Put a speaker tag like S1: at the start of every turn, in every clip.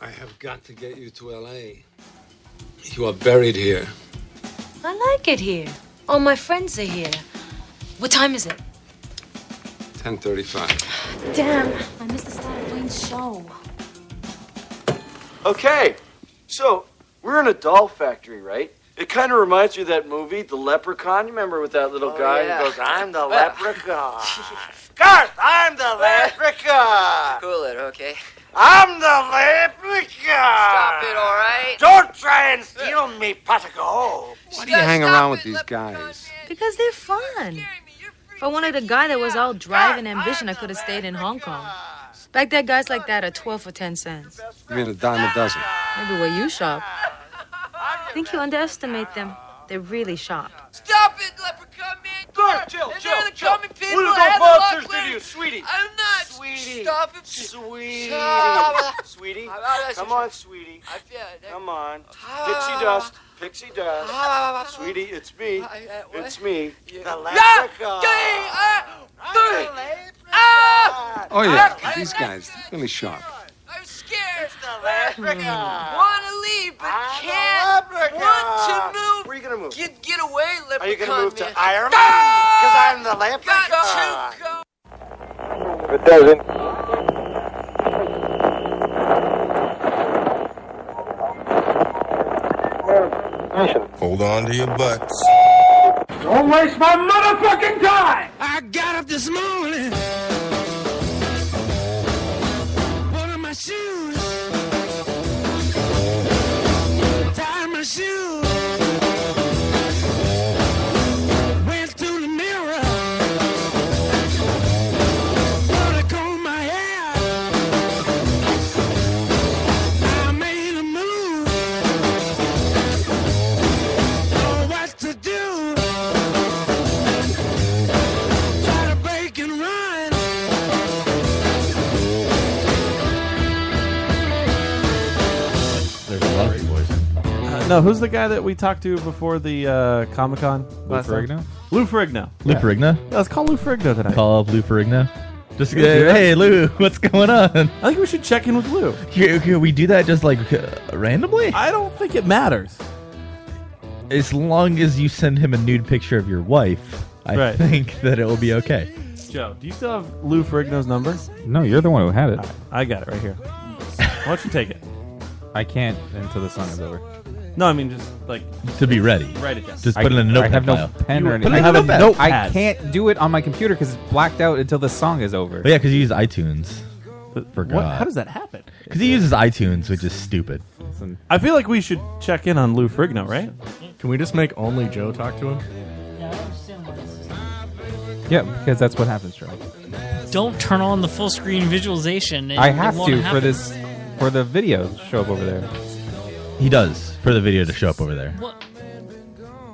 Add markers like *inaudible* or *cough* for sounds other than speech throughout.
S1: I have got to get you to LA. You are buried here.
S2: I like it here. All my friends are here. What time is it?
S1: 10:35.
S2: Damn, I missed the start of Wayne's show.
S3: Okay, so we're in a doll factory, right? It kind of reminds you of that movie, The Leprechaun. You remember with that little guy
S4: Oh, yeah.
S3: who goes, I'm
S4: *laughs*
S3: the leprechaun. Garth, I'm the leprechaun.
S4: Cool it, okay?
S3: I'm the leprechaun.
S4: Stop it, all right?
S3: Don't try and steal me, Patago.
S1: Why do you hang around with these guys?
S5: Because they're fun. If I wanted a guy that was all drive and ambition, I could have stayed in Hong Kong. Back there, guys like that are 12 for 10 cents.
S1: You mean a dime a dozen?
S5: Maybe where you shop. I think you underestimate them. They're really sharp.
S4: Stop it, leprechaun man!
S3: Look, chill,
S4: They're
S3: chill,
S4: the
S3: chill.
S4: common people
S3: We'll
S4: that
S3: go
S4: have the
S3: boxers
S4: luck,
S3: to
S4: Larry.
S3: you, sweetie.
S4: I'm not!
S3: Sweetie.
S4: Stop it!
S3: Sweetie.
S4: Stop.
S3: Sweetie.
S4: I'm out of-
S3: Come on, sweetie.
S4: I feel it.
S3: Come on. Pixie dust. Pixie
S4: Ah.
S3: dust. Sweetie, it's me.
S4: I- I- what?
S3: It's me. The
S4: Ah!
S3: leprechaun.
S4: Gay! Ah!
S3: I'm the
S4: Three!
S3: leprechaun.
S4: Ah!
S1: Oh yeah, these guys really sharp.
S4: I'm scared!
S3: The leprechaun.
S4: Wanna leave, but
S3: I'm the
S4: can't! Want
S3: leprechaun.
S4: to move!
S3: Where are you gonna move?
S4: Get, get away, leprechaun
S3: Are you gonna move
S4: man.
S3: to Ireland? Because I'm the
S4: Got to
S3: leprechaun.
S4: go!
S6: It doesn't.
S7: Hold on to your butts.
S6: Don't waste my motherfucking time!
S8: I got up this morning, put on my shoes, tied my shoes, went to the mirror, thought I combed my hair, I made a move, know what to do. Try to break and run.
S9: There's a lot of great voices.
S10: Uh, no, who's the guy that we talked to before the uh, Comic Con?
S9: Lou Ferrigno?
S10: Lou Ferrigno.
S9: Lou
S10: yeah.
S9: Ferrigno?
S10: Yeah, let's call Lou Ferrigno tonight.
S9: Call up Lou Ferrigno. Just
S10: Yeah,
S9: hey,
S10: yeah. *laughs*
S9: hey, Lou, what's going on?
S10: I think we should check in with Lou.
S9: Can, can we do that just like uh, randomly?
S10: I don't think it matters.
S9: As long as you send him a nude picture of your wife, I
S10: Right.
S9: think that it will be okay.
S10: Joe, do you still have Lou Ferrigno's number?
S8: No, you're the one who had it.
S10: I got it right here. Why don't you take it?
S8: I can't until the song is over.
S10: No, I mean just like
S9: To be ready,
S10: write it down.
S9: just
S8: I,
S9: put it in a notepad
S8: I have
S9: file.
S8: no pen
S10: You
S8: or anything.
S10: put it
S8: I,
S10: in
S9: have
S10: a
S9: a
S10: notepad.
S8: I can't do it on my computer because it's blacked out until the song is over.
S9: But yeah, because you use iTunes. Forgot.
S10: What? How does that happen?
S9: Because he uses iTunes, which is stupid.
S8: Listen,
S10: I feel like we should check in on Lou Ferrigno, right?
S11: Can we just make only Joe talk to him?
S8: Yeah, because that's what happens, Charlie.
S12: Don't turn on the full screen visualization. It-
S8: I
S12: it
S8: have
S12: won't
S8: to for
S12: happen.
S8: this, for the video to show up over there.
S9: He does for the video to show up over there,
S12: What?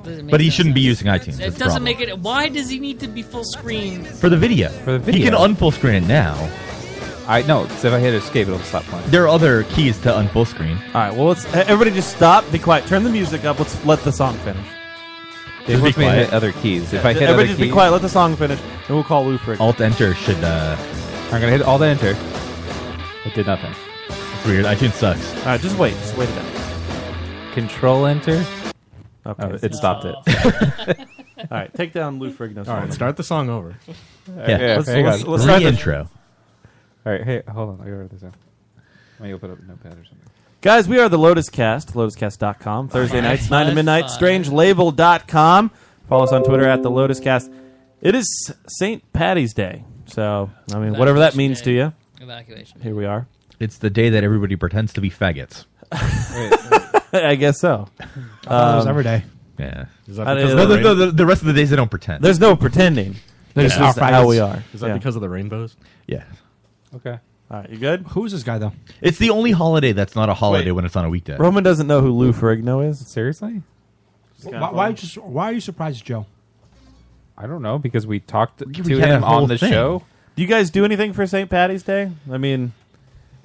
S12: Doesn't make
S9: but he
S12: sense.
S9: shouldn't be using iTunes.
S12: It
S9: That's the
S12: doesn't
S9: problem.
S12: make it. Why does he need to be full screen?
S9: for the video.
S8: For the
S9: he can
S8: video.
S9: unfull screen it now.
S8: I know. So if I hit escape, it'll stop playing.
S9: There are other keys to unfull screen.
S10: All right. Well, let's e- everybody just stop. Be quiet. Turn the music up. Let's let the song finish.
S8: It
S9: be
S8: wants me to
S9: quiet.
S8: hit other keys. If I hit
S10: Everybody
S8: other
S10: just be
S8: keys,
S10: quiet. Let the song finish, and we'll call Lou Ferrigno.
S9: Alt Enter should. Uh,
S8: I'm gonna hit all the enter. It did nothing.
S9: it's weird. iTunes sucks.
S10: All right. Just wait. Just wait it out.
S8: Control enter.
S10: Okay.
S8: Oh, it stopped it.
S10: *laughs* All right. Take down Lou Ferrigno's
S11: All right,
S10: phone.
S11: start the song over.
S9: Yeah.
S8: Yeah,
S10: Let's-
S8: hang
S10: let's-
S8: on.
S10: let's start the-
S9: Re-intro.
S8: All right, hey, hold on. I gotta write this down. Let me open up a notepad or something.
S10: Guys, we are the Lotus Cast, lotuscast.com. Thursday nights, 9 to
S12: High
S10: midnight,
S12: five.
S10: strangelabel.com. Follow us on Twitter at the Lotus Cast. It is St. Patty's Day. So, I mean, whatever that means to you,
S12: Evacuation.
S10: here we are. *laughs*
S9: It's the day that everybody pretends to be faggots.
S10: I guess so.
S11: it
S10: Um,
S11: was every day.
S9: Yeah.
S11: Is that
S10: I-
S11: because,
S10: I-
S11: of the,
S9: No, the,
S11: rain-
S9: the, the, the rest of the days they don't pretend.
S10: There's no *laughs* pretending. That's
S11: Yeah.
S10: just how we are.
S11: is that
S10: Yeah.
S11: because of the rainbows?
S9: yeah.
S8: Okay.
S10: All right, you good?
S11: Who's this guy though?
S9: It's the only holiday that's not a holiday
S8: Wait.
S9: when it's on a weekday.
S10: Roman doesn't know who Lou Ferrigno is.
S8: Seriously?
S10: Why-
S11: why, why are you surprised, Joe?
S8: I don't know because we talked
S9: We
S8: to
S9: had a
S8: him
S9: whole
S8: on the
S9: thing.
S8: show.
S10: Do you guys do anything for St. Patty's Day? I mean,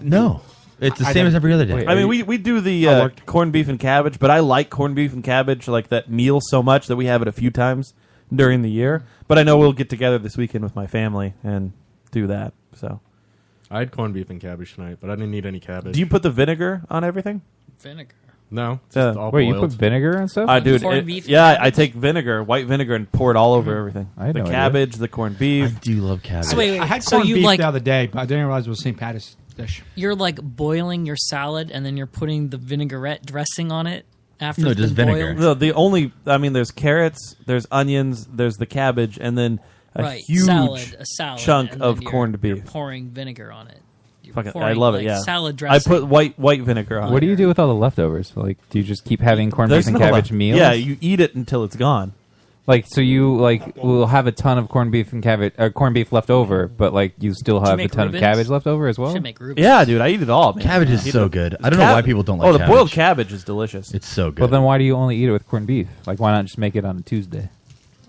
S9: No. It's the
S11: I- I
S9: same as
S11: never-
S9: every other day.
S10: I mean, we, we do the
S11: I
S10: uh,
S11: worked.
S10: corned beef and cabbage, but I like corned beef and cabbage, like that meal so much that we have it a few times during the year. But I know we'll get together this weekend with my family and do that. So
S11: I had corned beef and cabbage tonight, but I didn't need any cabbage.
S10: Do you put the vinegar on everything?
S12: Vinegar.
S11: No.
S10: Yeah.
S11: Just all
S8: Wait, you
S11: boiled.
S8: put vinegar and stuff?
S10: I do.
S8: Corned
S10: it-
S8: beef
S10: Yeah, I take vinegar, white vinegar, and pour it all over everything.
S8: Mm-hmm. I had
S10: the
S8: no idea.
S10: cabbage, the corned beef. I
S9: do love cabbage.
S12: So wait, wait,
S11: I had
S12: so
S11: corned
S12: you
S11: beef
S12: like
S11: the other day, but I didn't realize it was St. Patty's dish.
S12: you're like boiling your salad and then you're putting the vinaigrette dressing on it after it's been boiled?
S10: No, the only. I mean, there's carrots, there's onions, there's the cabbage, and then a
S12: right,
S10: huge
S12: salad, a salad,
S10: chunk
S12: and then
S10: of
S12: you're-
S10: corned
S12: you're
S10: beef.
S12: pouring vinegar on it. You're
S10: Fuck it, I
S12: pouring,
S10: love it.
S12: like,
S10: Yeah,
S12: salad
S10: I
S12: dressing.
S10: put white white vinegar on.
S8: What do
S10: it.
S8: you do with all the leftovers? Like, do you just keep having corned
S10: There's
S8: beef and
S10: no
S8: cabbage
S10: left-
S8: meals?
S10: Yeah, you eat it until it's gone.
S8: Like, so you like will have a ton of corned beef and cabbage, uh, corned beef left over, but like you still have a
S10: make
S8: ton
S10: Reubens?
S8: of cabbage left over as well.
S10: Should make Reubens. Yeah, dude, I eat it all. man.
S9: Cabbage is
S10: Eat
S9: so
S10: it-
S9: good. I don't know why
S10: Cab-
S9: people don't
S10: Oh,
S9: like
S10: the
S9: cabbage.
S10: boiled cabbage is delicious.
S9: It's so good.
S8: Well, then why do you only eat it with corned beef? Like, why not just make it on a Tuesday?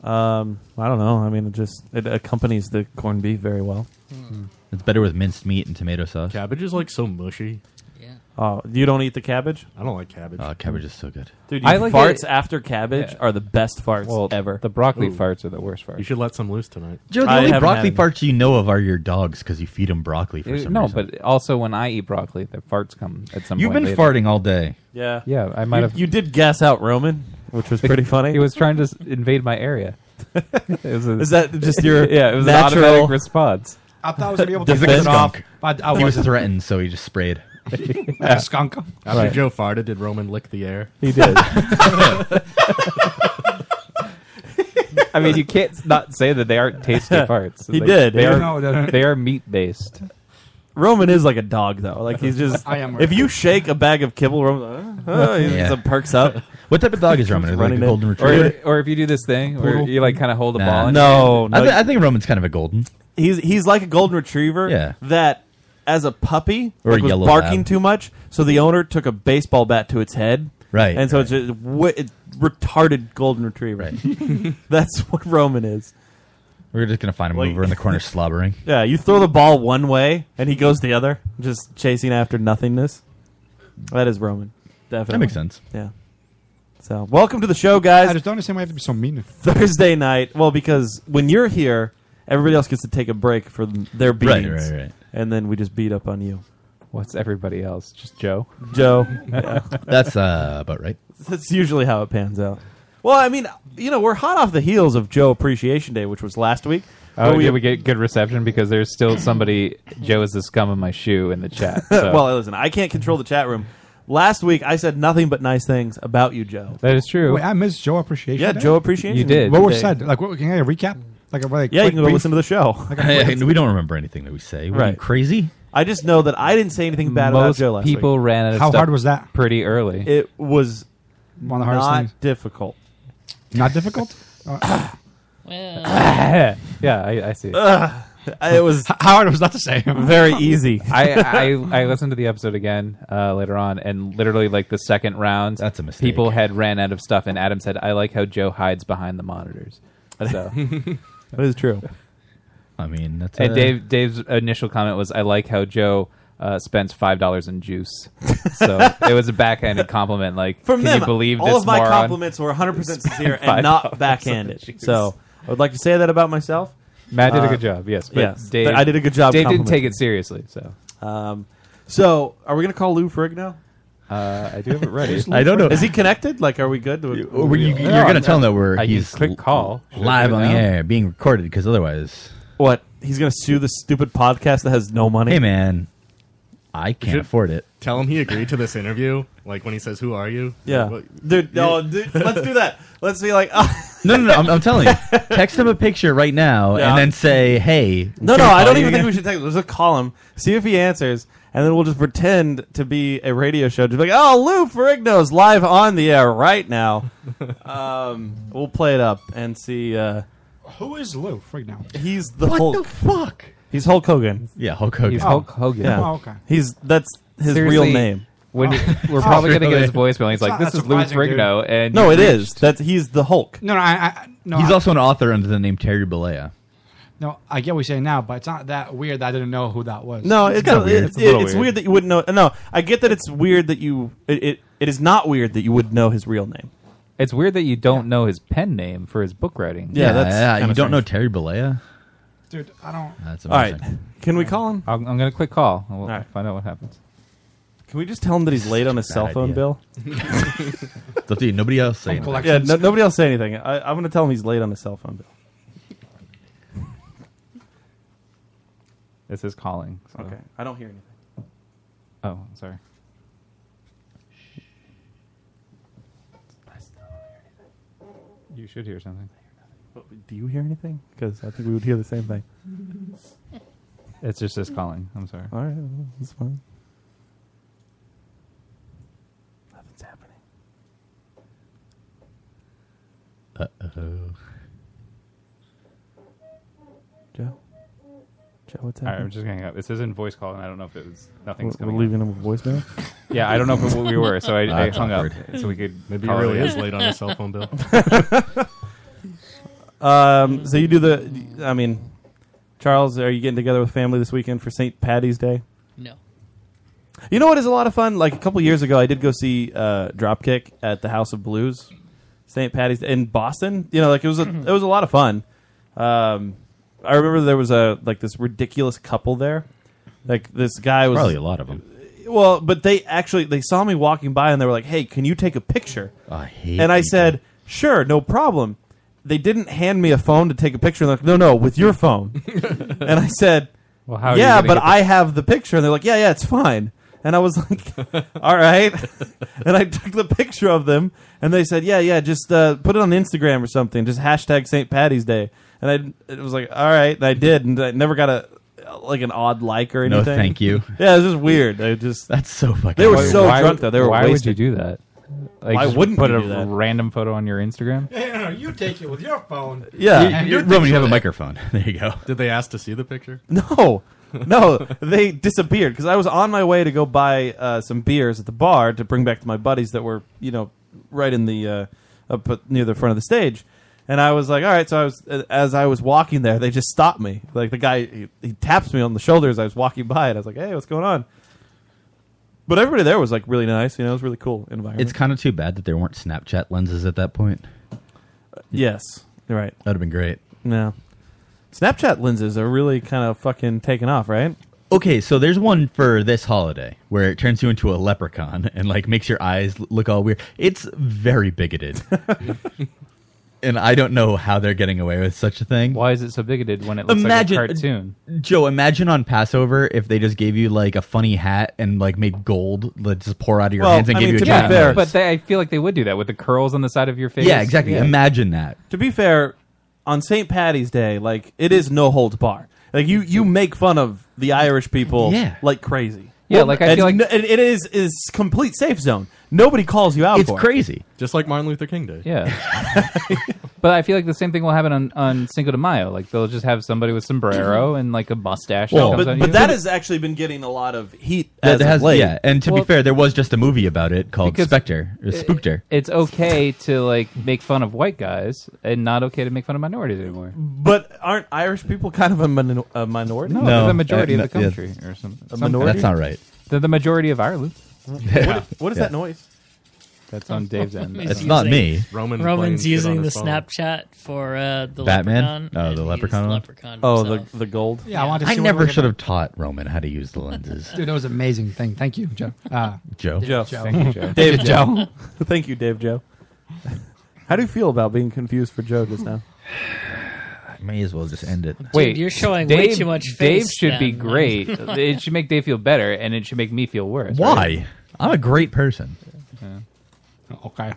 S10: Um, I don't know. I mean, it just it accompanies the corned beef very well.
S9: Hmm. It's better with minced meat and tomato sauce.
S11: Cabbage is like so mushy.
S12: Yeah.
S10: Oh, you don't eat the cabbage?
S11: I don't like cabbage.
S9: Oh, cabbage is so good.
S10: Dude,
S11: I
S10: you
S11: like
S10: farts
S11: it-
S10: after cabbage
S11: Yeah.
S10: are
S11: *laughs*
S10: the best farts
S11: Well,
S10: ever.
S8: The broccoli
S11: Ooh.
S8: farts are the worst farts.
S11: You should let some loose tonight.
S9: Joe, the
S10: I
S9: only
S10: haven't
S9: broccoli
S10: had-
S9: parts you know of are your dogs because you feed them broccoli for
S8: Uh,
S9: some
S8: no,
S9: reason.
S8: but also when I eat broccoli, the farts come at some.
S9: You've
S8: point later.
S9: been farting all day.
S10: Yeah.
S8: yeah. I might
S10: You-
S8: have.
S10: You did gas out Roman, which
S8: *laughs*
S10: was pretty funny.
S8: He was trying to s- invade my
S10: *laughs*
S8: area. It was a-
S10: Is that just your
S8: *laughs* yeah? It was
S10: natural-
S8: an automatic response.
S11: I thought I was gonna
S10: *laughs*
S11: be able
S9: Defend
S11: piss it off,
S9: skunk.
S11: but I
S9: he was
S11: wasn't.
S9: threatened, so he just sprayed.
S11: Like a skunk. After
S8: Right.
S11: Joe farted, did Roman lick the air?
S8: He
S11: *laughs*
S8: did. *laughs* I mean, you can't not say that they aren't *laughs*
S10: *laughs*
S8: tasty farts.
S10: He
S8: They-
S10: did.
S8: They
S10: Yeah.
S8: are,
S10: No, no, no. *laughs*
S8: they are meat based.
S10: Roman is like a dog though. Like he's just.
S11: I am
S10: If you shake a bag of kibble, Roman uh, uh, he
S9: Yeah.
S10: just perks up.
S9: *laughs* What type of
S8: *laughs*
S9: dog is Roman? Is it like
S10: Running
S9: a
S10: in.
S9: golden
S8: Or,
S9: retriever?
S8: or if you do this thing where
S9: Poodle?
S8: you like kind of hold a
S9: Nah.
S8: ball. in your hand.
S10: No, no.
S9: I, thi- I think Roman's kind of a golden.
S10: *laughs* he's he's like a golden retriever.
S9: Yeah.
S10: That as a puppy
S9: Or
S10: like,
S9: a
S10: was
S9: yellow
S10: barking
S9: lab.
S10: too much, so the owner took a baseball bat to its head.
S9: Right,
S10: And so it's a wi- it- retarded golden retriever. *laughs* That's what Roman is.
S9: We're just gonna find him
S10: Like-
S9: over in
S10: *laughs*
S9: the corner slobbering.
S10: Yeah, you throw the ball one way and he goes the other, just chasing after nothingness. That is Roman. Definitely.
S9: That makes sense.
S10: Yeah. So, welcome to the show, guys.
S11: I just don't understand why I have to be so
S10: *laughs*
S11: mean.
S10: Thursday night. Well, because when you're here, everybody else gets to take a break for th- their
S9: Right,
S10: beatings.
S9: right, right.
S10: And then we just beat up on you.
S8: What's everybody else? Just Joe.
S10: Joe.
S9: *laughs* That's uh, about right.
S10: That's usually how it pans out. Well, I mean, you know, we're hot off the heels of Joe Appreciation Day, which was last week.
S8: Oh,
S10: But
S8: we, we get good reception because there's still
S10: *laughs*
S8: somebody. Joe is the scum of my shoe in the chat. So.
S10: well, listen, I can't control the chat room. Last week, I said nothing but nice things about you, Joe.
S8: that is true.
S11: Wait, I missed Joe appreciation.
S10: Yeah,
S11: Day?
S10: Joe Appreciation
S8: You
S10: Day.
S8: did.
S11: What was
S10: Day.
S11: said? Like, what, can I recap? Like, a- like
S10: Yeah, you
S11: quick
S10: can go
S11: brief-
S10: listen to the show.
S11: Like a quick-
S9: we don't remember anything that we say. What Are you
S10: Right.
S9: crazy?
S10: I just know that I didn't say anything bad about
S8: Most
S10: Joe last
S8: people
S10: week.
S8: ran out of
S11: How
S8: stuff
S11: hard was that?
S8: pretty early.
S10: It was
S11: One of the hardest
S10: not
S11: things.
S10: difficult.
S11: Not
S10: *laughs*
S11: difficult. Uh, *coughs*
S12: Well,
S8: *laughs* yeah, I, I see.
S10: It was
S11: how hard was that to say?
S10: *laughs* very easy.
S8: *laughs* I, I I listened to the episode again uh, later on, and literally like the second round,
S9: That's a mistake.
S8: People had ran out of stuff, and Adam said, "I like how Joe hides behind the monitors."
S9: *laughs*
S8: So,
S10: That is true.
S9: I mean, that's uh,
S8: and Dave Dave's initial comment was, "I like how Joe uh, spends five dollars in
S10: *laughs*
S8: juice." So it was a backhanded compliment. Like,
S10: From
S8: can
S10: them,
S8: you believe
S10: all
S8: this
S10: of my
S8: moron?
S10: compliments were 100 percent sincere and
S8: five
S10: not
S8: dollars
S10: backhanded. So I would like to say that about myself.
S8: Matt did a
S10: Uh,
S8: good job. Yes, but
S10: yes,
S8: Dave,
S10: but I did a good job
S8: Dave didn't
S10: complimenting.
S8: take it seriously. So
S10: Um, so are we gonna call Lou Frigg now?
S8: uh, I do
S9: *laughs*
S8: have it ready.
S9: I don't know.
S10: Is he connected? Like, are we good?
S9: Or were you, you're
S8: Yeah,
S9: gonna
S8: I'm
S9: tell him that
S10: Uh,
S9: we're
S8: I
S9: he's
S8: used quick call. Should I
S9: live
S8: do it
S9: on the
S8: now?
S9: air, being recorded, because otherwise,
S10: what? He's gonna sue the stupid podcast that has no money.
S9: hey man, I can't
S11: should-
S9: afford it.
S11: Tell him he agreed to this interview. Like when he says, "Who are you?"
S10: Yeah, dude. No, dude. Let's
S13: *laughs*
S10: do that. Let's be like. *laughs*
S9: No, no, no. I'm, I'm telling you, text him a picture right now,
S10: Yeah.
S9: and then say, "Hey,
S10: No,
S9: can
S10: no,
S9: we
S10: I
S9: call
S10: don't
S9: you
S10: even think
S9: again?"
S10: we should text. him. Let's just call him, see if he answers, and then we'll just pretend to be a radio show. Just be like, oh, Lou Ferrigno's live on the air right
S9: *laughs*
S10: now. um, we'll play it up and see. Uh,
S11: Who is Lou right now?
S10: he's the
S9: What
S10: Hulk.
S9: the fuck?
S10: he's Hulk Hogan.
S9: Yeah, Hulk Hogan.
S8: He's Hulk Hogan.
S10: Yeah.
S11: Oh, okay.
S10: He's that's his
S8: Seriously,
S10: real name.
S8: When
S10: Oh.
S8: we're probably
S10: *laughs*
S8: gonna get his
S9: really?
S8: voicemail. He's like,
S11: not
S8: "This
S11: that
S8: is Louis
S11: surprising, dude.
S8: Rigno," and
S10: No,
S8: you
S10: it
S8: reached-
S10: is. That's he's the Hulk.
S11: No, no, I, I no.
S9: He's
S11: I,
S9: also an author under the name Terry Bollea.
S11: no. I get what you're saying now, but it's not that weird that I didn't know who that was.
S10: No, it's it's,
S9: kinda weird.
S10: it's,
S9: It's a little
S10: weird.
S9: weird.
S10: that you wouldn't know. No, I get that it's weird that you. It, it, it is not weird that you would know his real name.
S8: It's weird that you don't know his pen name for his book writing.
S10: Yeah, that's
S9: yeah,
S10: kinda
S9: you don't know
S10: strange.
S9: Terry Bollea.
S11: Dude, I don't.
S9: That's
S10: All right. Can we call him?
S8: I'm, I'm going to quick call. and We'll find out what happens.
S10: Can we just tell him that he's late on his
S8: Bad
S10: cell phone
S8: idea.
S10: bill?
S9: It's up to you. Nobody else say
S10: yeah,
S9: anything.
S10: no, nobody else say anything. I, I'm going to tell him he's late on his cell phone bill.
S8: This is calling. so-
S10: Okay. I don't hear anything.
S8: Oh, sorry. You should hear something.
S10: Do you hear anything? Because I think we would hear the same thing.
S8: It's just this calling. I'm sorry.
S10: All right, well, that's fine. Nothing's happening.
S9: Uh oh.
S10: Joe? Joe, what's
S8: All right, I'm
S10: happening?
S8: just going to hang up. It says in voice call, and I don't know if it was nothing's
S10: we're,
S8: coming.
S10: we're leaving him a voicemail?
S8: *laughs* Yeah, I don't know if it, we were, so I, I
S10: That's
S8: hung up
S10: awkward.
S8: so we could.
S13: Maybe he
S8: call
S13: really
S8: in.
S13: is late on his cell phone
S8: *laughs*
S13: bill.
S10: um, so you do the, I mean, Charles, are you getting together with family this weekend for St. Patty's Day?
S12: No.
S10: You know what is a lot of fun? Like a couple years ago, I did go see uh, Dropkick at the House of Blues, St. Patty's in Boston. You know, like it was a it was a lot of fun. Um, I remember there was a like this ridiculous couple there. Like this guy was
S9: Probably a lot of 'em.
S10: Well, but they actually they saw me walking by and they were like, "Hey, can you take a picture?"
S9: I hate
S10: and I said, "Sure, no problem." They didn't hand me a phone to take a picture. They're like, "No, no, with your
S9: *laughs*
S10: phone." and I said,
S8: Well, how are you
S10: yeah,
S8: gonna
S10: but
S8: get the-
S10: I have the picture." And they're like, "Yeah, yeah, it's fine." And I was like, *laughs* "All right." *laughs* and I took the picture of them, and they said, "Yeah, yeah, just uh, put it on Instagram or something. Just hashtag St. Patty's Day." And I, it was like, "All right," and I did, and I never got a like an odd like or
S9: No,
S10: anything.
S9: thank you.
S10: Yeah, it was just weird. They just
S9: that's so fucking.
S10: They were
S9: weird.
S10: so drunk though. They were
S8: Why
S10: wasted.
S8: would you do that? Like,
S10: Why
S8: just
S10: wouldn't
S8: put
S10: you
S8: a
S10: do that?
S8: random photo on your Instagram?
S11: Hey, no, no, you take it with your phone.
S9: You- you- Roman, you have a microphone. *laughs* There you go.
S13: Did they ask to see the picture?
S10: *laughs* No, no, they disappeared because I was on my way to go buy uh, some beers at the bar to bring back to my buddies that were, you know, right in the uh, up at- near the front of the stage. And I was like, all right. So I was, as I was walking there, they just stopped me. Like the guy, he, he taps me on the shoulder as I was walking by, and I was like, hey, what's going on? But everybody there was like really nice. You know, it was really cool environment.
S9: It's kind of too bad that there weren't Snapchat lenses at that point.
S10: Yes, you're right.
S9: That'd have been great.
S10: No, Snapchat lenses are really kind of fucking taking off, right?
S9: Okay, so there's one for this holiday where it turns you into a leprechaun and like makes your eyes l- look all weird. It's very bigoted. and I don't know how they're getting away with such a thing. uh,
S8: Why is it so bigoted when it looks like a cartoon?
S9: Joe, imagine on Passover if they just gave you like a funny hat and like made gold that just pour out of your hands and gave you a giant nose.
S8: but they, I feel like they would do that with the curls on the side of your face.
S9: Yeah, exactly. Imagine that.
S10: To be fair, on St. Patty's Day, like it is no holds bar. Like you, you make fun of the Irish people,
S9: Yeah.
S10: like crazy.
S8: Yeah, like, I
S10: And
S8: feel like-
S10: no- and it is is complete safe zone. Nobody calls you out.
S8: It's
S10: for it.
S9: crazy.
S13: Just like Martin Luther King Day.
S8: Yeah. but I feel like the same thing will happen on, on Cinco de Mayo. Like they'll just have somebody with sombrero and like a mustache. that
S10: Well,
S8: comes
S10: but
S8: on
S10: but
S8: you.
S10: that has actually been getting a lot of heat.
S9: That
S10: as of
S9: has-
S10: late.
S9: yeah, and to
S10: Well,
S9: be fair, there was just a movie about it called Spectre, or
S8: it-
S9: Spookter.
S8: It's okay to like make fun of white guys and not okay to make fun of minorities anymore.
S10: But aren't Irish people kind of a, min- a minority?
S8: No,
S9: uh,
S8: they're the majority of the country or some,
S10: A
S8: some-
S10: minority.
S8: They're the majority of Ireland.
S10: What is, what is that noise?
S8: That's
S10: *laughs*
S8: on Dave's end.
S12: He's
S9: That's not
S12: using-
S9: me.
S13: Roman
S12: Roman's using the
S8: his phone.
S12: Snapchat for uh, the
S9: Batman?
S12: Leprechaun,
S9: Oh,
S12: and
S9: the
S12: he's
S9: leprechaun. one?
S12: leprechaun himself.
S10: Oh, the gold.
S11: Yeah, I wanted to see what
S9: never
S11: we're
S9: should have taught Roman how to use
S11: *laughs*
S9: the lenses.
S11: Dude, that was an amazing thing. Thank you, Joe. Uh,
S9: Joe.
S10: Joe.
S11: Joe.
S10: Dave Joe. *laughs* Thank you, Dave Joe. How do you feel about being confused for Joe just now?
S9: May as well just end it.
S8: Wait,
S12: you're showing
S8: Dave,
S12: way too much face
S8: Dave should be
S12: then. *laughs*
S8: great. it should make Dave feel better, and it should make me feel worse.
S9: Why?
S8: right?
S9: I'm a great person.
S11: Okay.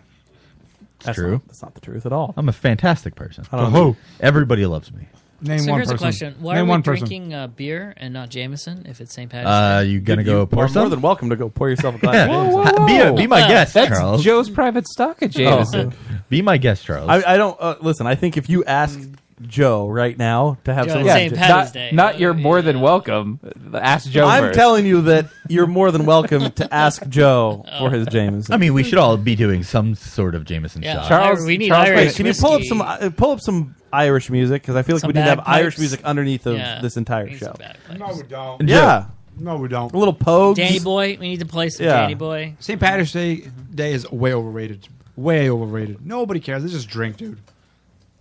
S9: It's true.
S10: that's not the truth at all.
S9: I'm a fantastic person.
S10: I don't know.
S9: Everybody loves me.
S11: Name
S12: so
S11: one
S12: here's
S11: person.
S12: a question: Why
S11: Name
S12: are we
S11: one person.
S12: drinking uh, beer and not Jameson if it's St. Patrick's?
S9: Uh, you gonna
S10: You-
S9: go
S10: you
S9: pour
S10: are
S9: some?
S10: more than welcome to go pour
S11: *laughs*
S10: yourself a glass.
S9: Yeah.
S10: of Jameson.
S9: Whoa, whoa, Be a- whoa. be my guest,
S8: Uh, That's
S9: Charles. Oh.
S8: Joe's private stock at
S10: Oh.
S8: Jameson.
S9: Be my guest, Charles.
S10: I, I don't uh, listen. I think if you ask Joe right now to have
S8: Joe,
S10: some,
S8: it's St. Patty's Not- Day. not you're more than welcome. Ask Joe
S10: I'm
S8: first.
S10: telling you that you're more than welcome to ask Joe for his Jameson.
S9: I mean, we should all be doing some sort of Jameson
S10: Yeah,
S9: shot.
S10: Charles-
S12: we need
S10: Charles, wait,
S12: Irish
S10: can you pull up
S12: whiskey.
S10: some uh, pull up some Irish music? Because I feel like
S12: Some
S10: we need to have
S12: bagpipes?
S10: Irish music underneath of
S12: Yeah,
S10: this entire show.
S11: No, we don't.
S10: Yeah.
S11: No, we don't.
S10: A little pogues.
S12: Danny Boy, we need to play some Danny
S11: *laughs*
S12: Boy.
S11: St. Patrick's Day Day is way overrated. Way
S10: Oh,
S11: overrated. Nobody cares. They just drink, dude.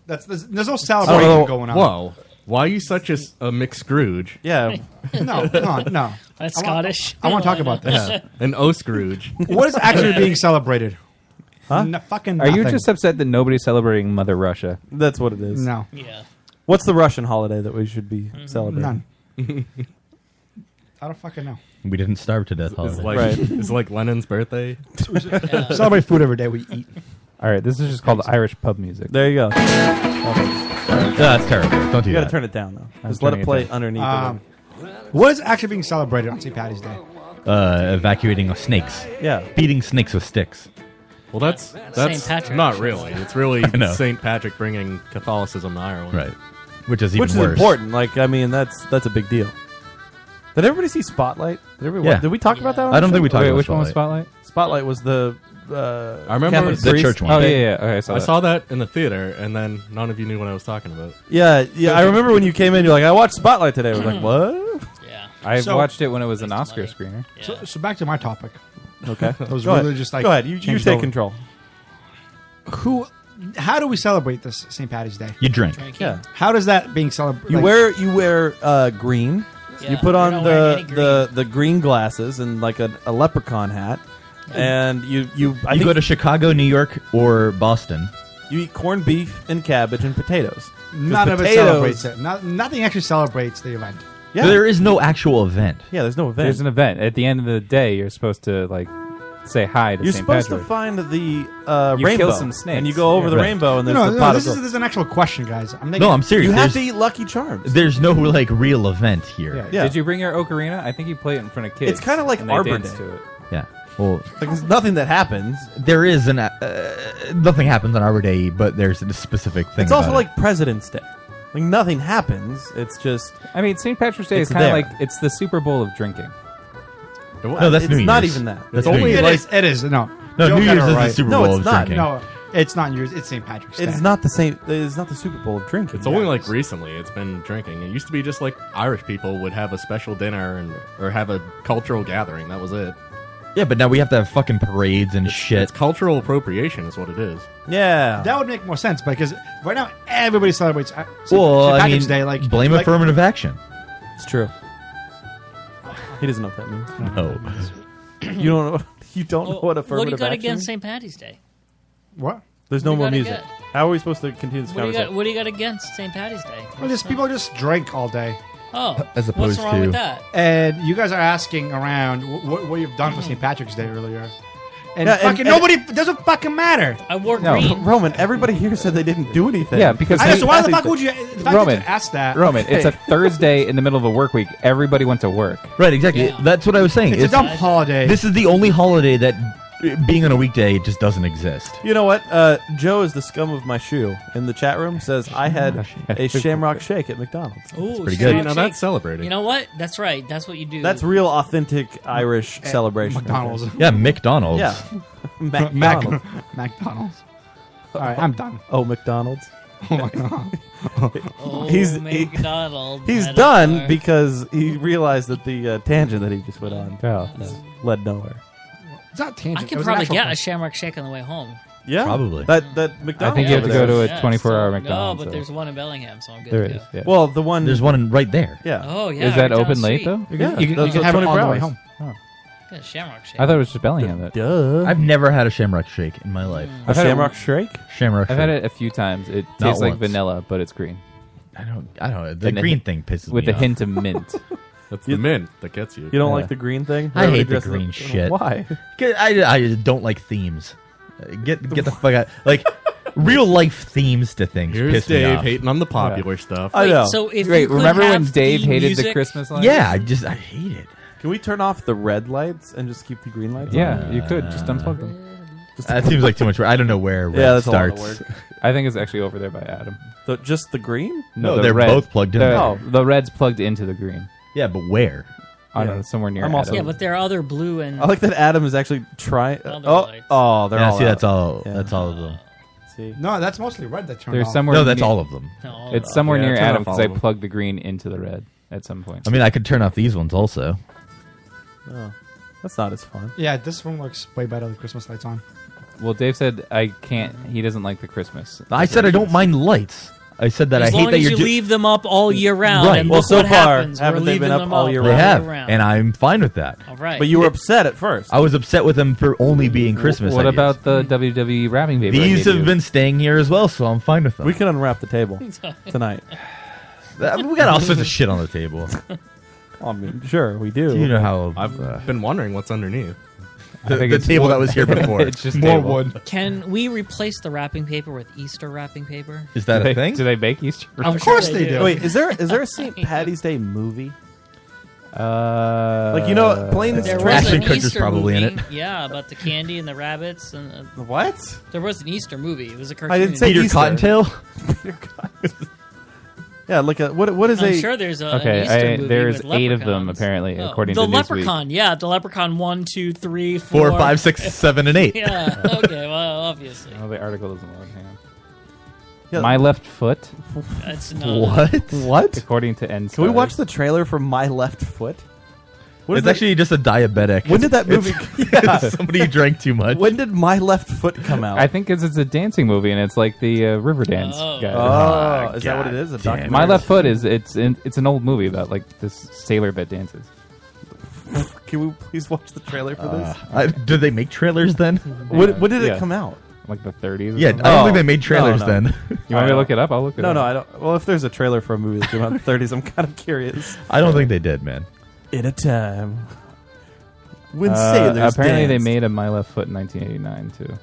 S11: That's there's, there's Oh, no celebration going on.
S13: Whoa. Why are you such a, s- a mixed Scrooge? *laughs*
S12: *laughs*
S10: Yeah. *laughs*
S11: No, come on, no.
S12: That's
S11: I want-
S12: Scottish.
S11: I want to talk about this.
S13: Yeah. An
S10: *laughs*
S13: O Scrooge.
S11: Oh, What is actually being celebrated?
S8: Huh?
S11: No, fucking
S8: Are you
S11: nothing.
S8: just upset that nobody's celebrating Mother Russia?
S10: That's what it is.
S11: No.
S12: Yeah.
S10: What's the Russian holiday that we should be
S12: Mm-hmm.
S10: celebrating?
S11: None. I don't
S12: *laughs*
S11: fucking know.
S9: We didn't starve to death.
S13: It's
S9: holiday.
S13: like, it's like Lennon's birthday.
S11: Celebrate food every day we eat.
S8: All right, this is just called Irish pub music.
S10: There you go.
S9: that's terrible. Don't do
S10: You got to
S9: that.
S10: turn it down though.
S8: I'm
S10: Just let
S8: turning
S10: it
S8: it
S10: play
S8: down.
S10: underneath.
S11: Um, what is actually being celebrated on St. Patty's Day?
S9: Uh, evacuating snakes.
S10: Yeah.
S9: Beating snakes with sticks.
S13: Well, that's that's
S12: Saint Patrick.
S13: not really. It's really
S9: *laughs* I know.
S13: St. Patrick bringing Catholicism to Ireland.
S9: *laughs* Right. Which is even
S10: Which is
S9: worse.
S10: important. Like I mean, that's that's a big deal. Did everybody see Spotlight? Did, everybody,
S9: Yeah.
S10: did we talk about that? On
S9: I
S10: the
S9: don't think
S10: show?
S9: we talked
S8: Wait,
S9: about
S8: which one was
S9: Spotlight.
S10: Spotlight was the. Uh,
S13: I remember
S10: Catholic
S9: The
S10: priest.
S9: church one.
S8: Oh, yeah, yeah. Okay, I saw
S13: I
S8: that.
S13: saw that in the theater, and then none of you knew what I was talking about.
S10: Yeah, yeah. I remember when you came in, you're like, "I watched Spotlight today." We're
S12: Mm.
S10: like, "What?"
S12: *laughs*
S8: I
S11: So-
S8: watched it when it was an Oscar screener.
S11: So, so back to my topic.
S10: Okay,
S11: *laughs* That was
S10: Go
S11: really
S10: ahead.
S11: just like
S10: go ahead. You, you
S11: changed
S10: take
S11: over.
S10: control.
S11: Who? How do we celebrate this St. Patty's Day?
S9: You drink.
S10: Yeah,
S11: How does that being celebrated?
S10: you wear you wear uh, green.
S12: Yeah,
S10: you put
S12: we're
S10: on
S12: not wearing
S10: the,
S12: any
S10: the the green glasses and like a, a leprechaun hat, and you you I
S9: you
S10: think
S9: go to Chicago, New York, or Boston.
S10: you eat corned beef and cabbage and potatoes. 'Cause
S11: None of it
S10: potatoes-
S11: celebrates it. Not, nothing actually celebrates the event.
S10: Yeah.
S9: There is no actual event.
S10: Yeah, there's no event.
S8: There's an event at the end of the day. You're supposed to like say hi to
S10: You're
S8: St.
S10: supposed
S8: Patrick.
S10: to find the uh,
S8: You
S10: rainbow
S8: kill some snakes.
S10: and you go over
S8: Yeah,
S10: the
S8: right.
S10: rainbow, and
S11: No,
S10: there's
S11: no,
S10: the
S11: no
S10: pot
S11: this,
S10: of
S11: is,
S10: gold.
S11: this is an actual question, guys. I'm making
S9: No, I'm serious.
S10: You have
S9: There's,
S10: to eat Lucky Charms.
S9: there's no like real event here.
S11: Yeah.
S10: yeah,
S8: Did you bring your ocarina? I think you play it in front of kids.
S10: It's kinda like
S8: and they
S10: Arbor
S8: dance
S10: Day.
S8: to it.
S9: Yeah. Well,
S10: like there's nothing that happens.
S9: there is an uh, nothing happens on Arbor Day, but there's a specific thing.
S10: It's also
S9: about it.
S10: like President's Day. Like nothing happens. It's just
S8: I mean, St. Patrick's Day
S10: It's
S8: is kind of
S10: there.
S8: like it's the Super Bowl of drinking.
S9: no, that's
S10: it's
S9: New
S10: not
S9: Year's.
S10: even that.
S9: That's
S11: It
S9: New Year's.
S11: is- It is. No.
S9: no,
S11: Joe
S9: New
S11: got
S9: Year's
S11: it
S9: is
S11: right.
S9: the Super
S10: No,
S9: Bowl
S10: it's
S9: of
S10: not.
S9: drinking.
S11: No, it's not yours. It's St. Patrick's Day.
S10: It's not the same. It's not the Super Bowl of drinking.
S13: It's only like recently it's been drinking. It used to be just like Irish people would have a special dinner and or have a cultural gathering. That was it.
S9: Yeah, but now we have to have fucking parades and shit.
S13: It's cultural appropriation is what it is.
S10: yeah.
S11: That would make more sense because right now everybody celebrates uh, St.
S9: Well,
S11: St.
S9: I
S11: Patrick's
S9: mean,
S11: Day. Like
S9: blame
S11: like,
S9: affirmative action.
S10: it's true. He doesn't know what that means.
S9: No,
S10: You don't. Know, *laughs* you don't know
S12: Well, what
S10: what
S12: do you
S10: affirmative
S12: got
S10: action.
S12: against
S10: is?
S12: St. Patty's Day?
S11: What?
S10: There's no
S12: what do
S10: more
S12: you
S10: music.
S12: gotta
S10: How are we supposed to continue this
S12: What do you got?
S10: conversation?
S12: What do you got against St. Patty's Day?
S11: Well, just people just drink all day,
S12: Oh,
S9: As
S12: what's
S9: opposed
S12: wrong
S9: to-
S12: with that?
S11: and you guys are asking around what, what you've done for St. Patrick's Day earlier, and
S10: Yeah, and-
S11: fucking
S10: and-
S11: nobody doesn't fucking matter.
S12: I wore
S8: No.
S12: green.
S10: Roman, everybody here said they didn't do anything.
S8: Yeah, because
S11: I know,
S8: St.
S11: so why the
S8: Patrick's
S11: fuck
S8: Day-
S11: would you? The fact
S8: Roman.
S11: that you ask that.
S8: Roman, it's a Thursday in the middle of a work week. Everybody went to work.
S9: right? Exactly.
S12: Yeah.
S9: That's what I was saying.
S11: It's a dumb holiday.
S9: This is the only holiday that uh, being on a weekday just doesn't exist.
S10: you know what? Uh, Joe is the scum of my shoe. In the chat room says I
S9: *laughs*
S10: had a Shamrock Shake at McDonald's.
S12: Ooh,
S9: pretty
S12: shit,
S9: good.
S13: You know,
S12: shake.
S13: that's celebrating.
S12: You know what? That's right. That's what you do.
S10: That's real authentic Irish celebration.
S11: Eh, McDonald's.
S9: Yeah, McDonald's.
S10: Yeah.
S12: *laughs*
S11: Mac-
S10: McDonald's.
S11: McDonald's. All right, I'm done.
S10: *laughs* Oh, McDonald's.
S11: Oh my god.
S12: oh,
S10: he's- he-
S12: McDonald.
S10: He's
S12: that
S10: done
S12: are-
S10: because he realized that the uh, tangent that he just went on has led nowhere.
S11: It's not
S12: I
S11: tangent. it
S12: can
S11: was an
S12: probably
S11: actual
S12: get a
S11: question.
S12: Shamrock Shake on the way home.
S10: Yeah,
S9: Probably.
S10: That that McDonald's.
S8: I think you have to
S10: over
S8: go
S10: there.
S8: to a
S12: Yeah,
S8: 24-hour
S12: so-
S8: McDonald's,
S12: No, but
S8: so-
S12: there's one in Bellingham, so I'm good.
S8: There
S12: to
S8: is.
S12: go.
S8: Yeah.
S10: Well, the one.
S9: There's one right there.
S10: yeah.
S12: Oh yeah.
S8: is that
S12: right down
S8: open
S12: the
S8: late
S12: street.
S8: though?
S11: You,
S10: Yeah,
S11: can- you
S10: those
S11: can
S10: are
S11: have it on the
S10: 24
S11: way
S10: hours.
S11: home.
S12: Yeah, Shamrock Shake.
S8: I thought it was just Bellingham. That
S10: Duh.
S9: I've never had a Shamrock Shake in my life.
S10: a
S8: I've had it-
S10: Shamrock Shake.
S9: Shamrock.
S8: I've had
S9: Shake.
S8: it a few times. It
S9: Not
S8: tastes like
S9: once.
S8: vanilla, but it's green
S9: I don't. I don't. know. The
S8: And the
S9: green
S8: hi-
S9: thing pisses
S8: with
S9: me
S8: a
S9: off.
S8: hint of
S9: *laughs*
S8: mint.
S13: That's the mint that gets you.
S10: You don't
S9: Yeah.
S10: like the green thing?
S9: I hate the
S10: Dressed in
S9: green shit. *laughs*
S10: Why?
S9: 'Cause I, I just don't like themes. Uh, Get
S10: *laughs*
S9: get the fuck out. Like real life themes to things.
S13: Here's
S9: piss me
S13: Dave
S9: off.
S13: hating on the popular stuff.
S10: I know.
S12: So if
S8: Wait,
S12: you could
S8: remember when
S12: have
S8: Dave
S12: theme
S8: hated the
S12: music-
S8: Christmas lights?
S9: Yeah, I just I hate it.
S10: Can we turn off the red lights and just keep the green lights? on?
S8: Yeah, you could just unplug them.
S9: That seems like too much work. I don't know where
S10: *laughs* Yeah,
S9: red
S10: that's
S9: starts.
S10: a lot of work.
S8: I think it's actually over there by Adam.
S10: So just the green?
S9: No,
S8: the
S9: they're
S8: red-
S9: both plugged in.
S8: The,
S9: Oh.
S8: the red's plugged into the green.
S9: Yeah, but where?
S8: I don't
S10: Yeah.
S8: know, somewhere near
S10: I'm
S8: Adam.
S10: also-
S12: Yeah, but there are other blue and
S11: Oh,
S10: I like that Adam is actually trying.
S12: All the
S10: Oh,
S12: lights.
S10: oh, they're
S9: yeah,
S10: all.
S9: see,
S10: out.
S9: that's all.
S10: Yeah.
S9: That's all of them.
S10: See?
S11: No, that's mostly red that turned
S8: There's
S11: off.
S8: somewhere.
S9: No, that's
S8: near-
S9: all of them.
S12: No,
S8: It's somewhere
S13: Yeah,
S8: near
S13: turn
S8: Adam
S13: off
S8: because
S13: all
S8: I
S13: of them.
S8: plugged the green into the red at some point.
S9: I mean, I could turn off these ones also.
S10: Oh, that's not as fun.
S11: Yeah, this room looks way better with Christmas lights on.
S8: Well, Dave said I can't. He doesn't like the Christmas.
S9: I said I don't mind lights. I said that
S12: as
S9: I
S12: long
S9: hate that
S12: as
S9: you're
S12: you
S9: ju-
S12: leave them up all year round.
S9: Right.
S12: And
S9: Well,
S12: look
S9: so
S12: what
S9: far,
S12: happens. We're
S10: haven't they been
S12: leaving
S10: up
S12: them
S10: all
S12: up
S10: year
S9: They have,
S12: round.
S9: and I'm fine with that.
S12: All right.
S10: But you were upset at first.
S9: I was upset with them for only being Christmas.
S8: What
S9: ideas.
S8: about the WWE wrapping paper? I
S9: These
S8: gave
S9: have
S8: you?
S9: been staying here as well, so I'm fine with them. We
S10: can unwrap
S12: *laughs*
S10: the table tonight.
S9: we got all sorts of shit on
S10: *laughs*
S9: the table.
S10: I mean, sure, we do.
S9: You know how
S13: I've been wondering what's underneath.
S9: The- I think the it's table wood. that was
S10: *laughs*
S9: here before. It's just More table. wood.
S12: Can we replace the wrapping paper with Easter wrapping paper?
S9: Is that
S8: do
S9: a
S8: they,
S9: thing?
S8: Do they bake Easter?
S12: Of Of course course they they do. do.
S10: Wait, is there
S12: *laughs*
S10: is there a St. Patty's Day movie?
S8: Uh,
S10: Like, you know, planes,
S12: There
S10: trains-
S12: was an Easter movie. Yeah, about the candy and the rabbits and uh,
S10: what?
S12: There was an Easter movie. It was a cartoon. Oh,
S10: I didn't say
S12: Easter.
S10: Easter. *laughs*
S12: *laughs*
S10: yeah, like a, what? What is
S12: I'm
S10: a?
S12: sure there's a,
S8: Okay,
S12: an Easter
S8: I-
S12: movie
S8: there's
S12: with
S8: eight of them,
S12: leprechauns.
S8: apparently,
S12: Oh,
S8: according
S12: the
S8: to Newsweek.
S12: Leprechaun. Yeah, the Leprechaun. One, two, three,
S9: Four,
S12: four,
S9: five, six,
S12: *laughs*
S9: seven, and eight.
S12: yeah. Okay. Well, obviously,
S8: Oh, the article doesn't load. Hang on.
S10: Yeah.
S8: My left foot.
S10: *laughs*
S12: That's *laughs*
S9: What?
S10: What?
S8: According to N.
S10: Can we watch the trailer for My Left Foot? What is
S9: it's
S10: that-
S9: actually just a diabetic.
S10: When did that
S9: It's-
S10: movie?
S9: *laughs*
S10: *laughs*
S9: it's somebody who drank too much.
S10: When did My Left Foot come out?
S8: I think it's, it's a dancing movie, and it's like the uh, River Dance guy.
S9: Ah,
S10: Oh, is that what it is? A documentary?
S8: My left foot is it's in, it's an old movie about like this sailor that dances.
S10: *laughs* Can we please watch the trailer for
S9: Uh,
S10: this?
S9: I, do they make trailers then?
S10: What- what did it come out? Oh.
S8: Like the 30s. or
S9: Yeah, I
S8: something?
S9: don't think they made trailers
S10: No, no.
S9: then.
S8: You want me to look it up? I'll look it
S10: no,
S8: up.
S10: No, I don't. Well, if there's a trailer for a movie that came out in the *laughs* 30s, I'm kind of curious.
S9: I don't think they did, man.
S10: In a time when
S8: Uh,
S10: sailors
S8: apparently
S10: danced.
S8: they made a My Left Foot in 1989 too.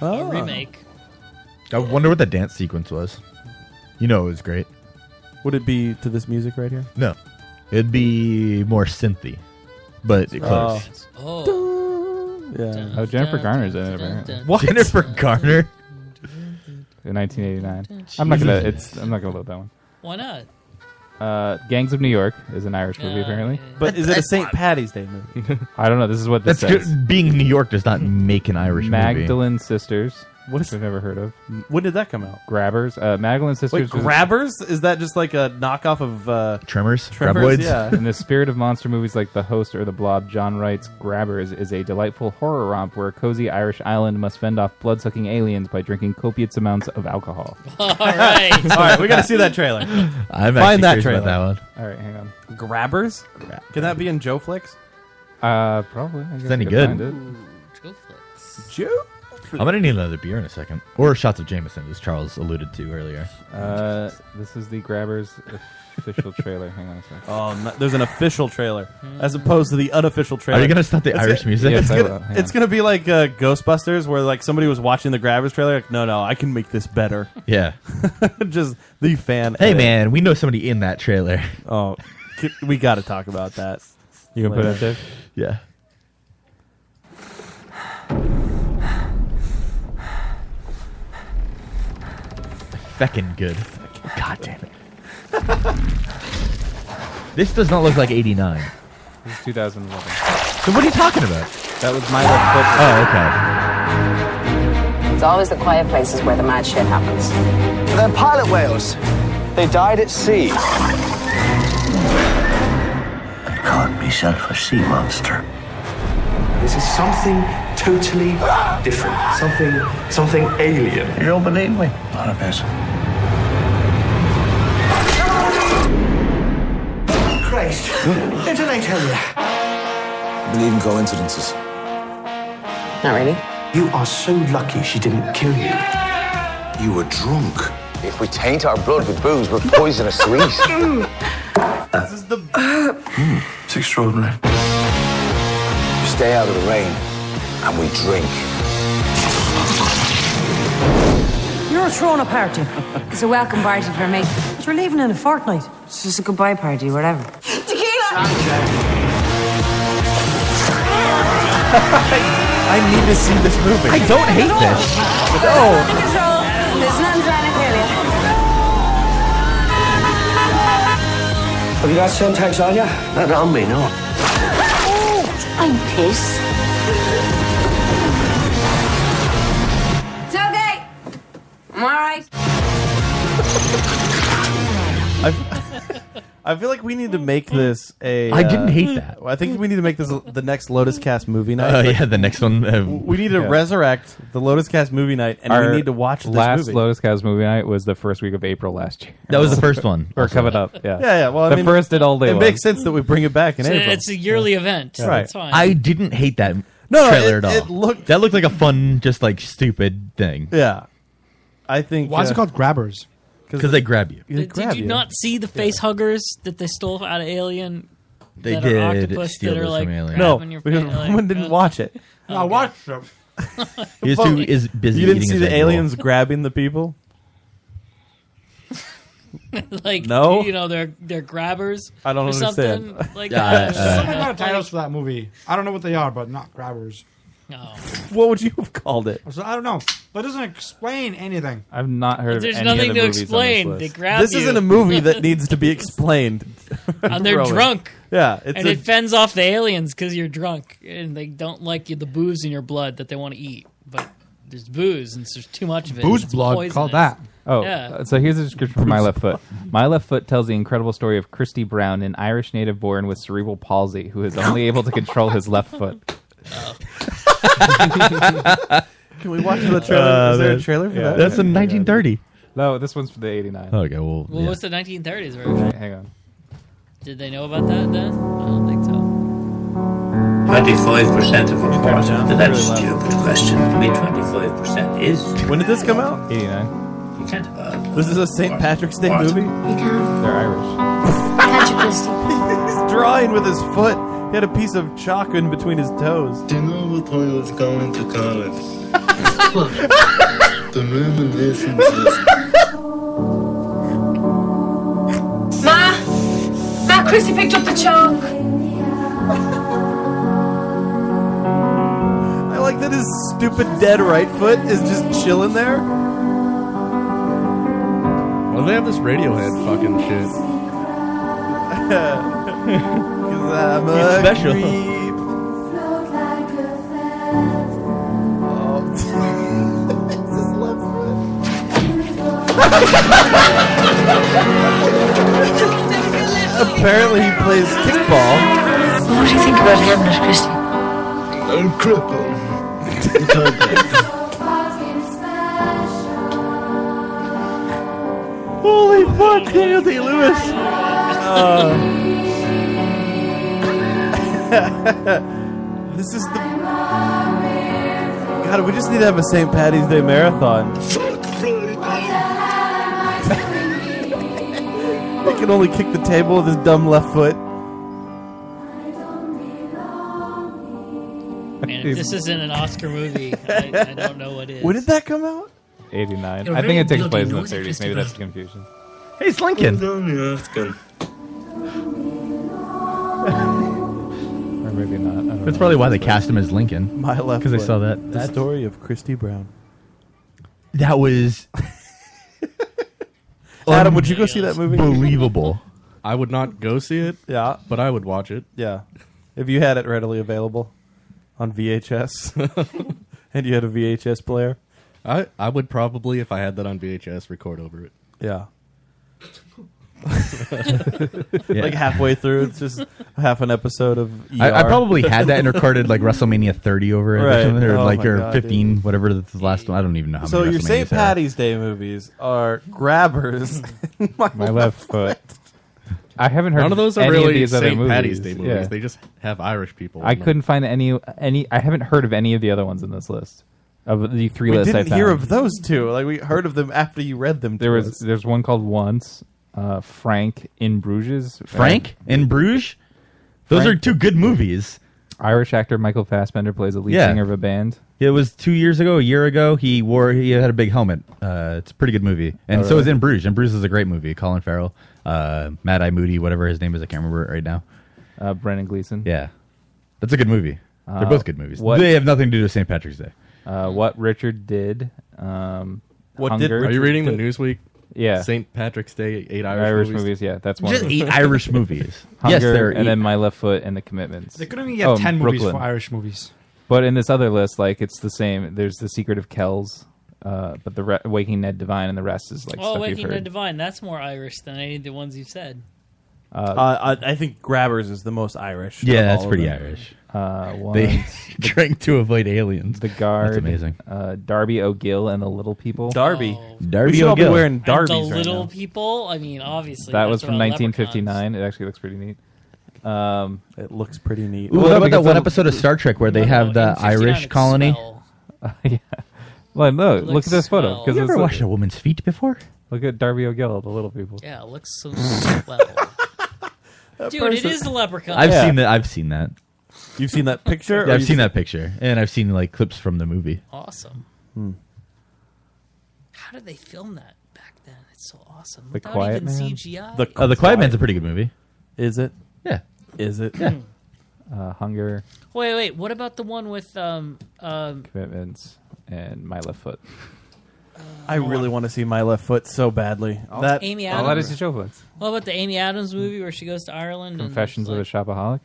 S10: Oh.
S12: remake.
S9: I wonder what the dance sequence was. You know, it was great.
S10: Would it be to this music right here?
S9: No, it'd be more synthy, but it
S10: Oh.
S9: close.
S10: Yeah.
S8: Oh, Jennifer Garner's in it apparently.
S9: What? Jennifer Garner.
S8: In 1989. I'm not gonna. It's. I'm not gonna load that one.
S12: Why not?
S8: Uh, Gangs of New York is an Irish movie apparently.
S10: But is it a St. Patty's Day movie?
S8: *laughs* I don't know. This is what this
S9: That's
S8: says.
S9: good. Being New York does not make an Irish movie.
S8: Magdalene Sisters.
S10: What is?
S8: I've never heard of.
S10: When did that come out?
S8: Grabbers. Uh, Magdalene
S10: Wait,
S8: Sisters. was-
S10: Grabbers? Is that just like a knockoff of uh,
S9: Tremors?
S10: Tremors,
S9: *laughs*
S10: yeah. *laughs*
S8: In the spirit of monster movies like The Host or The Blob, John Wright's Grabbers is a delightful horror romp where a cozy Irish island must fend off blood-sucking aliens by drinking copious amounts of alcohol.
S12: *laughs* All right.
S10: All right, we got to see that trailer.
S9: *laughs* I'm
S10: Find that
S9: actually curious
S10: trailer.
S9: about that one.
S8: All right, hang on.
S10: Grabbers? Can that be in Joe Flicks?
S8: Uh, probably. I guess
S9: any
S8: I could
S9: good.
S8: find it.
S10: Joe?
S9: I'm gonna need another beer in a second, or shots of Jameson, as Charles alluded to earlier.
S8: Uh, this is the Grabbers
S9: *laughs*
S8: official trailer. Hang on a second.
S10: Oh, no, there's an official trailer as opposed to the unofficial trailer.
S9: you gonna stop the
S10: It's
S9: Irish
S10: gonna-
S9: music?
S10: It's
S9: Yes, I
S10: gonna,
S9: will. Hang
S10: it's
S9: on.
S10: gonna be like uh, Ghostbusters, where like somebody was watching the Grabbers trailer. Like, no, no, I can make this better.
S9: *laughs* Yeah.
S10: *laughs* just the fan.
S9: Hey
S10: edit.
S9: man, we know somebody in that trailer.
S10: Oh, ki- we got to talk about that.
S8: You gonna put
S10: Later.
S8: it up there?
S9: *laughs* Yeah. Feckin' good. God damn it. This does not look like 89.
S8: This is 2011.
S9: So what are you talking about?
S8: That was my left foot.
S9: Oh, okay.
S14: It's always the quiet places where the mad shit happens.
S3: They're pilot whales. They died at sea.
S15: I called myself a sea monster.
S16: This is something totally different. Something, something alien.
S15: You don't believe me? Not a bit.
S16: Christ, didn't I tell you?
S17: Believe in coincidences.
S16: Not really. You are so lucky she didn't kill you.
S17: You were drunk. If we taint our blood with booze, we're poisonous to eat.
S16: This
S17: *laughs*
S16: is the.
S17: It's extraordinary. We Hmm. stay out of the rain and we drink.
S18: You're throwing a party. it's a welcome party for me. But you're leaving in a fortnight. It's just a goodbye party, whatever.
S10: I need to see this movie. I
S9: don't hate this.
S10: No.
S18: Listen, I'm trying to kill you.
S16: Have you got Semtex on you? Not on me, no.
S18: I'm pissed.
S14: It's okay. I'm all right.
S10: I, I feel like we need to make this a. uh,
S9: I didn't hate that.
S10: I think we need to make this the next Lotus Cast movie night.
S9: Oh,
S10: Like,
S9: yeah, the next one, uh,
S10: we need to
S9: yeah.
S10: resurrect the Lotus Cast movie night, and
S8: Our
S10: we need to watch this
S8: last
S10: movie.
S8: Lotus Cast movie night was the first week of April last year.
S9: That was the first one.
S8: *laughs* or
S9: Also.
S8: coming up. Yeah,
S10: yeah, yeah. Well, I
S8: the
S10: mean,
S8: first and only.
S10: It
S8: one.
S10: makes sense that we bring it back in
S12: So
S10: April.
S12: it's a yearly event. So
S9: Right.
S12: It's fine.
S9: I didn't hate that
S10: No, no,
S9: trailer
S10: it-
S9: at all.
S10: it looked-
S9: that looked like a fun, just like stupid thing.
S10: Yeah, I think.
S11: Why is it
S9: uh,
S11: called grabbers?
S9: 'Cause they grab you.
S12: Did- Did you not see the face huggers that they stole out of Alien?
S9: They
S12: that
S9: did
S12: Are octopus
S9: steal
S12: that are
S9: those
S12: like
S9: from Alien.
S10: No,
S12: grabbing your
S10: because
S12: face, like,
S10: *laughs* Roman didn't watch
S9: *laughs*
S10: it.
S11: No, I watched them.
S9: He was too is busy.
S10: You didn't
S9: eating
S10: see
S9: his
S10: the
S9: egg roll.
S10: aliens grabbing the people.
S12: *laughs* like
S10: No?
S12: you know they're they're grabbers.
S10: I don't
S12: or
S10: understand. *laughs*
S12: Something like
S10: Yeah,
S12: that.
S10: I- uh,
S11: Something about
S10: *laughs*
S11: titles for that movie. I don't know what they are, but not grabbers.
S12: No.
S10: What would you have called it?
S11: So I don't know. That doesn't explain anything.
S8: I've not heard
S12: There's nothing to explain. They grab
S10: this
S12: you.
S10: isn't a
S12: *laughs*
S10: movie that needs to be explained.
S12: And Uh, they're
S10: Roman.
S12: drunk.
S10: Yeah, it's
S12: and
S10: a-
S12: it fends off the aliens because you're drunk and they don't like you the booze in your blood that they want to eat. But there's booze and there's too much of it. It's poisonous.
S8: Oh,
S12: yeah.
S8: uh, so here's a description for My Left
S12: *laughs*
S8: Foot. My Left Foot tells the incredible story of Christy Brown, an Irish native born with cerebral palsy, who is only able to control his left foot.
S12: *laughs*
S10: *laughs* Can we watch *laughs* the trailer? Uh, Is there a that- trailer for that?
S9: That's in 1930.
S8: No, this one's for the 89.
S9: Oh, Okay, well,
S12: Well,
S9: yeah.
S12: what's the 1930s version?
S8: Hang on.
S12: Did they know about that then? I don't think so.
S19: 25% of a part to that stupid question. I mean, 25% is.
S10: When did this come out?
S8: 89.
S19: You can't. Uh,
S10: This is a St. Patrick's Day movie.
S8: They're Irish.
S10: Patrick He's drawing with his foot. He had a piece of chalk in between his toes.
S20: Dingle boy was going to college.
S10: *laughs*
S20: the reminiscence is
S18: Ma! Ma, Chrissy picked up the chalk!
S10: I like that his stupid dead right foot is just chilling there.
S13: Why do they have this Radiohead fucking
S10: *laughs*
S13: shit?
S10: 'Cause I'm
S13: He's
S10: a
S13: special.
S10: creep. Oh.
S3: *laughs*
S10: It's his left foot. Apparently, he plays kickball.
S18: What do you think about Hamlet, Christy?
S20: a cripple.
S9: Holy fuck, Daniel Day Lewis!
S3: Uh. *laughs*
S10: this is the. God, we just need to have a St. Patty's Day marathon. He can only kick the table with his dumb left foot.
S12: Man, if this isn't an Oscar movie, I, I don't know what is.
S10: When did that come out?
S8: 89.
S12: You're
S8: I think
S12: very
S8: it takes
S12: bloody
S8: place
S12: nosy,
S8: in the 30s.
S12: Christy
S8: Maybe
S12: Brown.
S8: that's the confusion.
S9: Hey, it's Lincoln.
S10: Oh,
S8: Or maybe not. I don't know.
S9: That's probably why they cast him as Lincoln. *laughs*
S10: My left
S9: Because they
S10: foot.
S9: saw that.
S10: The story of Christy Brown.
S9: That was.
S10: *laughs* Adam, would you go see that movie?
S9: Believable.
S13: I would not go see it.
S10: Yeah,
S13: but I would watch it.
S10: Yeah. If you had it readily available on VHS *laughs* and you had a VHS player.
S13: I I would probably if I had that on VHS record over it.
S10: Yeah. Like halfway through, it's just half an episode of.
S9: I, I
S10: ER.
S9: probably had that and
S10: *laughs*
S9: recorded like *laughs* WrestleMania 30 over it
S10: Right.
S9: or something, or
S10: Oh
S9: like
S10: my
S9: or
S10: God,
S9: 15, whatever the last one. I don't even know how
S10: So
S9: many.
S10: your St.
S9: WrestleManias I had.
S10: Patty's Day movies are
S9: *laughs*
S10: grabbers. *laughs* and my,
S8: My left foot. I haven't heard
S13: None of those are
S8: any
S13: really
S8: these other
S13: St.
S8: movies.
S13: Patty's Day movies.
S8: Yeah.
S13: They just have Irish people.
S8: I
S13: in them.
S8: couldn't find any any. I haven't heard of any of the other ones in this list of the three
S10: we
S8: lists.
S10: didn't
S8: I
S10: hear
S8: found.
S10: of those two. Like we heard of them after you read them.
S8: There
S10: to
S8: was
S10: us.
S8: there's one called Once, uh, Frank in Bruges.
S9: Frank in Bruges. Those
S8: Frank-
S9: are two good movies.
S8: Irish actor Michael Fassbender plays the lead
S9: Yeah.
S8: singer of a band.
S9: It was two years ago, a year ago. He wore he had a big helmet. Uh, it's a pretty good movie, and
S8: Oh,
S9: so is
S8: really?
S9: In Bruges. And Bruges is a great movie. Colin Farrell, uh, Mad Eye Moody, whatever his name is, I can't remember it right now.
S8: Uh, Brendan Gleeson.
S9: Yeah, that's a good movie.
S8: Uh,
S9: They're both good movies.
S8: what-
S9: They have nothing to do with St. Patrick's Day.
S8: Uh, what Richard did. Um,
S13: What did
S8: Hunger.
S13: Richard Are you reading the do? Newsweek?
S8: Yeah.
S13: St. Patrick's Day, eight Irish movies?
S8: movies. Yeah, that's one.
S13: Just
S8: of
S13: eight
S8: them. *laughs*
S13: Irish movies.
S8: Hunger,
S13: Yes, there are
S8: and
S13: eight.
S8: then My Left Foot and The Commitments. Oh,
S11: They could only
S10: Oh,
S11: get 10 movies for Irish movies.
S8: But in this other list, like it's the same. There's The Secret of Kells Uh, but the re- Waking Ned Divine and the rest is like
S12: oh,
S8: stuff you've
S12: Waking
S8: heard.
S12: Ned Divine. That's more Irish than any of the ones you said.
S10: Uh, I, I think Grabbers is the most Irish.
S9: Yeah,
S10: of
S9: that's
S10: all of
S9: pretty
S10: them.
S9: Irish.
S8: Uh,
S9: *laughs* they
S8: once-
S9: drank to avoid aliens.
S8: The guard.
S9: That's amazing.
S8: Uh, Darby O'Gill and the Little People.
S10: Darby.
S9: Darby We should all be O'Gill. wearing
S12: Oh. And the little people. I mean, obviously
S8: That
S12: that's
S8: was from
S12: around
S8: 1959. It actually looks pretty neat. Um,
S10: it looks pretty neat.
S9: Ooh, what about that one episode of Star Trek where they have the Irish colony?
S8: *laughs* Uh, yeah. Like, no, look at this photo.
S12: swell.
S8: 'cause
S9: You
S8: it's
S9: ever
S8: like-
S9: watched a woman's feet before?
S8: Look at Darby O'Gill, the little people.
S12: Leprechaun. Yeah, it looks
S9: *laughs*
S12: so swell. Dude, it
S10: person-
S12: is the leprechaun.
S9: I've seen that. I've seen that.
S10: You've seen that picture?
S9: Yeah,
S10: or
S9: I've
S10: you've
S9: seen that picture, and I've seen like clips from the movie.
S12: Awesome.
S9: Hmm.
S12: How did they film that back then? It's so awesome.
S9: The
S12: Without
S9: Quiet
S12: even
S9: Man?
S12: CGI.
S9: The- Oh, The Quiet Man's a pretty good movie.
S10: Is it?
S9: Yeah.
S10: Is it?
S9: Yeah.
S8: Uh, hunger,
S12: Wait, wait. What about the one with um um?
S8: commitments, and my left foot.
S10: I really want to see my left foot so badly.
S12: That-
S10: that
S12: Uh, Amy Adams. that is the
S8: show votes.
S12: What about the Amy Adams movie where she goes to Ireland?
S8: Confessions
S12: and
S8: of a Shopaholic.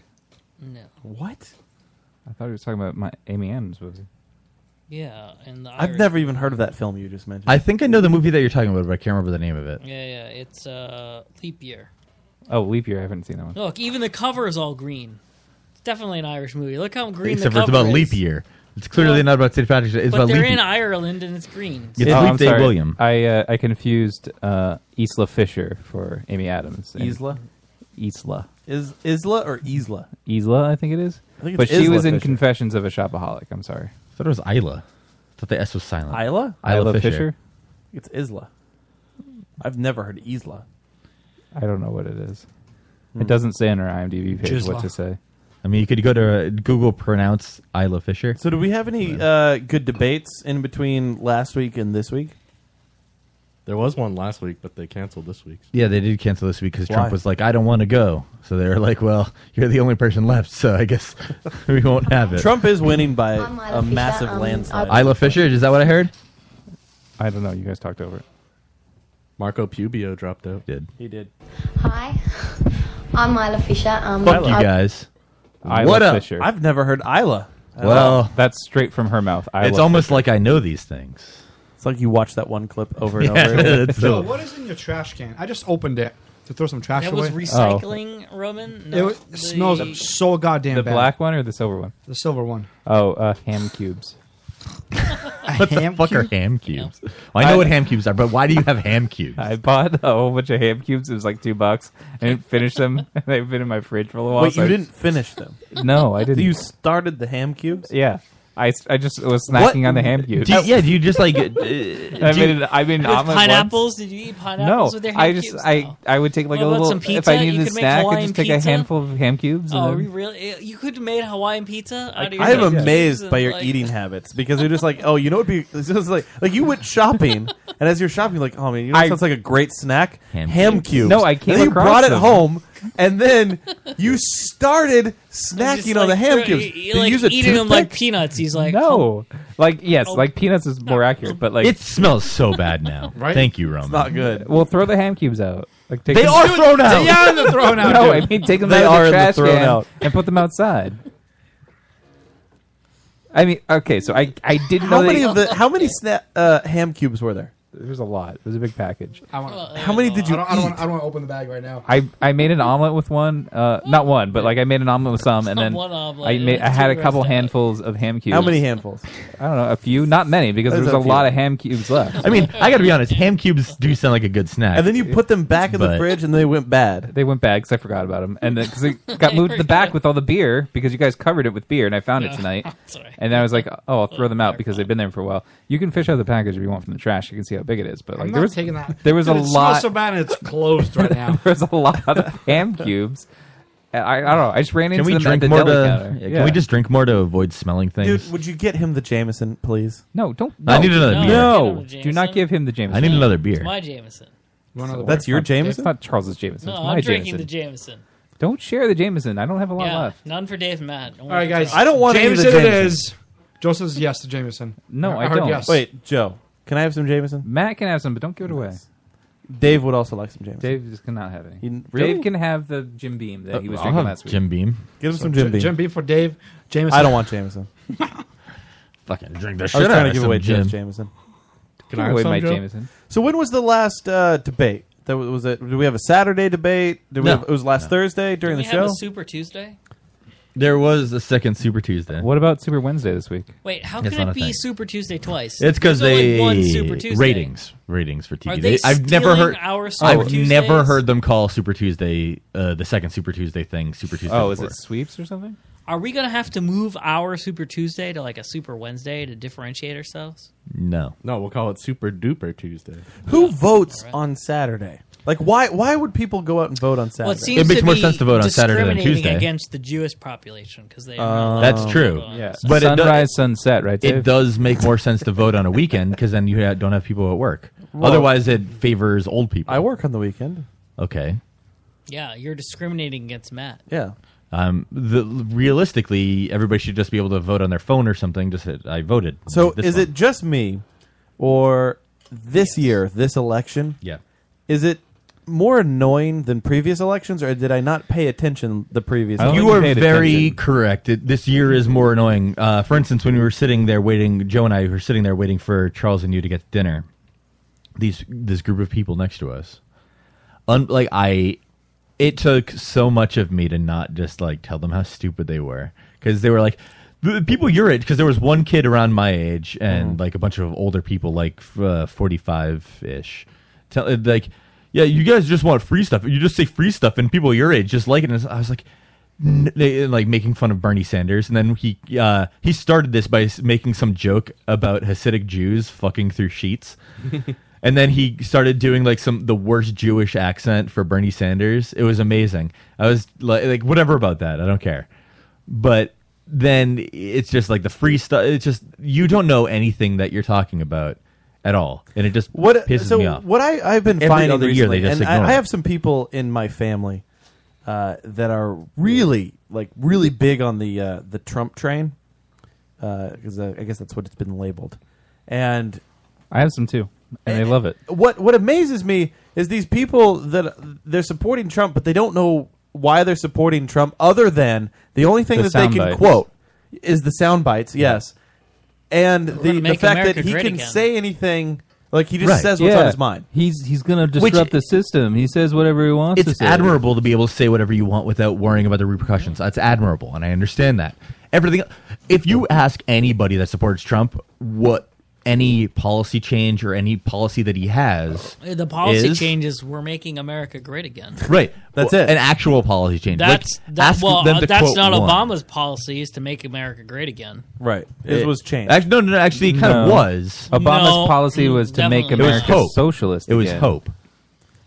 S12: No.
S10: What?
S8: I thought he was talking about my Amy Adams movie.
S12: Yeah, and the
S10: I've
S12: Irish-
S10: never even heard of that film you just mentioned.
S9: I think I know the movie that you're talking about, but I can't remember the name of it.
S12: Yeah, yeah. It's uh leap year.
S8: Oh, Leap Year. I haven't seen that one.
S12: Look, even the cover is all green. It's definitely an Irish movie. Look how green
S9: Except
S12: the
S9: for
S12: cover
S9: it's about
S12: is.
S9: leap year. It's clearly
S12: Well,
S9: not about St. Patrick's Day. It's
S12: but
S9: about
S12: they're
S9: leap
S12: in
S9: year.
S12: Ireland and it's green.
S9: It's
S8: oh,
S9: Leap
S8: I'm
S9: Day
S8: sorry.
S9: William.
S8: I uh, I confused uh, Isla Fisher for Amy Adams. and-
S10: Isla?
S8: Isla.
S10: Is Isla or Isla?
S8: Isla, I think it is.
S10: I think
S8: but
S10: it's
S8: she
S10: Isla
S8: was in
S10: Fisher.
S8: Confessions of a Shopaholic. I'm sorry.
S9: I thought it was Isla. I thought the S was silent.
S10: Isla?
S9: Isla,
S8: Isla
S9: Fisher.
S8: Fisher?
S10: It's Isla. I've never heard Isla.
S8: I don't know what it is.
S10: Hmm.
S8: It doesn't say on her IMDb page
S10: Jizla.
S8: what to say.
S9: I mean, you could go to uh, Google pronounce Isla Fisher.
S10: So, do we have any uh, good debates in between last week and this week?
S13: There was one last week, but they canceled this week's.
S9: Yeah, they did cancel this week because
S13: Why?
S9: Trump was like, "I don't want to go." So they were like, "Well, *laughs* you're the only person left, so I guess *laughs* we won't have it."
S10: Trump is winning by a
S9: Fisher,
S10: massive
S9: um,
S12: uh,
S10: landslide.
S9: Isla Fisher. Is that what I heard?
S8: I don't know. You guys talked over it.
S13: Marco Pubio dropped out.
S9: Did
S10: He did.
S21: Hi, I'm Mila Fisher. Um,
S9: Fuck you
S21: I-
S9: guys.
S8: Isla
S9: What up?
S8: Fisher.
S10: I've never heard Isla.
S9: Well-
S8: that's straight from her mouth. Isla
S9: it's almost like I know these things.
S10: It's like you watch that one clip over and
S9: Yeah,
S8: *laughs*
S10: over. again.
S9: that's
S11: Joe,
S9: the-
S11: what is in your trash can? I just opened it to throw some trash
S12: That
S11: away.
S12: was
S10: Oh.
S12: recycling, Roman. No,
S11: It, was-
S12: the-
S11: it smells so goddamn
S8: the
S11: bad.
S8: black one or the silver one?
S11: The silver one.
S8: Oh, uh, ham
S12: *laughs*
S8: cubes.
S9: What the
S11: ham
S9: fuck are
S11: cube?
S9: ham cubes? Well, I know what ham cubes are, but why do you have ham cubes?
S8: I bought a whole bunch of ham cubes. It was like two bucks. I didn't finish them. *laughs* They've been in my fridge for a while.
S10: Wait,
S8: so
S10: you
S8: I-
S10: didn't finish them?
S8: No, I didn't.
S10: You started the ham cubes?
S8: Yeah. I, I just was snacking on the ham cubes.
S9: Do you-
S10: *laughs*
S9: yeah, do you just like? *laughs* uh,
S8: I
S9: do you-
S8: mean, I mean,
S12: With
S8: omelet once.
S12: pineapples? Did you eat pineapples
S8: no,
S12: with their ham
S8: I just
S12: cubes?
S8: I I would take like
S12: What
S8: a
S12: about
S8: little
S12: some
S8: if I
S12: pizza? You
S8: needed a
S12: could make
S8: snack, I
S12: Hawaiian
S8: just take a
S12: pizza?
S8: handful of ham cubes.
S12: Oh,
S8: and
S12: you
S8: then,
S12: really? You could have made Hawaiian pizza. Out of your
S10: I'm
S12: ham cubes
S10: amazed
S12: and,
S10: by your
S12: like-
S10: eating habits because you're just like, oh, you know what? Be *laughs* it's just like like you went shopping, and as you're shopping, you're like, oh man, you know what
S8: I-
S10: sounds like a great snack,
S9: Ham
S8: cubes.
S10: cubes.
S8: No, I came
S10: And then you
S8: across
S10: brought it
S8: them.
S10: home,
S8: *laughs*
S10: and then you started snacking on the
S12: like,
S10: ham
S12: throw-
S10: cubes.
S12: you- you
S10: Did you
S12: like
S10: use a
S12: eating them like
S10: toothpick?
S12: peanuts. He's like, "Oh."
S8: no, like yes, like peanuts is more accurate, but like
S9: it smells so bad
S12: *laughs*
S9: now.
S8: Right?
S9: Thank you, Roman. It's
S10: not good.
S8: Well, throw the ham cubes out. Like take
S9: They
S8: them-
S9: are thrown out.
S11: They are in the thrown out,
S8: *laughs* no,
S11: dude.
S8: I mean take them
S11: They
S8: out of
S11: are
S8: the
S11: in the
S8: trash
S11: thrown
S8: can
S11: out.
S8: and put them outside. I mean, okay, so I I didn't
S10: How
S8: know
S10: many
S8: they,
S10: of the how many sna- uh, ham cubes were there?
S8: There's a lot. It was a big package.
S11: I want.
S10: How
S12: uh,
S10: many did you
S11: I don't, I don't,
S10: eat?
S11: want, I don't want to open the bag right now.
S8: I, I made an omelet with one, uh, not one, but like I made an omelet with some, and
S11: Not
S8: then
S11: one omelet,
S8: I
S11: it
S8: made
S11: was
S8: I had a
S11: two
S8: couple
S11: rest of it.
S8: handfuls of ham cubes.
S10: How many handfuls?
S8: I don't know, a few, not many, because there
S10: There's
S8: was a
S10: a
S8: lot
S10: few.
S8: of ham cubes left.
S9: I mean, I got to be honest. Ham cubes do sound like a good snack.
S10: And then you put them back in the
S8: But-
S10: fridge, and they went bad.
S8: They went bad because I forgot about them, and because it got moved to the back with all the beer because you guys covered it with beer, and I found it tonight. And then I was like, oh, I'll throw them out because they've been there for a while. You can fish out the package if you want from the trash. You can see how big it is, but like
S11: I'm
S8: there
S11: not
S8: was
S11: taking that.
S8: there
S11: *laughs*
S8: was
S11: Dude,
S8: a
S11: it
S8: lot
S11: Smells so bad and it's closed right
S8: *laughs*
S10: *laughs*
S11: now.
S8: there was a lot of ham cubes. And I, I don't know. I just ran
S9: Can
S8: into
S9: we
S8: them
S9: drink
S8: at the
S9: more
S8: deli
S9: to-
S8: counter.
S9: yeah, can we just drink more to avoid smelling things?
S10: Dude, would you get him the Jameson, please?
S8: No, don't.
S9: I need another beer.
S8: No, do not give him the Jameson.
S9: I need another
S12: It's my Jameson.
S10: That's your
S8: It's not-
S10: Jameson?
S8: It's not Charles's Jameson.
S12: No,
S8: it's
S12: I'm
S8: my
S12: drinking
S8: Jameson.
S12: the Jameson.
S8: Don't share the Jameson. I don't have a lot
S12: Yeah,
S8: left.
S12: none for Dave and Matt.
S11: All right, guys.
S10: Oh, the
S11: Jameson. it
S10: Jameson.
S11: is. Joe says yes to Jameson.
S8: No, I,
S11: heard
S8: don't.
S11: Yes.
S10: Wait, Joe, can I have some Jameson?
S8: Matt can have some, but don't give it away.
S10: Dave would also like some Jameson.
S8: Dave just cannot have any.
S10: You n- really?
S8: Dave can have the Jim Beam that he was
S9: Uh, I'll
S8: drinking
S9: have
S8: last week.
S9: Jim Beam.
S10: Give him
S11: So
S10: some Jim Beam.
S11: Jim Beam for Dave. Jameson.
S10: *laughs* I don't want Jameson.
S9: Fucking drink
S10: I
S9: the
S10: was
S9: shit out
S10: trying to
S9: of
S10: give
S9: some
S10: away Jim's
S9: Jim.
S10: Jameson.
S13: Can I have some, Joe?
S10: So when was the last uh, debate? That was, was it. Did we have a Saturday debate? Did we
S9: No.
S10: have, it was last
S9: No.
S10: Thursday during
S12: we
S10: the
S12: have
S10: show.
S12: a Super Tuesday?
S9: There was a second Super Tuesday.
S8: What about Super Wednesday this week?
S12: Wait, how
S9: It's
S12: can
S9: not
S12: it
S9: a
S12: be
S9: thing.
S12: Super Tuesday twice?
S9: It's because
S12: There's only
S9: they
S12: one Super Tuesday.
S9: ratings ratings for TV.
S12: Are they
S9: I've never
S12: stealing
S9: heard.
S12: our
S9: I've
S12: Super Tuesdays?
S9: never heard them call Super Tuesday uh, the second Super Tuesday thing Super Tuesday.
S8: Oh, is
S9: before.
S8: it sweeps or something?
S12: Are we gonna have to move our Super Tuesday to like a Super Wednesday to differentiate ourselves?
S9: No,
S13: no. We'll call it Super Duper Tuesday.
S10: Who votes on Saturday? Like why? Why would people go out and vote on Saturday?
S12: Well, it seems to be discriminating against the Jewish population because they.
S10: Oh.
S12: are not allowed
S9: That's
S12: to
S9: true.
S12: vote on it.
S9: but it
S8: Sunrise,
S9: does,
S8: sunset, right,
S9: It
S8: Dave?
S9: does make more sense to vote on a weekend because then you ha- don't have people at work.
S10: Well-
S9: Otherwise, it favors old people. I
S10: work on the weekend.
S9: Okay.
S12: Yeah, you're discriminating against Matt.
S10: Yeah.
S9: Um, the, realistically, everybody should just be able to vote on their phone or something. Just that I voted.
S10: So
S9: This
S10: is
S9: one.
S10: it just me, or this year, this election?
S9: Yeah.
S10: Is it more annoying than previous elections, or did I not pay attention the previous?
S9: You are
S10: election?
S9: very correct. It, this year is more annoying. Uh, for instance, when we were sitting there waiting, Joe and I were sitting there waiting for Charles and you to get dinner. These this group of people next to us, Un, like I, it took so much of me to not just like tell them how stupid they were because they were like the people your age because there was one kid around my age and like a bunch of older people like forty five ish, tell uh, like. Yeah, you guys just want free stuff. You just say free stuff, and people your age just like it. And I was like, n- they, like making fun of Bernie Sanders, and then he uh, he started this by s- making some joke about Hasidic Jews fucking through sheets, and then he started doing like some the worst Jewish accent for Bernie Sanders. It was amazing. I was like, like whatever about that. I don't care, but then it's just like the free stuff. It's just you don't know anything that you're talking about at all, and it just
S10: What
S9: pisses
S10: so
S9: me off.
S10: what I I've been
S9: Every
S10: finding
S9: other year
S10: recently,
S9: they just
S10: and
S9: ignore
S10: I, I
S9: it.
S10: have some people in my family uh, that are really like really big on the uh, the Trump train because uh, I guess that's what it's been labeled, and
S8: I have some too, and they love it.
S10: what what amazes me is these people that they're supporting Trump, but they don't know why they're supporting Trump. Other than the only thing
S8: The
S10: that they
S8: sound
S10: can
S8: bites.
S10: quote is the sound bites. Yes, and the the
S8: make
S10: fact that
S8: America
S10: he
S8: great
S10: can
S8: again.
S10: say anything. Like he just says what's
S8: Yeah.
S10: on his mind.
S8: He's he's gonna
S10: Which-
S8: disrupt the system. He says whatever he wants. to
S9: it's
S8: say.
S9: admirable to be able to say whatever you want without worrying about the repercussions. That's admirable, and I understand that. Everything. If you ask anybody that supports Trump what any policy change or any policy that he has,
S12: The policy
S9: is-
S12: changes. We're making America great again.
S9: right? Well, An actual policy change. Like,
S12: That's that,
S9: ask
S12: well,
S9: them to
S12: that's
S9: quote
S12: not
S9: one.
S12: Obama's policy is to make America great again.
S10: Right. It,
S9: It-
S10: was changed.
S9: Actually, no, no, no, actually, it kind of
S8: No.
S9: was.
S8: Obama's
S12: No,
S8: policy was to make
S12: definitely
S8: America
S9: hope.
S8: socialist.
S9: It was
S8: again.
S9: hope.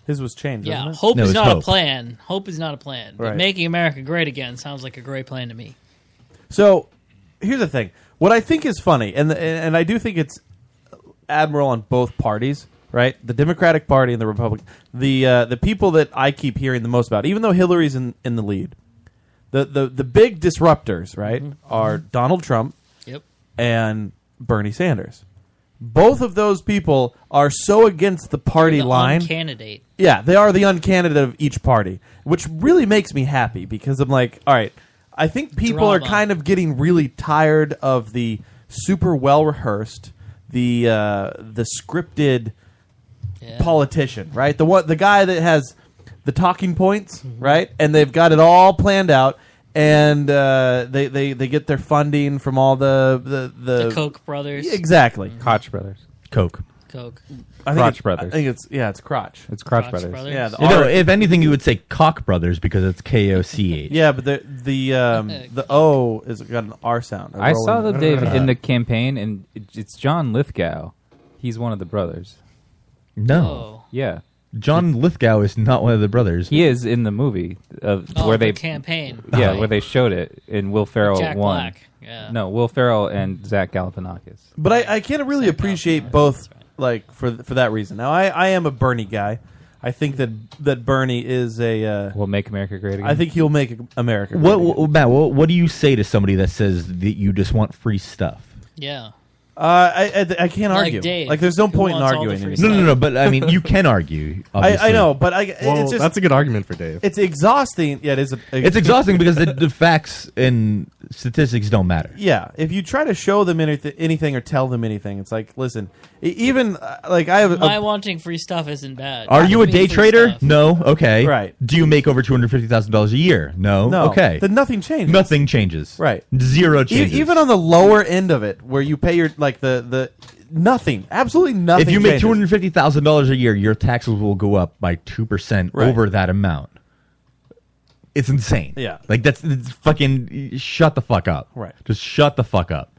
S10: His was changed.
S12: Yeah,
S10: wasn't it?
S12: hope
S9: No,
S12: is
S9: it's
S12: not a
S9: hope.
S12: plan. Hope is not a plan. But
S10: Right.
S12: Making America great again sounds like a great plan to me.
S10: So here's the thing. What I think is funny, and and, and I do think it's admirable on both parties, right? The Democratic Party and the Republican, the uh, the people that I keep hearing the most about, even though Hillary's in, in the lead, the, the the big disruptors, right, are Donald Trump,
S12: Mm-hmm. Yep.
S10: and Bernie Sanders. Both of those people are so against the party
S12: They're the
S10: line.
S12: uncandidate.
S10: Yeah, they are the uncandidate of each party, which really makes me happy because I'm like, all right, I think people are
S12: Drama.
S10: kind of getting really tired of the super well rehearsed, the uh, the scripted politician, right? The one, the guy that has the talking points,
S12: Mm-hmm.
S10: right? And they've got it all planned out, and uh, they, they they get their funding from all the the the,
S12: The Koch brothers.
S10: exactly,
S8: Koch brothers,
S9: Coke.
S12: Coke.
S10: I
S8: Crotch
S10: think it's-
S8: Brothers.
S10: I think it's yeah, it's crotch.
S8: It's Crotch,
S10: Crotch
S8: Brothers.
S10: Brothers. Yeah, the
S9: You know,
S10: R-
S9: if anything, you would say Cock Brothers because it's K O C
S10: *laughs*
S9: H.
S10: Yeah, but the the um, the O is got an R sound. a
S8: I saw
S10: rolling-
S8: that Dave in the campaign, and it- it's John Lithgow. He's one of the brothers.
S9: No.
S12: Oh.
S8: Yeah.
S9: John Lithgow is not one of the brothers.
S8: He is in the movie of
S12: Oh,
S8: where
S12: the
S8: they
S12: campaign.
S8: Yeah,
S12: Right.
S8: where they showed it, and Will Ferrell
S12: Jack
S8: won.
S12: Black, yeah.
S8: No, Will Ferrell and Zach Galifianakis.
S10: But I, I can really appreciate both, like for for that reason. Now, I, I am a Bernie guy. I think that that Bernie is a uh,
S8: will make America great again.
S10: I think he'll make America.
S9: What, what Matt? What, what do you say to somebody that says that you just want free stuff?
S12: Yeah.
S10: Uh, I, I I can't
S9: Like
S10: argue.
S9: Dave,
S10: like, there's no
S9: who
S10: point in
S9: wants all the
S10: arguing.
S9: free
S10: anymore.
S9: stuff. No, no, no, but, I mean, you can argue,
S10: *laughs* I, I
S9: obviously.
S10: know, but I.
S9: Well,
S10: it's just,
S9: that's a good argument for Dave.
S10: It's exhausting. Yeah, it is. A,
S9: It's exhausting because the, the facts and statistics don't matter.
S10: *laughs* Yeah, if you try to show them anyth- anything or tell them anything, it's like, listen, e- even uh, like I have. a-
S12: My wanting free stuff isn't bad.
S9: Are you a
S12: Give me
S9: day
S12: free
S9: trader?
S12: stuff.
S9: No. Okay.
S10: Right.
S9: Do you make over two hundred fifty thousand dollars a year? No.
S10: No.
S9: Okay.
S10: Then nothing changes.
S9: Nothing changes.
S10: Right.
S9: Zero
S10: E-
S9: changes.
S10: even on the lower end of it, where you pay your like the the nothing, absolutely nothing.
S9: if you make
S10: changes.
S9: two hundred fifty thousand dollars a year, your taxes will go up by two percent
S10: Right.
S9: over that amount. It's insane.
S10: Yeah.
S9: Like that's, that's fucking shut the fuck up.
S10: Right.
S9: Just shut the fuck up.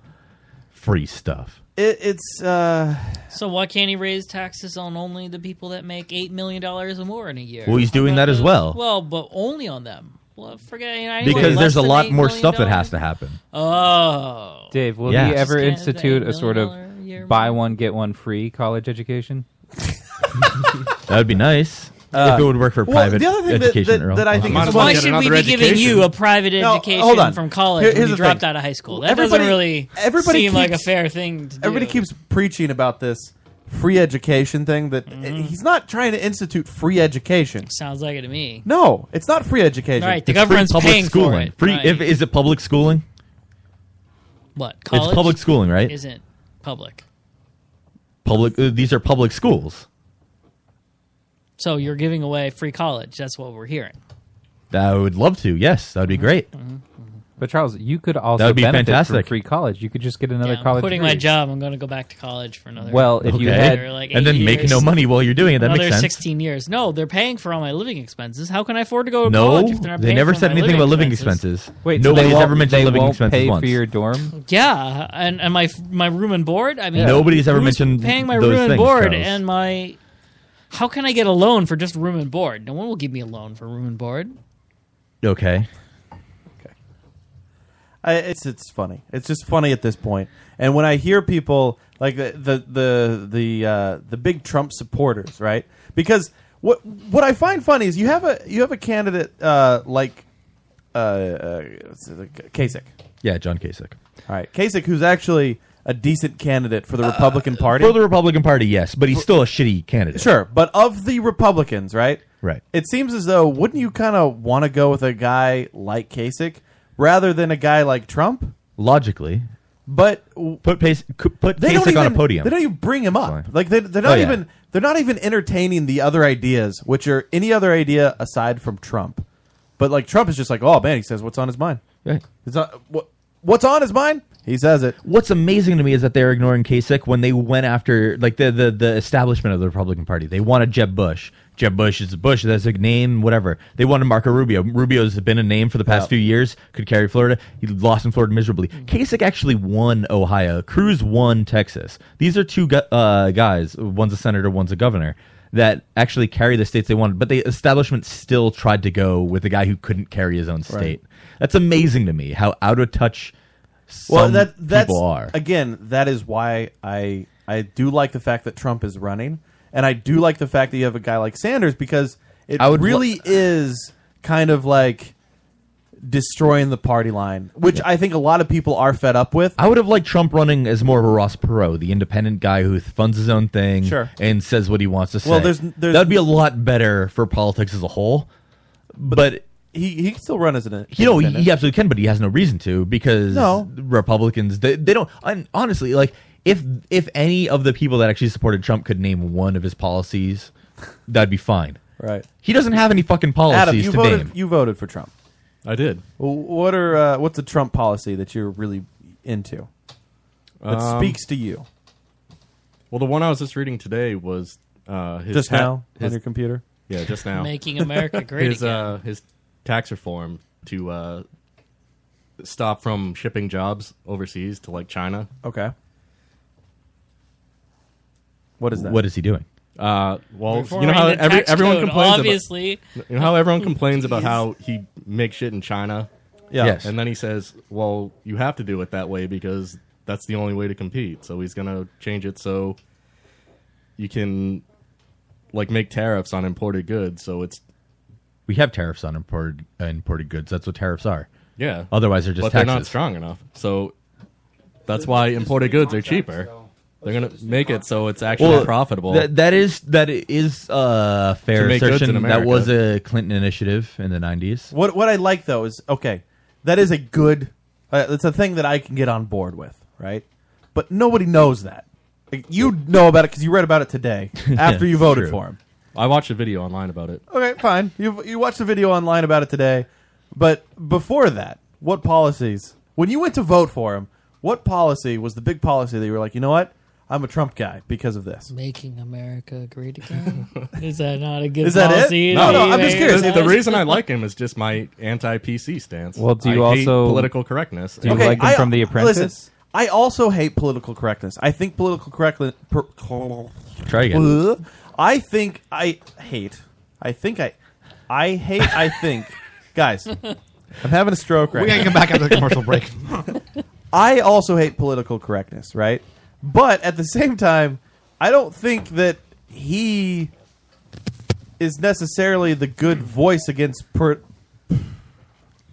S9: Free stuff.
S10: it, it's uh,
S12: So why can't he raise taxes on only the people that make eight million dollars or more in a year?
S9: Well, he's
S12: How
S9: doing
S12: about
S9: that as
S12: those-
S9: well.
S12: Well, but only on them. Well, forget you know, anyone
S9: Because
S12: less
S9: there's a
S12: than
S9: lot
S12: $8
S9: more
S12: million
S9: stuff that has to happen.
S12: Oh,
S8: Dave, will
S9: Yeah.
S8: he ever
S12: Just can't
S8: institute
S12: say
S8: a sort of
S12: $1 a year
S8: buy one get one free college education?
S9: That would be nice
S8: Uh,
S9: if it would work for
S8: well,
S9: private
S8: the other thing that-
S9: education.
S8: that-
S9: Earl.
S10: that I think
S12: Why
S10: is one-
S12: should we be giving you a private
S10: No,
S12: education
S10: hold on.
S12: from college
S10: Here-
S12: when
S10: here's
S12: you
S10: the
S12: dropped
S10: thing.
S12: out of high school? That
S10: Everybody-
S12: doesn't really
S10: everybody
S12: seem like a
S10: keeps-
S12: fair thing to do.
S10: everybody keeps preaching about this free education thing that
S12: Mm-hmm.
S10: he's not trying to institute free education.
S12: Sounds like it to me.
S10: No, it's not free education.
S12: Right, the It's free government's
S9: public
S12: paying for
S9: schooling.
S12: it.
S9: Free,
S12: Right.
S9: if, is it public schooling?
S12: What?
S9: It's
S12: College
S9: public schooling, right?
S12: Isn't public.
S9: Public. Uh, these are public schools.
S12: So you're giving away free college. That's what we're hearing.
S9: I would love to. Yes, that would be
S12: Uh-huh.
S9: great.
S12: Mm-hmm.
S8: But Charles, you could also
S9: That would be
S8: benefit from
S9: fantastic.
S8: free college. You could just get another
S12: I'm
S8: college.
S12: quitting
S8: degree.
S12: my job. I'm going to go back to college for another.
S8: Well, if you
S9: Okay.
S8: had
S12: Or like
S9: and
S12: eight
S9: then make
S12: years.
S9: no money while you're doing it, that
S12: another
S9: makes sense.
S12: 16 years. No, they're paying for all my living expenses. How can I afford to go to
S9: No,
S12: college if they're not
S9: they
S12: paying
S9: never
S12: for
S9: said
S12: my
S9: anything about living expenses. Wait, so Nobody's they won't- ever mentioned they living won't expenses pay for once. your
S8: dorm?
S12: Yeah, and and my my room and board. I mean,
S9: Nobody's ever
S12: who's
S9: mentioned
S12: paying my
S9: those
S12: room and
S9: things,
S12: board
S9: Charles.
S12: and my. How can I get a loan for just room and board? No one will give me a loan for room and board.
S9: Okay.
S10: I, it's it's funny. It's just funny at this point. And when I hear people like the the the the, uh, the big Trump supporters, right? Because what what I find funny is you have a you have a candidate uh, like uh, uh, what's it, Kasich.
S9: Yeah, John Kasich.
S10: All right, Kasich, who's actually a decent candidate for the Republican Party.
S9: Uh, For the Republican Party, yes, but he's still a shitty candidate.
S10: Sure, but of the Republicans, right?
S9: Right.
S10: It seems as though wouldn't you kind of want to go with a guy like Kasich rather than a guy like Trump?
S9: Logically,
S10: but
S9: put Pace, put
S10: they don't
S9: Kasich on a
S10: even-
S9: podium.
S10: They don't even bring him up.
S9: Sorry.
S10: Like they, they're
S9: Oh,
S10: not
S9: yeah.
S10: even they're not even entertaining the other ideas, which are any other idea aside from Trump. But like Trump is just like, oh man, he says what's on his mind.
S9: Right.
S10: It's not what what's on his mind. He says it.
S9: What's amazing to me is that they're ignoring Kasich when they went after like the the, the establishment of the Republican Party. They wanted Jeb Bush. Jeb Bush is Bush. That's a name, whatever. They wanted Marco Rubio. Rubio's been a name for the past
S10: Yeah.
S9: few years. Could carry Florida. He lost in Florida miserably.
S10: Mm.
S9: Kasich actually won Ohio. Cruz won Texas. These are two gu- uh, guys. One's a senator. One's a governor. That actually carry the states they wanted, but the establishment still tried to go with the guy who couldn't carry his own state. That's amazing to me how out of touch some
S10: well, that that's
S9: people are.
S10: again. That is why I I do like the fact that Trump is running, and I do like the fact that you have a guy like Sanders because it
S9: I would
S10: really is kind of like destroying the party line, which I think a lot of people are fed up with.
S9: I would have liked Trump running as more of a Ross Perot, the independent guy who funds his own thing
S10: Sure.
S9: and says what he wants to say.
S10: Well, there's- there's-
S9: that would be a lot better for politics as a whole. But,
S10: he he can still run as an
S9: you know he, he absolutely can, but he has no reason to because
S10: No.
S9: Republicans they, they don't. And honestly, like if if any of the people that actually supported Trump could name one of his policies, that'd be fine.
S10: Right.
S9: He doesn't have any fucking policies
S10: Adam, you
S9: to
S10: voted
S9: name.
S10: you voted for Trump.
S13: I did.
S10: Well, What are uh, what's a Trump policy that you're really into that
S13: Um,
S10: speaks to you?
S13: Well, the one I was just reading today was uh, his
S10: Just
S13: ta-
S10: now? On
S13: his-
S10: your computer?
S13: Yeah, just now.
S12: Making
S13: *laughs*
S12: America great
S13: his, Uh, his tax reform to uh, stop from shipping jobs overseas to like China.
S10: Okay. What is that?
S9: What is he doing?
S13: Uh, well,
S12: Reforming
S13: you know how
S12: the
S13: every,
S12: tax
S13: everyone
S12: code,
S13: complains
S12: obviously.
S13: about you know how everyone complains
S12: Jeez.
S13: about how he makes shit in China.
S10: Yeah. Yes.
S13: and then he says, "Well, you have to do it that way because that's the only way to compete." So he's gonna change it so you can like make tariffs on imported goods. So it's
S9: We have tariffs on imported uh, imported goods. That's what tariffs are.
S13: Yeah.
S9: Otherwise, they're just
S13: but
S9: taxes.
S13: they're not strong enough. So That's why imported goods are cheaper. They're gonna make it so it's actually profitable.
S9: That, that is that is uh, fair
S13: To make goods in
S9: assertion. That
S13: America.
S9: was a Clinton initiative in the '90s.
S10: What what I like though is okay, that is a good. Uh, it's a thing that I can get on board with, right? But nobody knows that. Like, you know about it because you read about it today
S13: *laughs*
S10: after you voted for him.
S13: I watched a video online about it.
S10: Okay, fine. You you watched the video online about it today, but before that, what policies? When you went to vote for him, what policy was the big policy that you were like, you know what? I'm a Trump guy because of this.
S12: Making America great again. *laughs* Is that not a good
S10: Is
S13: Oh,
S10: that it?
S12: policy?
S10: No, no, I'm just curious.
S13: The,
S10: *laughs*
S13: the reason I like him is just my anti-PC stance.
S8: Well, do you
S13: I hate
S8: also-
S13: political correctness?
S8: do you like him from The Apprentice?
S10: Listen, I also hate political correctness. I think political correctness. Per,
S9: Try
S10: again. I think I hate. I think I. I hate. I think, guys. I'm having a stroke right
S11: We gotta
S10: now.
S11: come back after the commercial break.
S10: *laughs* I also hate political correctness, right? But at the same time, I don't think that he is necessarily the good voice against per-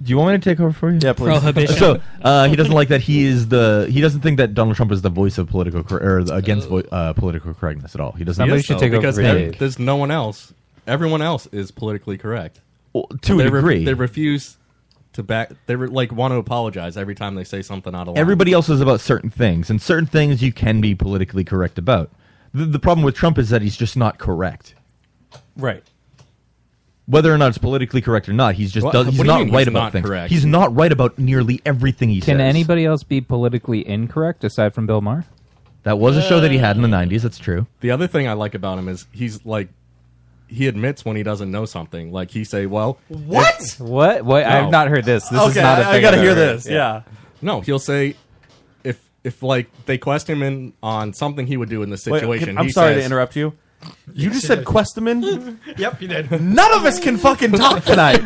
S9: Do you want me to take over for you? Yeah,
S10: please. Prohibition.
S9: So uh, he doesn't like that he is the. He doesn't think that Donald Trump is the voice of political cor- or the- against vo- uh, political correctness at all. He doesn't.
S13: Yes, though, because there- there's no one else. Everyone else is politically correct.
S9: to
S13: But they
S9: a
S13: re-
S9: degree.
S13: they refuse to back. They re- like want to apologize every time they say something out of line.
S9: Everybody else is about certain things, and certain things you can be politically correct about. The, the problem with Trump is that he's just not correct.
S10: Right.
S9: Whether or not it's politically correct or not, he's just
S8: What-
S9: does,
S8: what
S9: he's
S8: do you
S9: not
S8: mean he's
S9: right about
S8: not
S9: things.
S8: correct?
S9: He's not right about nearly everything he
S8: Can
S9: says.
S8: anybody else be politically incorrect aside from Bill Maher?
S9: That was a show that he had in
S8: Uh,
S9: the '90s. That's true.
S13: The other thing I like about him is he's like he admits when he doesn't know something. Like he say, "Well,
S8: What? *laughs*
S13: if-
S8: What? What? I have
S13: No.
S8: not heard this. This is Okay, not a I- I thing gotta I've hear heard. this, yeah.
S13: No, he'll say if if like they quest him in on something he would do in the
S10: Wait,
S13: situation.
S10: can- I'm
S13: he
S10: sorry to
S13: says-
S10: interrupt you. You just said Questaman.
S11: *laughs* yep, you did.
S10: None of us can
S12: *laughs*
S10: fucking talk tonight.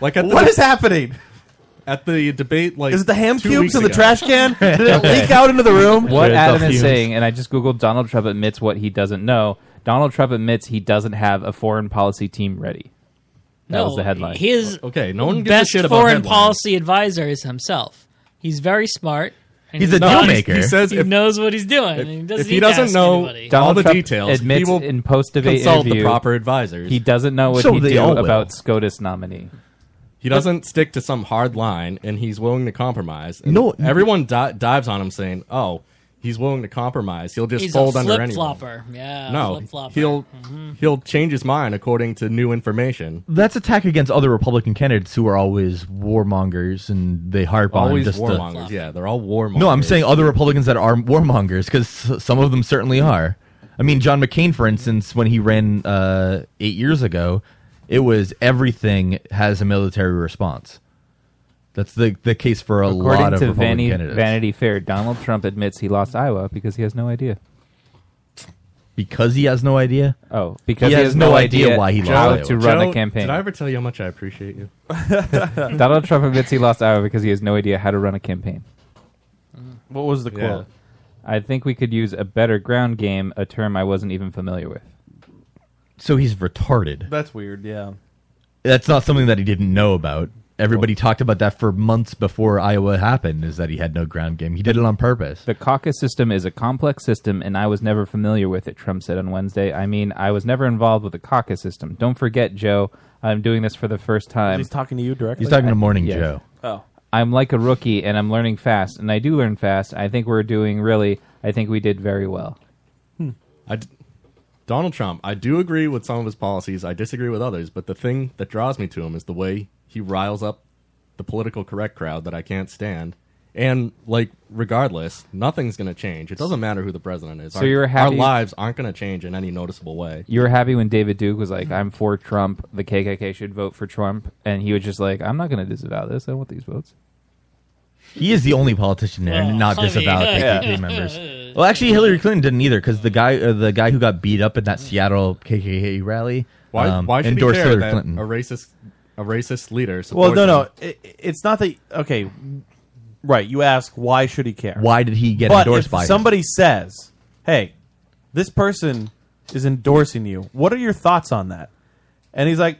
S13: Like at the,
S10: What is happening?
S13: At the debate, like
S10: Is it the ham
S13: two
S10: cubes
S13: weeks
S10: in the
S13: ago.
S10: trash can? Did it
S13: *laughs*
S10: leak out into the room?
S8: What
S10: There's
S8: Adam
S10: the
S8: is
S10: fumes.
S8: saying, and I just googled Donald Trump admits what he doesn't know. Donald Trump admits he doesn't have a foreign policy team ready. That
S12: No,
S8: was the headline.
S12: His best foreign policy advisor is himself. He's very smart. and
S8: He's a
S12: not-
S8: deal maker.
S12: He
S8: He says if-
S12: knows what he's doing. and he doesn't
S13: if
S12: need
S13: he
S12: to
S13: doesn't
S12: ask
S13: know
S12: anybody.
S13: all the
S8: Trump
S13: details,
S8: admits
S13: he will
S8: in post debate
S13: consult
S8: interview
S13: the proper advisors.
S8: He doesn't know what
S13: So
S8: he
S13: they
S8: do
S13: all will.
S8: about SCOTUS nominee.
S13: He doesn't stick to some hard line, and he's willing to compromise. And
S8: No.
S13: everyone di- dives on him saying, "Oh, he's willing to compromise. He'll just
S12: He's a
S13: fold under anyone."
S12: flip-flopper. Yeah,
S13: no,
S12: flip-flopper. Mm-hmm.
S13: he'll he'll change his mind according to new information.
S9: That's attack against other Republican candidates who are always warmongers and they harp on
S13: Always
S9: just the-
S13: warmongers. yeah, they're all warmongers.
S9: No, I'm saying other Republicans that are warmongers because some of them certainly are. I mean, John McCain, for instance, when he ran uh, eight years ago, it was everything has a military response. That's the the case for a
S8: According
S9: lot of
S8: to
S9: Republican
S8: Vanity,
S9: candidates
S8: Vanity Fair, Donald Trump admits he lost Iowa because he has no idea.
S9: because he has no idea.
S8: Oh, because
S9: he, has, no idea, why he
S8: how
S9: lost
S8: to
S9: Iowa.
S8: run a
S13: Joe,
S8: campaign.
S13: Did I ever tell you how much I appreciate
S9: *laughs*
S13: you?
S8: Donald Trump admits he lost Iowa because he has no idea how to run a campaign.
S10: What was the quote?
S8: Yeah. I think we could use a better ground game, a term I wasn't even familiar with.
S9: So he's retarded.
S10: That's weird. Yeah.
S9: That's not something that he didn't know about. Everybody talked about that for months before Iowa happened. Is that he had no ground game? He did it on purpose.
S8: The caucus system is a complex system, and I was never familiar with it, Trump said on Wednesday. I mean, I was never involved with the caucus system. Don't forget, Joe, I'm doing this for the first time.
S10: He's talking to you directly.
S9: He's talking to Morning Joe.
S10: Oh.
S8: I'm like a rookie, and I'm learning fast, and I do learn fast. I think we're doing really, I think we did very well.
S13: I d- Donald Trump, I do agree with some of his policies. I disagree with others, but the thing that draws me to him is the way he riles up the political correct crowd that I can't stand. And like, regardless, nothing's going to change. It doesn't matter who the president is.
S8: So
S13: Our-
S8: you're happy-
S13: Our lives aren't going to change in any noticeable way.
S8: You were happy when David Duke was like, I'm for Trump, the KKK should vote for Trump, and he was just like, I'm not going to disavow this. I want these votes.
S9: He is the only politician there
S8: Well,
S9: not
S8: I mean,
S9: disavowed
S8: yeah. *laughs*
S9: KKK members. Well, actually, Hillary Clinton didn't either because the guy, uh, the guy who got beat up at that Seattle KKK rally,
S13: Why,
S9: um,
S13: why should
S9: endorsed
S13: he care
S9: Hillary
S13: that
S9: Clinton.
S13: a racist, a racist leader?
S10: Well,
S13: supports
S10: no, no.
S13: him?
S10: It, it's not that. Okay, right. You ask why should he care?
S9: Why did he get
S10: But
S9: endorsed
S10: if
S9: by him?
S10: somebody says, "Hey, this person is endorsing you," what are your thoughts on that? And he's like,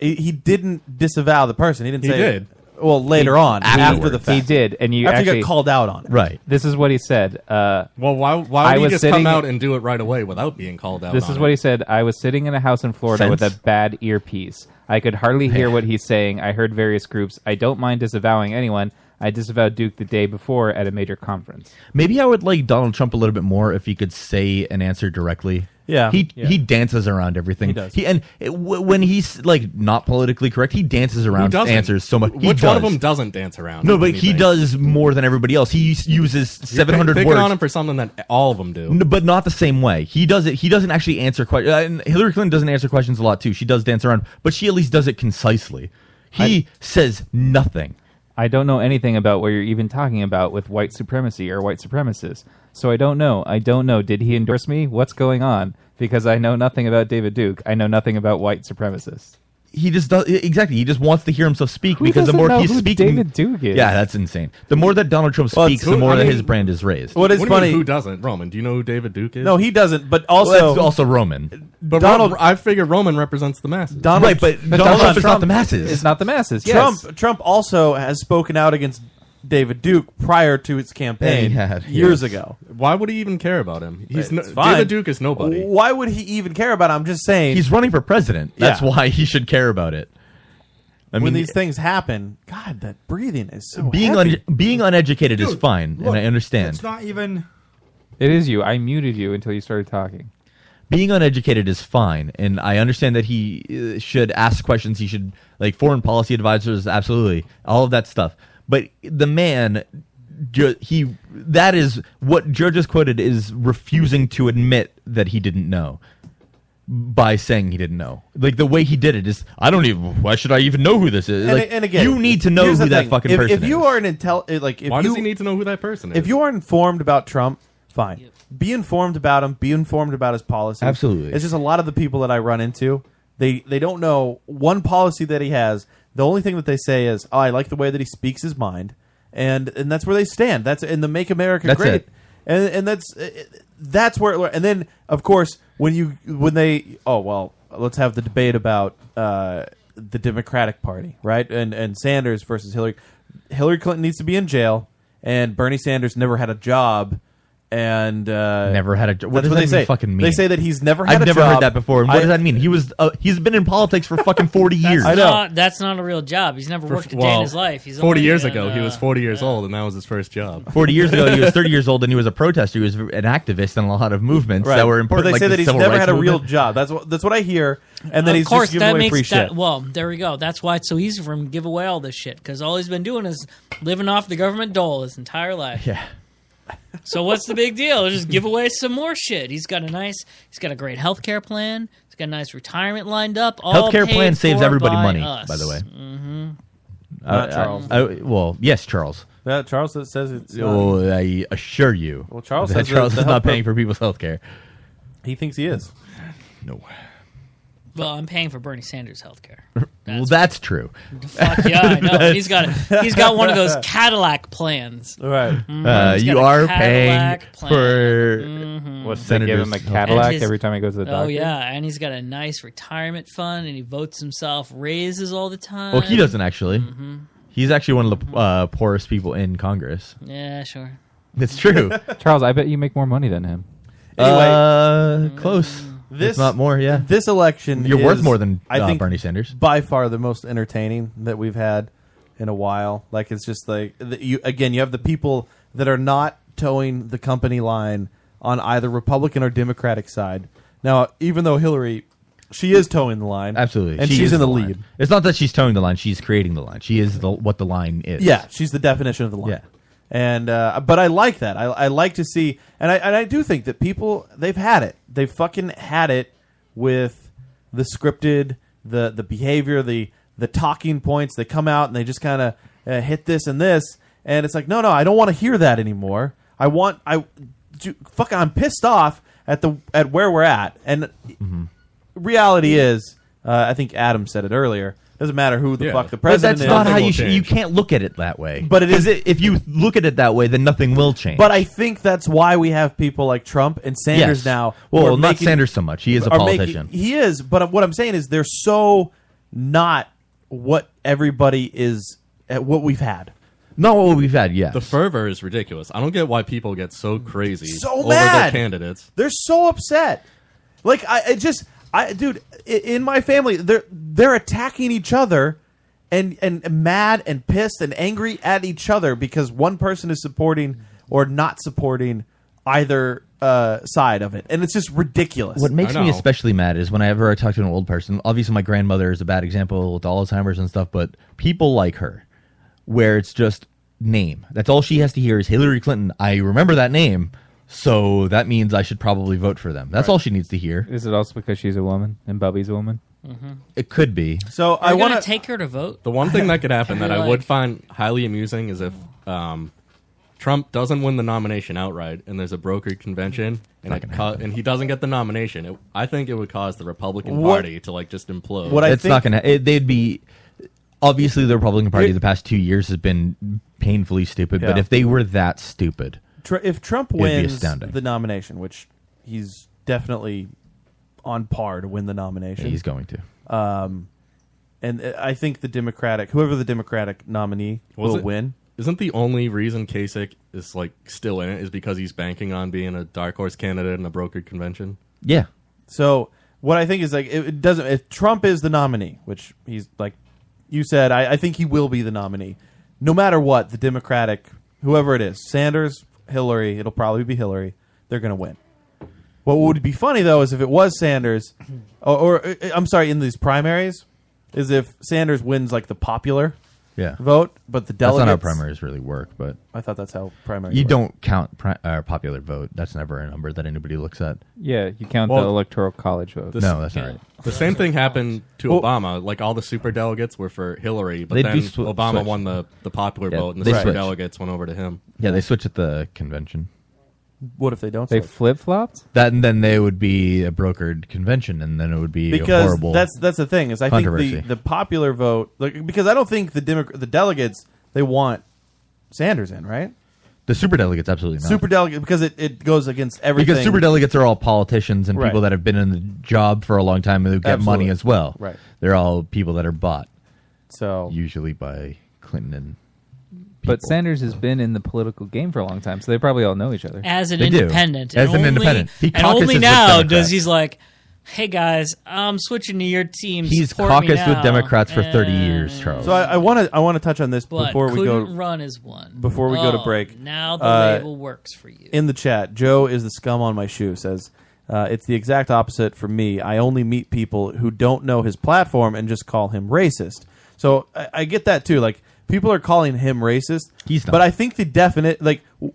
S10: he, he didn't disavow the person. He didn't
S13: He
S10: say
S13: did.
S10: Well, later on, after the fact,
S8: he did, and you
S10: after
S8: actually
S10: you got called out on it.
S9: Right.
S8: This is what he said. Uh,
S13: well, why? Why would
S8: I
S13: he
S8: was
S13: just
S8: sitting,
S13: come out and do it right away without being called out?
S8: This is
S13: on
S8: what
S13: it?
S8: he said. I was sitting in a house in Florida with
S13: Fence?
S8: a bad earpiece. I could hardly hear what he's saying. I heard various groups. I don't mind disavowing anyone. I disavowed Duke the day before at a major conference.
S9: Maybe I would like Donald Trump a little bit more if he could say an answer directly.
S8: Yeah.
S9: he
S8: Yeah.
S9: he dances around everything.
S8: He does.
S9: and it, w- when he's like not politically correct, he dances
S13: Who
S9: around
S13: doesn't?
S9: answers so much. He
S13: Which one of
S9: does.
S13: them doesn't dance around?
S9: No,
S13: with
S9: but he
S13: anything?
S9: does more than everybody else. He us- uses
S13: You're
S9: seven hundred
S13: picking
S9: words
S13: on him for something that all of them do.
S9: N- but not the same way. He does it. He doesn't actually answer questions. And Hillary Clinton doesn't answer questions a lot too. She does dance around, but she at least does it concisely. He says nothing.
S8: I don't know anything about what you're even talking about with white supremacy or white supremacists. So I don't know. I don't know. Did he endorse me? What's going on? Because I know nothing about David Duke. I know nothing about white supremacists.
S9: He just does e, exactly. He just wants to hear himself speak
S8: Who
S9: because the
S8: doesn't
S9: more
S8: know
S9: he's
S8: who
S9: speaking,
S8: David Duke is?
S9: yeah, that's insane. The more that Donald Trump
S10: Well,
S9: speaks,
S10: it's-
S9: the more
S10: I
S9: that
S10: mean-
S9: his brand is raised.
S10: What is
S13: What do you mean,
S10: funny-
S13: who doesn't? Roman. Do you know who David Duke is?
S10: No, he doesn't. But
S13: Well,
S10: also,
S13: that's
S9: also Roman.
S13: But
S10: Donald-
S13: Roman, I figure Roman represents the masses.
S10: Donald,
S8: It's not the masses. yes.
S10: Trump Trump also has spoken out against David Duke prior to its campaign years ago.
S13: Why would he even care about him? He's no,
S10: It's fine.
S13: David Duke is nobody.
S10: Why would he even care about? It? I'm just saying
S9: he's running for president. That's
S10: Yeah.
S9: why he should care about it. I
S10: when
S9: mean,
S10: these things happen, God, that breathing is so
S9: being
S10: heavy.
S9: un- being uneducated is
S10: Dude,
S9: fine,
S10: look,
S9: and I understand.
S11: It's not even.
S8: It is you. I muted you until you started talking.
S9: being uneducated is fine and i understand that he uh, should ask questions he should like foreign policy advisors absolutely all of that stuff but the man ju- he that is what Joe just quoted is refusing to admit that he didn't know by saying he didn't know like the way he did it is i don't even why should i even know who this is
S10: And,
S9: like,
S10: and again,
S9: you need to know who
S10: here's the
S9: that
S10: thing.
S9: fucking
S10: if, If
S9: person
S10: you
S9: is
S10: are an intel, like if
S13: Why
S10: you,
S13: does he need to know who that person is?
S10: If you are informed about Trump, fine. Be informed about him. Be informed about his policies.
S9: Absolutely.
S10: It's just a lot of the people that I run into, they they don't know one policy that he has. The only thing that they say is, "Oh, I like the way that he speaks his mind," and and that's where they stand. That's in the "Make America
S9: That's
S10: Great,"
S9: it.
S10: and and that's uh, that's where. It, and then of course when you when they oh well let's have the debate about uh, the Democratic Party right and and Sanders versus Hillary. Hillary Clinton needs to be in jail, and Bernie Sanders never had a job. And uh,
S9: Never had a
S10: That's
S9: job. What does
S10: what
S9: that
S10: they
S9: even
S10: say.
S9: fucking mean?
S10: They say that he's never had
S9: I've
S10: a
S9: never
S10: job.
S9: heard that before. And what
S10: I-
S9: does that mean? He was uh, he's been in politics for fucking forty years.
S12: That's Not, that's not a real job. He's never worked a day in his life. He's
S13: 40
S12: only
S13: years
S12: been,
S13: ago, he
S12: uh,
S13: was 40 years old, and that was his first job.
S9: 40 years
S10: *laughs*
S9: ago, he was
S13: *laughs*
S9: 30 years old and he was a protester. He was an activist in a lot of movements that were important.
S10: But they
S9: like
S10: say
S9: the
S10: that he's
S9: civil
S10: never
S9: rights
S10: had a real
S9: movement.
S10: job. That's what that's what I hear. And then
S12: of
S10: he's
S12: course,
S10: just giving
S12: that
S10: away
S12: makes
S10: free
S12: that,
S10: shit.
S12: Well, there we go. That's why it's so easy for him to give away all this shit because all he's been doing is living off the government dole his entire life.
S9: Yeah.
S12: So what's the big deal? Just give away some more shit. He's got a nice, he's got a great health care plan. He's got a nice retirement lined up. All
S9: Healthcare
S12: paid
S9: plan saves
S12: for
S9: everybody
S12: by
S9: money,
S12: us.
S9: by the way.
S12: hmm
S9: Uh,
S10: Not Charles.
S9: I- I- well, yes, Charles.
S10: That Charles that says it's not-
S9: Oh, I assure you.
S10: Well, Charles
S9: that
S10: says
S9: Charles
S10: that
S9: is
S10: the
S9: not
S10: health-
S9: paying for people's
S10: *laughs*
S9: health care.
S10: he thinks he is.
S9: No.
S12: Well, I'm paying for Bernie Sanders' health
S9: *laughs*
S12: care.
S9: well, that's true.
S12: Fuck yeah, I know.
S9: *laughs*
S12: And he's got
S9: That's-
S12: he's got one of
S9: *laughs*
S12: those Cadillac plans. Mm-hmm.
S10: Right.
S9: Uh, you are paying
S12: Cadillac plan.
S9: for
S8: What's they give him a
S9: Senators-
S8: Cadillac
S12: And his-
S8: every time he goes to the doctor?
S12: Oh yeah, and he's got a nice retirement fund, and he votes himself raises all the time.
S9: Well, he doesn't actually.
S12: Mhm.
S9: He's actually one of the uh, poorest people in Congress.
S12: Yeah, sure.
S9: It's true.
S8: *laughs* Charles, I bet you make more money than him.
S9: Anyway, uh, close.
S10: This
S9: if not more. Yeah,
S10: Mm. This election,
S9: You're worth
S10: is,
S9: more than
S10: I
S9: uh,
S10: think
S9: Bernie Sanders.
S10: by far the most entertaining that we've had in a while. Like it's just like the, you again. You have the people that are not towing the company line on either Republican or Democratic side. Now, even though Hillary, she is towing the line,
S9: Absolutely,
S10: and
S9: She
S10: she's
S9: is
S10: in the
S9: line.
S10: lead.
S9: It's not that she's towing the line; she's creating the line. She is the what the line is.
S10: Yeah, she's the definition of the line.
S9: Yeah.
S10: And uh, but I like that. I, I like to see, and I and I do think that people they've had it. They fucking had it with the scripted, the the behavior, the the talking points. They come out and they just kind of uh, hit this and this, and it's like, no, no, I don't want to hear that anymore. I want I, do, fuck, I'm pissed off at the at where we're at, and
S9: Mm-hmm.
S10: reality is, uh, I think Adam said it earlier. Doesn't matter who the fuck the
S9: But
S10: president
S9: that's
S10: is.
S9: not how you should. You can't look at it that way.
S10: But it is-
S9: Because If you look at it that way, then nothing will change.
S10: But I think that's why we have people like Trump and Sanders
S9: Yes.
S10: now.
S9: Well,
S10: who are
S9: not Sanders so much. He is a
S10: are making-
S9: politician.
S10: he is, but what I'm saying is they're so not what everybody is at what we've had.
S9: Not what we've had yet.
S13: The fervor is ridiculous. I don't get why people get so crazy
S10: So
S13: over
S10: mad.
S13: their candidates.
S10: They're so upset. Like I, I just, I, dude, i- in my family, they're they're attacking each other, and and mad and pissed and angry at each other because one person is supporting or not supporting either uh, side of it, and it's just ridiculous.
S9: What makes me especially mad is whenever I talk to an old person. Obviously, my grandmother is a bad example with Alzheimer's and stuff, but people like her, where it's just name. That's all she has to hear is Hillary Clinton. I remember that name, so that means I should probably vote for them. That's all she needs to hear.
S8: Is it also because she's a woman and Bubby's a woman?
S12: Mhm.
S9: It could be.
S10: So
S12: I want to take her to vote.
S13: The one thing that
S12: *laughs*
S13: could happen that I
S12: Like-
S13: would find highly amusing is if um, Trump doesn't win the nomination outright, and there's a brokered convention, and it ca- and he doesn't get the nomination. It, I think it would cause the Republican
S9: What-
S13: Party to like just implode.
S9: it's not gonna. It, they'd be obviously the Republican Party the past two years has been painfully stupid. But
S10: Yeah.
S9: if they were that stupid,
S10: Tr- if Trump
S9: It'd be
S10: wins
S9: astounding.
S10: the nomination, which he's definitely on par to win the nomination,
S9: Yeah, he's going to.
S10: Um, and uh, I think the Democratic, whoever the Democratic *laughs* nominee
S13: Was
S10: will
S13: it-
S10: win.
S13: Isn't the only reason Kasich is like still in it is because he's banking on being a dark horse candidate in a brokered convention?
S9: Yeah.
S10: So what I think is like it, it doesn't. If Trump is the nominee, which he's like you said, I, I think he will be the nominee, no matter what. The Democratic, whoever it is, Sanders, Hillary, it'll probably be Hillary. They're going to win. What would be funny though is if it was Sanders, *clears throat* or, or uh, I'm sorry, in these primaries, is if Sanders wins like the popular
S9: Yeah.
S10: vote, but the
S9: That's
S10: delegates.
S9: not how primaries really work, but
S10: I thought that's how primaries.
S9: you
S10: work.
S9: don't count pri- uh, popular vote. That's never a number that anybody looks at.
S8: Yeah, you count the
S13: Well,
S8: electoral college vote.
S9: This- No, that's not right.
S13: The same thing happened to Obama. Like all the super delegates were for Hillary, but
S9: They'd
S13: then
S9: be sw-
S13: Obama
S9: switched.
S13: won the, the popular
S9: Yeah,
S13: vote, and the
S9: they
S13: super
S9: switched.
S13: delegates went over to him.
S9: Yeah, they switch at the convention.
S10: What if they don't?
S8: They
S10: switch?
S8: flip flopped.
S9: That and then they would be a brokered convention, and then it would be a
S10: because
S9: horrible.
S10: that's that's the thing is I think the,
S9: controversy.
S10: the popular vote like, because I don't think the Demo- the delegates they want Sanders in right
S9: the superdelegates absolutely not.
S10: super delegate because it, it goes against everything
S9: Because superdelegates are all politicians and
S10: Right.
S9: people that have been in the job for a long time and who get
S10: Absolutely.
S9: money as well.
S10: Right.
S9: They're all people that are bought.
S10: So
S9: usually by Clinton and
S8: But Sanders has been in the political game for a long time, so they probably all know each other.
S12: *laughs* as an independent.
S8: As
S12: and
S8: an
S12: only-
S8: independent. He
S12: and
S8: caucuses
S12: only
S8: with
S12: now
S8: Democrats.
S12: does he's like, hey guys, I'm switching to your team.
S9: He's
S12: Support me
S9: caucused with
S12: now."
S9: Democrats for
S12: And-
S9: 30 years, Charles.
S10: so I want to I want to touch on this
S12: But
S10: before we go
S12: couldn't run as one.
S10: before we go to
S12: Oh,
S10: break uh,
S12: now the label works for you
S10: in the chat Joe is the scum on my shoe says. Uh, it's the exact opposite for me. I only meet people who don't know his platform and just call him racist. So I, I get that too. Like people are calling him racist. He's
S9: not.
S10: But I think the definite like w-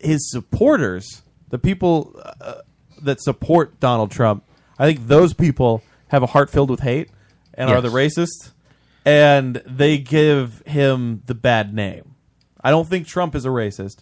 S10: his supporters, the people uh, that support Donald Trump, I think those people have a heart filled with hate and are
S9: Yes.
S10: the racist, and they give him the bad name. I don't think Trump is a racist.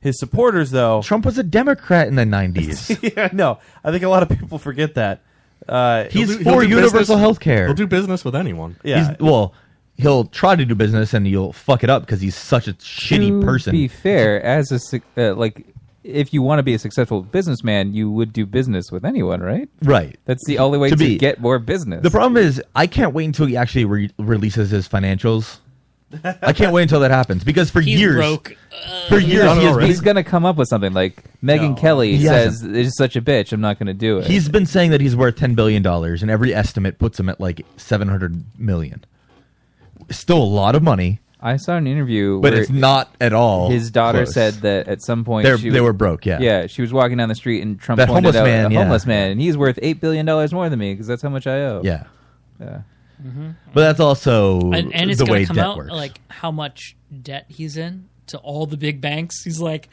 S10: His supporters, though,
S9: *laughs* Trump was a Democrat in the 90s.
S10: *laughs* yeah, no, I think a lot of people forget that. Uh,
S9: He's for universal health care.
S13: He'll do business with anyone.
S9: He's, well, he'll try to do business and he'll fuck it up because he's such a shitty
S8: to
S9: person.
S8: Be fair, as a su- uh, like, if you want to be a successful businessman, you would do business with anyone, right?
S9: Right.
S8: That's the only way to,
S9: To be-
S8: get more business.
S9: The problem is, I can't wait until he actually re- releases his financials. I can't wait until that happens
S12: *laughs*
S9: because for
S8: He's
S9: years,
S8: broke.
S9: for years, he has
S8: he's
S9: been,
S8: going to come up with something like Megan Kelly
S9: He
S8: says,
S9: hasn't.
S8: "Is such a bitch. I'm not going to do it."
S9: he's been saying that he's worth ten billion dollars, and every estimate puts him at like seven hundred million. Still a lot of money.
S8: I saw an interview,
S9: but
S8: where
S9: it's not at all.
S8: His daughter
S9: close.
S8: said that at some point
S9: They're-
S8: she
S9: they
S8: was-
S9: were broke, yeah.
S8: yeah. She was walking down the street and Trump
S9: That
S8: pointed
S9: homeless
S8: out
S9: man,
S8: a
S9: yeah.
S8: homeless man, and he's worth eight billion dollars more than me because that's how much I owe.
S9: Yeah.
S8: yeah.
S12: Mm-hmm.
S9: but that's also
S12: and, and it's
S9: the
S12: gonna
S9: way
S12: come
S9: debt
S12: out
S9: works.
S12: like how much debt he's in to all the big banks. He's like,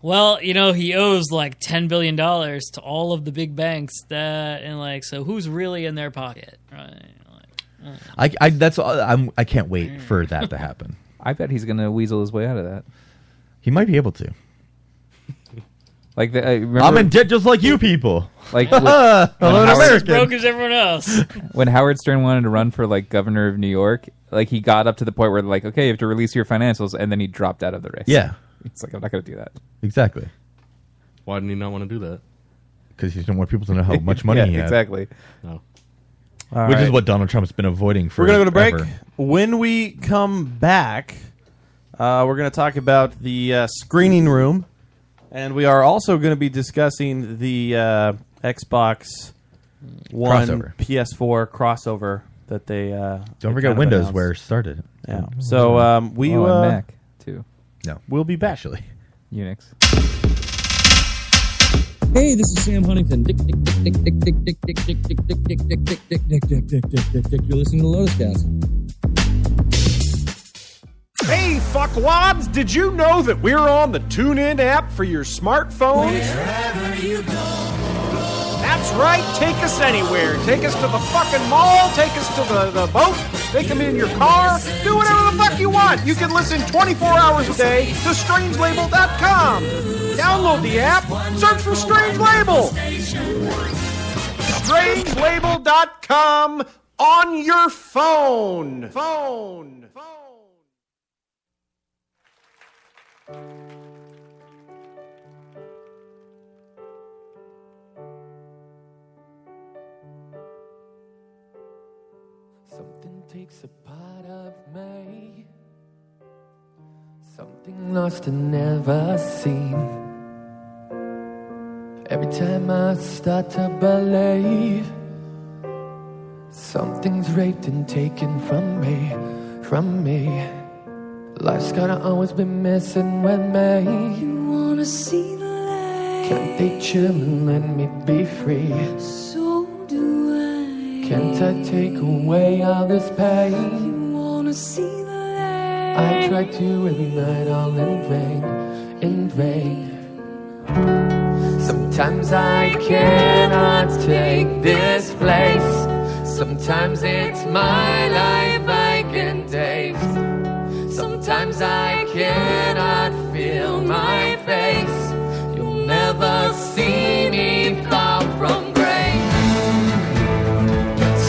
S12: well, you know, he owes like ten billion dollars to all of the big banks that, and like, so who's really in their pocket? Right?
S9: I, I that's all- I'm I can't
S10: Mm.
S9: wait for that
S10: *laughs*
S9: to happen.
S8: I bet he's going to weasel his way out of that.
S9: He might be able to.
S8: *laughs* Like the, I remember,
S9: I'm in debt just like you people. *laughs*
S8: Like
S9: Ha
S8: when-
S9: ha,
S8: when
S9: hello
S8: Howard-
S12: As broke as everyone else.
S8: *laughs* when Howard Stern wanted to run for like governor of New York, like he got up to the point where like, okay, you have to release your financials, and then he dropped out of the race.
S9: Yeah.
S8: it's like I'm not going to do that.
S9: Exactly,
S13: Why didn't he not want to do that?
S9: because he doesn't want people to
S10: *laughs*
S9: know how Oh, much money
S8: *laughs* Yeah,
S9: he has.
S8: exactly.
S13: No.
S9: Which is what Donald Trump's been avoiding for.
S10: We're gonna go to break. when we come back, uh, we're going to talk about the uh, screening room, and we are also going to be discussing the uh, Xbox One
S9: Crossover.
S10: PS4 crossover that they uh, they
S9: Don't
S10: kind
S9: forget
S10: of
S9: Windows,
S10: announced.
S9: where it started.
S10: Yeah. So um, we
S8: Oh, and
S10: uh,
S8: Mac, too.
S9: No.
S10: We'll be back. Actually,
S8: Unix.
S12: Hey, this is Sam Huntington. Dick, dick, dick, dick, dick, dick, dick, dick, dick, dick, dick, dick, dick, dick, dick, dick, dick, dick, dick, dick. You're listening to Lotus Cast.
S3: Hey, fuckwads! Did you know that we're on the TuneIn app for your smartphones? That's right. Take us anywhere. Take us to the fucking mall. Take us to the, the boat. Take them in your car. Do whatever the fuck you want. You can listen 24 hours a day to strangelabel.com. Download the app. Search for Strange Label. Strangelabel.com on your phone. Phone.
S20: Something takes a part of me. Something
S22: lost and never seen.
S20: every time I start to believe something's raped and taken from me, from me. Life's gotta always be messing with me. You wanna see the light? Can't they chill and let me be free? So do I. Can't I take away all this pain? You wanna see the light? I try to every night, all in vain, in vain. Sometimes I cannot take this place. Sometimes it's my life I can taste. Sometimes I cannot feel my face. You'll never see me far from grace.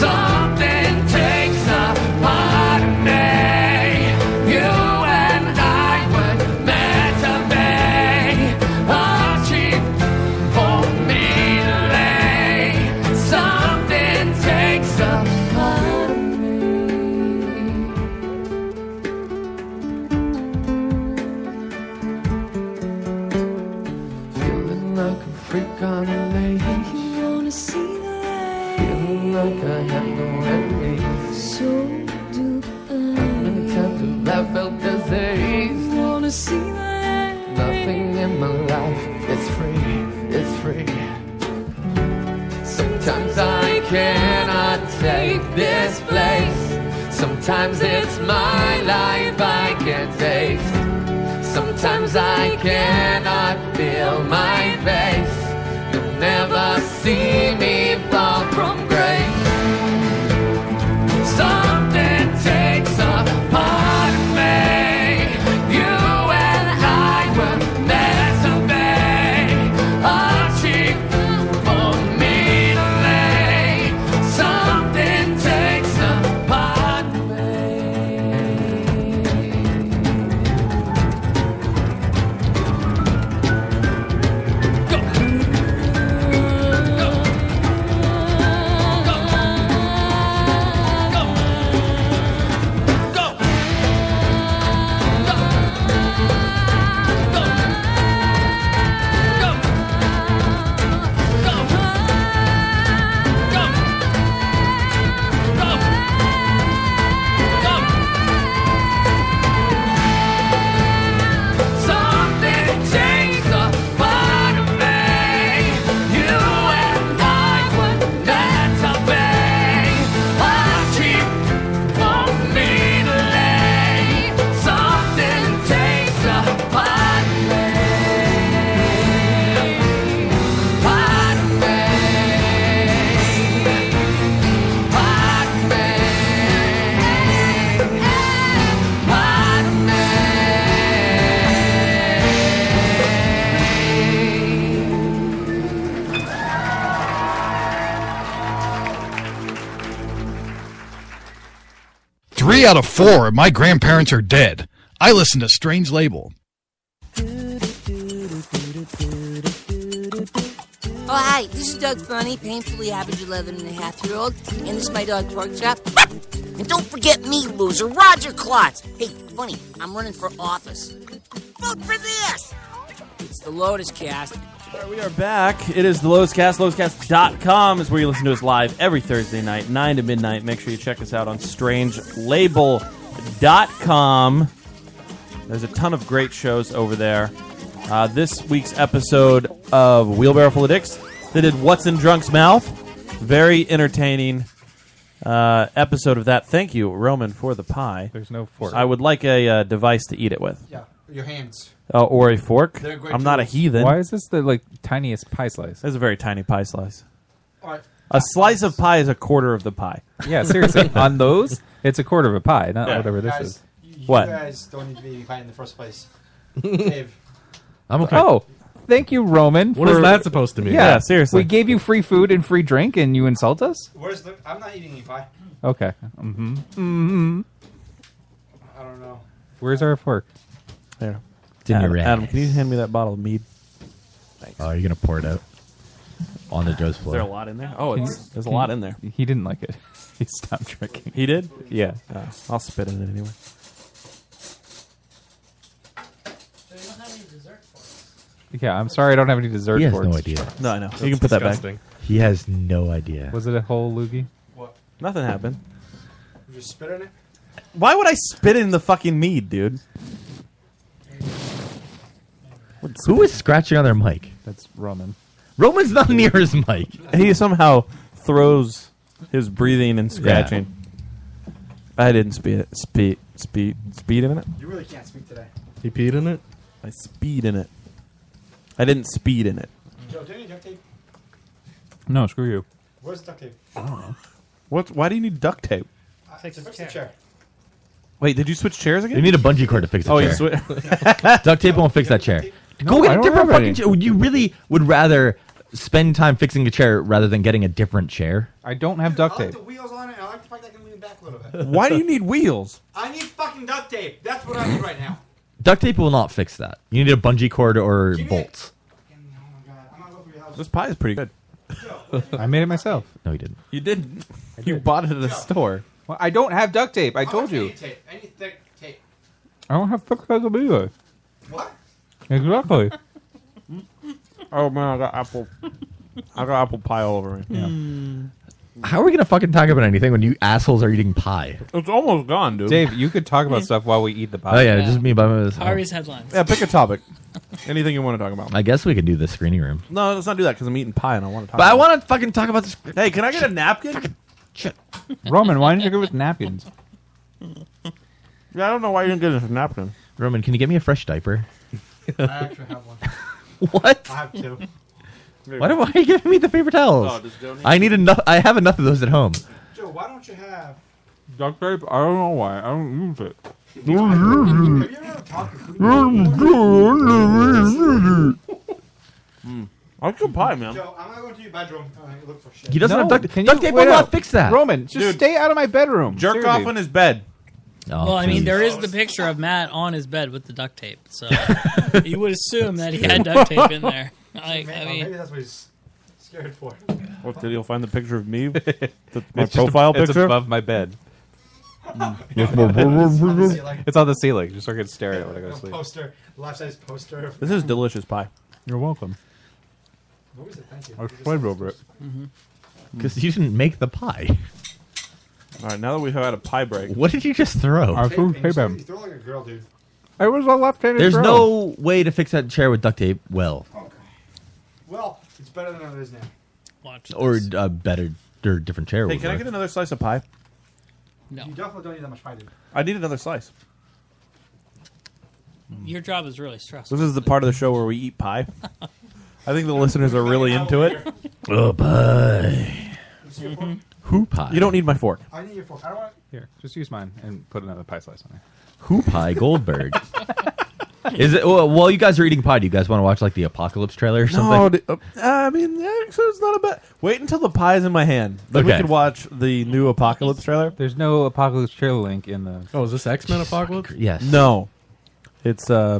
S20: Something takes a part of me. You and I were meant to be. Achieve for me to lay. Something takes a part of me. Feeling like a freak on a leash. Wanna see the light. Feeling like I have no enemies. So do I. Many times have I felt diseased. Wanna see the light. Nothing in my life is free. It's free. Sometimes I cannot take this place. Sometimes it's my life I can't take. Sometimes I cannot feel my face. You'll never see me fall from grace. Something takes a part of me. You and I were meant to be. Achieve for me to lay. Something takes a part of me. Something takes a part of me. You and I were meant to be. A cheap for me to lay. Something takes a part of me. Part of me. Part of me. Part of me.
S23: Three out of four of my grandparents are dead. I listen to Strange Label.
S24: Oh, hi, this is Doug Funny, painfully average 11 and a half year old, and this is my dog Porkchop.
S1: And don't forget me, loser, Roger Klotz. Hey, funny, I'm running for office. Vote for this! It's the Lotus Cast.
S10: We are back. It is the Lowe's Cast. Lowe'sCast.com is where you listen to us live every Thursday night, 9 to midnight. Make sure you check us out on strangelabel.com. There's a ton of great shows over there. Uh, this week's episode of Wheelbarrow Full of Dicks, they did What's in Drunk's Mouth. Very entertaining uh, episode of that. Thank you, Roman, for the pie. There's
S8: no fork.
S10: I would like a uh, device to eat it with.
S11: Yeah, your hands.
S10: Uh, or a fork.
S11: They're great
S10: I'm not a
S11: tools.
S10: heathen.
S8: Why is this the like tiniest pie slice?
S10: That's a very tiny pie slice.
S11: All right.
S10: A slice of pie is a quarter of the pie.
S8: Yeah,
S10: *laughs*
S8: seriously. On those, it's a quarter of a pie, not
S10: Yeah.
S8: whatever this
S10: Guys,
S8: is.
S11: You
S10: What?
S11: guys don't need to be eating pie in the first
S8: *laughs*
S11: place. Dave.
S8: I'm okay. Oh, thank you, Roman.
S13: What is that supposed to mean?
S8: Yeah,
S13: Yeah, seriously.
S8: We gave you free food and free drink, and you insult us?
S11: Where's the? I'm not eating any pie.
S8: Okay. Mm-hmm. Mm-hmm.
S11: I don't know.
S8: Where's our fork?
S10: There.
S9: It's in your
S10: Adam,
S9: rack.
S10: Adam, can you hand me that bottle of mead?
S9: Oh, you're gonna pour it out on the Joe's
S10: Is
S9: floor.
S10: there a lot in there? Oh, it's, there's a lot in there.
S8: He didn't like it. *laughs* He stopped drinking.
S10: He did?
S8: Yeah.
S10: Oh, I'll spit in it anyway.
S8: Yeah, I'm sorry I don't have any dessert
S9: He has
S8: for
S9: no
S8: us.
S9: idea.
S10: No, I know. You can put that back.
S9: He has no idea.
S8: Was it a whole loogie?
S11: What?
S10: Nothing happened.
S11: You just spit on it.
S10: Why would I spit in the fucking mead, dude?
S9: Who is scratching on their mic?
S8: That's Roman.
S9: Roman's not near his mic.
S10: He somehow throws his breathing and scratching. I didn't speed it. Speed, speed, speed in it.
S11: You really can't speak today.
S10: He peed in it. I speed in it. I didn't speed in it.
S11: Joe, do you need duct tape?
S8: No, screw you.
S11: Where's the duct tape?
S10: What? Why do you need duct tape?
S11: Fix the chair.
S10: Wait, did you switch chairs again?
S9: You need a bungee cord to fix that
S10: oh,
S9: chair.
S10: You swi-
S9: *laughs* Duct tape won't fix that chair. Go
S10: I
S9: get a
S10: don't
S9: different
S10: have
S9: fucking
S10: any.
S9: chair. You really would rather spend time fixing a chair rather than getting a different chair?
S8: I don't have duct tape.
S11: Wheels on it. I like the fact that I can lean back a little bit.
S9: Why do you need wheels?
S11: I need fucking duct tape. That's what I need right now.
S9: Duct tape will not fix that. You need a bungee cord or bolts.
S10: This pie is pretty good.
S8: *laughs* I made it myself.
S9: No, he didn't.
S10: You didn't. You bought it at a store.
S8: Well, I don't have duct tape. I
S11: How
S8: told
S11: much
S8: you.
S11: Any tape. Any thick tape.
S8: I don't have duct tape either.
S11: What?
S8: Exactly.
S10: Oh man, I got apple. I got apple pie all over me.
S8: Hmm.
S9: How are we gonna fucking talk about anything when you assholes are eating pie?
S10: It's almost gone, dude.
S8: Dave, you could talk about stuff while we eat the pie.
S9: Oh yeah, just me by myself.
S12: Ari's headlines.
S10: Yeah, pick a topic. Anything you want to talk about.
S9: I guess we could do the screening room.
S10: No, let's not do that because I'm eating pie and I want to talk.
S9: But I
S10: about
S9: want to fucking talk about this.
S10: it. *laughs* Hey, can I get a napkin?
S8: Roman, why didn't you go with napkins?
S10: *laughs* Yeah, I don't know why you didn't get a napkin.
S9: Roman, can you get me a fresh diaper?
S11: I actually have
S8: *laughs*
S11: one.
S9: What?
S11: I have two.
S9: Why, do, why are you giving me the paper towels?
S11: Oh, just donate.
S9: I need enough. I have enough of those at home.
S11: Joe, why don't you have?
S10: Duct tape? I don't know why. I don't use it. Hmm. I could pie, man.
S11: Joe, I'm gonna go to your bedroom and look for shit.
S9: He doesn't
S8: No,
S9: have duct,
S8: can
S9: duct
S8: you-
S9: tape.
S8: wait
S9: Will
S8: up.
S9: not fix that.
S8: Roman, just stay out of my bedroom.
S10: Jerk
S8: Seriously.
S10: off on his bed.
S9: Oh,
S12: well, I mean,
S9: please.
S12: there is the picture of Matt on his bed with the duct tape,
S9: *laughs*
S12: so you would assume that he had duct tape in
S11: *laughs*
S12: there. Like, I
S11: maybe
S12: mean,
S11: that's what he's scared for.
S10: What did you'll find the picture of
S8: *laughs*
S10: me? The- my
S8: It's just-
S10: profile
S8: it's
S10: picture.
S8: above my
S10: *laughs*
S8: bed. it's on the ceiling, just so I can stare at it when I go to
S11: No *laughs*
S8: sleep.
S11: poster, life size poster.
S10: This is delicious pie.
S8: You're welcome.
S11: What was it? Thank you.
S8: I played over it.
S9: because you didn't make the pie.
S10: All right, now that we have had a pie break,
S9: What did you just throw?
S8: I threw
S11: Tape, man, you
S8: tape at
S11: You
S8: him.
S11: throw like a girl, dude.
S8: I was a left-handed.
S9: There's
S8: throw.
S9: no way to fix that chair with duct tape. Well,
S11: Well, it's better than it is now.
S12: watch.
S9: or uh, better or different chair.
S10: hey,
S9: would
S10: can I
S9: work.
S10: get another slice of pie?
S11: You definitely don't need that much pie, dude.
S10: I need another slice.
S9: Mm.
S12: Your job is really stressful.
S10: This is the part of the show where we eat pie. I think the listeners are really into it.
S9: Oh, pie.
S11: You see
S13: Mm-hmm.
S11: your fork?
S9: Who pie?
S10: You don't need my fork.
S11: I need your fork. I don't want.
S8: Here, just use mine and put another pie slice on it.
S9: Who pie Goldberg? *laughs* Is it well, while you guys are eating pie? Do you guys want to watch like the apocalypse trailer or something?
S10: No, d- uh, I mean, yeah, so it's not a bad. Wait until the pie's in my hand. Then we
S9: Okay.
S10: can watch the new apocalypse trailer.
S8: There's no apocalypse trailer link in the.
S13: Oh, is this X Men Apocalypse?
S9: Yes.
S10: No, it's uh,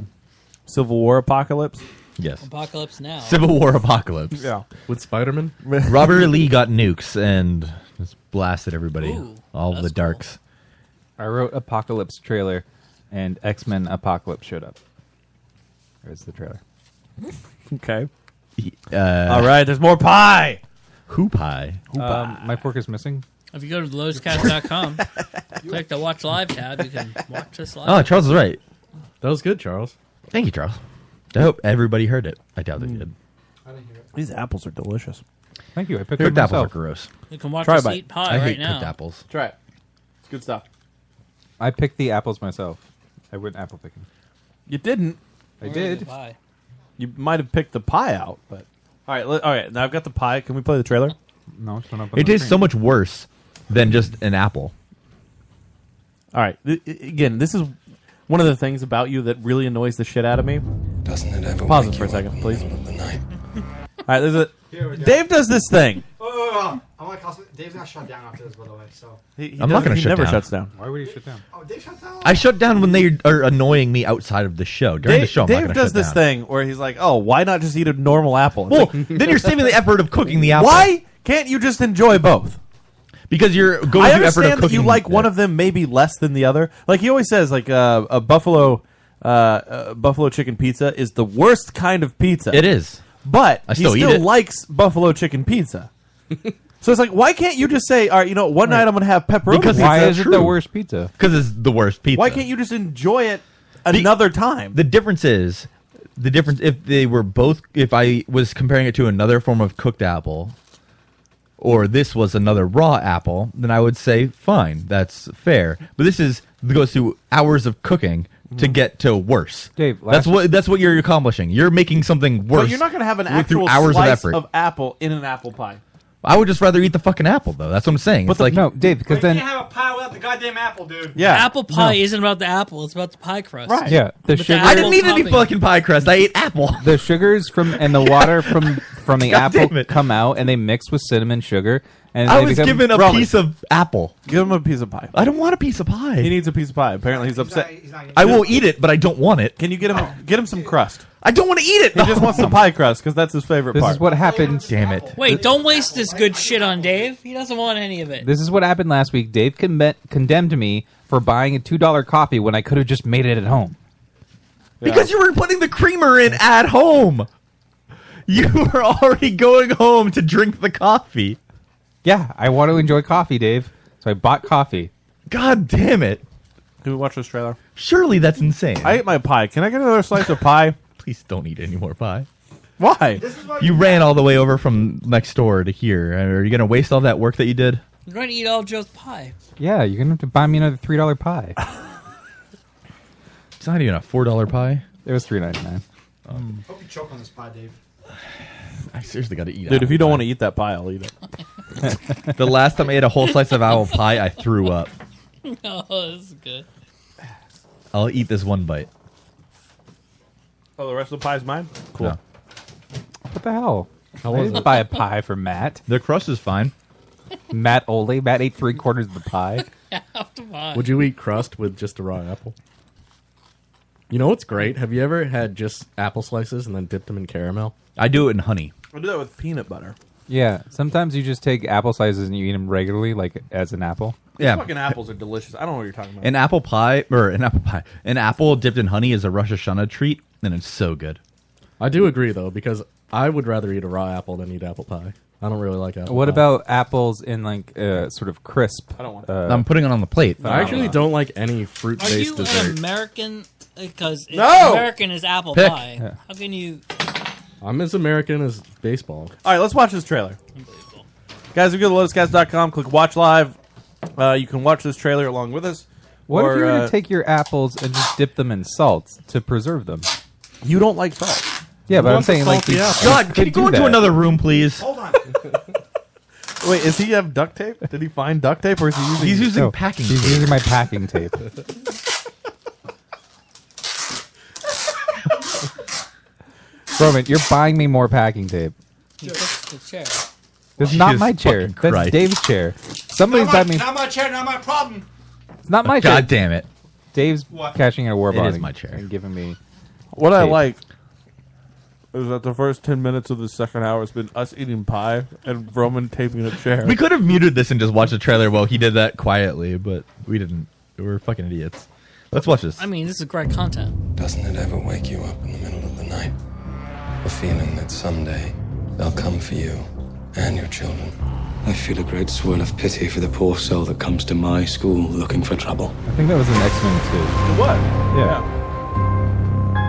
S10: Civil War apocalypse.
S9: Yes.
S12: Apocalypse now.
S9: Civil War apocalypse. *laughs*
S10: Yeah.
S13: With Spider Man?
S9: Robert E. Lee got nukes and just blasted everybody.
S12: Ooh,
S9: all the
S12: that's
S9: darks.
S8: I wrote Apocalypse trailer, and X Men Apocalypse showed up. There's the trailer.
S10: Okay.
S9: uh,
S10: All right, there's more pie.
S9: Who pie?
S8: Um, my fork is missing.
S12: If you go to lotuscast.com, click the watch live tab, you can watch us live.
S9: Oh, Charles is right.
S13: That was good, Charles.
S9: Thank you, Charles. I hope everybody heard it. I doubt they did.
S10: Hmm. These apples are delicious.
S8: Thank you. I picked
S9: Cooked apples are gross.
S12: *laughs* You can watch
S10: Try a
S12: us
S10: bite.
S12: eat pie
S9: I
S12: right
S9: hate
S12: now.
S9: cooked apples.
S10: Try it. It's good stuff.
S8: I picked the apples myself. I went apple picking.
S10: You didn't.
S8: I Where did. the
S12: pie?
S10: You might have picked the pie out, but all right, let, all right. Now I've got the pie. Can we play the trailer?
S8: No, it's not up.
S9: It tastes so much worse than just an apple.
S10: All right. Th- i- again, this is one of the things about you that really annoys the shit out of me. Doesn't it ever pause it for a second, please? all right. There's a
S11: Here we go.
S10: Dave does this thing.
S11: Oh, I want to call. Dave's not shut down after this, by the way. So
S10: he I'm not doesn't- gonna he shut never down. shuts down.
S8: *laughs* Why would he shut down?
S11: Oh, Dave shuts down.
S9: I shut down when they are annoying me outside of the show. During
S10: Dave,
S9: the show, I'm not
S10: Dave
S9: gonna
S10: does
S9: shut
S10: this
S9: down.
S10: thing where he's like, "Oh, why not just eat a normal apple?" It's
S9: Well,
S10: like-
S9: then you're saving the effort of cooking the apple.
S10: Why can't you just enjoy both?
S9: Because you're going
S10: I
S9: through effort
S10: understand
S9: of
S10: that you
S9: cooking-
S10: like one of them maybe less than the other. Like he always says, like uh, a buffalo uh, uh, buffalo chicken pizza is the worst kind of pizza.
S9: It is,
S10: but
S9: I still eat
S10: he still
S9: it.
S10: likes buffalo chicken
S9: *laughs*
S10: pizza. so it's like, why can't you just say, all right, you know, one night I'm going to have pepperoni
S9: Because
S10: pizza.
S9: Why it's is it the true.
S8: worst pizza?
S9: Because it's the worst pizza.
S10: Why can't you just enjoy it another time?
S9: The difference is the difference if they were both if I was comparing it to another form of cooked apple or this was another raw apple, then I would say fine, that's fair. But this is goes through hours of cooking
S10: Mm-hmm.
S9: to get to worse.
S8: Dave, last-
S9: that's what that's what you're accomplishing. You're making something worse.
S10: But you're not going to have an
S9: with- through
S10: actual
S9: hours
S10: slice
S9: of effort.
S10: apple in an apple pie.
S9: I would just rather eat the fucking apple though. That's what I'm saying. it's like
S8: no, Dave, because then
S11: have a pie without the goddamn apple, dude.
S12: Apple pie isn't about the apple; it's about the pie crust.
S9: Right.
S8: Yeah, the
S12: With
S8: sugar.
S12: apple topping.
S9: pie crust. I ate apple.
S8: *laughs* The sugars from and the water from
S9: *laughs*
S8: from the
S9: God
S8: apple come out, and they mix with cinnamon sugar. And
S9: I
S8: they
S9: was
S8: become
S9: given a
S8: Roman.
S9: piece of apple.
S10: Give him a piece of pie.
S9: I don't want a piece of pie.
S10: He needs a piece of pie. Apparently, he's upset.
S9: I will eat it, but I don't want it.
S10: Can you get
S11: *laughs*
S10: him get him some crust?
S9: I don't want to eat it.
S10: He just
S9: *laughs*
S10: wants the pie crust because that's his favorite
S8: This
S10: part.
S8: is what happened.
S9: Damn it!
S12: Wait, don't waste this good shit on Dave. He doesn't want any of it.
S8: This is what happened last week. Dave con- condemned me for buying a two dollar coffee when I could have just made it at home.
S9: Because you were putting the creamer in at home. You were already going home to drink the coffee.
S8: Yeah, I want to enjoy coffee, Dave. So I bought coffee.
S9: God damn it!
S10: Can we watch this trailer?
S9: Surely that's insane.
S10: I ate my pie. Can I get another slice of pie?
S9: *laughs* Please don't eat any more pie.
S10: Why?
S9: You ran all the way over from next door to here. Are you going to waste all that work that you did?
S12: You're going to eat all Joe's pie. *laughs*
S8: Yeah, you're gonna have to buy me another three dollar pie.
S9: It's not even a four dollar pie.
S8: It was three ninety nine.
S11: Hope you choke on this pie, Dave.
S9: I seriously got to eat.
S10: Dude, if
S9: apple
S10: you don't
S9: pie.
S10: want to eat that pie, I'll eat
S8: *laughs*
S10: it.
S9: the last time I ate a whole slice of apple pie, I threw up.
S12: oh, this is good. *laughs*
S9: I'll eat this one bite.
S10: Oh, the rest of the pie's mine? Cool.
S9: No.
S8: What the hell?
S9: How
S8: I
S9: was
S8: didn't
S9: it?
S8: buy a pie for Matt.
S9: The crust is fine.
S8: Matt Ole. Matt ate three quarters of the pie.
S13: *laughs* Would you eat crust with just a raw apple? You know what's great? Have you ever had just apple slices and then dipped them in caramel?
S9: I do it in honey.
S10: I'll do that with peanut butter.
S8: Yeah, sometimes you just take apple slices and you eat them regularly, like as an apple.
S9: Yeah.
S10: Fucking apples are delicious. I don't know what you're talking about.
S9: An apple pie or an apple pie, an apple dipped in honey is a Rosh Hashanah treat, and it's so good.
S13: I do agree though, because I would rather eat a raw apple than eat apple pie. I don't really like apple.
S8: What
S13: pie.
S8: about apples in like uh, sort of crisp? I
S10: don't want.
S8: Uh,
S9: I'm putting it on the plate.
S13: I actually don't like any
S12: Are you
S13: fruit-based
S12: an
S13: dessert.
S12: American? Because it's-
S10: No!
S12: American is apple
S13: Pick.
S12: pie.
S13: Yeah.
S12: How can you? um,
S13: I'm as American as baseball.
S10: All right, let's watch this trailer. Guys, we go to lotuscast.com, click watch live. Uh, you can watch this trailer along with us.
S8: What
S10: Or,
S8: if you were
S10: uh,
S8: to take your apples and just dip them in salt to preserve them?
S10: You don't like salt.
S8: Yeah,
S10: You
S8: but I'm
S10: want the
S8: saying like
S10: salty
S8: you-
S10: apple.
S8: *laughs*
S9: God, can
S8: could
S9: you
S8: do
S9: go into
S8: that.
S9: another room, please? *laughs*
S10: *laughs* Wait, is he have duct tape? Did he find duct tape or is he using
S9: He's using
S8: No,
S9: packing.
S8: He's
S9: tape.
S8: using my packing
S9: *laughs*
S8: tape. Roman, you're buying me more packing tape.
S12: You took the chair.
S8: That's not
S9: Jesus
S8: my chair.
S9: fucking
S8: That's
S9: Christ.
S8: Dave's chair. Somebody's
S11: not my,
S8: buying me.
S11: not my chair, not my problem.
S8: It's not my chair.
S9: God damn it!
S8: Dave's
S11: What?
S8: cashing in a war
S9: It
S8: bond.
S9: is my chair.
S8: And giving me.
S10: What I
S8: tape.
S10: like is that the first 10 minutes of the second hour has been us eating pie and Roman taping a chair.
S9: We could have muted this and just watched the trailer while he did that quietly, but we didn't. We're fucking idiots. Let's watch this.
S12: I mean, this is great content.
S3: Doesn't it ever wake you up in the middle of the night? The feeling that someday they'll come for you and your children.
S4: I feel a great swirl of pity for the poor soul that comes to my school looking for trouble.
S8: I think that was an X Men too.
S10: What?
S8: Yeah.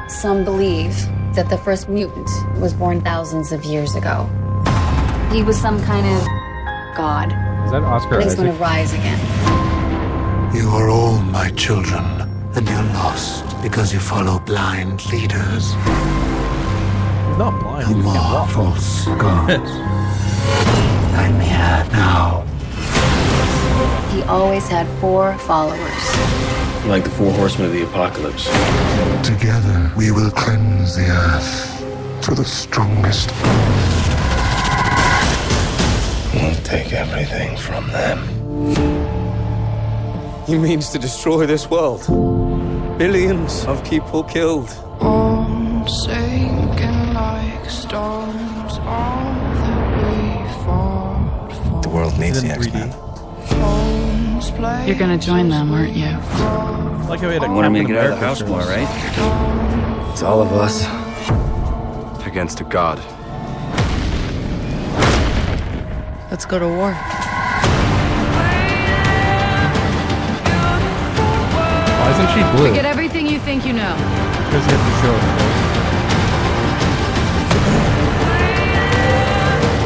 S5: Some believe that the first mutant was born thousands of years ago. He was some kind of god.
S8: Is that Oscar
S5: But he's going to
S8: Isaac?
S5: rise again.
S3: You are all my children, and you're lost because you follow blind leaders.
S10: Not blind.
S3: Who are false
S4: *laughs*
S3: gods. I'm here now.
S5: He always had four followers.
S4: Like the four horsemen of the apocalypse.
S3: Together we will cleanse the earth to the strongest.
S4: We'll take everything from them.
S3: He means to destroy this world.
S4: Billions of people killed.
S6: Sinking like stones on the reef
S4: The world needs the X Men.
S6: You're gonna join them, aren't you?
S10: Like how we had a
S4: I want me to
S10: Captain
S4: get out of the house
S10: America
S4: more,
S10: shirt.
S4: right? It's all of us against a god.
S6: Let's go to war.
S8: Why isn't she blue?
S6: Forget everything you think you know.
S8: Because you have to show
S9: Uh,
S8: it.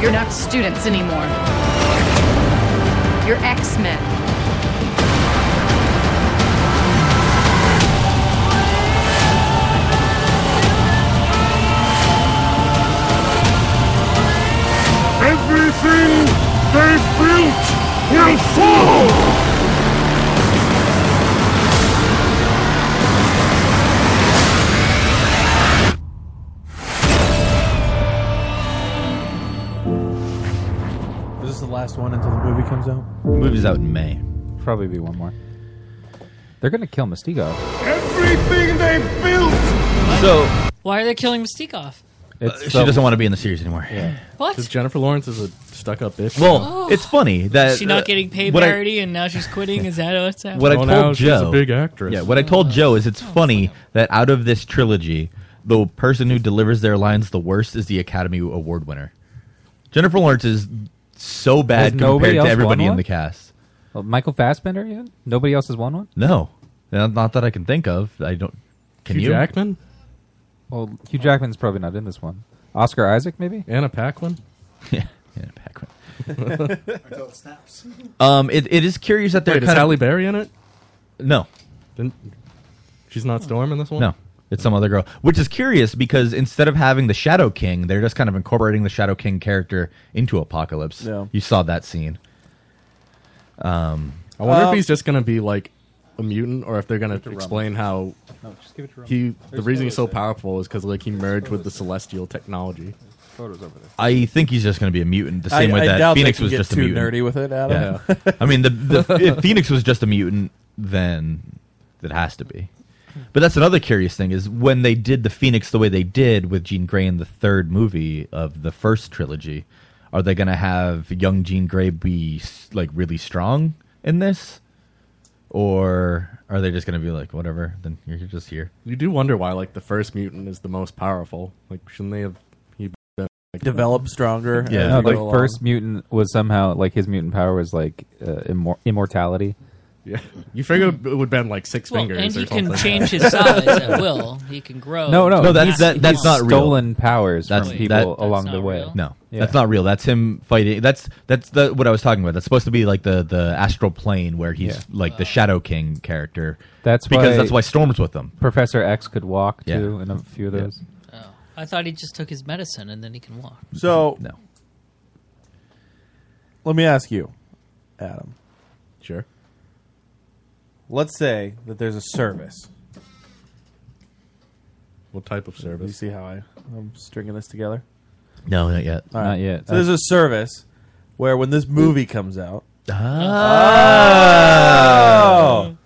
S6: You're not students anymore. You're X-Men.
S20: Everything they built will fall!
S10: Is this the last one until the movie comes out?
S9: movie's out in May.
S8: Probably be one more. They're gonna kill Mystigo.
S25: Everything they built!
S9: So
S12: Why are they killing Mystique off?
S9: Uh, she doesn't want to be in the series anymore.
S12: What?
S13: Because Jennifer Lawrence is a stuck-up bitch.
S9: Well, it's funny that
S12: Oh. Is she not
S9: uh,
S12: getting paid
S9: what I-
S12: parity and now she's quitting? Is that what's happening?
S9: what I told
S13: now she's
S9: Joe,
S13: a big actress.
S9: Yeah, what I told Joe is
S10: Oh,
S9: it's funny that out of this trilogy, the person who delivers their lines the worst is the Academy Award winner. Jennifer Lawrence is so
S8: Has
S9: bad
S8: nobody
S9: compared to
S8: else won
S9: everybody in
S8: one?
S9: the cast.
S8: Well, Michael Fassbender even? Nobody else has won one?
S9: No, not not that I can think of. I don't. Can
S8: Hugh
S9: you?
S8: Jackman? Well, Hugh Jackman's probably not in this one. Oscar Isaac, maybe?
S13: Anna Paquin?
S9: *laughs* Yeah, Anna
S13: Paquin.
S9: *laughs*
S20: Until it snaps.
S9: Um, it, it is curious that they're
S13: Wait, is
S9: kind
S13: Halle
S9: of,
S13: Berry in it?
S9: No.
S13: Didn't, she's not Storm in this one?
S9: No, it's some other girl, which is curious because instead of having the Shadow King, they're just kind of incorporating the Shadow King character into Apocalypse.
S13: Yeah.
S9: You saw that scene. Um,
S13: I wonder if he's just going to be like a mutant, or if they're going to explain how
S8: No, just give it to Roman.
S13: he. The
S8: There's
S13: reason he's so powerful is because like he merged with the celestial technology.
S8: Photos over there.
S9: I think he's just going to be a mutant. The
S10: I-
S9: same way
S10: I
S9: that
S10: doubt they
S9: Phoenix
S10: can
S9: was
S10: get
S9: just a
S10: too
S9: mutant.
S10: nerdy with it, Adam. Yeah.
S9: I mean,
S10: *laughs*
S9: the, the if Phoenix was just a mutant, then it has to be. But that's another curious thing is when they did the Phoenix the way they did with Jean Grey in the third movie of the first trilogy, are they going to have young Jean Grey be s- like really strong in this, or are they just going to be like whatever? Then you're just here.
S13: You do wonder why like the first mutant is the most powerful. Like shouldn't they have he been, like,
S10: Develop stronger. as
S8: No,
S10: you
S8: the
S10: go along.
S8: first mutant was somehow like his mutant power was like uh, immor- immortality.
S13: Yeah, you figure it would bend like six
S12: Well,
S13: fingers.
S12: and
S13: or
S12: he can
S13: something.
S12: change his size
S13: *laughs*
S12: at will. He can grow.
S8: No, no,
S9: no, that's
S8: he's-
S9: that, that's
S8: he's
S9: not real.
S8: stolen powers
S9: that's,
S8: from people
S9: that-
S8: along the way.
S9: No,
S8: Yeah.
S9: that's not real. That's him fighting. That's that's the, what I was talking about. That's supposed to be like the the astral plane where he's
S8: Yeah.
S9: like the Shadow King character.
S8: That's
S9: because
S8: why-
S9: that's why Storm's with them.
S8: Professor X could walk
S9: Yeah.
S8: too, and a few of
S9: Yeah.
S8: those.
S12: I thought he just took his medicine and then he can walk.
S10: So
S9: no.
S10: Let me ask you, Adam.
S13: Sure.
S10: Let's say that there's a service.
S13: What type of service?
S10: You see how I, I'm stringing this together?
S9: No, not yet.
S10: All right.
S8: Not yet.
S10: So there's a service where when this movie comes out,
S13: Ah!
S9: Oh.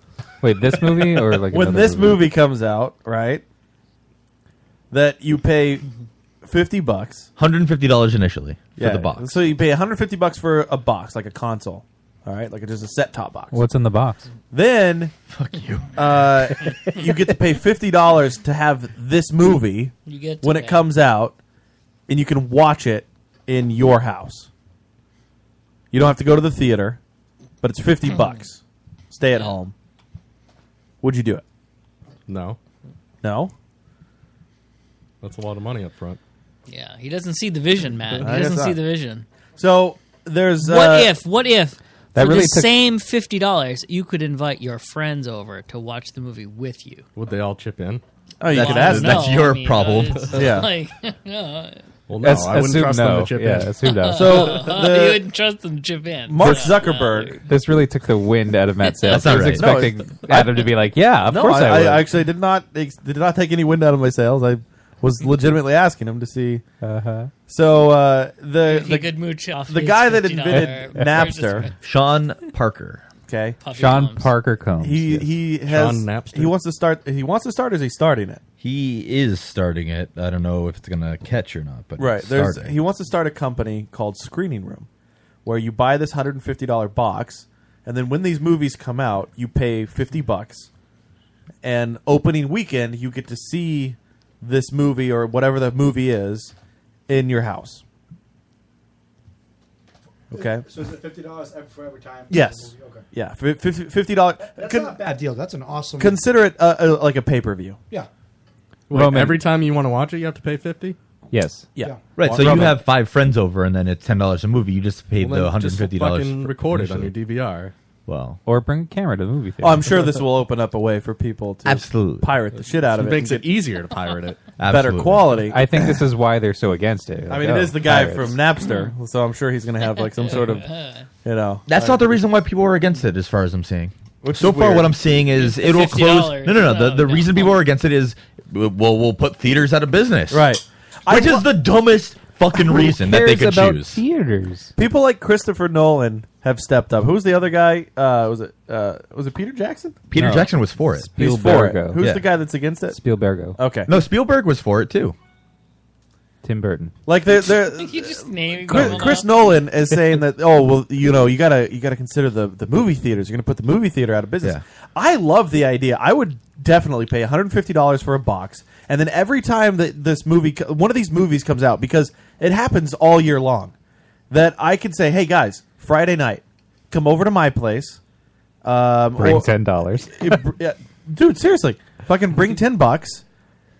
S8: Wait, this movie or
S9: *laughs*
S8: like
S10: when
S8: another
S10: this movie. comes out, right? That you pay fifty bucks
S9: Hundred and fifty dollars initially for the box.
S10: So you pay 150 bucks for a box, like a console. All right, like just a set top box.
S8: What's in the box?
S10: Then fuck you. Uh, you get to pay fifty dollars to have this movie
S12: You get to
S10: when
S12: pay.
S10: it comes out, and you can watch it in your house. You don't have to go to the theater, but it's
S12: *clears throat*
S10: fifty bucks. Stay at home. Would you do it?
S13: No.
S10: No.
S13: That's a lot of money up front.
S12: Yeah, he doesn't see the vision, Matt. He
S10: I guess
S12: doesn't see
S10: not.
S12: the vision.
S10: So there's
S12: What
S10: uh,
S12: if? What if?
S10: That
S12: for
S10: really
S12: the
S10: took-
S12: same fifty dollars, you could invite your friends over to watch the movie with you.
S13: Would they all chip in?
S10: Oh, you
S12: Well,
S10: could
S12: I don't
S10: ask. That's
S12: know.
S10: your
S12: I mean, uh,
S10: problem.
S12: *laughs* it's
S10: *laughs* Yeah.
S12: Like, uh, no.
S13: Well, no,
S8: As-
S13: I wouldn't
S8: assume
S13: trust
S8: no.
S13: them to chip
S8: yeah,
S13: in.
S8: assume
S13: *laughs*
S8: no.
S10: So
S12: you
S10: the,
S12: wouldn't trust them to chip in.
S10: Mark
S12: Yeah.
S10: Zuckerberg.
S8: This really took the wind out of Matt's sails.
S10: That's not
S8: I was
S10: right.
S8: expecting
S10: No, it's-
S8: Adam to be like, "Yeah, of
S10: no,
S8: course I,
S10: I,
S8: would."
S10: I actually did not ex- did not take any wind out of my sails. I
S8: *laughs*
S10: was legitimately asking him to see.
S8: Uh-huh.
S10: So uh, the
S12: If he
S10: the,
S12: could mooch off
S10: the
S12: his
S10: guy that
S12: $50
S10: invented
S12: purchase
S10: Napster,
S12: price.
S10: Sean Parker. Okay,
S12: Puffy
S8: Sean Combs. Parker Combs,
S10: He
S8: yes.
S10: he
S9: Sean
S10: has
S9: Napster.
S10: He wants to start. He wants to start. Or is he starting it?
S9: He is starting it. I don't know if it's gonna catch or not, but
S10: right.
S9: it's
S10: There's,
S9: starting.
S10: he wants to start a company called Screening Room, where you buy this hundred and fifty dollar box, and then when these movies come out, you pay fifty bucks, and opening weekend you get to see this movie or whatever the movie is in your house. Okay.
S11: So is it fifty dollars for every time?
S10: Yes.
S11: Okay.
S10: Yeah. Fi- fif- Fifty dollars.
S11: That's not a bad deal. That's an awesome.
S10: Consider it uh, uh, like a pay per view.
S11: yeah.
S13: Wait,
S10: Roman-
S13: every time you want to watch it, you have to pay fifty.
S8: Yes.
S10: Yeah.
S9: Right, so
S10: Robin.
S9: you have five friends over, and then it's ten dollars a movie. You just paid
S13: Well,
S9: the
S13: then
S9: hundred
S13: just
S9: and fifty dollars.
S13: fucking record it on your DVR.
S9: Well,
S8: or bring a camera to the movie
S10: Oh, I'm sure this will open up a way for people to
S9: Absolutely.
S10: pirate the shit out of it.
S13: Makes
S10: and
S13: it
S10: get
S13: easier to pirate it.
S10: *laughs* Better quality.
S8: I think this is why they're so against it.
S10: *laughs* I
S8: Like,
S10: mean,
S8: oh,
S10: it is the guy
S8: pirates.
S10: from Napster, so I'm sure he's going to have like some sort of, you know. uh,
S9: That's not the reason why people are against it, as far as I'm seeing.
S10: Which
S9: so
S10: is
S9: far,
S10: weird.
S9: what I'm seeing is
S10: It's
S9: it will close.
S10: $50.
S9: No, no, no. The, the reason people are against it is, w- well, we'll put theaters out of business.
S10: Right.
S9: Which is the dumbest fucking reason that they could choose.
S8: theaters.
S10: People like Christopher Nolan have stepped up. Who's the other guy? Uh, was it uh, was it Peter Jackson?
S9: Peter No. Jackson was for it.
S10: He's for it.
S9: Spielbergo.
S10: Who's
S9: Yeah.
S10: the guy that's against it?
S8: Spielbergo.
S10: Okay.
S9: No, Spielberg was for it too.
S8: Tim Burton.
S10: Like they're, they're
S12: You just name
S10: Chris, Chris Nolan is saying that oh well you know you gotta you gotta consider the, the movie theaters you're gonna put the movie theater out of business. I love the idea. I would definitely pay 150 dollars for a box, and then every time that this movie co- one of these movies comes out because it happens all year long, that I can say hey guys Friday night come over to my place. Um,
S8: Bring
S10: or-
S8: $10.
S10: It- br- *laughs* yeah, dude seriously fucking bring 10 bucks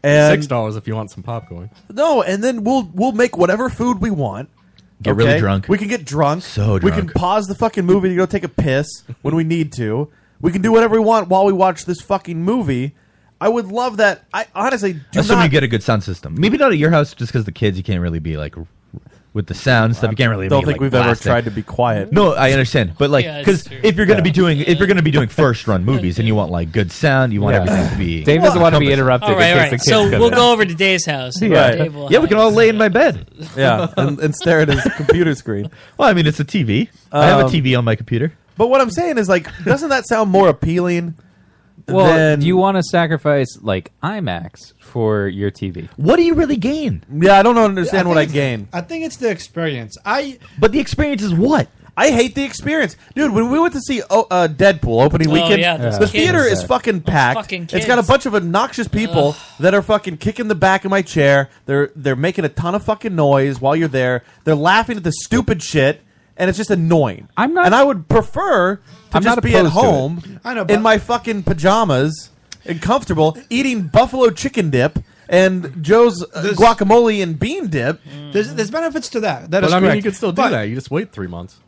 S10: and
S13: Six dollars if you want some popcorn.
S10: no, and then we'll we'll make whatever food we want.
S13: Get really drunk.
S10: We can get drunk.
S13: So
S10: We can
S13: drunk.
S10: pause the fucking movie to go take a piss when we need to. We can do whatever we want while we watch this fucking movie. I would love that. I honestly do
S9: Assuming
S10: not.
S9: you get a good sound system. Maybe not at your house, just because the kids, you can't really be like r- with the sound stuff. You can't really.
S10: don't
S9: be,
S10: think
S9: like,
S10: we've ever
S9: blasting.
S10: tried to be quiet.
S9: No, I understand, but like,
S10: Yeah, it's
S9: because
S10: true.
S9: if you're gonna be doing, if you're gonna
S12: *laughs*
S9: be doing first run movies, and you want like good sound, you want
S8: Yeah.
S9: everything to be.
S8: Dave doesn't want to be interrupted
S12: All right,
S8: in
S12: all right.
S8: case the kids
S12: So
S8: come
S12: we'll
S8: in.
S12: go over to Dave's house. and Dave will
S9: Yeah, we can all lay in my bed.
S10: Yeah, and, and stare at
S9: *laughs*
S10: his computer screen.
S9: Well, I mean, it's a TV. I have a
S10: Um,
S9: TV on my computer.
S10: But what I'm saying is, like, doesn't that sound more appealing?
S8: Well,
S10: than-
S8: do you want to sacrifice like IMAX for your TV?
S9: What do you really gain?
S10: Yeah, I don't understand what I
S11: think it's-
S10: gain.
S11: I think it's the experience. I
S9: But the experience is what?
S10: I hate the experience, dude. When we went to see oh, uh, Deadpool opening
S11: Oh,
S10: weekend,
S11: yeah, those
S10: the
S11: kids.
S10: theater is fucking packed.
S11: fucking
S10: it's got a
S11: kids.
S10: bunch of obnoxious people that are fucking kicking the back of my chair. They're they're making a ton of fucking noise while you're there. They're laughing at the stupid shit, and it's just annoying. I'm not, and I would prefer to
S8: I'm
S10: just
S8: not
S10: be at
S8: opposed to it.
S10: home
S11: I know, but-
S10: in my fucking pajamas and comfortable, eating buffalo chicken dip and Joe's uh, guacamole and bean dip.
S11: There's, there's benefits to that. That
S13: but
S11: is
S13: I mean,
S11: correct.
S13: you could still do
S11: But-
S13: that. You just wait three months.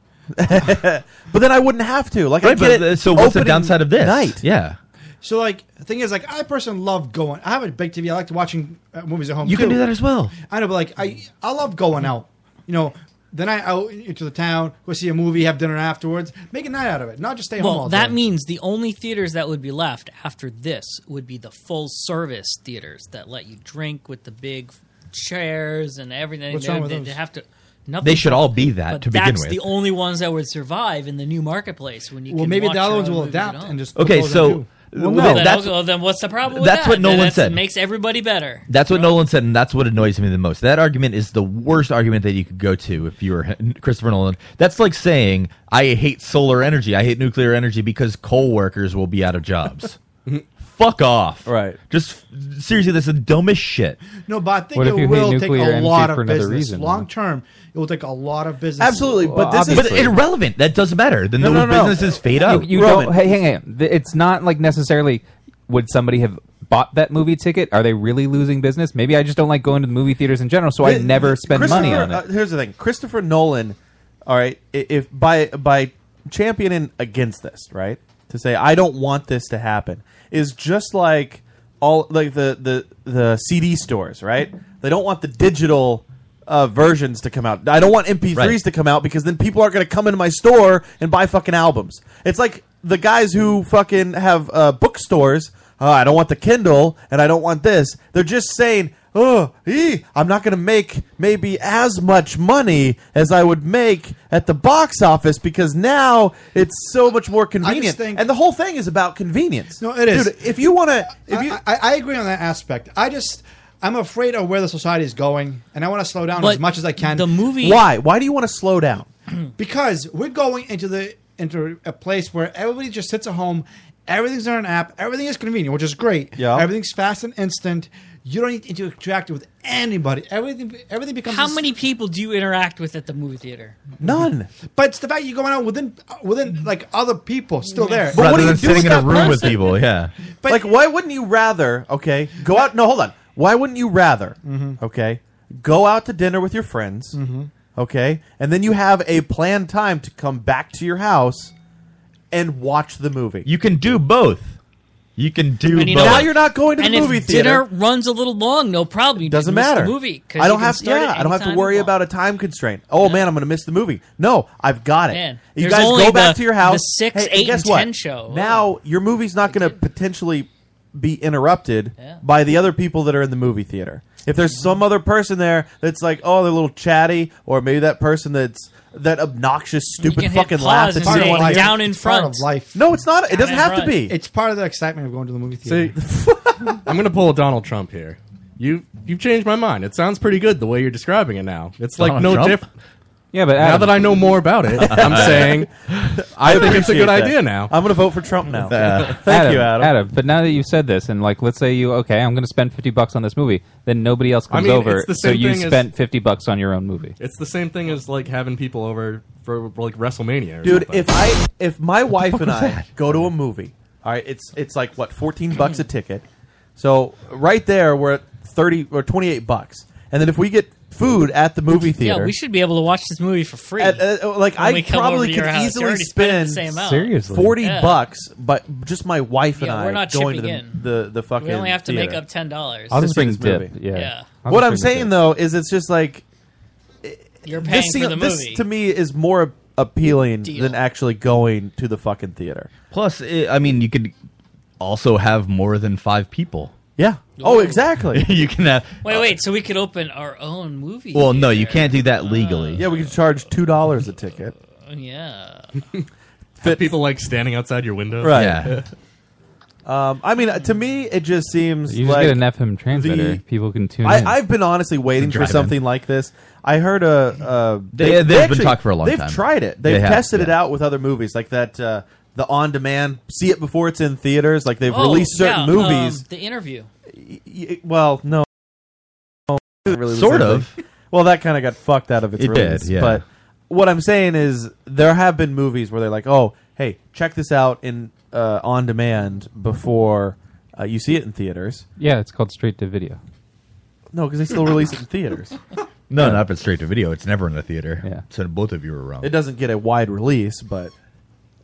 S10: But then I wouldn't have to. Like I
S9: Right,
S10: get it.
S9: but, uh, so what's the
S10: opening
S9: downside of this?
S10: Night.
S9: Yeah,
S11: So like, the thing is, like, I personally love going. I have a big TV. I like watching uh, movies at home.
S9: You can
S11: too.
S9: do that as well.
S11: I know, but like, I I love going out. You know, the night out into the town, go see a movie, have dinner afterwards, make a night out of it, not just stay home all
S12: Well,
S11: day.
S12: that means the only theaters that would be left after this would be the full service theaters that let you drink with the big chairs and everything.
S9: What's
S12: They-
S9: wrong with
S12: they,
S9: those?
S12: they have to. Nothing
S9: They should all be that
S12: but
S9: to begin
S12: that's
S9: with.
S12: the only ones that would survive in the new marketplace when you.
S11: Well,
S12: can
S11: maybe
S12: watch
S11: the other
S12: your
S11: ones
S12: own
S11: will
S12: movies at
S11: adapt
S12: home.
S11: and just
S9: Okay,
S11: propose them
S9: so
S11: too.
S9: Well,
S12: Well, then,
S9: no, that's-
S12: okay, well, then what's the problem with
S9: that's
S12: that?
S9: what
S12: Then
S9: Nolan
S12: that's-
S9: said.
S12: Makes everybody better.
S9: That's what Nolan said, and that's what annoys me the most. That argument is the worst argument that you could go to if you were *laughs* Christopher Nolan. That's like saying, I hate solar energy, I hate nuclear energy because coal workers will be out
S10: *laughs*
S9: of jobs. Fuck off. Right. Just seriously, that's the dumbest shit.
S11: No, but I think
S9: What if you
S11: it
S9: hate
S11: will take
S9: nuclear
S11: a
S9: energy
S11: lot
S9: for
S11: of
S9: another
S11: business.
S9: reason?
S11: Long term, it will take a lot of business.
S9: but irrelevant. That doesn't matter. Then those businesses fade
S8: You-
S9: out.
S8: You, don't. Hey, hang on. Th- It's not like necessarily. Would somebody have bought that movie ticket? Are they really losing business? Maybe I just don't like going to the movie theaters in general, so I
S10: The-
S8: never spend money
S10: Christopher-
S8: on it.
S10: uh, here's the thing: Christopher Nolan. All right, i- if by by championing against this, right, to say I don't want this to happen is just like all like the the the CD stores, right? They don't want the digital. Uh, versions to come out. I don't want MP3s to come out because then people aren't going to come into my store and buy fucking albums. It's like the guys who fucking have uh, bookstores. Oh, I don't want the Kindle and I don't want this. They're just saying, oh, eh, I'm not going to make maybe as much money as I would make at the box office because now it's so much more convenient. and the whole thing is about convenience. No,
S11: it is.
S10: if you want to,
S11: if you, I, I, I agree on that aspect. I just, I'm afraid of where the society is going, and I want to slow down as
S10: But
S11: much as I can. The
S12: movie,
S10: why? Why do you want to slow down?
S11: *clears throat* because we're going into the into a place where everybody just sits at home. Everything's on an app. Everything is convenient, which is great.
S10: Yeah.
S11: Everything's fast and instant. You don't need to interact with anybody. Everything everything becomes
S12: How many people do you interact with at the movie theater?
S10: none.
S11: *laughs* But it's the fact you're going out within uh, within like other people still there.
S10: But what do you do with that person?
S9: yeah.
S10: But like, why wouldn't you rather? Okay, go out. No, hold on. Why wouldn't you rather?
S11: Mm-hmm.
S10: Okay, go out to dinner with your friends.
S11: Mhm.
S10: Okay, and then you have a planned time to come back to your house and watch the movie.
S9: You can do both. You can
S10: And
S9: do both.
S10: you know Now what? you're not going to the
S12: and
S10: movie
S12: if
S10: theater.
S12: dinner runs a little long, no problem. You just
S10: doesn't
S12: miss
S10: matter.
S12: The movie. 'cause
S10: I
S12: you
S10: don't
S12: can
S10: have to.
S12: start
S10: Yeah,
S12: at
S10: I don't have
S12: any
S10: to
S12: time
S10: worry
S12: you want.
S10: about a time constraint. Oh man, I'm going to miss the movie. No, I've got it.
S12: Man,
S10: you
S12: there's
S10: guys
S12: only
S10: go back
S12: the-
S10: to your house.
S12: the six,
S10: Hey,
S12: eight,
S10: guess
S12: and
S10: what?
S12: 10 show.
S11: Oh.
S10: Now your movie's not going to potentially be interrupted by the other people that are in the movie theater. If there's some other person there that's like, oh, they're a little chatty, or maybe that person that's that obnoxious, stupid
S11: can hit
S10: fucking
S11: pause
S10: laugh that
S11: and
S10: you don't
S11: say,
S10: want to
S11: "Down in It's part front." of life.
S10: No, it's not.
S11: Down
S10: it doesn't
S11: in
S10: have to
S11: front.
S10: be.
S11: It's part of the excitement of going to the movie theater.
S13: See, *laughs* I'm going to pull a Donald Trump here. You you've changed my mind. It sounds pretty good the way you're describing it now. It's like
S10: Donald
S13: no
S10: Trump?
S13: diff.
S8: Yeah, but
S13: now that I know more
S10: *laughs*
S13: about it, I'm saying I, think it's a
S10: appreciate
S13: good
S10: that.
S13: idea now.
S10: I'm going to vote for Trump
S13: *laughs*
S10: now. *laughs* Thank you, Adam.
S8: Adam, but now that you've said this, and like, let's say you okay, I'm going to spend fifty bucks on this movie. Then nobody else
S13: I
S8: comes
S13: mean,
S8: over,
S13: it's the
S8: so
S13: same
S8: you
S13: thing as-
S8: spent fifty bucks on your own movie.
S13: It's the same thing as like having people over for like WrestleMania, or
S10: dude
S13: something.
S10: if i if my wife and
S13: was
S10: i
S13: that?
S10: go to a movie all right it's it's like what 14 bucks a ticket so right there we're at 30 or 28 bucks and then if we get food at the movie theater
S12: Yeah, we should be able to watch this movie for free.
S10: at- uh, uh, like
S12: when we
S10: i
S12: come over to
S10: probably
S12: your
S10: could
S12: house. You're
S10: easily
S12: already spending
S10: spend
S12: the same amount.
S10: 40
S12: Yeah.
S10: bucks but just my wife and
S12: Yeah,
S10: i
S12: we're not
S10: going to the,
S12: chipping
S10: the the fucking
S12: We only have to
S10: theater.
S12: make up ten dollars.
S10: To see this movie. what i'm saying though is it's just like
S12: you're paying
S10: this,
S12: for
S10: seem-
S12: the
S10: this
S12: movie.
S10: to me is more appealing than actually going to the fucking theater
S9: Plus, eh, i I mean, you could also have more than five people.
S10: Yeah. Oh, exactly.
S9: *laughs* you can have.
S12: Wait, wait. So we could open our own movie.
S9: uh, Well, no, you can't do that legally.
S10: Yeah, we could charge two dollars a ticket.
S12: Oh, Yeah.
S13: Have people like standing outside your window,
S10: Right. *laughs* Um, I mean, uh, to me, it just seems
S8: You just
S10: like
S8: get an FM transmitter.
S10: the-
S8: People can tune
S10: I,
S8: in.
S10: I've been honestly waiting for
S8: Drive-in.
S10: something like this. I heard a. Uh,
S9: They- they've been talked for a long
S10: they've
S9: time.
S10: They've tried it.
S9: They
S10: They've
S9: have,
S10: tested it out with other movies, like that. Uh, the on-demand, see it before it's in theaters. Like they've
S12: Oh,
S10: released certain
S12: yeah, um,
S10: movies.
S12: the interview.
S10: Y- well, no, No, it really was
S9: Sort
S10: that
S9: of.
S10: big. Well, that kind of got fucked out of its
S9: It did,
S10: release.
S9: yeah.
S10: But what I'm saying is, there have been movies where they're like, "Oh, hey, check this out in uh, on demand before uh, you see it in theaters."
S8: yeah, it's called straight to video.
S10: No, because they still release it in theaters.
S9: No,
S10: Yeah.
S9: not if it's straight to video. It's never in the theater. Yeah. So both of you are wrong.
S10: It doesn't get a wide release, but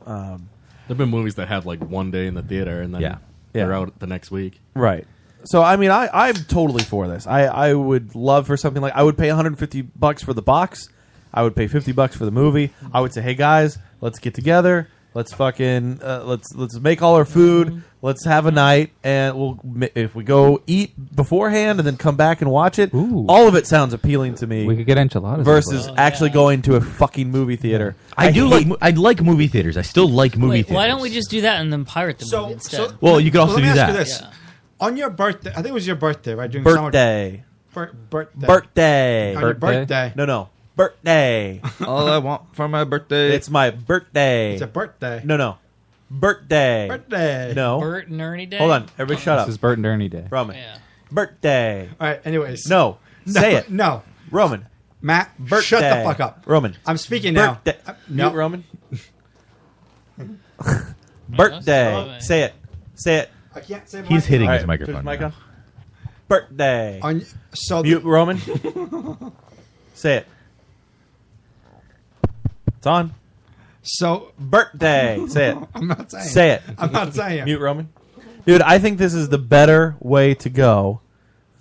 S10: um,
S13: there've been movies that have like one day in the theater and then
S10: Yeah.
S13: they're
S10: Yeah.
S13: out the next week.
S10: Right. So I mean, I I'm totally for this. I I would love for something like I would pay 150 bucks for the box. I would pay 50 bucks for the movie. I would say, hey guys, let's get together. Let's fucking uh, let's let's make all our food. Let's have a night, and we'll ma- if we go eat beforehand and then come back and watch it. All of it sounds appealing to me. We could
S8: get enchiladas
S10: versus actually going to a fucking movie theater.
S9: I, do like mo- I like movie theaters. I still like movie
S12: Wait,
S9: theaters.
S12: why don't we just do that and then pirate the movie instead?
S9: Well, you could also
S11: let me
S9: do
S11: ask you
S9: that.
S11: this. On your birthday, I think it was your birthday, right? During
S10: Birthday.
S11: Summer, bir- birthday.
S10: Birthday.
S11: On your birthday.
S10: No, no. Birthday.
S11: All I
S10: want for my birthday. It's my birthday.
S11: It's a birthday.
S10: No, no. Birthday.
S11: Birthday.
S10: No.
S12: Bert and Ernie Day?
S10: Hold on. Everybody shut up.
S8: This is Bert and Ernie Day.
S10: Roman. Birthday.
S11: All right. Anyways.
S10: No.
S11: *laughs* No,
S10: Say it.
S11: No.
S10: Roman.
S11: Matt, shut the
S10: Birthday.
S11: fuck up.
S10: Roman.
S11: I'm speaking now.
S10: Birthday.
S11: Uh,
S10: Mute Roman. Birthday. Say it. Say it.
S11: I can't say
S9: He's hitting his
S10: Alright, put
S9: microphone
S10: mic
S9: now.
S10: on. Birthday.
S11: On, so
S10: Mute
S11: *laughs*
S10: Roman. Say it. It's on.
S11: So
S10: birthday. Say it.
S11: *laughs* I'm not saying
S10: Say it.
S11: it. I'm not saying it.
S10: Mute Roman. Dude, I think this is the better way to go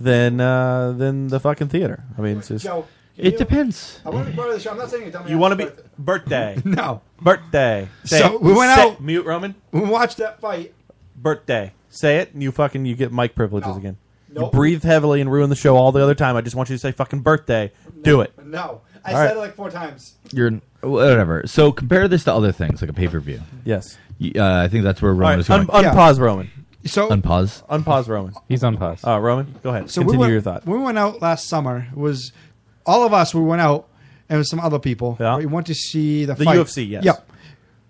S10: than uh, than the fucking theater. I mean, it's just
S11: Joe, can
S10: it
S11: you-
S10: depends.
S11: I want to be part of the show. I'm not saying you. Tell me
S10: You want to be birthday?
S11: *laughs* No.
S10: birthday. Say
S11: So
S10: it.
S11: we went
S10: Say-
S11: out.
S10: Mute Roman.
S11: We watched that fight.
S10: Birthday. Say it, and you fucking you get mic privileges again. You
S11: Nope.
S10: breathe heavily and ruin the show all the other time. I just want you to say fucking birthday. Do it.
S11: No, I
S10: All
S11: said
S10: right.
S11: it like four times.
S9: You're whatever. So compare this to other things like a pay per view.
S10: Yes.
S9: Uh, I think that's where
S10: All
S9: Roman
S10: right,
S9: is going.
S10: un- unpause Roman.
S11: So
S9: unpause.
S10: Unpause Roman.
S8: He's unpaused.
S10: Uh, Roman, go ahead.
S11: So
S10: Continue
S11: we went,
S10: your thought.
S11: When we went out last summer, it was all of us. We went out and with some other people.
S10: Yeah.
S11: We went to see the
S10: The
S11: fight.
S10: UFC, yes.
S11: Yep.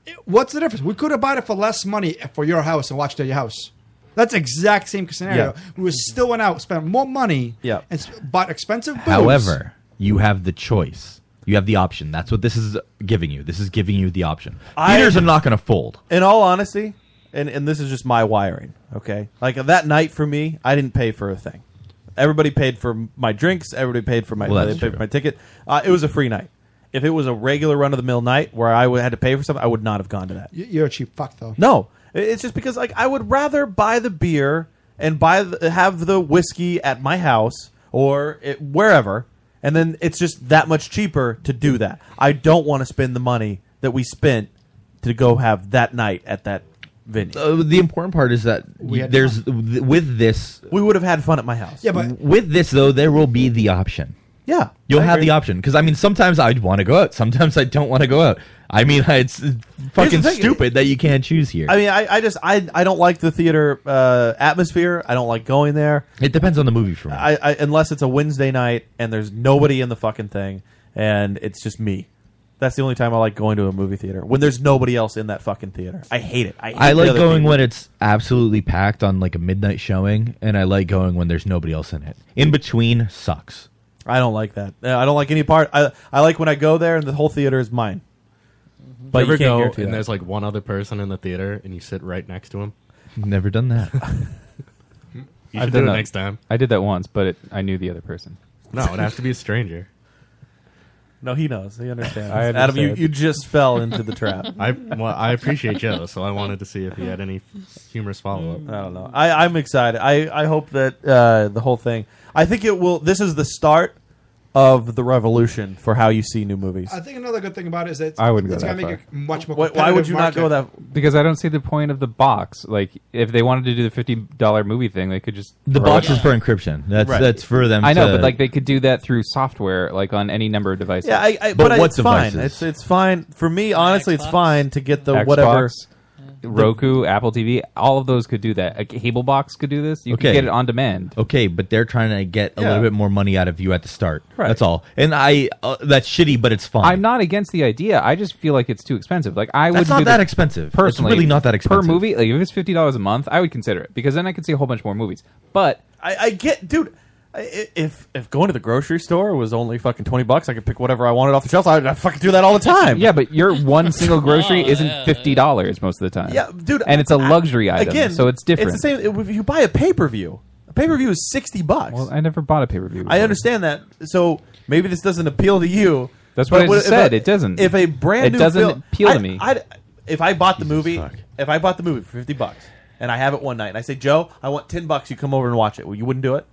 S11: It- What's the difference? We could have bought it for less money for your house and watched it at your house. That's the exact same scenario.
S9: Yeah.
S11: We were still went out, spent more money,
S9: Yep.
S11: and s- bought expensive. Booze.
S9: However, you have the choice. You have the option. That's what this is giving you. This is giving you the option.
S10: I-
S9: Theaters are not going to fold.
S10: In all honesty, and and this is just my wiring. Okay, like that night for me, I didn't pay for a thing. Everybody paid for my drinks. Everybody paid for my
S9: Well,
S10: they
S9: that's
S10: paid for my ticket. Uh, it was a free night. If it was a regular run of the mill night where I would, had to pay for something, I would not have gone to that.
S11: Y- you're a cheap fuck though.
S10: No, I- it's just because like I would rather buy the beer and buy the, have the whiskey at my house or it, wherever, and then it's just that much cheaper to do that. I don't want to spend the money that we spent to go have that night at that venue.
S9: Uh, the important part is that
S10: We had
S9: there's th- with this
S10: we would have had fun at my house. Yeah,
S11: but
S9: with this though there will be the option.
S10: Yeah,
S9: You'll
S10: I
S9: have
S10: agree.
S9: the option because I mean sometimes I'd want to go out, sometimes I don't want to go out. I mean *laughs* it's uh, fucking
S10: thing.
S9: stupid that you can't choose here.
S10: I mean, I, I just I, I don't like the theater uh, atmosphere. I don't like going there.
S9: It depends on the movie for me.
S10: I, I unless it's a Wednesday night and there's nobody in the fucking thing, and it's just me. That's the only time I like going to a movie theater when there's nobody else in that fucking theater. I hate it. I, hate
S9: I
S10: the
S9: like
S10: other
S9: going
S10: people.
S9: when it's absolutely packed on like a midnight showing, and I like going when there's nobody else in it. In between sucks.
S10: I don't like that. Uh, I don't like any part. I I like when I go there and the whole theater is mine. But you,
S13: ever
S10: can't
S13: go
S10: guarantee
S13: and
S10: that.
S13: there's like one other person in the theater and you sit right next to him.
S9: Never
S8: *laughs*
S9: done that.
S13: You
S8: I've
S13: should do
S8: done
S13: it
S8: that-
S13: next time.
S8: I did that once, but it, I knew the other person.
S13: No, it'd have to be a stranger.
S10: No, he knows. He understands.
S13: *laughs* I
S10: Adam, you,
S13: understand.
S10: you just fell into the trap.
S13: *laughs* I well, I appreciate Joe, so I wanted to see if he had any humorous follow up.
S10: I don't know. I, I'm excited. I, I hope that uh, the whole thing. I think it will. This is the start of the revolution for how you see new movies.
S11: I think another good thing about it is that
S8: I wouldn't go
S11: it's
S8: that
S11: gonna make
S8: far.
S11: it much more.
S8: Because I don't see the point of the box. Like, if they wanted to do the fifty dollar movie thing, they could just
S9: The
S8: throw
S9: box
S8: it-
S9: is for encryption. That's that's for them.
S8: I know,
S9: to-
S8: but like they could do that through software, like on any number of devices.
S10: Yeah, I, I, but, it's fine. It's it's fine for me. Honestly, it's fine to get the
S8: Xbox,
S10: whatever.
S8: Roku, Apple TV, all of those could do that. A cable box could do this. You could get it on demand.
S9: Okay, but they're trying to get a
S8: Yeah.
S9: little bit more money out of you at the start.
S8: Right.
S9: That's all. And I uh, that's shitty, but it's fine.
S8: I'm not against the idea. I just feel like it's too expensive. Like I would
S9: That's not
S8: do
S9: that
S8: the-
S9: expensive. It's
S8: Personally,
S9: really not that expensive.
S8: per movie. Like if it's fifty dollars a month, I would consider it because then I could see a whole bunch more movies. But
S10: I, I get, dude. I- i- If if going to the grocery store was only fucking twenty bucks, I could pick whatever I wanted off the shelf. I, I fucking do that all the time.
S8: Yeah, but *laughs* your one single grocery
S10: *laughs*
S8: isn't fifty dollars most of the time.
S10: Yeah, dude,
S8: and it's a luxury item,
S10: Again,
S8: so it's different.
S10: It's the same. If you buy a pay per view, a pay per view is sixty bucks.
S8: Well, I never bought a pay per view.
S10: I understand that. So maybe this doesn't appeal to you.
S8: That's what
S10: But
S8: I just
S10: if
S8: said. It doesn't.
S10: If a brand
S8: It
S10: new
S8: doesn't
S10: film-
S8: appeal to
S10: I-
S8: me.
S10: I'd- if I bought the movie, if I bought the movie for fifty bucks, and I have it one night, and I say, Joe, I want ten bucks. You come over and watch it. Well, you wouldn't do it.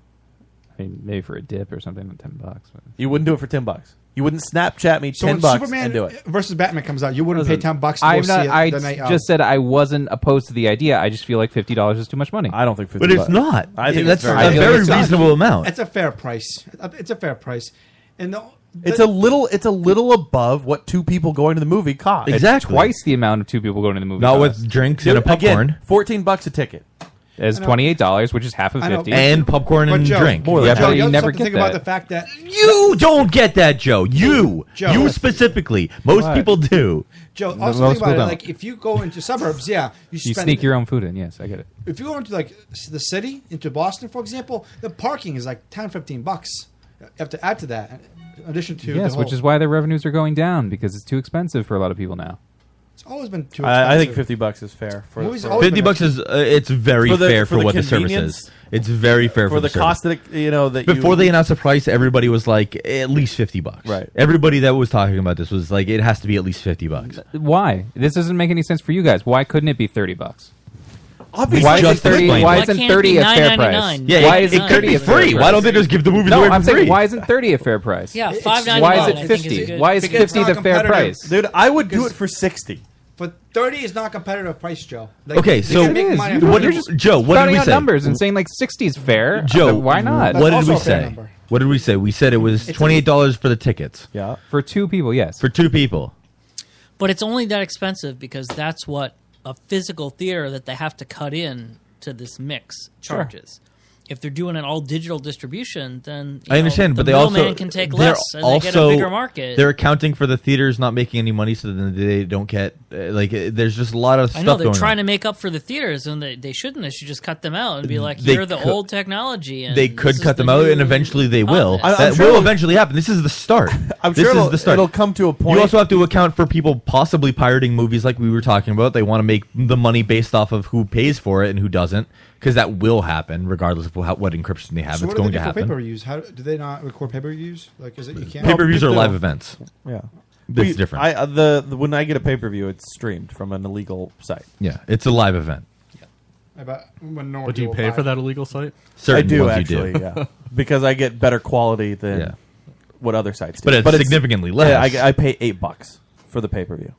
S8: I mean, maybe for a dip or something, ten bucks. But
S10: You wouldn't do it for ten bucks. You wouldn't Snapchat me
S11: So
S10: ten
S11: when
S10: bucks
S11: Superman
S10: and do it.
S11: versus Batman comes out, you wouldn't pay ten bucks to go
S8: I'm
S11: see
S8: not,
S11: it
S8: I
S11: the night out.
S8: just said I wasn't opposed to the idea. I just feel like fifty dollars is too much money. I
S10: don't think,
S9: 50 But it's bucks. not. I think That's it's very- a
S8: I feel
S9: very
S8: it's not.
S9: reasonable amount.
S11: It's a fair price. It's a fair price, and the,
S10: It's a little. It's a little above what two people going to the movie cost.
S8: It's twice the amount of two people going to the movie.
S10: Not
S8: cost.
S10: with drinks and Dude, a again, popcorn. Fourteen bucks a ticket.
S8: Is
S11: I know.
S8: twenty eight dollars, which is half of
S11: I know.
S8: fifty,
S11: And popcorn
S9: and Joe, drink.
S8: More
S9: More
S8: yeah,
S9: than
S8: but
S9: that.
S8: you
S9: Joe,
S8: never
S11: to
S8: get
S11: think about the
S8: that.
S11: fact that
S9: You don't get that, Joe. You,
S11: Joe.
S9: you specifically. Most
S11: What?
S9: people do.
S11: Joe, also think about it. Like if you go into suburbs, yeah, you,
S8: You
S11: spend,
S8: sneak your own food in. Yes, I get it.
S11: If you go into like s- the city, into Boston, for example, the parking is like 10, 15 bucks. You have to add to that, in addition to the
S8: yes,
S11: whole,
S8: which is why their revenues are going down because it's too expensive for a lot of people now.
S11: it's always been too.
S10: I, I think
S11: expensive.
S10: fifty bucks is fair. For,
S11: Movies
S10: for-
S11: always
S9: Fifty bucks is uh, it's very
S10: For the-
S9: fair for,
S10: the
S9: what the service
S10: convenience,
S9: is. It's very fair for,
S10: for the
S9: service.
S10: cost that it- you know that
S9: Before
S10: you-
S9: they announced the price, everybody was like at least fifty bucks. Right. Everybody that was talking about this was like it has to be at least fifty bucks.
S8: Why? This doesn't make any sense for you guys. Why couldn't it be thirty bucks?
S9: Obviously,
S8: why isn't
S9: just
S8: thirty?
S9: explain.
S8: Why
S9: Why
S8: isn't
S9: can't it
S8: thirty
S9: be
S8: a fair price?
S9: $9.99? Yeah,
S8: why
S9: it-
S8: isn't
S9: it could
S8: 30
S9: be
S8: a fair
S9: free. Why
S8: price?
S9: don't they just give the movies
S8: no,
S9: away for
S8: I'm saying
S9: free?
S8: why isn't thirty a fair price?
S12: Yeah, five ninety
S8: Why
S12: nine.
S8: is it fifty? Why is fifty the fair price?
S10: dude? I would do it for sixty.
S11: For thirty is not competitive price, Joe. Like,
S9: Okay,
S11: you
S9: so
S11: can make money on
S9: what
S11: it.
S9: did Joe? Oh, What did
S8: spouting
S9: we
S8: out
S9: say?
S8: numbers and saying like sixty is fair.
S9: Joe,
S8: Uh, why not?
S9: What did we say? What did we say? We said it was
S12: It's a-
S9: twenty eight dollars for the tickets.
S10: Yeah,
S8: for two people. Yes,
S9: for two people.
S12: But it's only that expensive because that's what a physical theater that they have to cut in to this mix
S9: Sure.
S12: charges. If they're doing an all digital distribution, then you
S9: I
S12: know,
S9: understand,
S12: the
S9: but they also
S12: middleman can take
S9: they're
S12: less and they get a bigger market.
S9: They're accounting for the theaters not making any money, so then they don't get uh, like uh, there's just a lot of
S12: I
S9: stuff
S12: know they're
S9: going
S12: trying
S9: on.
S12: to make up for the theaters, and they, they shouldn't. They should just cut them out and be like,
S9: They
S12: "Here are the
S9: could-
S12: old technology." And
S9: They could cut them out, and eventually they will.
S10: I'm- I'm
S9: that
S10: sure
S9: will
S10: it'll-
S9: eventually happen. This is the start.
S10: *laughs* I'm
S9: this
S10: sure
S9: is
S10: it'll-
S9: the start.
S10: it'll come to a point-
S9: You also have to account for people possibly pirating movies, like we were talking about. They want to make the money based off of who pays for it and who doesn't, because that will happen regardless of how, what encryption they have.
S11: So
S9: it's
S11: what
S9: going
S11: do they
S9: to
S11: do for
S9: happen.
S11: pay per views? How do they not record pay per views? Like, is it you can't
S9: Pay per views are
S10: Well,
S9: live
S10: no.
S9: events.
S10: Yeah,
S9: That's
S10: We-
S9: different.
S10: I, uh, the, the when I get a pay per view, it's streamed from an illegal site.
S9: yeah, it's a live event.
S11: About when no one
S13: But do you
S11: will
S13: pay
S11: buy
S13: for
S11: it.
S13: that illegal site?
S9: Certain
S10: I do
S9: ones you
S10: actually,
S9: do. *laughs*
S10: yeah, because I get better quality than
S9: Yeah.
S10: what other sites. do.
S9: But it's significantly less.
S10: Yeah, I, I pay eight bucks for the pay per view,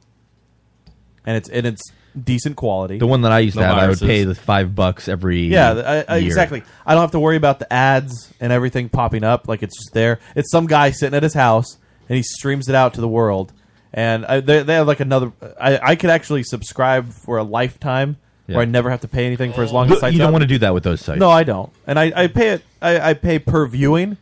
S10: and it's and it's decent quality.
S9: The one that I used to have, I would pay the five bucks every.
S10: Yeah, th- I, I,
S9: year.
S10: exactly. I don't have to worry about the ads and everything popping up. Like it's just there. It's some guy sitting at his house and he streams it out to the world. And I, they, they have like another. I, I could actually subscribe for a lifetime
S9: Yeah.
S10: where I never have to pay anything for as long
S9: But
S10: as the site's
S9: you don't
S10: up.
S9: wanna do that with those sites.
S10: No, I don't. And I, I pay it. I, I pay per viewing.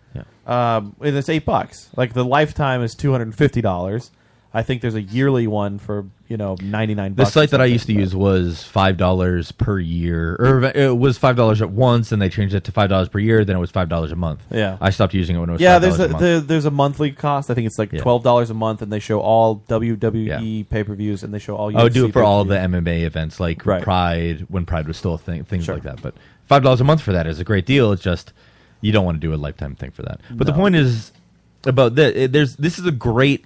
S10: Um, and it's eight bucks. Like the lifetime is two hundred and fifty dollars. I think there's a yearly one for you know ninety nine.
S9: The site that I used to use was five dollars per year, or it was five dollars at once, and they changed it to five dollars per year. Then it was five dollars a month.
S10: Yeah.
S9: I stopped using it when it was.
S10: yeah,
S9: Yeah,
S10: there's a,
S9: a month.
S10: there- there's a monthly cost. I think it's like twelve dollars a month, and they show all WWE pay per views, and they show all. UFC
S9: I would Oh, do it for all the
S10: pay-per-views.
S9: MMA events, like
S10: Right.
S9: Pride, when Pride was still a thing, things like that. But five dollars a month for that is a great deal. It's just you don't want to do a lifetime thing for that. But the
S10: No.
S9: point is about this. There's this is a great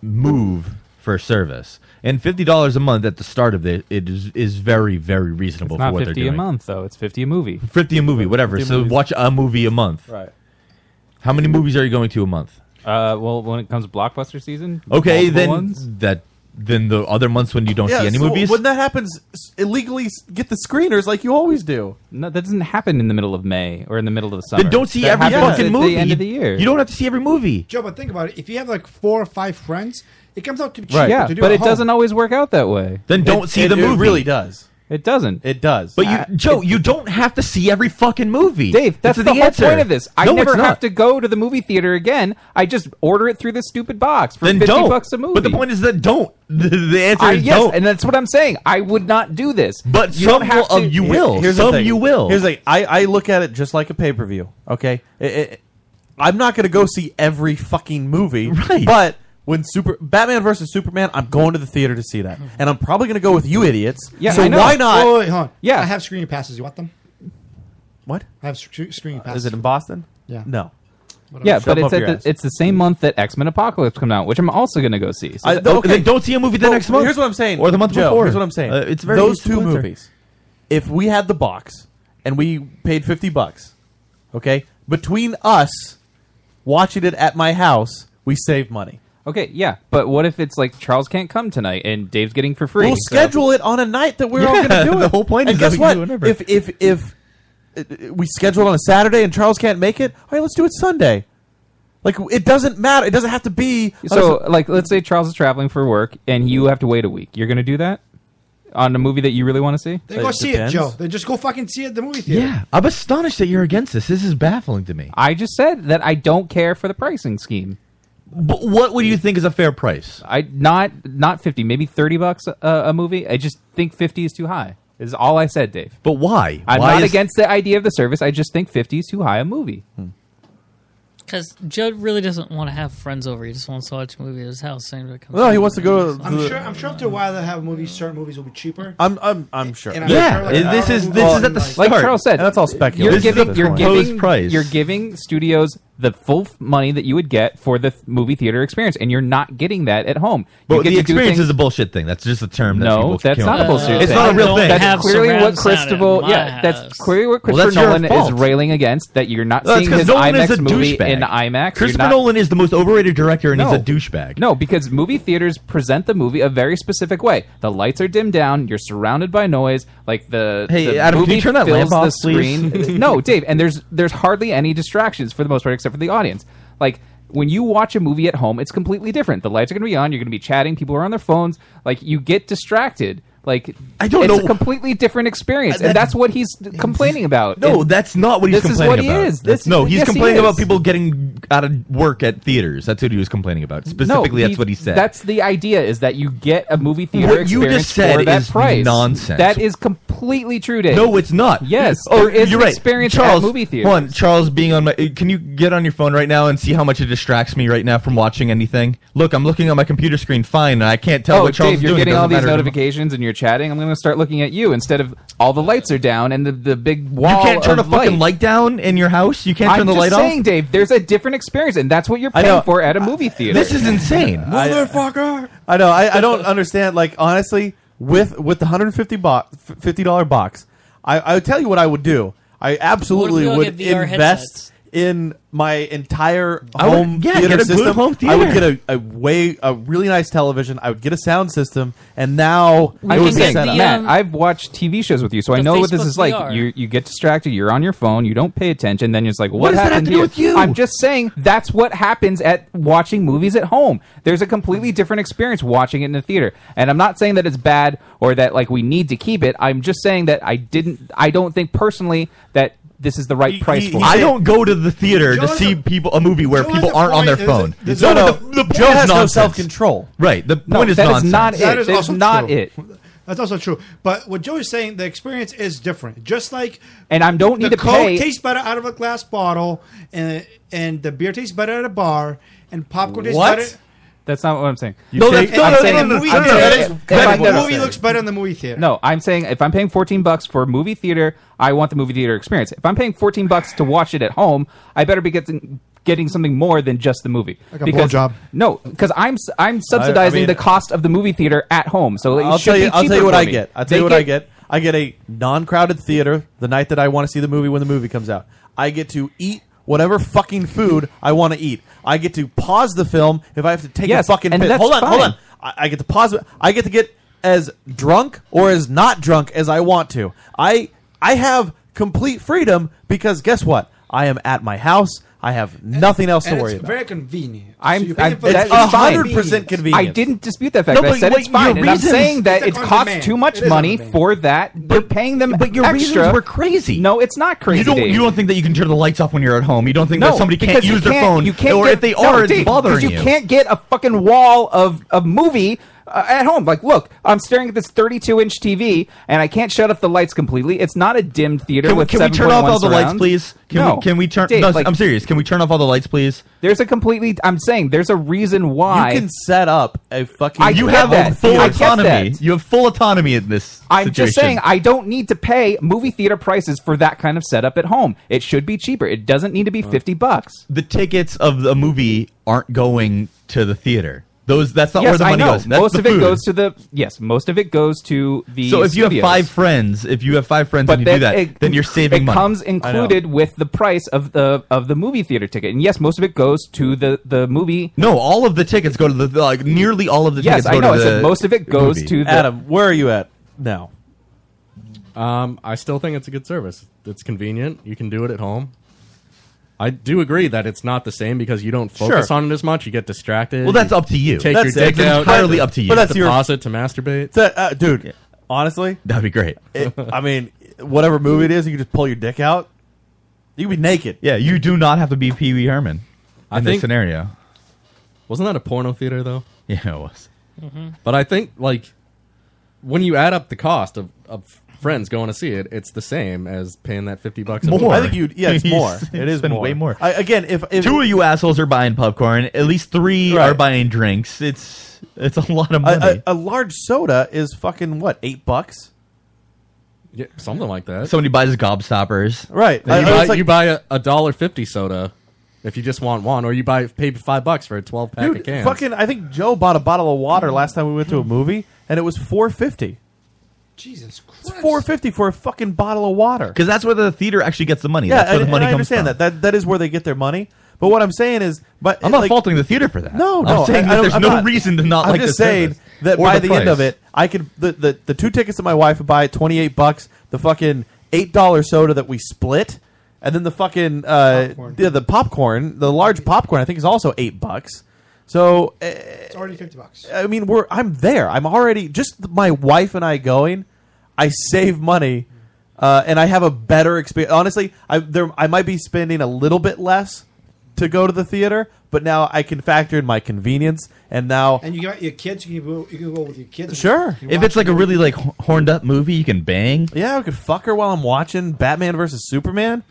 S9: move for service, and fifty dollars a month at the start of it, it is is very very reasonable
S8: It's
S9: for
S8: not
S9: what they're
S8: fifty a
S9: doing.
S8: month though. It's fifty a movie.
S9: Fifty a movie, whatever.
S8: 50
S9: so
S8: movies.
S9: watch a movie a month.
S10: Right.
S9: How many movies are you going to a month?
S8: Uh, well, when it comes to blockbuster season,
S9: Okay,
S8: multiple
S9: then
S8: ones?
S9: that then the other months when you don't
S10: Yeah,
S9: see any
S10: so
S9: E movies.
S10: when that happens, s- illegally s- get the screeners like you always do.
S8: No, that doesn't happen in the middle of May or in the middle of the summer.
S9: Then don't see
S8: That
S9: every
S8: happens
S9: fucking
S8: at
S9: movie.
S8: The end of the year.
S9: You don't have to see every movie.
S11: Joe, but think about it. If you have like four or five friends, it comes out to cheap
S8: Right. Yeah,
S11: to do
S8: but
S11: at
S8: it
S11: home.
S8: doesn't always work out that way.
S9: Then don't see the movie.
S10: does.
S8: It doesn't.
S10: It does.
S9: But you, Joe, you don't have to see every fucking movie. Dave,
S8: That's the, whole point of this. I
S9: no,
S8: never
S9: it's not.
S8: have to go to the movie theater again. I just order it through this stupid box for
S9: Then
S8: 50
S9: don't.
S8: bucks a movie.
S9: But the point is that don't. *laughs* The, the answer
S8: I,
S9: is
S8: yes,
S9: don't.
S8: and that's what I'm saying. I would not do this.
S9: But
S8: you don't have to.
S10: Here- here's the thing. Here's like I I look at it just like a pay per view. Okay, It- it- I'm not going to go see every fucking movie. Right. But when Super Batman versus Superman, I'm going to the theater to see that, and I'm probably going to go with you idiots. So why not?
S11: Wait, wait, hold on.
S10: Yeah.
S11: I have screening passes. You want them?
S10: What? Uh,
S11: I have sc- screening passes.
S10: Is it in Boston?
S11: Yeah.
S10: No.
S8: yeah,
S10: Shove
S8: but
S10: 'em
S8: it's
S10: up your
S8: at
S10: ass.
S8: the, it's the same month that X Men Apocalypse comes out, which I'm also going to go see. So
S10: I-
S8: that-
S10: th- okay. No, Here's
S8: Here's
S10: what I'm saying,
S9: Or the month
S10: Joe,
S9: before.
S10: Here's what I'm saying.
S9: Uh, it's very
S10: those two
S9: winter.
S10: movies. If we had the box and we paid fifty bucks, okay, between us watching it at my house, We save money.
S8: Okay, yeah, but what if it's like Charles can't come tonight and Dave's getting for free?
S10: We'll
S8: so-
S10: schedule it on a night that we're all going to
S8: Yeah, *laughs*
S10: do it.
S8: the whole point
S10: and
S8: is that
S10: guess
S8: we can
S10: what?
S8: do whenever.
S10: If if if uh, we schedule it on a Saturday and Charles can't make it, all right, let's do it Sunday. Like it doesn't matter. It doesn't have to be on a
S8: So, like, let's say Charles is traveling for work and you have to wait a week. You're going to do that on a movie that you really want to see?
S11: They go see it, Joe. They just go fucking see it at the movie theater.
S9: Yeah, I'm astonished that you're against this. This is baffling to me.
S8: I just said that I don't care for the pricing scheme.
S9: But what would you think is a fair price?
S8: I not not fifty, maybe thirty bucks a, a movie. I just think fifty is too high. Is all I said, Dave.
S9: But why?
S8: I'm
S9: Why
S8: not
S9: is-
S8: against the idea of the service. I just think fifty is too high a movie.
S12: Because Joe really doesn't want to have friends over. He just wants to watch a movie at his house. No,
S11: I'm sure. I'm sure after a while they'll have movies. Certain movies will be cheaper.
S10: I'm I'm I'm sure.
S11: And I'm sure, like, oh, I don't know who-
S8: Like Charles said,
S10: that's all
S8: You're
S10: speculation.
S8: giving,
S10: This is
S8: you're
S10: the
S8: giving,
S10: proposed price.
S8: you're giving studios the full f- money that you would get for the th- movie theater experience, and you're not getting that at home. You
S9: But
S8: get
S9: the
S8: to
S9: experience
S8: do
S9: is a bullshit thing. That's just a term. That's
S8: No,
S9: people
S8: that's
S9: killing.
S8: not a bullshit
S9: It's
S8: thing.
S9: not a real
S8: Don't
S9: thing.
S8: have That's clearly what surround sound at Christopher- my yeah, that's house. clearly what
S9: Well,
S8: Christopher
S9: that's your
S8: Nolan is
S9: fault.
S8: railing against that you're not
S9: Well, that's
S8: seeing
S9: 'cause
S8: his
S9: Nolan
S8: IMAX
S9: is a
S8: movie
S9: douchebag.
S8: in IMAX. You're
S9: Christopher
S8: not-
S9: Nolan is the most overrated director, and
S8: No.
S9: he's a douchebag.
S8: No, because movie theaters present the movie a very specific way. The lights are dimmed down. You're surrounded by noise. Like the
S9: Hey,
S8: the
S9: Adam, can
S8: movie
S9: you turn that
S8: fills
S9: lamp
S8: the
S9: off,
S8: screen.
S9: please? *laughs*
S8: no, Dave, and there's there's hardly any distractions for the most part, except for the audience. Like when you watch a movie at home, it's completely different. The lights are going to be on. You're going to be chatting. People are on their phones. Like you get distracted. Like I
S9: don't
S8: it's
S9: know-
S8: a completely different experience,
S9: Uh,
S8: and
S9: that's-
S8: that's what he's complaining about.
S9: No,
S8: And
S9: that's not what he's
S8: this
S9: complaining
S8: is what
S9: about.
S8: He is.
S9: That's-
S8: This,
S9: no, he's
S8: yes, he
S9: complaining
S8: is.
S9: about people getting out of work at theaters. That's what he was complaining about. Specifically,
S8: No,
S9: that's what he said.
S8: That's the idea: is that you get a movie theater
S9: What you
S8: experience
S9: just said
S8: for that
S9: is
S8: price.
S9: nonsense.
S8: That is completely true, Dave.
S9: No, it's not.
S8: Yes,
S9: oh,
S8: there is
S9: you're
S8: an
S9: right.
S8: experience
S9: Charles,
S8: at movie theaters.
S9: hold on, Charles, being on my, uh, can you get on your phone right now and see how much it distracts me right now from watching anything? Look, I'm looking on my computer screen, fine, and I can't tell
S8: oh,
S9: what Charles
S8: Dave,
S9: is
S8: you're
S9: doing. It
S8: getting all
S9: doesn't
S8: these
S9: matter to me.
S8: notifications and you're chatting. I'm going to start looking at you instead of all the lights are down and the, the big wall.
S9: You can't turn a
S8: of
S9: fucking light. down in your house. You can't
S8: I'm
S9: turn the
S8: just
S9: light
S8: saying,
S9: off.
S8: Dave, there's a different experience, and that's what you're
S10: I
S8: paying
S10: know.
S8: for at a movie theater.
S9: This is insane.
S10: I-
S9: Motherfucker.
S10: I know. I, I
S9: *laughs*
S10: don't understand. Like honestly, with with the hundred fifty box, fifty dollar box, I I would tell you what I would do. I absolutely
S12: What if we all
S10: would
S12: get VR
S10: invest in my entire
S9: I would-
S10: home
S9: yeah,
S10: theater
S9: get a good
S10: system.
S9: home
S10: I would
S9: theater.
S10: get a, a way a really nice television. I would get a sound system, and now
S8: I
S10: it would
S8: was
S10: be
S8: saying,
S10: set up.
S8: Matt, I've watched TV shows with you, so I
S10: um, The
S8: know what this
S10: Facebook
S8: is like.
S10: VR.
S8: You you get distracted, you're on your phone, you don't pay attention, then you're just like, what,
S10: does that have
S8: happened
S10: to do
S8: here?
S10: with you?
S8: I'm just saying that's what happens at watching movies at home. There's a completely different experience watching it in the theater, and I'm not saying that it's bad or that like we need to keep it. I'm just saying that I didn't, I don't think personally that this is the right price for. it.
S9: I don't go to the theater to
S8: Joe has
S9: see people a movie where
S8: has
S9: people
S8: a
S9: aren't on their
S8: point. There's a- there's
S9: phone. no,
S8: a-
S9: no, the, the point
S10: Joe
S9: is
S10: has no
S9: nonsense.
S10: self-control.
S9: Right. The
S8: No,
S9: point is
S8: that is
S9: nonsense.
S8: not
S11: That is
S8: That's
S11: also
S8: not
S11: true.
S8: it.
S11: That's also true. But what Joe is saying, the experience is different. Just like
S8: And I don't need
S11: the
S8: to
S11: Coke
S8: pay-
S11: tastes better out of a glass bottle, and and the beer tastes better at a bar, and popcorn tastes
S8: What?
S11: better.
S8: That's not what I'm saying.
S11: You No, take- that's- no,
S8: I'm
S11: no, no,
S8: saying-
S11: no, no,
S8: I'm
S11: no,
S8: saying
S11: no, that
S8: if-
S11: is-
S8: if
S11: that
S8: I
S11: is
S8: go-
S11: what I'm movie saying. looks better in the movie theater.
S8: No, I'm saying if I'm paying 14 bucks for a movie theater, I want the movie theater experience. If I'm paying 14 bucks to watch it at home, I better be getting getting something more than just the movie.
S11: Like a
S8: because,
S11: blowjob.
S8: No, because I'm s- I'm subsidizing
S10: mean-
S8: the cost of the movie theater at home. So it
S10: I'll
S8: should
S10: tell
S8: be
S10: you. I'll tell
S8: cheaper
S10: you what
S8: for
S10: I
S8: me.
S10: get. I'll tell
S8: They
S10: you what I get. I get a non-crowded theater the night that I want to see the movie when the movie comes out. I get to eat whatever fucking food I want to eat. I get to pause the film if I have to take
S8: Yes,
S10: a fucking
S8: and
S10: piss.
S8: that's
S10: hold on, hold
S8: fine.
S10: on. I, I get to pause. it. I get to get as drunk or as not drunk as I want to. I I have complete freedom because guess what? I am at my house. I have nothing else
S11: and
S10: to worry
S11: it's
S10: about.
S11: very convenient.
S8: I'm,
S11: you're paying
S8: I'm
S11: for the
S8: that's
S11: convenience.
S8: fine.
S10: 100% convenience.
S8: I didn't dispute that fact.
S9: No,
S8: I
S9: but
S8: said
S9: wait,
S8: it's fine,
S9: your
S8: and I'm
S9: reasons-
S8: saying that
S9: It's
S8: it
S9: on
S8: costs
S9: demand.
S8: too
S9: It
S8: much
S9: is on
S8: money
S9: demand.
S8: for that. You're paying them,
S9: But your
S8: extra.
S9: reasons were crazy.
S8: No, it's not crazy.
S9: You don't.
S8: Dave.
S9: You don't think that you can turn the lights off when you're at home. You don't think that somebody can't
S8: because you
S9: use their
S8: can't-
S9: phone.
S8: You can't
S9: or
S8: get,
S9: if they
S8: no,
S9: are,
S8: Dave,
S9: it's bothering
S8: because you. can't get a fucking wall of a movie uh, at home. Like, look, I'm staring at this 32 inch TV, and I can't shut off the lights completely. It's not a dimmed theater
S9: Can, we-
S8: with
S9: can we turn
S8: 7.1
S9: off all the lights,
S8: surround.
S9: please? Can
S8: no.
S9: we? Can we turn?
S8: Dave,
S9: no,
S8: like,
S9: I'm serious. Can we turn off all the lights, please?
S8: There's a completely. I'm saying there's a reason why
S10: You can set up a fucking.
S8: I
S9: you
S8: get
S9: have
S8: that.
S9: full
S8: I get
S9: autonomy.
S8: that.
S9: You have full autonomy in this.
S8: I'm just
S9: situation.
S8: saying I don't need to pay movie theater prices for that kind of setup at home. It should be cheaper. It doesn't need to be 50 bucks.
S9: the tickets of the movie aren't going to the theater. Those that's not
S8: yes,
S9: where the
S8: I
S9: money
S8: know.
S9: goes. That's
S8: most
S9: the
S8: of
S9: food.
S8: it goes to the yes. Most of it goes to the.
S9: so if you have
S8: studios.
S9: five friends, if you have five friends
S8: but
S9: and you do that,
S8: it-
S9: then you're saving
S8: it
S9: money.
S8: comes included with the price of the of the movie theater ticket. And yes, most of it goes to the the movie.
S9: No, all of the tickets go to the like nearly all of the
S8: Yes,
S9: tickets
S8: I
S9: go
S8: know.
S9: to
S8: I
S9: the
S8: said most of it goes
S9: movie.
S8: to the
S10: Adam, where are you at now?
S13: Um, I still think it's a good service. It's convenient. You can do it at home. I do agree that it's not the same because you don't focus
S10: Sure.
S13: on it as much. You get distracted.
S10: Well, that's
S13: You
S10: up to you.
S13: Take
S10: That's-
S13: your dick
S10: that's
S13: out.
S10: entirely up to you. But that's your-
S13: deposit to masturbate.
S10: That- uh, dude, honestly,
S9: that'd be great.
S10: I mean, whatever movie it is, you can just pull your dick out. You can be naked.
S9: Yeah, you do not have to be Pee Wee Herman in
S13: I
S9: this
S13: think-
S9: scenario.
S13: Wasn't that a porno theater though?
S9: Yeah, it was.
S10: Mm-hmm.
S9: Mhm.
S13: But I think like when you add up the cost of, of friends going to see it, it's the same as paying that fifty bucks. a
S9: More.
S13: month.
S10: I think you. Yeah,
S9: *laughs*
S10: it's more. It is
S9: Spend
S10: more.
S9: way more.
S10: I, again, if, if
S9: Two of you assholes are buying popcorn. At least three
S10: Right.
S9: are buying drinks. It's it's a lot of
S10: a-
S9: money.
S10: a, a large soda is fucking what eight bucks.
S13: Yeah, something like that.
S9: Somebody buys gobstoppers.
S10: Right.
S13: You,
S10: I- I
S13: buy,
S10: was like-
S13: you buy a, a dollar fifty soda if you just want one, or you buy pay five bucks for a twelve pack of
S10: Dude,
S13: cans.
S10: fucking! I think Joe bought a bottle of water last time we went to a movie, and it was four fifty.
S11: Jesus Christ.
S10: It's four fifty for a fucking bottle of water.
S9: Because that's where the theater actually gets the money.
S10: Yeah,
S9: that's where
S10: and,
S9: the money
S10: and I
S9: comes
S10: understand that.
S9: from.
S10: That that is where they get their money. But what I'm saying is, but
S9: I'm not faulting the theater for that.
S10: No,
S9: I'm
S10: no,
S9: saying
S10: I-
S9: that
S10: I don't-
S9: there's
S10: I'm
S9: no reason to not
S10: I'm
S9: like
S10: just
S9: the
S10: saying
S9: service
S10: that
S9: or
S10: by
S9: the
S10: the, end
S9: price.
S10: of it, I could the, the the two tickets that my wife would buy, twenty eight bucks. The fucking eight dollar soda that we split, and then the fucking uh, Yeah, the popcorn, the large popcorn, I think is also eight
S8: Oh,
S10: bucks. So uh,
S11: It's already fifty bucks.
S10: I mean, we're I'm there. I'm already just my wife and I going. I save money, uh, and I have a better experience. Honestly, I there I might be spending a little bit less to go to the theater, but now I can factor in my convenience, and now
S11: And you got your kids. You can go. You can go with your kids.
S10: Sure.
S11: You can
S9: If
S11: watch
S9: it's like
S11: the
S9: a
S11: movie.
S9: really like h- horned up movie, you can bang.
S10: Yeah, I could fuck her while I'm watching Batman versus Superman.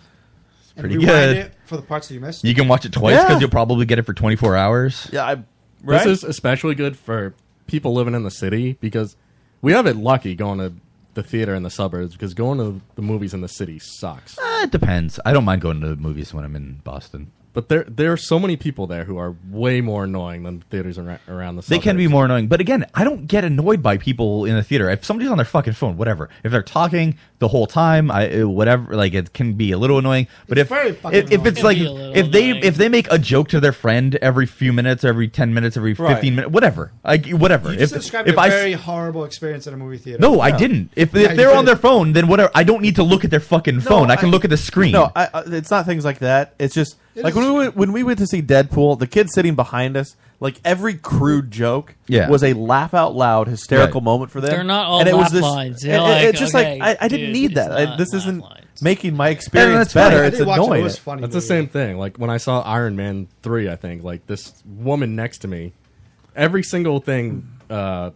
S10: It's
S11: And rewind it for the parts that you missed.
S9: You can watch it twice because
S10: Yeah.
S9: you'll probably get it for 24 hours.
S10: Yeah, I,
S13: This is especially good for people living in the city because we have it lucky going to the theater in the suburbs because going to the movies in the city sucks.
S10: Ah,
S9: Eh, it depends. I don't mind going to the movies when I'm in Boston.
S13: But there there are so many people there who are way more annoying than theaters ar- around the
S9: They
S13: suburbs.
S9: can be more annoying, but again, I don't get annoyed by people in the theater. If somebody's on their fucking phone, whatever. If they're talking the whole time, I eh, whatever. Like it can be a little annoying. But if
S11: very
S9: if,
S11: fucking
S9: if
S11: annoying. It
S9: it's
S11: can
S9: like
S11: be a little
S9: if they
S11: annoying.
S9: if they make a joke to their friend every few minutes, every ten minutes, every
S11: Right.
S9: fifteen minutes, whatever, like whatever.
S11: You just
S9: if
S11: described
S9: if
S11: a
S9: I s-
S11: very horrible experience at a movie theater.
S9: no, I didn't. If,
S11: Yeah,
S9: if
S11: you
S9: they're on
S11: did.
S9: their phone, then whatever. I don't need to look at their fucking phone. I can look at the screen.
S10: No, I, I, it's not things like that. It's just
S9: It
S10: like
S9: is-
S10: when we went, when we went to see Deadpool, the kid sitting behind us, like every crude joke
S9: Yeah.
S10: was a laugh out loud hysterical
S9: Right.
S10: moment for them.
S12: They're not all
S10: and it was
S12: laugh
S10: this,
S12: lines.
S10: and
S12: They're
S10: it-
S12: like,
S10: it's just
S12: okay,
S10: like I, I didn't
S12: dude,
S10: need
S12: it's
S10: that. I,
S12: not
S10: this isn't making my experience
S13: Yeah,
S10: better. It's annoying.
S13: That's the same thing. Like when I saw Iron Man three, I think like this woman next to me, every single thing. uh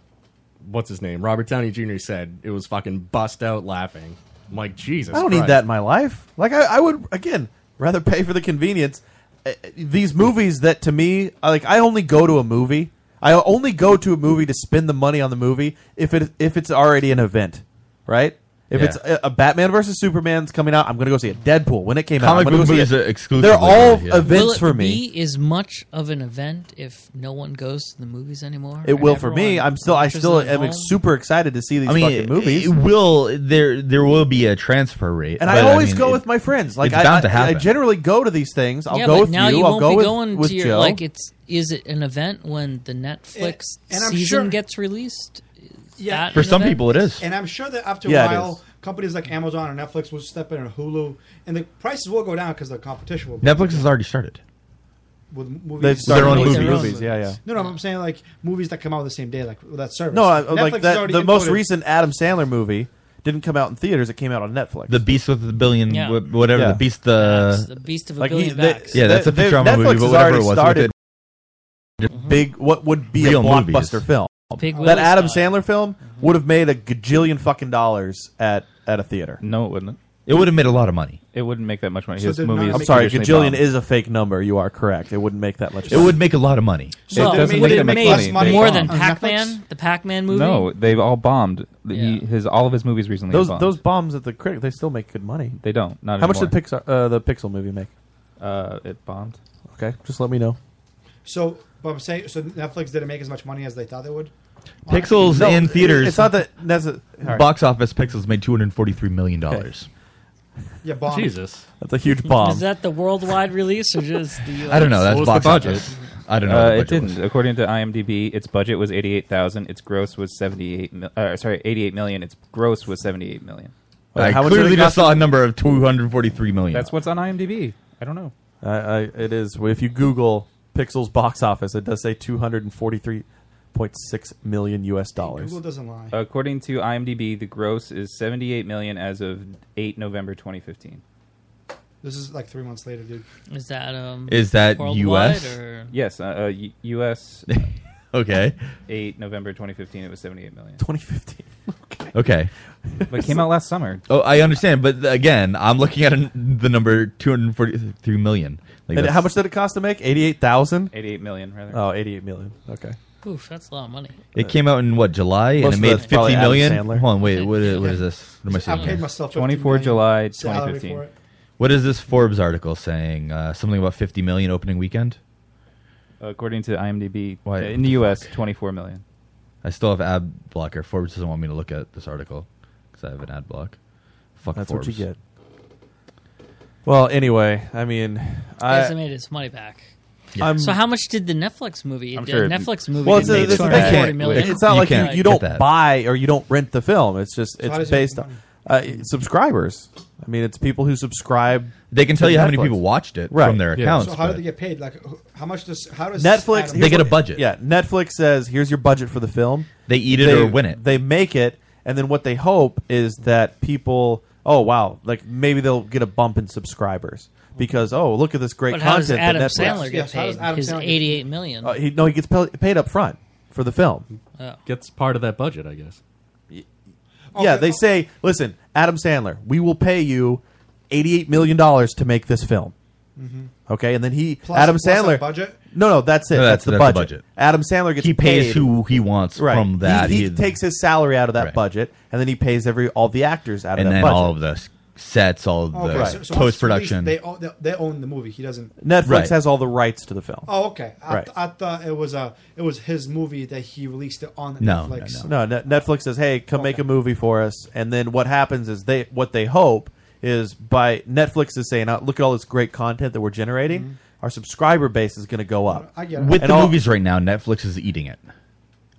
S13: What's his name? Robert Downey Jr. said it was fucking bust out laughing. I'm like Jesus.
S10: I don't need
S13: Christ.
S10: that in my life. Like I, I would again rather pay for the convenience. Uh, These movies that to me, I- like I only go to a movie. I only go to a movie to spend the money on the movie if it if it's already an event, right? If
S9: Yeah.
S10: it's a, a Batman versus Superman's coming out, I'm going to go see it. Deadpool when it came
S9: Comic
S10: out, I'm gonna
S9: book
S10: go see
S9: movies
S10: it.
S9: are exclusively
S10: They're all
S9: really, yeah.
S10: events
S12: Will it
S10: for me.
S12: Be as much of an event if no one goes to the movies anymore.
S10: it
S12: and
S10: will for me.
S12: everyone
S10: I'm still I
S12: watches
S10: still
S12: it at
S10: am
S12: home?
S10: super excited to see these
S9: I mean,
S10: fucking movies.
S9: It will there there will be a transfer rate,
S10: and I
S9: but,
S10: always
S9: mean,
S10: go
S9: it-
S10: with my friends. Like
S9: it's
S10: I,
S9: bound to
S10: I- I
S9: happen.
S10: generally go to these things. I'll
S12: yeah,
S10: go
S12: but
S10: with
S12: now
S10: you.
S12: you
S10: I'll
S12: won't
S10: go
S12: be
S10: with,
S12: going
S10: with
S12: to your
S10: Joe.
S12: like it's is it an event when the Netflix
S11: And- and I'm
S12: season
S11: sure-
S12: gets released?
S11: Yeah,
S12: That an event?
S11: And I'm sure that after
S12: Yeah,
S11: a
S12: it
S11: while, companies like Amazon and Netflix will step in, or Hulu, and the prices will go down because the competition will. go
S9: Netflix has already started.
S11: with movies.
S9: They've started Their own making movies. movies,
S10: yeah, yeah.
S11: No, no, I'm saying like movies that come out the same day, like with that service.
S10: No, I,
S11: Netflix
S10: like
S11: is
S10: that.
S11: already
S10: The most
S11: imploded.
S10: recent Adam Sandler movie didn't come out in theaters. It came out on Netflix.
S9: The Beast with the Billion,
S10: Yeah.
S9: wh- whatever
S10: Yeah.
S9: the Beast, the,
S12: the Beast of a
S10: Like, he-
S12: Billion
S10: they-
S12: Backs.
S9: yeah, that's a
S10: they-
S9: Futurama
S10: Netflix
S9: movie,
S10: has
S9: but whatever
S10: already
S9: it was,
S10: started
S9: with
S12: Mm-hmm.
S10: big what would be
S9: Real
S10: a
S9: movies.
S10: blockbuster film.
S9: Big
S10: that
S9: Willie
S10: Adam Sandler film would have made a gajillion fucking dollars at at a theater.
S8: No, it wouldn't.
S9: it would have made a lot of money.
S8: It wouldn't make that much money.
S10: So
S8: His
S10: they're
S8: movie is
S10: not I'm sorry,
S8: traditionally
S10: gajillion
S8: bombed.
S10: is a fake number. You are correct. It wouldn't make that much.
S9: It would make a lot of money.
S10: It
S12: Well,
S10: doesn't
S12: would
S10: make
S12: it
S10: that much
S12: make
S10: money.
S12: more than
S11: on Netflix?
S12: Pac-Man, the Pac-Man movie.
S8: No, they've all bombed. The- He, his all of his movies recently.
S10: Those
S8: have bombed.
S10: those bombs at the critic, they still make good money.
S8: They don't. Not
S10: How much
S8: anymore.
S10: did Pixar uh, the Pixel movie make?
S8: Uh, it bombed.
S10: Okay, just let me know.
S11: So, but I'm saying, so Netflix didn't make as much money as they thought they would.
S9: Pixels
S11: No,
S9: in theaters.
S11: it's not that-
S10: that's a-
S11: right.
S9: box office. Pixels made two hundred forty-three million dollars.
S11: Yeah, bomb.
S10: Jesus. That's a huge bomb.
S12: Is that the worldwide release or just the? US?
S9: I don't know. That's
S8: What was
S9: box office. I don't know what
S8: Uh,
S9: the
S8: it
S9: budget
S8: didn't. According to IMDb, its budget was eighty-eight thousand. Its gross was seventy-eight. mil- Uh, sorry, eighty-eight million. Its gross was seventy-eight million.
S9: I clearly just saw a number of two hundred forty-three million.
S8: That's what's on IMDb. I don't know.
S10: I, I, it is. If you Google Pixels box office, it does say 243.6 million U.S. dollars.
S11: Google doesn't lie.
S8: According to IMDb, the gross is seventy-eight million as of eight November twenty fifteen.
S11: This is like three months later, dude.
S12: Is that um?
S9: Is that worldwide, US?
S8: Yes, uh, uh, U- U.S.
S9: *laughs* Okay.
S8: Eight November twenty fifteen. It was seventy-eight million.
S10: Twenty fifteen.
S9: Okay.
S8: But it came out last summer.
S9: Oh, I understand, but again, I'm looking at an- the number 243 million. Like
S10: And
S9: that's-
S10: how much did it cost to make? 88,000?
S8: 88 million, rather.
S10: Oh, 88 million. Okay.
S12: Oof, that's a lot of money.
S9: It came out in what July and
S10: Most
S9: it
S10: of
S9: made
S10: that's probably
S9: 50 million.
S10: Adam Sandler.
S9: Hold on, wait, what is, what is this? What am I
S11: I
S9: seeing
S11: paid
S9: here?
S11: myself
S8: 24 July
S11: salary
S8: 2015.
S11: for it.
S9: What is this Forbes article saying? Uh, something about 50 million opening weekend.
S8: According to IMDb,
S9: Why-
S8: uh, in the U.S., twenty-four million.
S9: I still have ad blocker. Forbes doesn't want me to look at this article because I have an ad block. Fuck
S10: That's
S9: Forbes.
S10: what you get. Well, anyway, I mean,
S12: I,
S10: I,
S12: hasn't made its money back.
S10: Yeah. I'm-
S12: so how much did the Netflix movie?
S8: I'm
S12: the
S8: sure it-
S12: Netflix movie. Well,
S10: well, it's, a, it's, a- they can't- it's not like you, you don't buy or you don't rent the film. It's just
S11: how
S10: it's
S11: does it make
S10: based on uh, subscribers. I mean, it's people who subscribe.
S9: They can
S10: to
S9: tell you how many
S10: Netflix.
S9: people watched it
S10: Right.
S9: from their accounts.
S11: So how
S9: but-
S11: do they get paid? Like, who- how much does how does
S10: Netflix,
S11: Adam-
S10: here's what- Yeah, Netflix says here's your budget for the film.
S9: They eat it or win it.
S10: They make it, and then what they hope is that people, oh wow, like maybe they'll get a bump in subscribers because oh look at this great
S12: But how does
S10: content.
S12: Adam
S10: that Netflix.
S12: Sandler get
S11: Yes, how does
S12: paid?
S11: Adam
S12: His
S11: Sandler get-
S12: eighty-eight million. Oh.
S10: Uh, he, no, he gets pa- paid up front for the film.
S13: Gets part of that budget, I guess.
S10: Yeah, they say, listen, Adam Sandler, we will pay you eighty-eight million dollars to make this film.
S11: Mhm.
S10: Okay, and then he,
S11: Plus-
S10: Adam
S11: plus
S10: Sandler,
S11: that budget?
S10: No, no, that's it.
S9: No,
S10: that's,
S9: that's-
S10: the,
S9: that's the
S10: budget.
S9: budget.
S10: Adam Sandler gets
S9: He pays
S10: paid.
S9: who he wants
S10: Right.
S9: from
S10: He-
S9: that.
S10: He,
S9: He-
S10: takes his salary out of that budget, and then he pays every all the actors out of
S9: and
S10: that
S9: then
S10: budget.
S9: all of the s- sets, all of the
S11: Oh, Okay, so- so once
S9: post production.
S11: it's released, They, own- they they own the movie. He doesn't.
S10: Netflix
S9: Right.
S10: has all the rights to the film.
S11: Oh, okay. I,
S10: Right.
S11: I thought it was a it was his movie that he released it on
S10: No,
S11: Netflix.
S10: no, no. Netflix says, "Hey, come make a movie for us." And then what happens is they what they hope is by Netflix is saying, "Uh, "Look at all this great content that we're generating. Our subscriber base is going to go up."
S11: Mm-hmm. I get
S9: With
S10: And
S9: the
S10: all-
S9: movies right now, Netflix is eating it.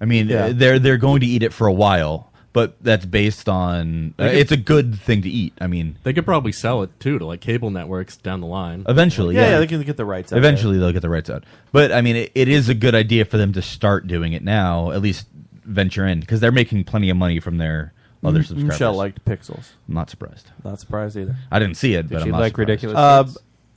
S9: I mean,
S10: Yeah.
S9: they're they're going to eat it for a while, but that's based on uh,
S13: They could-
S9: it's a good thing to eat. I mean,
S13: They could probably sell it too to like cable networks down the line.
S9: eventually, yeah,
S10: out
S9: Eventually, they'll get the rights out. But I mean, it, it is a good idea for them to start doing it now, at least venture in, because they're making plenty of money from their other
S10: Mm,
S9: subscribers.
S10: Michelle liked Pixels.
S9: I'm not surprised.
S10: Not surprised either.
S9: I didn't see it, but I'm not surprised.
S10: Uh, b-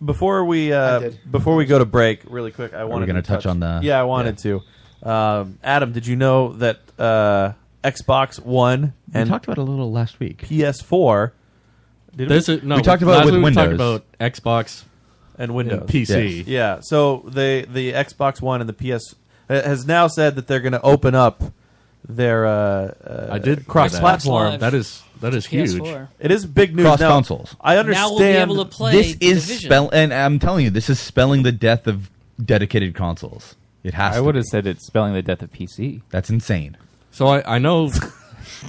S10: before we uh, before we go to break, really quick, I wanted
S9: gonna
S10: to
S9: touch on the-
S10: Yeah, I wanted to. Um, Adam, did you know that uh, Xbox One
S9: We
S10: and
S9: talked about it a little last week.
S10: PS4? Did
S13: There's a- no, last week we talked about Xbox
S10: and Windows
S13: and PC.
S10: Yeah. So the the Xbox One and the PS uh, has now said that they're going to open up their uh, uh,
S13: I did
S10: cross
S13: hear
S10: platform.
S13: that. That is- that is It's huge. PS4.
S10: It is big news.
S9: Cross
S10: Now,
S9: consoles.
S10: I understand.
S12: Now we'll be able to play
S9: This is
S12: Division.
S9: spell, and I'm telling you, this is spelling the death of dedicated consoles. It has.
S8: I
S9: to
S8: would
S9: be.
S8: have said it's spelling the death of PC.
S9: That's insane.
S13: So I, I know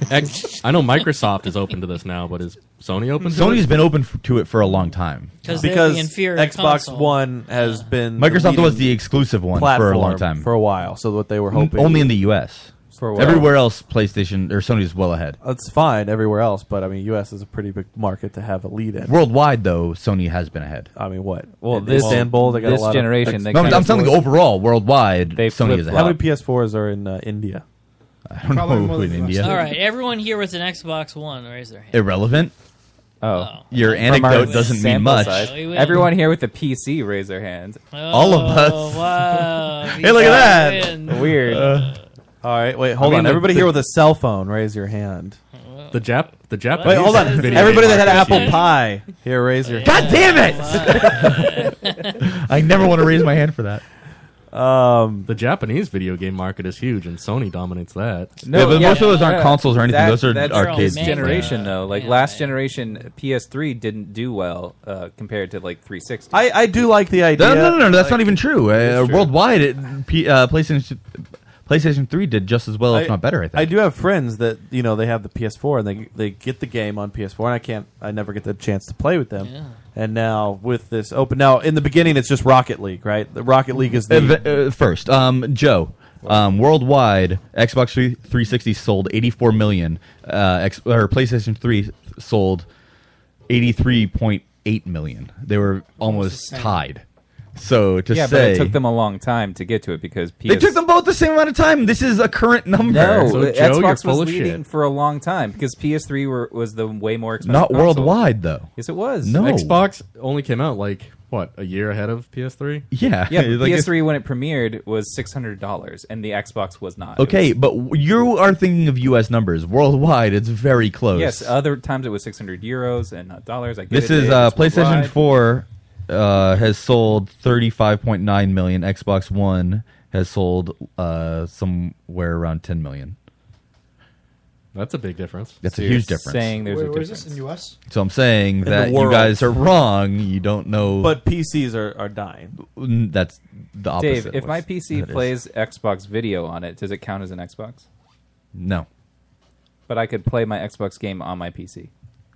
S13: X, I know Microsoft is open to this now, but is Sony open? to
S9: Sony's
S13: it?
S9: been open f- to it for a long time.
S10: because Xbox One has been
S9: Microsoft
S10: the
S9: was
S10: leading
S9: the exclusive one for a long
S10: platform
S9: time.
S10: for a while. So what they were
S9: M-
S10: hoping
S9: only in the U.S.
S10: For a while.
S9: Everywhere else, PlayStation or Sony's well ahead.
S10: That's fine everywhere else, but I mean, U.S. is a pretty big market to have a lead in.
S9: Worldwide, though, Sony has been ahead.
S10: I mean, what? Well, In this- Istanbul, they got a this lot of generation, ex- they
S9: no, I'm-
S10: kind
S9: I'm
S10: of
S9: telling you,
S10: flip-
S9: overall, worldwide, Sony is ahead.
S10: How many PS4s are in uh, India?
S9: I don't Probably know more who than in the rest. India.
S12: All right, everyone here with an Xbox One, raise their hand.
S9: Irrelevant.
S8: Oh,
S9: your
S8: From our
S9: anecdote doesn't mean
S8: sample
S9: much.
S8: size.
S12: We will.
S8: Everyone here with the PC, raise their hand.
S9: All
S8: Oh,
S9: of us.
S12: wow.
S9: *laughs* hey, look at that. Uh,
S8: Weird.
S10: All right, wait, hold
S13: I mean,
S10: on.
S13: the-
S10: Everybody
S13: the-
S10: here with a cell phone, raise your hand.
S13: The Jap, the
S10: Wait,
S13: Japanese.
S10: hold on.
S13: video game
S10: Everybody that had
S13: market is
S10: apple
S13: huge.
S10: pie,
S13: *laughs*
S10: here, raise your.
S9: God
S10: hand.
S9: *laughs* damn it! I never want to raise my hand for that.
S10: Um,
S13: the Japanese video game market is huge, and Sony dominates that.
S9: No, Yeah, but yeah, most of those aren't yeah. consoles or anything.
S8: That-
S9: Those are
S8: that's
S9: arcade
S8: this
S9: games.
S8: generation
S9: Yeah.
S8: though. Like last generation, PS3 didn't do well uh, compared to like 360.
S10: I, I do like the idea.
S9: No, no, no, no that's
S8: Like-
S9: not even true. Uh, Worldwide, it, P, uh, PlayStation PlayStation Three did just as well, if not better. I think.
S10: do have friends that you know they have the PS4 and they they get the game on PS4, and I can't, I never get the chance to play with them. And now with this open, now in the beginning it's just Rocket League, right? The Rocket League is the
S9: Ev- uh, first. Um, Joe, um, worldwide, Xbox 3- 360 sold 84 million. Uh, X- or PlayStation 3 sold 83.8 million. They were almost tied. So to
S8: yeah, but
S9: say,
S8: it took them a long time to get to it because PS.
S9: they took them both the same amount of time. This is a current number.
S8: no, Xbox was leading for a long time because PS3 were, was the way more expensive.
S9: Not
S8: console.
S9: worldwide, though.
S8: Yes, it was.
S13: Xbox only came out like what a year ahead of PS3.
S9: *laughs*
S8: yeah. but PS3 when it premiered was six hundred dollars, and the Xbox was not. It
S9: Okay,
S8: was-
S9: but w- you are thinking of U.S. numbers. Worldwide, it's very close.
S8: yes. uh, Other times it was six hundred euros and not dollars. I get
S9: This
S8: it,
S9: is
S8: it
S9: uh,
S8: was
S9: PlayStation
S8: worldwide.
S9: 4 uh, has sold 35.9 million. Xbox One has sold uh, somewhere around 10 million.
S13: That's a big difference.
S9: That's a huge difference.
S11: Where- where is this in U.S.?
S9: so I'm saying
S10: In the
S9: that you
S10: world.
S9: guys are wrong. You don't know.
S10: but PCs are, are dying.
S9: Mm, that's the opposite.
S8: Dave, if
S9: of
S8: my
S9: what
S8: PC
S9: that is.
S8: plays Xbox video on it, does it count as an Xbox?
S9: No.
S8: But I could play my Xbox game on my PC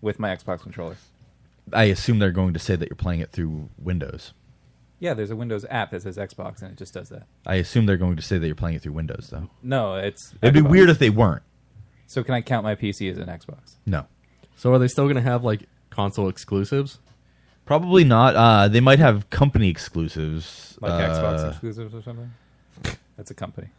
S8: with my Xbox controller.
S9: I assume they're going to say that you're playing it through Windows.
S8: Yeah, there's a Windows app that says Xbox and it just does that.
S9: I assume they're going to say that you're playing it through Windows, though.
S8: No, it's
S9: It'd be
S8: Xbox.
S9: weird if they weren't.
S8: So can I count my PC as an Xbox?
S9: No.
S13: So are they still going to have like console exclusives?
S9: Probably not. Uh, they might have company exclusives,
S8: Like
S9: uh,
S8: Xbox exclusives or
S9: *laughs*
S8: something? That's a company.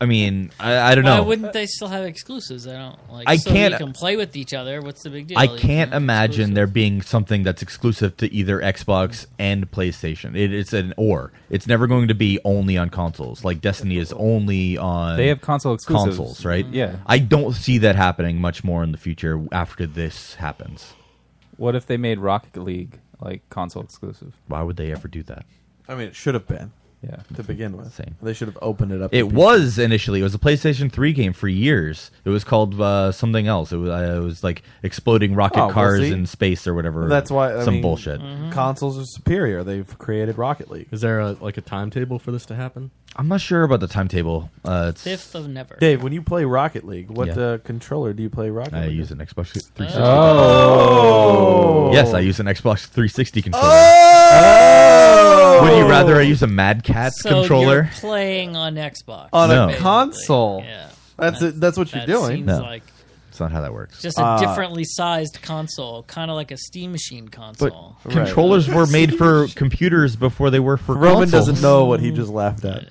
S9: I mean, I, I don't
S12: Why
S9: know.
S12: wouldn't they still have exclusives? I don't like.
S9: I
S12: so
S9: can't-
S12: You can play with each other. What's the big deal?
S9: I
S12: You
S9: can't
S12: know?
S9: imagine there being something that's exclusive to either Xbox and PlayStation. It, it's an or. It's never going to be only on consoles. Like Destiny is only on.
S8: They have console exclusives.
S9: Consoles, right?
S8: Yeah.
S9: I don't see that happening much more in the future after this happens.
S8: What if they made Rocket League like console exclusive?
S9: Why would they ever do that?
S10: I mean, it should have been.
S8: Yeah.
S10: To begin with, they should have opened it up.
S9: It
S10: to
S9: was initially. It was a PlayStation 3 game for years. It was called uh, something else. It was, uh, it was like exploding rocket
S10: Oh, well,
S9: cars
S10: see?
S9: in space or whatever.
S10: That's why I
S9: some
S10: mean, mm.
S9: bullshit.
S12: Mm-hmm.
S10: Consoles are superior. They've created Rocket League.
S13: Is there a, like a timetable for this to happen?
S9: I'm not sure about the timetable. Uh, it's,
S12: Fifth of never.
S10: Dave, when you play Rocket League, what
S9: Yeah.
S10: uh, controller do you play Rocket
S9: I
S10: League?
S9: use an Xbox 360.
S10: Oh.
S9: Yes, I use an Xbox 360 controller.
S10: Oh.
S9: Would you rather I use a Mad Cat
S12: So
S9: controller?
S12: You're playing on Xbox
S10: on
S9: No.
S10: a console. That's it, that's what you're
S12: That
S10: doing. Ah,
S12: seems No. like-
S9: That's not how that works.
S12: Just a
S9: Uh,
S12: differently sized console, kind of like a Steam Machine
S9: But
S12: console.
S9: controllers were made
S12: *laughs*
S9: for computers before they were for
S10: Roman
S9: consoles.
S10: doesn't know what he just laughed at.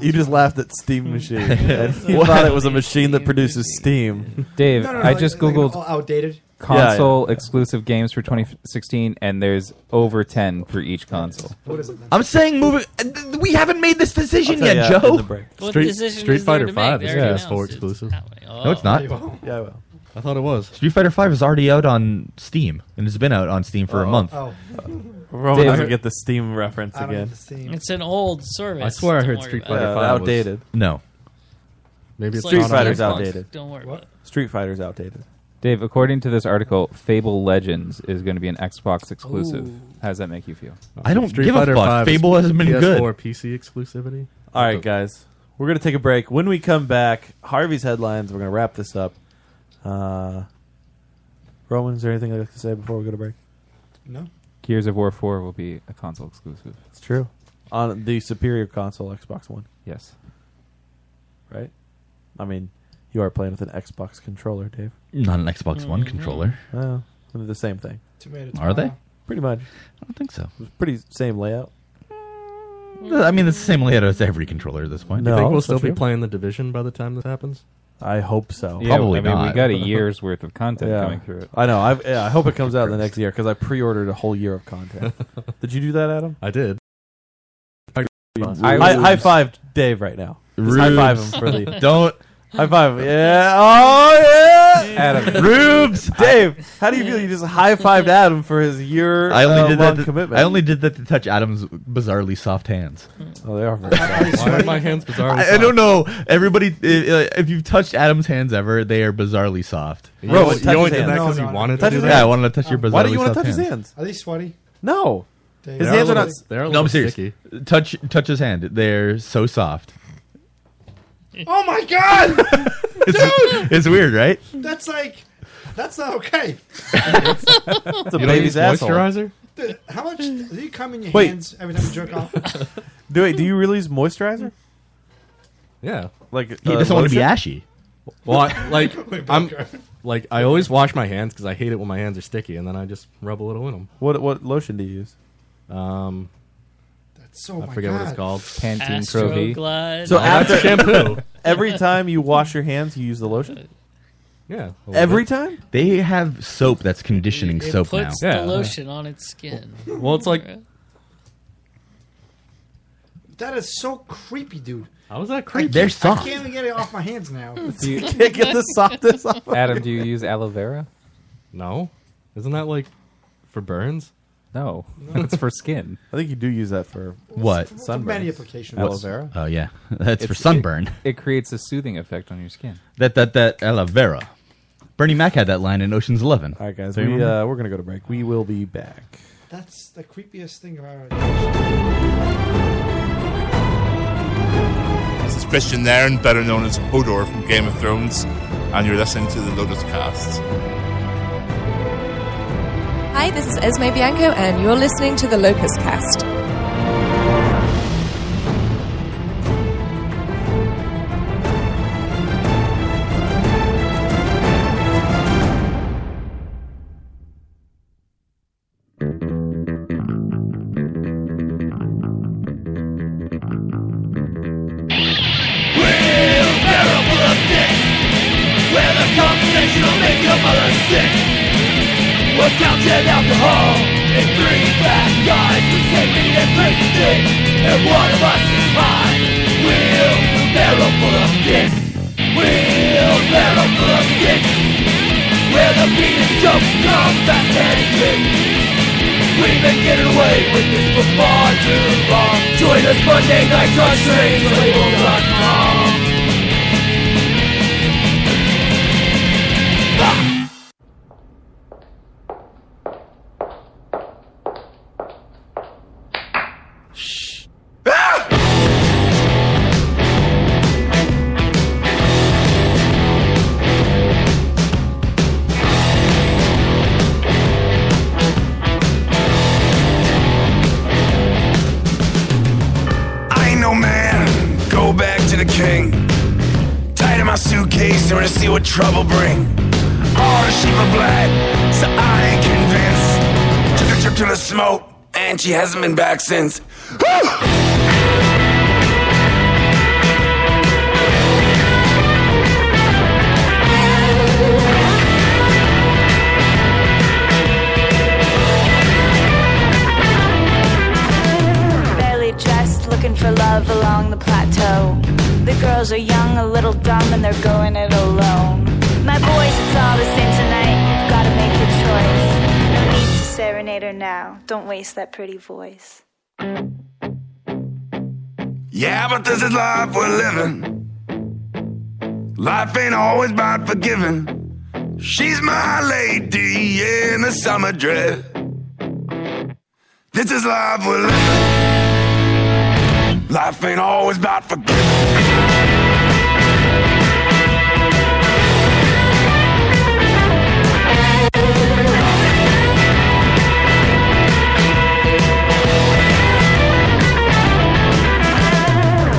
S10: you just laughed at Steam Machine. and he
S9: What?
S10: thought it was a machine that produces steam.
S8: Dave,
S11: No, no, no,
S8: I
S11: like-
S8: just
S11: like
S8: googled
S11: all outdated?
S8: console exclusive games for 2016, and there's over 10 for each console.
S11: What is it?
S9: I'm saying moving. uh, We haven't made this decision
S8: I'll tell
S9: yet,
S8: you
S9: Joe.
S8: in the break. What Street- decision Street is there Fighter to make?
S13: Five is
S8: There it is.
S13: PS4 exclusive.
S9: No, it's not.
S10: Yeah, I will.
S13: I thought it was.
S9: Street Fighter Five is already out on Steam, and it's been out on Steam for a month.
S10: Oh.
S9: Dave,
S10: Roman doesn't get the Steam reference
S9: I don't
S10: again.
S12: It's an old service.
S13: I swear I
S12: Don't
S13: heard
S12: worry
S13: Street
S12: about it.
S13: Fighter
S10: Yeah,
S13: 5 was-
S10: outdated.
S9: No.
S13: Maybe it's
S10: Street
S13: not on
S10: Fighter's
S13: Xbox.
S10: outdated.
S12: Don't worry about it.
S10: Street Fighter's outdated.
S8: Dave, according to this article, Fable Legends is going to be an Xbox exclusive. How does that make you feel?
S9: I don't
S13: Street
S9: give a
S13: Fighter
S9: fuck.
S13: 5 is
S9: Fable hasn't been
S13: PS4
S9: good.
S13: PC exclusivity.
S10: All right, guys, we're gonna take a break. When we come back, Harvey's headlines. We're gonna wrap this up. Uh, Roman, is there anything I'd like to say before we go to break?
S8: Gears of War 4 will be a console exclusive.
S10: It's true. On the superior console, Xbox One.
S8: Yes.
S10: Right? I mean, you are playing with an Xbox controller, Dave.
S9: Not an Xbox One
S10: Mhm.
S9: controller.
S10: Well, they're the same thing.
S11: Mm-hmm. Tomato,
S9: Are they?
S10: Pretty much.
S9: I don't think so.
S10: It's pretty same layout.
S9: I mean, it's the same layout as every controller at this point.
S13: you think we'll
S10: that's
S13: still
S10: not
S13: be
S10: true.
S13: playing the division by the time this happens?
S10: I hope so.
S8: Yeah, Probably I mean, we not. got a year's *laughs* worth of content
S10: Yeah.
S8: coming through it.
S10: I know. I've, yeah, I hope it comes out in the next year because I pre-ordered a whole year
S8: *laughs*
S10: of content. did you do that, Adam?
S13: I did. I,
S10: I, high fived Dave right now. Just High five him for the
S9: Don't
S10: high five. him. Yeah. Oh yeah. Adam. Rubes, Dave, how do you feel? You just high fived Adam for his year
S9: I only
S10: uh,
S9: did
S10: long
S9: that. To,
S10: commitment.
S9: I only did that to touch Adam's bizarrely soft hands.
S10: Oh, they are. Very
S13: soft. Why are my hands bizarrely
S9: I, I don't know. Everybody, i- i- if you've touched Adam's hands ever, they are bizarrely soft.
S13: You Bro, only- you touch only his did that hands. 'cause you wanted to
S9: Touch
S13: do
S9: his
S13: that?
S9: hands. Yeah, I wanted to touch your bizarrely
S10: Why do you want
S9: soft
S10: to touch his hands?
S11: Are they sweaty?
S9: Oh.
S10: No.
S11: They
S10: His
S11: are.
S10: hands are not.
S11: They are a
S9: no,
S11: little
S9: I'm serious.
S11: sticky.
S9: Touch, touch his hand. They're so soft.
S11: Oh my god, dude!
S9: *laughs* It's weird, right? *laughs*
S11: That's like, that's not
S13: *laughs*
S11: okay.
S10: It's a You don't baby's use asshole. moisturizer?
S11: Dude, how much do you come in your
S10: Wait.
S11: hands every time you jerk
S10: *laughs*
S11: off?
S10: Do wait, do you really use moisturizer?
S13: Yeah,
S10: like uh, he
S9: doesn't wanna be ashy.
S13: Well, I, like
S8: *laughs*
S10: Wait,
S13: I'm
S10: Parker.
S13: like I always wash my hands because I hate it when my hands are sticky, and then I just rub a little in them.
S10: What what lotion do you use?
S13: Um,
S11: That's so.
S13: I
S11: my
S13: forget
S11: god.
S13: what it's called.
S8: Pantene Pro V. Astroglide.
S10: So
S8: No, that's
S10: after
S8: shampoo.
S10: *laughs* every time you wash your hands, you use the lotion.
S13: Yeah,
S10: every time.
S9: They have soap that's conditioning
S12: It
S9: soap now.
S12: puts the lotion on its skin.
S13: Well, it's like
S11: That is so creepy, dude.
S13: How is that
S11: I
S13: creepy?
S11: can't-
S13: They're
S11: I
S13: soft.
S11: can't even get it off my hands
S10: *laughs*
S11: now.
S13: Do you-
S10: Can't get the softest off.
S8: Adam, do you use aloe vera?
S13: No, isn't that like for burns?
S8: No, it's for skin.
S10: I think you do use that for
S9: What?
S11: for many applications.
S9: Aloe vera? Oh, yeah. *laughs* That's for sunburn. *laughs*
S8: *laughs* It, it creates a soothing effect on your skin.
S9: That that that aloe vera. Bernie Mac had that line in Ocean's Eleven. All
S10: right, guys, we, uh, we're gonna go to break. We will be back.
S11: That's the creepiest thing about it.
S10: uh,
S7: This is Christian Nairn, better known as Hodor from Game of Thrones, and you're listening to the Lotus Cast.
S14: Hi, this is Esme Bianco, and you're listening to the Locust Cast.
S20: Where the conversation will make your mother sick. We're counting alcohol in three fat guys with safety and crazy dick. And one of us is mine. We'll barrel full of dicks. We'll barrel full of dicks. Where the penis jokes come fast and quick. We've been getting away with this for far too long. Join us Monday nights on strangelabel.com.
S15: Ah! I ain't no man. Go back to the king. Tied in my suitcase, I'm gonna see what trouble bring. All the sheep are black, so I ain't convinced. Took a trip to the smoke, and she hasn't been back since.
S16: Barely dressed, looking for love along the plateau. The girls are young, a little dumb, and they're going it alone. My boys, it's all the same tonight. You've gotta make your choice. No need to serenade her now. Don't waste that pretty voice.
S15: Yeah, but this is life we're living. Life ain't always about forgiving. She's my lady in a summer dress. This is life we're living. Life ain't always about forgiving.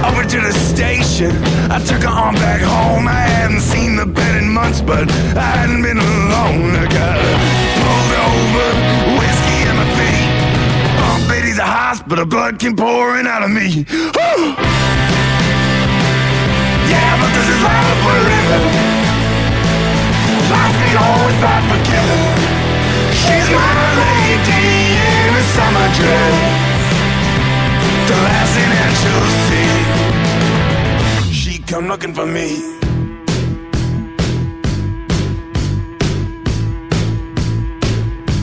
S15: Over to the station, I took her on back home. I hadn't seen the bed in months, but I hadn't been alone. I got pulled over, whiskey in my feet. Aunt Betty's a hospital, blood came pouring out of me. Woo! Yeah, but this is life we're living. Life ain't always about forgiving. She's my lady in a summer dress. The last thing that you'll see. She come looking for me.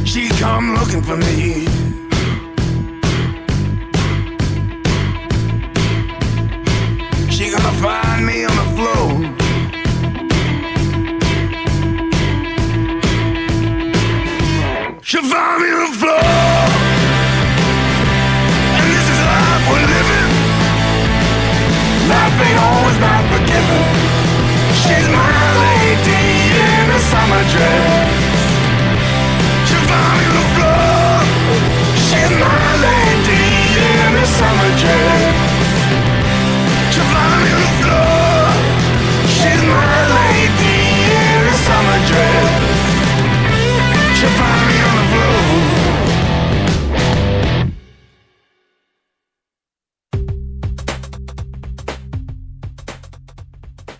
S15: She come looking for me. She gonna find me on the floor. She'll find me on the floor. And this is life we're living. Life ain't always not forgiving. She's my lady in a summer dress. She'll find me on the floor. She's my lady in a summer dress. She'll find me on the floor. She's my lady in a summer dress. She'll find me on the floor.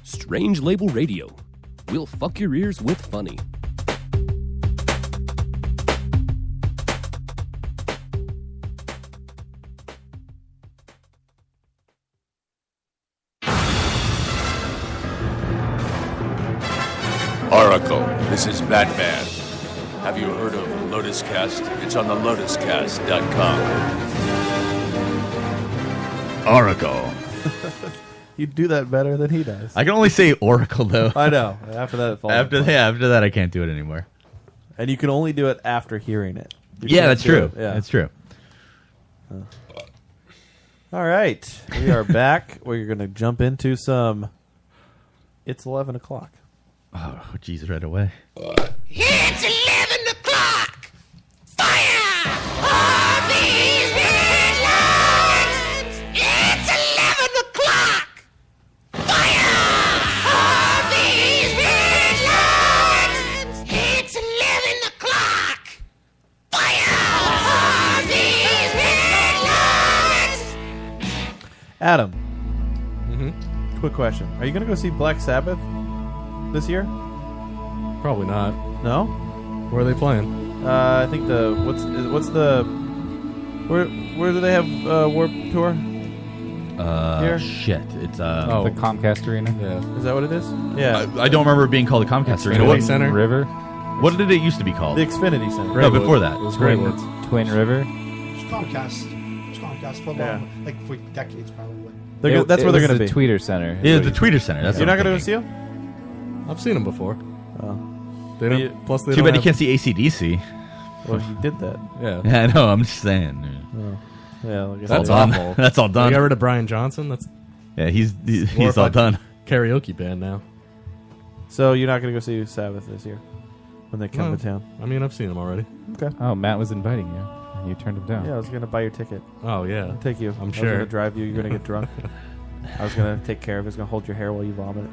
S2: Strange Label Radio. We'll fuck your ears with funny.
S17: Oracle, this is Batman. Have you heard of Lotus Cast? It's on the lotuscast.com.
S9: Oracle.
S10: You do that better than he does.
S9: I can only say Oracle though.
S10: I know. After that, it falls
S9: After
S10: apart.
S9: yeah, after that, I can't do it anymore.
S10: And you can only do it after hearing it. You
S9: yeah,
S10: can't
S9: that's
S10: do
S9: true.
S10: it- Yeah.
S9: That's true.
S10: All right. We are back. We're going to jump into some. It's 11 o'clock.
S9: Oh, jeez, right away.
S20: It's 11 o'clock!
S10: Adam. Mm-hmm. Quick question. Are you going to go see Black Sabbath this year?
S13: Probably not.
S10: No?
S13: Where are they playing?
S10: Uh, I think the. What's is, what's the. Where where do they have uh, Warp Tour?
S9: Uh,
S10: Here?
S9: shit. It's uh,
S10: Oh. The
S9: Comcast Arena.
S10: Is that what it is? Yeah.
S9: I, I don't remember it being called the Comcast Arena.
S10: Xfinity
S9: What
S10: Center?
S9: River? What did it used to be called?
S10: The Xfinity Center.
S9: no, before that,
S8: Twin, Twin River.
S11: It's Comcast. It's Comcast for
S10: Yeah.
S11: long, like for decades probably.
S10: They're go-
S8: It-
S10: that's
S8: it
S10: where they're
S8: was
S10: going
S8: the
S10: to be.
S8: Tweeter Center, is
S10: Yeah,
S8: what
S10: the
S8: it was.
S10: Tweeter Center. That's
S13: You're
S10: You're not
S13: not gonna
S10: going to
S13: go
S10: go see them?
S13: I've seen them before. Oh. They
S10: Well,
S13: don't,
S10: you-
S13: plus, they
S9: Too
S13: don't
S9: bad you
S13: have-
S9: can't see ACDC.
S10: Well, you did that.
S13: Yeah.
S9: I know. I'm just saying.
S10: Oh. Yeah, well, I guess
S13: That's
S9: all done.
S13: *laughs* awful.
S9: That's all done.
S13: You got rid of Brian Johnson. That's
S10: *laughs*
S9: Yeah, he's he's, he's all
S13: glorified
S9: done.
S13: Karaoke band now.
S10: So you're not going to go see Sabbath this year when they come
S13: No.
S10: to town?
S13: I mean, I've seen him already.
S10: Okay.
S8: Oh, Matt was inviting you, and you turned him down.
S10: Yeah, I was going to buy your ticket.
S13: Oh, yeah.
S10: I'll take you.
S13: I'm
S10: I was
S13: sure.
S10: going to drive you. You're going to get
S13: *laughs*
S10: drunk. I was going to take care of. it. I was going to hold your hair while you vomit.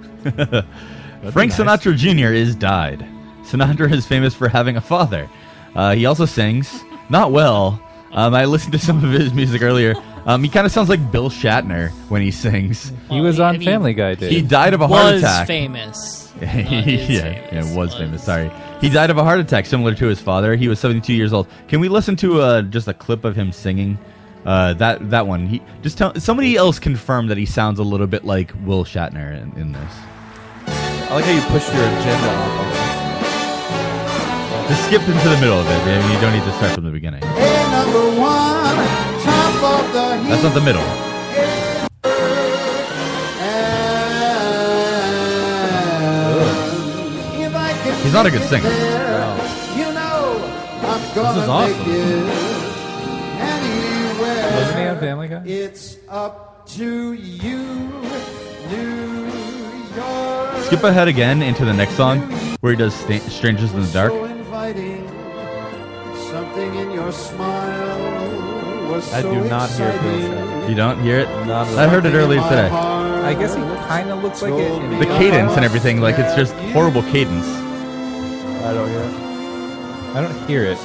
S9: Frank Sinatra Jr. is died. Sinatra is famous for having a father. Uh, he also sings, not well. Um, I listened to some of his music earlier. Um, he kind of sounds like Bill Shatner when he sings.
S8: He was on Family Guy, dude.
S9: He died of a heart
S12: was
S9: attack.
S12: famous. Not
S9: *laughs* yeah,
S12: is
S9: yeah, was famous. Sorry, he died of a heart attack similar to his father. He was 72 years old. Can we listen to uh, just a clip of him singing? Uh, that that one. He just tell somebody else confirmed that he sounds a little bit like Will Shatner in, in this.
S10: I like how you pushed your agenda off.
S9: Just skip into the middle of it. I mean, you don't need to start from the beginning.
S20: Number one, top of the
S9: That's not the middle. He's not a good singer.
S20: You know, I'm
S9: This is awesome.
S20: anywhere.
S8: Wasn't he on Family Guy?
S20: It's up to you, New
S9: Skip ahead again into the next song where he does Sta Strangers in the Dark.
S20: inviting. Something in your smile was
S9: I
S20: so
S9: do not hear Bill
S20: exciting.
S9: You don't hear it? I heard it earlier today.
S8: I guess he kind of looks like it. in
S9: The cadence and everything, like it's just horrible cadence.
S8: I don't hear it. I don't hear it.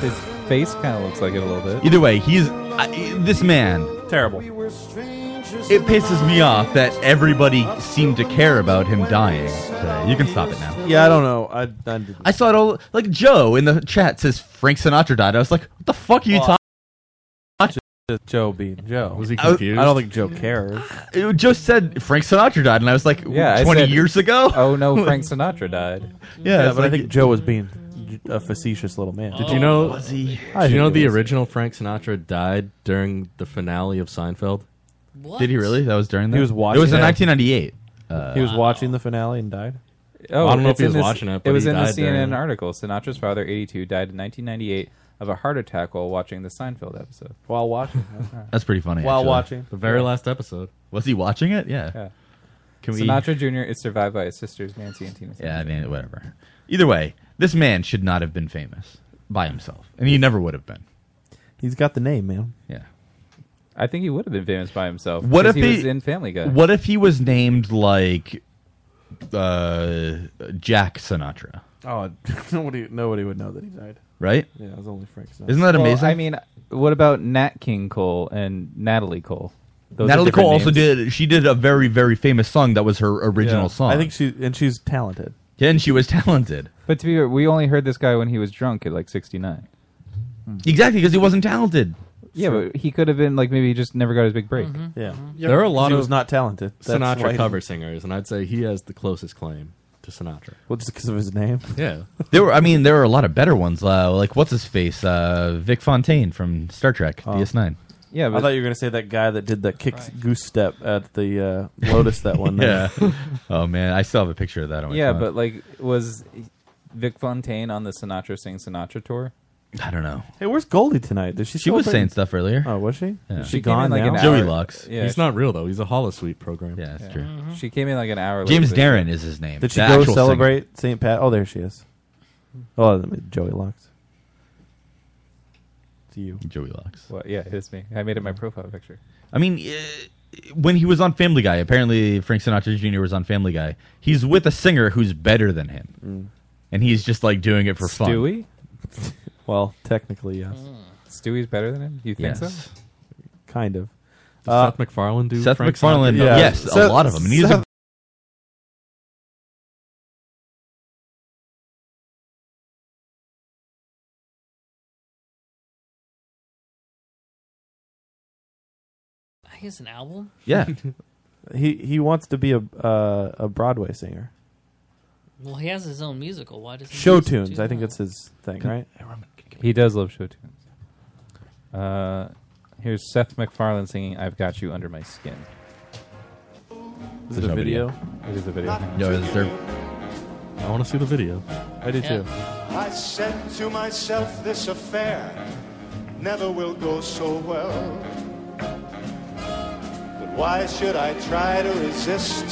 S8: His face kind of looks like it a little bit.
S9: Either way, he's I, this man.
S8: Terrible.
S9: It pisses me off that everybody seemed to care about him dying today. You can stop it now.
S10: Yeah, I don't know. I, I, didn't-
S9: I saw it all. Like Joe in the chat says Frank Sinatra died. I was like, what the fuck are you
S10: Oh,
S9: talking?
S10: just Joe being Joe. Was
S13: he
S9: I- confused?
S10: I, don't think Joe cares.
S9: *sighs* It just said Frank Sinatra died, and I was like,
S8: Yeah, I
S9: 20
S8: said,
S9: years ago? *laughs*
S8: Oh no, Frank Sinatra died.
S9: Yeah, it's
S10: but I
S9: like-
S10: think Joe was being a facetious little man.
S13: Did you know?
S10: I
S13: Did you
S10: think
S13: know
S10: he
S13: the
S10: was.
S13: original Frank Sinatra died during the finale of Seinfeld?
S9: What? Did he really? That was during that?
S10: He was
S9: It
S10: watching.
S9: was in
S10: it.
S9: 1998. Uh,
S10: he was watching the finale and died.
S8: Oh,
S13: I don't know if
S8: it's
S13: he
S8: in
S13: was
S8: this-
S13: watching it, but
S8: was
S13: he
S8: in the CNN
S13: died during-
S8: article. Sinatra's father, 82, died in 1998 of a heart attack while watching the Seinfeld episode. *laughs*
S10: While watching,
S9: That's pretty funny.
S8: While
S9: actually.
S8: watching. The very
S13: last episode.
S9: Was he watching it? Yeah.
S8: Yeah.
S9: Can we-
S8: Sinatra Jr. is survived by his sisters, Nancy and Tina.
S9: Yeah, I mean, whatever. Either way, this man should not have been famous by himself, and he never would have been.
S10: He's got the name, man.
S9: Yeah.
S8: I think he would have been famous by himself.
S9: What if
S8: because
S9: he,
S8: he, was in Family Guy?
S9: What if he was named like uh, Jack Sinatra?
S10: Oh, *laughs* nobody, nobody would know that he died.
S9: Right?
S10: Yeah, it was only Frank. Sinatra.
S8: Well, I mean, what about Nat King Cole and Natalie Cole? Those are
S9: Natalie
S8: different
S9: Cole also
S8: names.
S9: did. She did a very, very famous song that was her original
S10: Yeah.
S9: song.
S10: I think she and she's talented.
S9: and she was *laughs* talented.
S8: But to be fair, we only heard this guy when he was drunk at like 69.
S9: Exactly, because he wasn't talented.
S8: Yeah, but he could have been like maybe he just never got his big break.
S10: Yeah.
S13: There are a lot
S10: Mm-hmm. He
S13: of
S10: was not talented. That's
S13: Sinatra
S10: why he-
S13: cover singers, and I'd say he has the closest claim to Sinatra.
S10: Well, just because of his name.
S13: Yeah.
S9: *laughs* There were, I mean, there were a lot of better ones. Uh, like what's his face, uh, Vic Fontaine from Star Trek
S10: Oh.
S9: DS9.
S8: Yeah,
S10: I
S8: but-
S10: thought you were going to say that guy that did that kick goose step at the uh, Lotus that
S9: *laughs*
S10: one
S9: yeah.
S10: night.
S9: oh man, I still have a picture of that on my
S8: Yeah,
S9: phone.
S8: but like, was Vic Fontaine on the Sinatra Sing Sinatra tour?
S9: I don't know.
S10: Hey, where's Goldie tonight? Did she?
S9: She was
S10: celebrate?
S9: saying stuff earlier.
S10: Oh, was she?
S9: Yeah.
S10: Is
S8: She
S10: she
S8: came in
S10: gone
S8: like an
S10: now?
S9: Joey
S8: hour-
S9: Lux.
S8: Yeah,
S13: He's not real though. He's a holosuite program.
S9: Yeah, that's
S8: Yeah. Mm-hmm.
S9: true.
S8: She came in like an hour.
S9: James
S8: later.
S9: Darren is his name.
S10: Did she
S9: The
S10: go
S9: actual
S10: celebrate St. Pat? Oh, there she is.
S8: Hmm.
S10: Oh, that made Joey Lux. It's you,
S9: Joey Lux.
S8: Well, yeah, it is me. I made it my profile picture.
S9: I mean, eh, when he was on Family Guy, apparently Frank Sinatra Jr. was on Family Guy. He's with a singer who's better than him,
S13: Mm.
S9: and he's just like doing it for fun.
S8: Stewie?
S10: *laughs*
S8: Mm.
S10: well, technically, yes.
S8: Stewie's better than him. You think
S9: Yes.
S8: so?
S10: Kind of.
S13: Does Seth MacFarlane do
S9: Seth
S13: Frank
S9: MacFarlane,
S13: Sinatra?
S9: yes, a
S13: Seth-
S9: lot of them. And he's a
S13: Seth-
S12: He has an album.
S9: Yeah.
S10: *laughs* he he wants to be a uh, a Broadway singer.
S12: Well, he has his own musical. Why does he
S10: Show
S12: use it
S10: tunes,
S12: too?
S10: I think it's his thing, right?
S8: He does love show tunes. Uh, here's Seth MacFarlane singing "I've Got You Under My Skin."
S10: Is it a video?
S8: It is a video.
S9: No, is there?
S13: I want to see the video.
S10: I do too.
S18: I said to myself, this affair never will go so well. But why should I try to resist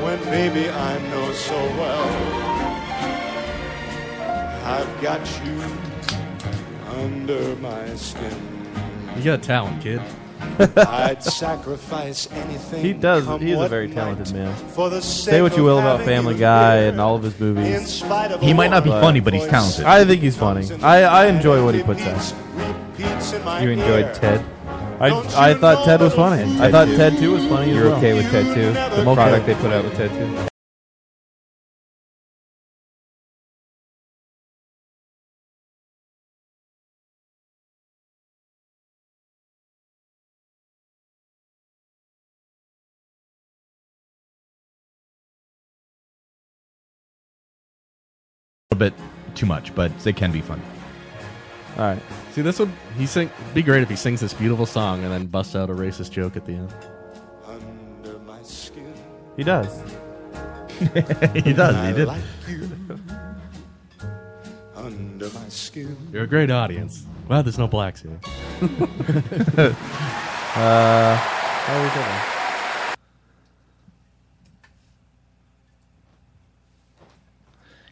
S18: when maybe I know so well? I've got you under my
S10: *laughs*
S18: skin.
S13: You got talent, kid. *laughs*
S18: I'd sacrifice anything.
S10: He does.
S18: come
S10: He's a
S18: what
S10: very
S18: might,
S10: talented man.
S18: For the
S10: Say what
S18: sake
S10: you will
S18: of
S10: about
S18: having
S10: Family
S18: you
S10: Guy and all of his movies.
S18: spite of
S9: He might not be
S10: But-
S9: funny, but he's talented.
S10: I think he's funny. I, I enjoy what he puts out.
S18: Repeats in my
S10: You
S18: ear.
S10: enjoyed Ted? I, I thought Ted was funny. I
S8: Ted
S10: thought
S8: two.
S10: Ted 2 was funny as
S8: You're
S10: well.
S8: okay with Ted 2? The
S10: I'm okay.
S8: product they put out with Ted 2?
S9: a little bit too much, but they can be fun.
S10: All right.
S13: See, this would he sing be great if he sings this beautiful song and then busts out a racist joke at the end.
S18: Under my skin.
S10: He does.
S9: *laughs* he does.
S18: I
S9: He did.
S18: like you. Under my skin.
S13: You're a great audience. Wow, there's no blacks
S9: *laughs*
S13: here.
S10: uh, how are we doing?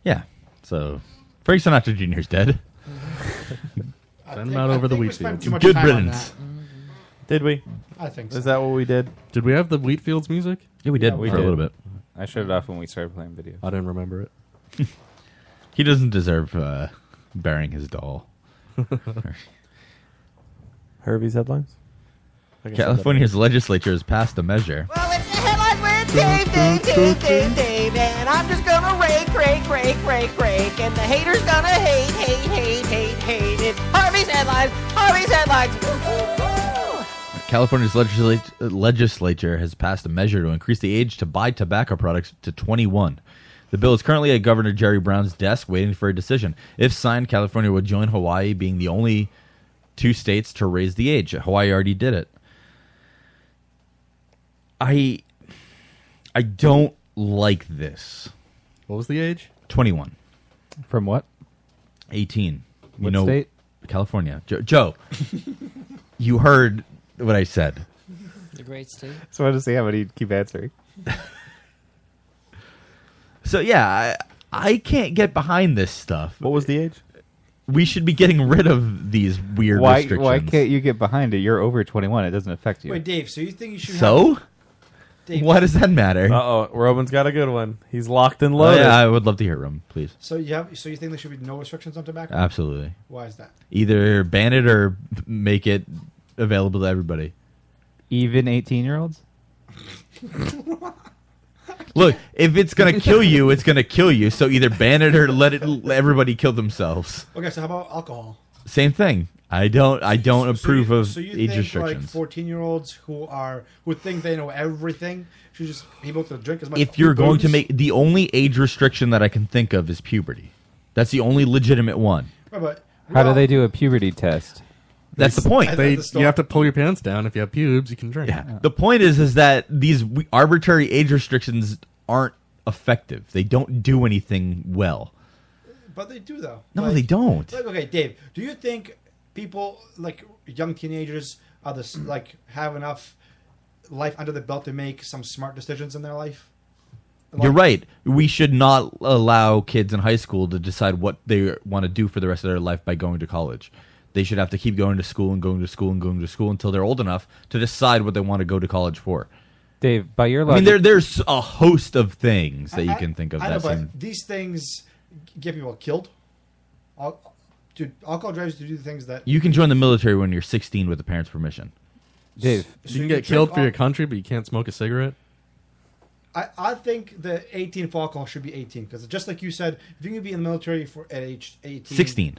S9: Yeah. So Frank Sinatra Jr. is dead.
S13: *laughs* Send him out over the wheat fields.
S9: Good riddance.
S10: Did we?
S11: I think
S10: Is that what we did?
S13: Did we have the wheat fields music?
S9: Yeah, we did for a little bit.
S8: I shut it off when we started playing video.
S13: I didn't remember it.
S9: *laughs* He doesn't deserve uh, burying his doll.
S10: Hervey's headlines.
S9: California's legislature has passed a measure.
S19: Dave, Dave, Dave, Dave, Dave, and I'm just gonna rake, rake, rake, rake, rake, and the haters gonna hate, hate, hate, hate, hate it. Harvey's headlines, Harvey's headlines. Woo-hoo-hoo.
S9: California's legislat- legislature has passed a measure to increase the age to buy tobacco products to 21. The bill is currently at Governor Jerry Brown's desk waiting for a decision. If signed, California would join Hawaii being the only two states to raise the age. Hawaii already did it. I I don't like this.
S13: What was the age?
S9: 21.
S8: From what?
S9: 18. you
S8: What
S9: know,
S8: state?
S9: California. Jo- Joe, *laughs* you heard what I said.
S12: The great state.
S9: *laughs*
S8: So I want to see how many keep answering.
S9: So yeah, I, I can't get behind this stuff. What was the age? We should be getting rid of these weird
S8: Why?
S9: restrictions.
S8: Why can't you get behind it? You're over 21. It doesn't affect you.
S11: Wait, Dave. So you think you should?
S9: So?
S11: Have, Dave,
S9: Why does that matter?
S10: Uh oh, Robin's got a good one. He's locked and
S9: Oh,
S10: loaded.
S9: yeah, I would love to hear them, please.
S11: So you have. So you think there should be no restrictions on tobacco?
S9: Absolutely.
S11: Why is that? *laughs*
S9: Either ban it or make it available to everybody.
S8: Even 18 year olds.
S9: Look, if it's gonna kill you, it's gonna kill you. So either ban it or let it let everybody kill themselves.
S11: Okay. So how about alcohol?
S9: Same thing. I don't. I don't approve of
S11: So you
S9: age
S11: think like
S9: restrictions.
S11: fourteen-year-olds who are who think they know everything should just be able to drink as much?
S9: if you're going to
S11: booze?
S9: make the only age restriction that I can think of is puberty. That's the only legitimate one.
S11: Right, but
S8: How do they do a puberty test?
S9: That's the point.
S13: They, you have to pull your pants down. If you have pubes, you can drink.
S9: Yeah. The point is, is that these we- arbitrary age restrictions aren't effective. They don't do anything well.
S11: But they do though.
S9: No, they don't.
S11: Like, okay, Dave, do you think people like young teenagers are this
S9: Mm.
S11: like have enough life under the belt to make some smart decisions in their life?
S9: You're right. We should not allow kids in high school to decide what they want to do for the rest of their life by going to college. They should have to keep going to school and going to school and going to school until they're old enough to decide what they want to go to college for.
S8: Dave, by your
S9: I mean,
S8: logic-
S9: there, there's a host of things that you
S11: I-
S9: can think of.
S11: I know,
S9: That
S11: but
S9: seem-
S11: these things get people killed. Al- dude, alcohol drives you to do the things that
S9: you can join the military when you're 16 with the parents' permission.
S8: Dave,
S13: you can get killed for your country, but you can't smoke a cigarette.
S11: I, I think the 18 for alcohol should be 18 because just like you said, if you can be in the military for at age 18,
S9: 16.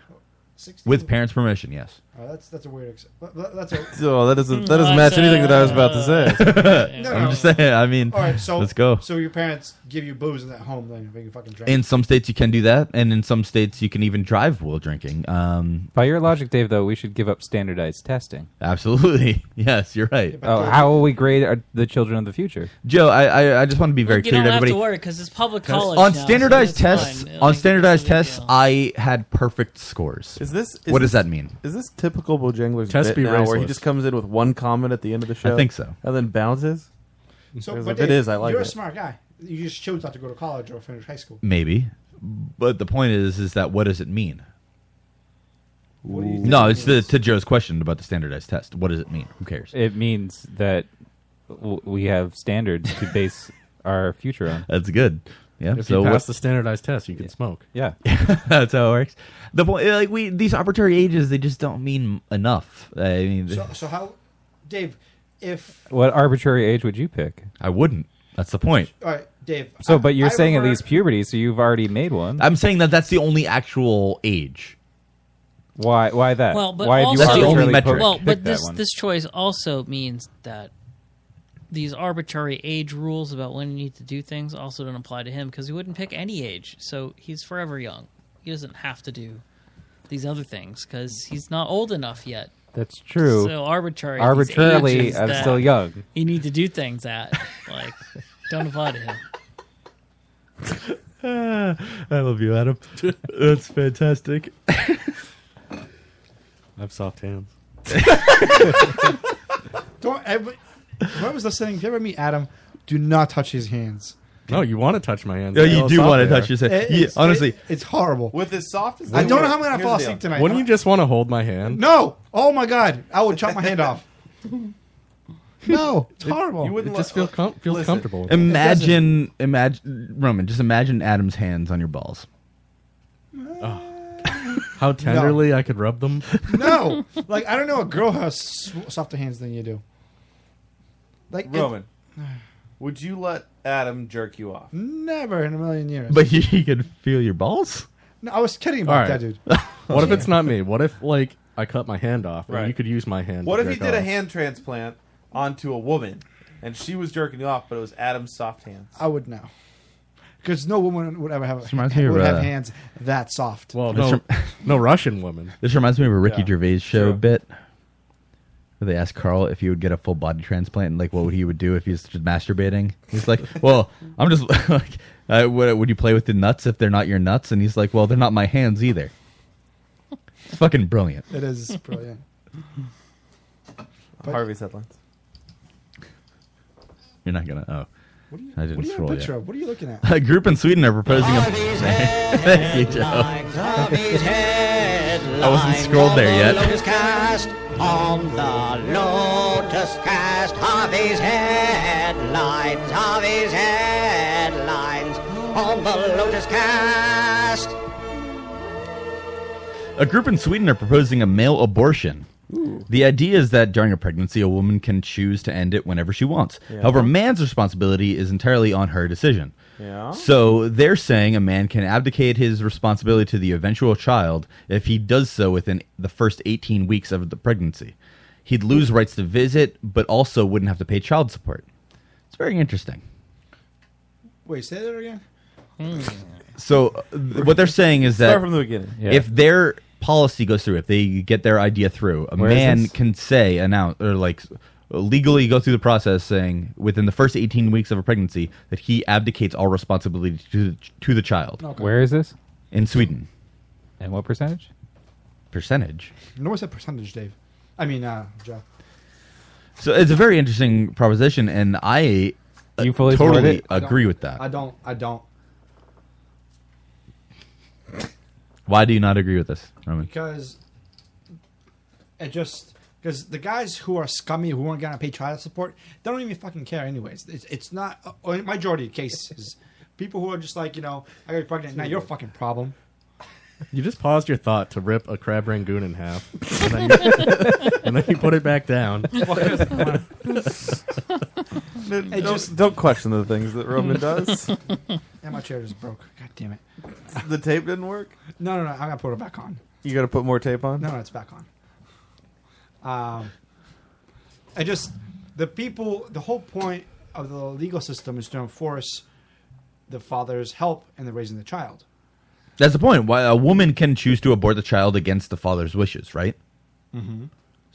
S11: 16?
S9: With parents' permission, yes.
S11: Oh, that's that's a weird. Ex- but- but that's a,
S10: *laughs*
S9: So that doesn't-
S10: Oh, that doesn't match anything that I was about to say.
S9: I'm just saying, I mean, let's go.
S11: So your parents give you booze at home, then you can fucking drink.
S9: In some states, you can do that, and in some states, you can even drive while drinking. *laughs* Um,
S8: By your logic, Dave, though, we should give up standardized testing.
S9: Absolutely. *laughs* Yes, you're right.
S8: Oh, how will we grade our, the children of the future?
S9: Joe, I, I, I just want to be very
S8: Look, you
S9: clear
S8: don't
S9: to
S8: have
S9: everybody.
S8: to worry 'cause it's public college
S9: on
S8: now, so
S9: standardized
S8: it's
S9: tests.
S8: fine.
S9: On standardized tests, I had perfect scores.
S10: Is this? Is
S9: what
S10: this-
S9: does that mean?
S10: Is this typical Bojangler's
S9: Test
S10: bit
S9: be
S10: now, where he
S9: raceless.
S10: just comes in with one comment at the end of the show?
S9: think so.
S10: And then bounces.
S11: so,
S10: Because
S11: but
S10: if it
S11: Dave,
S10: is, I like
S11: You're a
S10: it.
S11: smart guy. You just chose not to go to college or finish high school.
S9: Maybe, but the point is, is that what does it mean?
S11: do you think
S9: No,
S11: it
S9: it's the, to Joe's question about the standardized test. What does it mean? Who cares?
S8: It means that w- we have standards to
S9: *laughs*
S8: base our future on.
S9: That's good. Yeah.
S13: If
S9: so
S13: you pass
S9: what's
S13: the standardized test, you can smoke.
S8: Yeah.
S9: *laughs* that's how it works. The point, like we, these arbitrary ages, they just don't mean enough. I mean,
S10: Mm.
S11: So, so how, Dave? If
S8: What arbitrary age would you pick?
S9: I wouldn't. That's the point.
S11: all right, Dave.
S8: So, but you're saying
S11: remember-
S8: at least puberty, so you've already made one.
S9: I'm saying that that's the only actual age.
S8: Why? Why that?
S12: Well, but
S8: why have
S12: also,
S8: you
S9: That's the only
S8: arbitrarily
S9: metric.
S8: picked-
S12: Well, but
S8: picked that
S12: this
S8: one?
S12: this choice also means that these arbitrary age rules about when you need to do things also don't apply to him because he wouldn't pick any age, so he's forever young. He doesn't have to do these other things because he's not old enough yet.
S8: That's true.
S12: So arbitrary. these
S8: Arbitrarily,
S12: ages
S8: I'm
S12: that
S8: still young.
S12: You need to do things at
S8: *laughs*
S12: like don't apply to him.
S9: *laughs* I love
S18: *laughs*
S9: you, Adam. That's fantastic.
S13: I have soft hands.
S11: Don't. Every, when I was listening, if you ever meet Adam, do not touch his hands.
S13: No, you want to touch my hands.
S9: No, you do wanna touch your hands. Yeah,
S11: It's-
S9: honestly.
S11: it- it's horrible. With
S10: his softest.
S11: I don't know how I'm gonna fall asleep tonight.
S13: Wouldn't you just want to hold my hand?
S11: No! Oh my god! I would chop my hand
S9: *laughs*
S11: off. No, it's horrible.
S13: You wouldn't just feel com- feel comfortable.
S9: Imagine, imagine, Roman. Just imagine Adam's hands on your balls.
S13: how tenderly I could rub
S9: *laughs*
S13: them.
S11: No, like I don't know a girl who has sw- softer hands than you do. Like it-
S10: Roman, *sighs* would you let Adam jerk you off?
S11: never in a million years.
S9: But you, you can feel your balls.
S11: no, I was kidding
S13: All
S11: about
S13: right.
S11: that dude.
S13: what if
S9: *laughs*
S13: it's not me? What if like I cut my hand off and you could use my hand?
S10: What
S13: to
S10: if he
S13: jerk
S10: did a
S13: off?
S10: hand transplant onto a woman, and she was jerking you off, but it was Adam's soft hands?
S11: I would know. because no woman would ever have
S9: This reminds me of,
S11: would have
S9: uh,
S11: hands that soft.
S13: Well,
S9: This
S13: Oh, no,
S9: *laughs* rem-
S13: no Russian woman.
S9: This reminds me of a Ricky
S13: Yeah,
S9: Gervais show
S13: sure.
S9: bit where they asked Carl if he would get a full body transplant and like what would he would do if he was just masturbating.
S13: *laughs*
S9: He's like, "Well, I'm just *laughs* like, uh, would, would you play with the nuts if they're not your nuts?" And he's like, "Well, they're not my hands either." It's fucking brilliant.
S11: It is
S9: *laughs*
S11: brilliant. But-
S10: Harvey's headlines.
S9: You're not gonna. Oh, I
S11: what
S9: didn't
S11: do you have a
S9: scroll
S11: picture
S9: yet.
S11: of? What are you looking at?
S9: A group in Sweden are proposing. A- *laughs* Thank you, Joe. *laughs* I wasn't scrolled there
S1: The
S9: yet.
S1: Lotus Cast on the Lotus Cast. Harvey's headlines. Harvey's headlines on the Lotus Cast.
S9: A group in Sweden are proposing a male abortion. The idea is that during a pregnancy, a woman can choose to end it whenever she wants.
S10: Yeah.
S9: However, a man's responsibility is entirely on her decision.
S10: Yeah.
S9: So they're saying a man can abdicate his responsibility to the eventual child if he does so within the first 18 weeks of the pregnancy. He'd lose rights to visit, but also wouldn't have to pay child support. It's very interesting.
S11: Wait, say that again.
S9: Hmm. So uh, th- what they're saying is that
S10: Start from the beginning. Yeah.
S9: If their policy goes through, if they get their idea through, a
S10: Where is
S9: man
S10: this?
S9: can say announce or like legally go through the process saying within the first 18 weeks of a pregnancy that he abdicates all responsibility to to the child.
S8: Okay. Where is this?
S9: In Sweden.
S8: And what percentage?
S9: Percentage.
S11: No one said percentage, Dave. I mean, uh, Joe.
S9: So it's a very interesting proposition and I uh,
S8: You fully support
S9: totally
S8: it?
S11: I don't-
S9: agree with that.
S11: I don't. I don't.
S9: Why do you not agree with this, Roman?
S11: because it just because the guys who are scummy who aren't gonna pay child support they don't even fucking care anyways it's, it's not or in majority of cases people who are just like you know i got pregnant now your fucking problem
S13: You just paused your thought to rip a crab rangoon in half, and then you, *laughs* and then you put it back down.
S10: No, don't, don't question the things that
S11: *laughs*
S10: Roman does.
S11: and my chair just broke god damn it
S10: the tape didn't work
S11: no no no i'm gonna put it back on
S10: You got to put more tape on.
S11: No, no, it's back on. Um, I just the people. The whole point of the legal system is to enforce the father's help in the raising the child.
S9: That's the point. Why a woman can choose to abort the child against the father's wishes, right?
S11: Mm-hmm.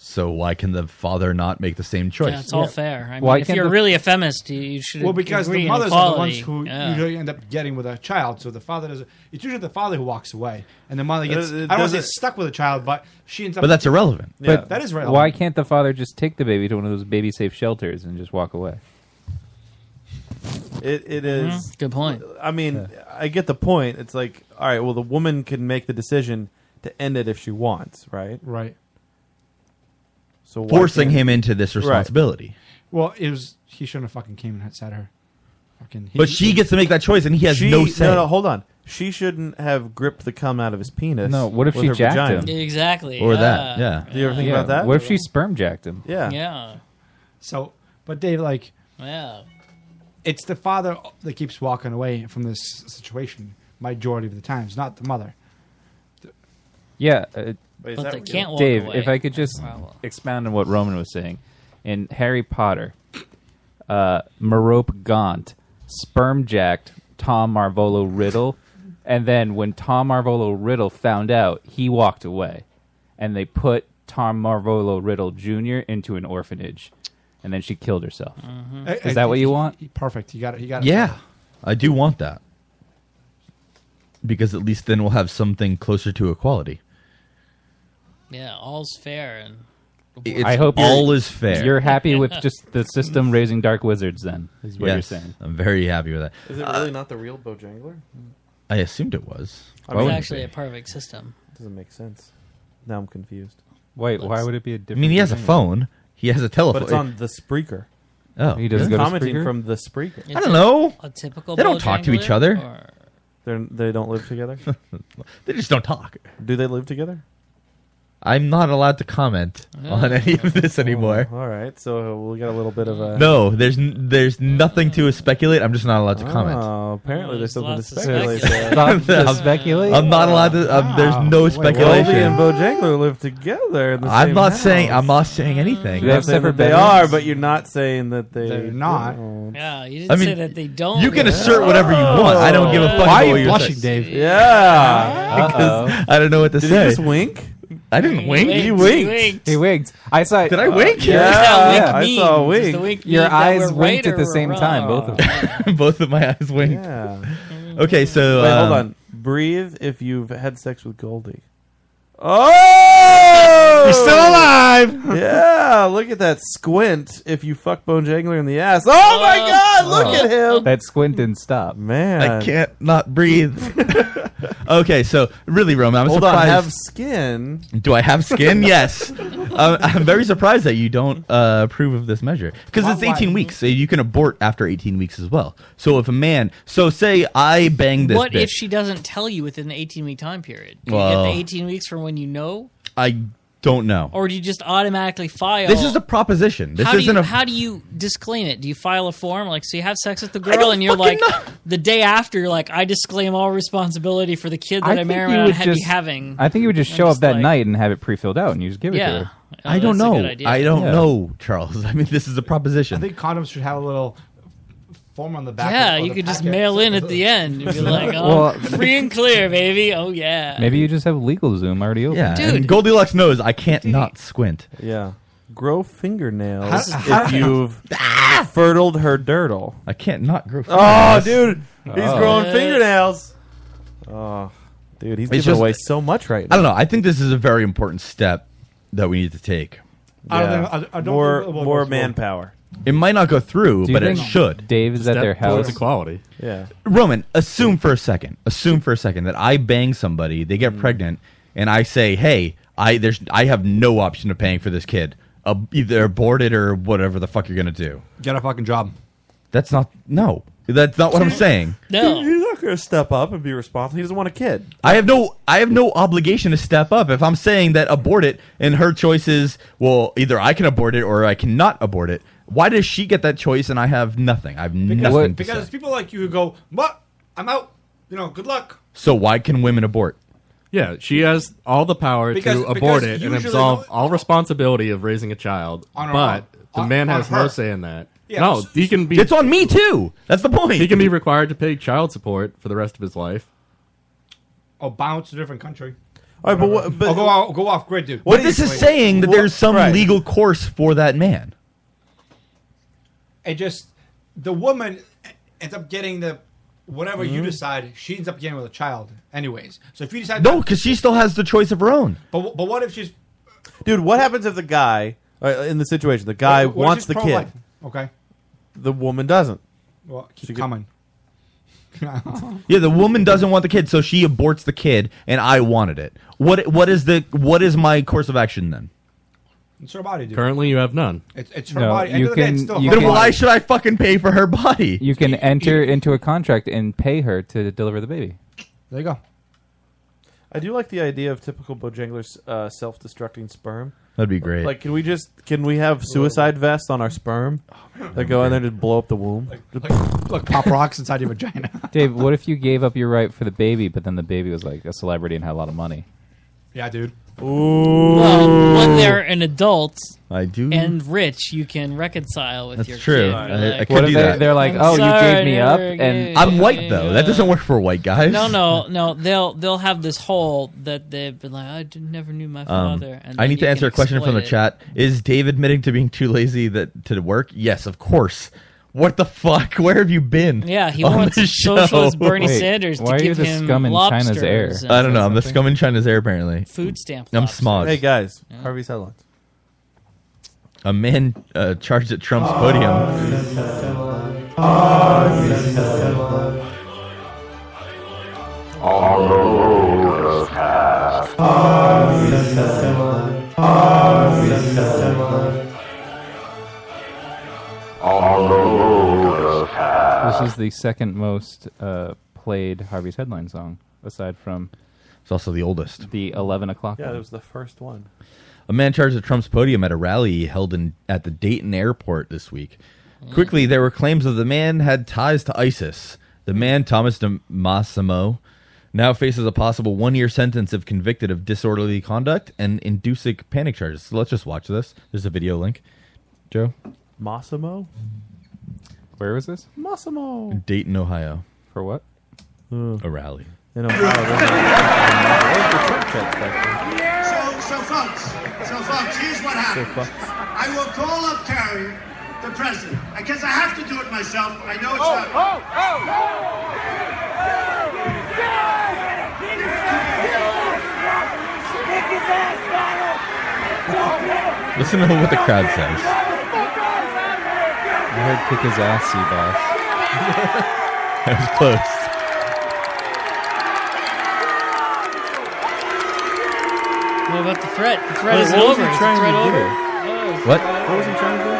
S9: So why can the father not make the same choice?
S12: Yeah, it's all fair. I mean, if you're really a feminist, you, you should
S11: Well, because
S12: agree
S11: the
S12: in
S11: mothers are the
S12: equality.
S11: ones who
S12: Yeah.
S11: usually end up getting with a child. So the father does. It's usually the father who walks away, and the mother gets.
S10: It- Uh, it
S11: I don't want to say
S10: doesn't-
S11: stuck with a child, but she ends up.
S8: But
S11: that is relevant.
S8: Why can't the father just take the baby to one of those baby safe shelters and just walk away?
S10: It it is-
S12: Mm-hmm. Good point.
S10: I mean, I get the point. It's like, all right, well, the woman can make the decision to end it if she wants, right?
S11: Right.
S10: So why
S9: Forcing
S10: can't-
S9: him into this
S10: Right.
S9: responsibility.
S11: Well, it was he shouldn't have fucking came and had said her. Fucking.
S9: But she gets to make that choice, and he has
S10: She-
S9: no say.
S10: No, no, hold on. She shouldn't have gripped the cum out of his penis.
S8: No, what if
S10: with
S8: she
S10: her
S8: jacked
S10: vagina.
S8: him?
S12: Exactly,
S8: Or that, yeah.
S10: Do you ever think
S8: Yeah,
S10: about that?
S8: What if she sperm jacked him?
S10: Yeah.
S12: Yeah.
S11: So, but Dave, like,
S12: yeah,
S11: it's the father that keeps walking away from this situation majority of the times, not the mother.
S8: Yeah. Uh,
S12: Wait, is But that they real? can't walk
S8: Dave,
S12: away.
S8: if I could just expound on what Roman was saying. In Harry Potter, uh, Marope Gaunt sperm jacked Tom Marvolo Riddle, and then when Tom Marvolo Riddle found out, he walked away, and they put Tom Marvolo Riddle Jr. into an orphanage, and then she killed herself.
S12: Mm-hmm.
S11: I- I
S8: Is that what
S11: think
S8: you
S11: he-
S8: want?
S11: he- Perfect. You got it. You got it.
S9: Yeah, I do want that because at least then we'll have something closer to equality.
S12: yeah, all's fair. And
S9: It's
S8: I hope
S9: all
S8: you're-
S9: is fair.
S8: You're
S12: *laughs*
S8: happy with just the system raising dark wizards. Then is what you're
S9: Yes,
S8: saying.
S9: I'm very happy with that.
S10: Is it really not the real Bojangler?
S9: I assumed it was.
S10: I
S9: Why
S10: mean,
S9: would-
S12: actually a perfect system.
S10: Doesn't make sense. Now I'm confused.
S8: Wait, why would it be a
S9: I mean, he has a phone. He has a telephone.
S10: But it's on the Spreaker.
S9: Oh, he doesn't
S10: It's
S9: go to
S10: commenting
S9: Spreaker?
S10: from the Spreaker.
S9: I don't know. they don't talk to *laughs* each other. *laughs*
S10: They're, they don't live together.
S9: they just don't talk.
S10: Do they live together?
S9: I'm not allowed to comment *laughs* on any of this
S10: *laughs*
S9: anymore.
S10: Oh, All right, so we got a little bit of a
S9: No, there's n- there's nothing to speculate. I'm just not allowed to comment.
S10: Oh, apparently there's something to
S9: lots to
S10: speculate.
S9: speculate.
S10: there.
S9: Stop to speculate? *laughs* I'm not allowed to- um, there's
S3: Ah,
S10: Wow.
S9: no
S10: Wait,
S9: speculation.
S10: Welby and Bojangler live together. In the
S9: I'm
S10: same
S9: not
S10: house.
S9: saying I'm not saying anything.
S10: You're not saying that they are, but you're not saying that they they're
S11: not.
S12: Yeah, you
S9: I
S12: didn't say
S9: mean,
S12: that they don't. Oh.
S9: you can assert whatever you want. I don't give a fuck.
S10: Why are
S9: about
S10: you
S9: what you're
S10: blushing,
S9: saying.
S10: Dave? Yeah.
S9: Because
S10: Uh-oh.
S9: I don't know what to
S10: Did he
S9: say.
S10: just wink?
S9: I didn't
S10: He
S9: wink.
S10: winked, He winked. he winked.
S8: He winked. I saw. Oh,
S9: Did I wink?
S8: Yeah,
S9: What does that wink
S8: I
S9: mean?
S8: saw a wink.
S9: *laughs* Does the Oh, wink
S8: Your
S9: mean that
S8: eyes
S9: we're
S8: winked
S9: right
S8: at
S9: or
S8: the same
S9: wrong?
S8: time, both of them.
S9: *laughs* Both of my eyes winked. *laughs* Okay, so
S10: Wait,
S9: um,
S10: hold on. Breathe if you've had sex with Goldie. Oh,
S20: You're still alive!
S10: Yeah, look at that squint. If you fuck Bone Jangler in the ass. Oh my God! Look
S9: Oh.
S10: at him.
S8: That squint didn't stop.
S10: Man,
S9: I can't not *laughs* breathe. okay, so really, Roman, I'm
S10: Hold on,
S9: surprised.
S10: have skin.
S9: Do I
S8: *laughs*
S9: have skin? yes. Um, I'm very surprised that you don't uh, approve of this measure because it's
S10: Why- why?
S9: 18 weeks. So you can abort after 18 weeks as well. So if a man, so say I bang this
S12: What
S9: bitch,
S12: if she doesn't tell you within the 18 week time period? Do
S9: Well-
S12: you get the 18 weeks from when you know,
S9: I don't know.
S12: or do you just automatically file?
S9: This is a proposition. This
S12: how do
S9: isn't
S12: you,
S9: a.
S12: How do you disclaim it? Do you file a form? Like, so you have sex with the
S9: I
S12: girl,
S9: don't
S12: and you're like,
S9: fucking
S12: the day after, you're like, I disclaim all responsibility for the kid that I,
S8: think
S12: marry
S8: you
S12: and
S8: would
S12: have
S8: just-
S12: you having.
S8: I think you would just
S12: I'm
S8: show up
S12: just
S8: that
S12: like-
S8: night and have it pre-filled out, and you just give
S12: Yeah.
S8: it to her.
S12: Oh, I don't that's a good know. idea.
S9: I don't
S8: Yeah.
S9: know, Charles. *laughs* I mean, this is a
S11: I
S9: proposition.
S11: think condoms should have a little form on the back.
S12: Yeah,
S11: of- of
S12: you
S11: the
S12: could just
S11: packet.
S12: mail in
S11: *laughs*
S12: at the end and be
S9: *laughs*
S12: like, oh,
S8: Well-
S12: free and clear, baby. Oh yeah.
S8: Maybe you just have legal Zoom already open.
S9: yeah,
S12: Dude.
S9: and Goldilocks knows I can't not squint.
S10: Yeah. Grow fingernails
S9: How-
S10: if
S9: how-
S10: you've fertiled her dirtle.
S9: I can't *laughs* not grow.
S10: Oh,
S9: fingernails.
S10: dude, he's
S9: Oh.
S10: growing fingernails. Oh, dude, he's
S9: It's
S10: giving
S9: just-
S10: away so much right now.
S9: I don't know. I think this is a very important step that we need to take.
S11: I don't think- I- I don't
S10: more
S11: think it will
S10: more
S11: go through.
S10: manpower.
S9: It might not go through,
S8: Do you
S9: but it
S8: think
S9: should.
S8: Dave is at Step their towards house?
S13: equality.
S10: Yeah.
S9: Roman, assume for a second. Assume for a second that I bang somebody, they get pregnant, and I say, "Hey, I there's I have no option of paying for this kid. Uh, either abort it or whatever the fuck you're gonna do."
S11: Get a fucking job.
S9: That's not no. That's
S8: *laughs*
S9: not what I'm saying.
S12: No.
S10: He's not going to step up and be responsible. He doesn't want a kid.
S9: I have no I have no obligation to step up if I'm saying that abort it and her choice is well either I can abort it or I cannot abort it. Why does she get that choice and I have nothing? I have
S11: Because,
S9: nothing. to
S11: because
S9: say.
S11: people like you who go, but I'm out. You know, good luck.
S9: So why can women abort?
S13: Yeah, she has all the power
S11: Because-
S13: to abort
S11: because
S13: it and
S11: usually-
S13: absolve all responsibility of raising a child,
S11: On her
S13: but
S11: own.
S13: the
S11: On-
S13: man
S11: on
S13: has no
S11: her.
S13: say in that.
S11: Yeah,
S13: no,
S11: s-
S13: he can be.
S9: It's on me too. That's the point.
S13: He can be required to pay child support for the rest of his life.
S11: Or bounce to a different country.
S10: All right, but
S11: Whatever.
S10: what- but-
S11: Or go out, go off grid, dude.
S9: But this is saying that
S11: Well,
S9: there's some
S11: right.
S9: legal course for that
S11: *laughs*
S9: man.
S11: It just the woman ends up getting the whatever you
S10: Mm-hmm.
S11: decide. She ends up getting with a child, anyways. So if you decide
S9: No,
S11: not-
S9: because she still has the choice of her own.
S11: but but what if she's
S10: Dude, what happens if the guy all right, in the situation, the guy
S11: what if
S10: wants
S11: she's
S10: the
S11: pro-life?
S10: kid,
S11: Okay,
S10: the woman doesn't?
S11: well keep
S10: She could-
S11: coming.
S12: *laughs*
S9: Yeah, the woman doesn't want the kid, so she aborts the kid, and I wanted it. What what is the what is my course of action then?
S11: It's her body, dude.
S13: Currently, you have none.
S11: It's, it's her body. End of the day, it's still her
S9: then
S11: body.
S9: why should I fucking pay for her body?
S8: You can enter into a contract and pay her to deliver the baby.
S11: There you go.
S10: I do like the idea of typical Bojangler's uh, self-destructing sperm.
S9: That'd be great.
S10: Like, can we just can we have suicide vests on our sperm
S11: Oh,
S10: that go in there and just blow up the womb?
S11: Look, pop rocks inside your
S10: *laughs*
S11: vagina.
S8: Dave, what if you gave up your right for the baby, but then the baby was like a celebrity and had a lot of money?
S11: Yeah, dude.
S10: Ooh.
S12: Well, when they're an adult
S9: I do.
S12: and rich, you can reconcile with
S9: That's
S12: your
S9: true.
S12: kid.
S9: I-
S12: You're
S9: I
S12: like,
S9: could What if do they- that.
S8: they're like,
S12: "I'm
S8: "Oh, you
S12: sorry,
S8: gave me
S12: I
S8: up,"
S12: never
S8: and-
S12: gave
S9: I'm
S12: you
S9: white
S12: up."
S9: though. That doesn't work for white guys.
S12: No, no, no. They'll they'll have this whole that they've been like, I d- never knew my
S9: Um,
S12: father. and
S9: I
S12: then
S9: need
S12: you
S9: to answer
S12: can
S9: a question from
S12: exploit
S9: the
S12: it.
S9: chat. Is Dave admitting to being too lazy that to work? Yes, of course. What the fuck? Where have you been?
S12: Yeah, he
S9: on
S12: wants
S9: this show?
S12: socialist Bernie Wait, Sanders to why are you give the him scum in China's lobsters air? and-
S9: I don't know. I'm the
S12: something.
S9: scum in China's air. Apparently,
S12: Food stamp
S9: I'm
S12: lobsters.
S9: smog.
S10: Hey guys, Harvey's headlines.
S9: A man uh, charged at Trump's podium.
S8: This is the second most uh, played Harvey's Headline song, aside from
S9: It's also the oldest.
S8: The 11 o'clock.
S10: Yeah, that was the first one.
S9: A man charged at Trump's podium at a rally held in, at the Dayton airport this week. Quickly, there were claims that the man had ties to ISIS. The man, Thomas DeMassimo, now faces a possible one year sentence if convicted of disorderly conduct and inducing panic charges. So let's just watch this. There's a video link. Joe?
S10: Massimo?
S8: Where was this?
S10: Massimo.
S9: Dayton, Ohio.
S8: For what?
S9: a rally.
S10: In Ohio.
S5: So, so folks, so folks, here's what happens.
S10: So folks.
S5: I will call up Terry, the president. I guess I have to do it myself, but I know it's not.
S9: Listen to what the crowd says.
S8: I heard kick his ass, Seabass.
S9: *laughs* That was close.
S12: What about the threat? The threat
S10: Wait,
S12: is
S10: what was
S12: over.
S10: he
S12: Is the
S10: trying to
S12: threat
S10: do?
S12: over? Oh,
S9: What?
S10: What was he trying to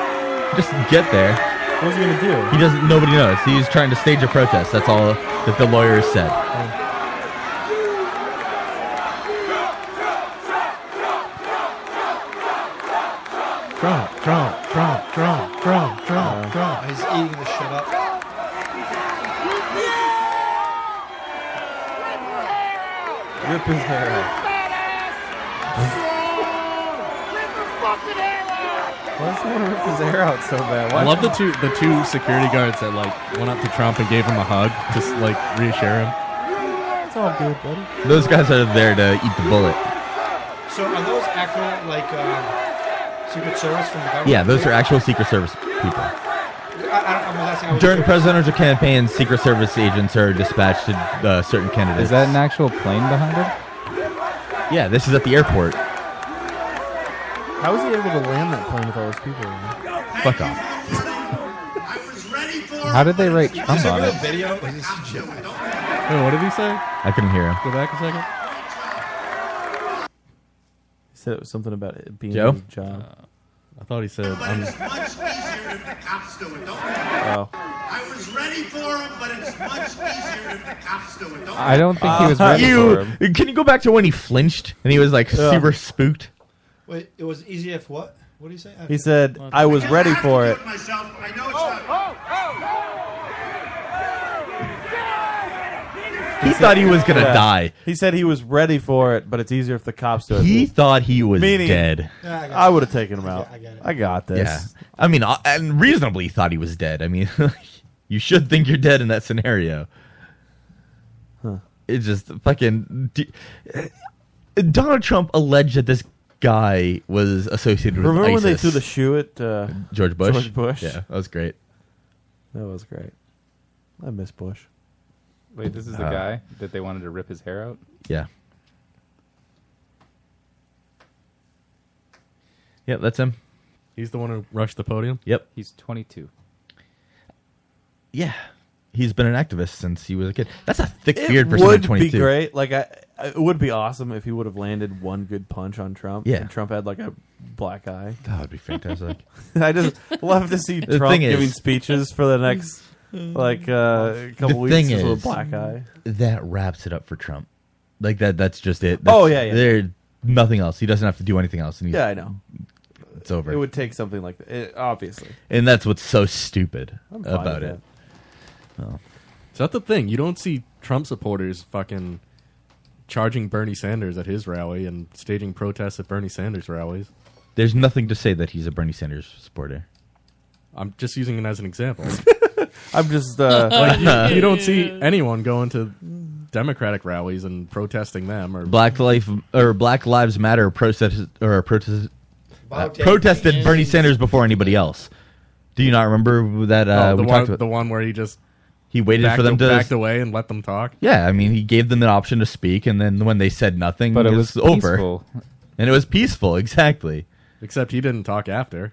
S9: Just get there.
S10: What was he going to do?
S9: He doesn't. Nobody knows. He's trying to stage a protest. That's all that the lawyers said.
S10: Oh.
S13: Trump, Trump, Trump, Trump, Trump,
S10: Uh-huh. Uh,
S13: Trump, Trump.
S11: He's eating the shit up.
S10: Rip his hair out. Why does he want to rip his hair out so bad? Why
S13: I love the two the two security guards that like went up to Trump and gave him a hug, just like reassure him.
S10: It's all good, buddy.
S9: Those guys are there to eat the bullet.
S11: So are those actual like um, Secret Service from the government?
S9: Yeah, those are actual Secret Service people.
S11: I, I, I'm not saying I was
S9: During presidential campaigns, Secret Service agents are dispatched to uh, certain candidates.
S8: Is that an actual plane behind him?
S9: Yeah, this is at the airport.
S10: How was he able to land that plane with all those people?
S9: Fuck off.
S8: How did they write Trump on it?
S11: video.
S13: Wait, what did he say?
S9: I couldn't hear him.
S13: Go back a second.
S10: He said it was something about it being
S9: Joe?
S10: his job.
S13: I thought he said. I'm,
S5: It's much easier if the cops do it. Don't
S10: Oh.
S5: I was ready for him, but it's much easier if the cops do it. Don't
S8: I don't think he was
S9: Uh,
S8: ready
S9: you,
S8: for him.
S9: Can you go back to when he flinched and he was like
S10: Yeah.
S9: super spooked?
S11: Wait, it was easy if what? What did he say? I-
S10: He said, I was ready for it.
S5: myself, but I know it's
S10: Oh,
S5: not.
S9: He thought he was gonna
S10: Yeah.
S9: die.
S10: He said he was ready for it, but it's easier if the cops do it.
S9: He thought he was
S10: Meaning,
S9: dead.
S11: Yeah, I got
S10: I
S11: it.
S10: would have taken him out. I got
S9: Yeah,
S10: this.
S9: I mean, uh, and reasonably thought he was dead. I mean, *laughs* you should think you're dead in that scenario. It's just fucking. d- Donald Trump alleged that this guy was associated with
S10: Remember when they
S9: ISIS.
S10: threw the shoe at uh,
S9: George Bush?
S10: George Bush.
S9: Yeah, that was great.
S10: That was great. I miss Bush.
S8: Wait, this is the
S9: Uh,
S8: guy that they wanted to rip his hair out?
S9: Yeah. Yeah, that's him.
S13: he's the one who rushed the podium.
S9: Yep.
S8: He's 22.
S9: Yeah. He's been an activist since he was a kid. That's a thick
S10: It
S9: beard for someone
S10: would
S9: 22.
S10: be great. Like I, I- it would be awesome if he would have landed one good punch on Trump.
S9: Yeah.
S10: and Trump had like a black eye.
S9: That would be fantastic.
S10: *laughs* I just love to see
S9: *laughs* The
S10: Trump
S9: thing is-
S10: giving speeches for the next like uh, couple
S9: the
S10: weeks
S9: thing
S10: with a
S9: is,
S10: black eye.
S9: That wraps it up for Trump. Like that. That's just it.
S10: Oh,
S9: That's-
S10: yeah, yeah.
S9: There, nothing else. He doesn't have to do anything else. And he's,
S10: Yeah, I know.
S9: It's over.
S10: It would take something like that, it, obviously.
S9: and that's what's so stupid
S10: I'm fine
S9: about
S10: with
S9: it. Oh.
S13: So that's the thing. You don't see Trump supporters fucking charging Bernie Sanders at his rally and staging protests at Bernie Sanders rallies. *laughs*
S9: There's nothing to say that he's a Bernie Sanders supporter.
S13: I'm just using it as an example.
S10: I'm just
S9: *laughs*
S10: uh,
S13: like you, you don't see anyone going to Democratic rallies and protesting them or
S9: Black life or Black Lives Matter protest or protest, uh,
S13: Voting
S9: protested
S13: is-
S9: Bernie Sanders before anybody else. Do you not remember that uh,
S13: Oh, the
S9: we
S13: one,
S9: talked about?
S13: the one where he just
S9: He waited
S13: backed
S9: for them
S13: a-
S9: to
S13: backed away and let them talk.
S9: Yeah, I mean, he gave them the option to speak, and then when they said nothing,
S13: But it was
S9: over,
S13: peaceful.
S9: and it was peaceful. Exactly,
S13: Except he didn't talk after.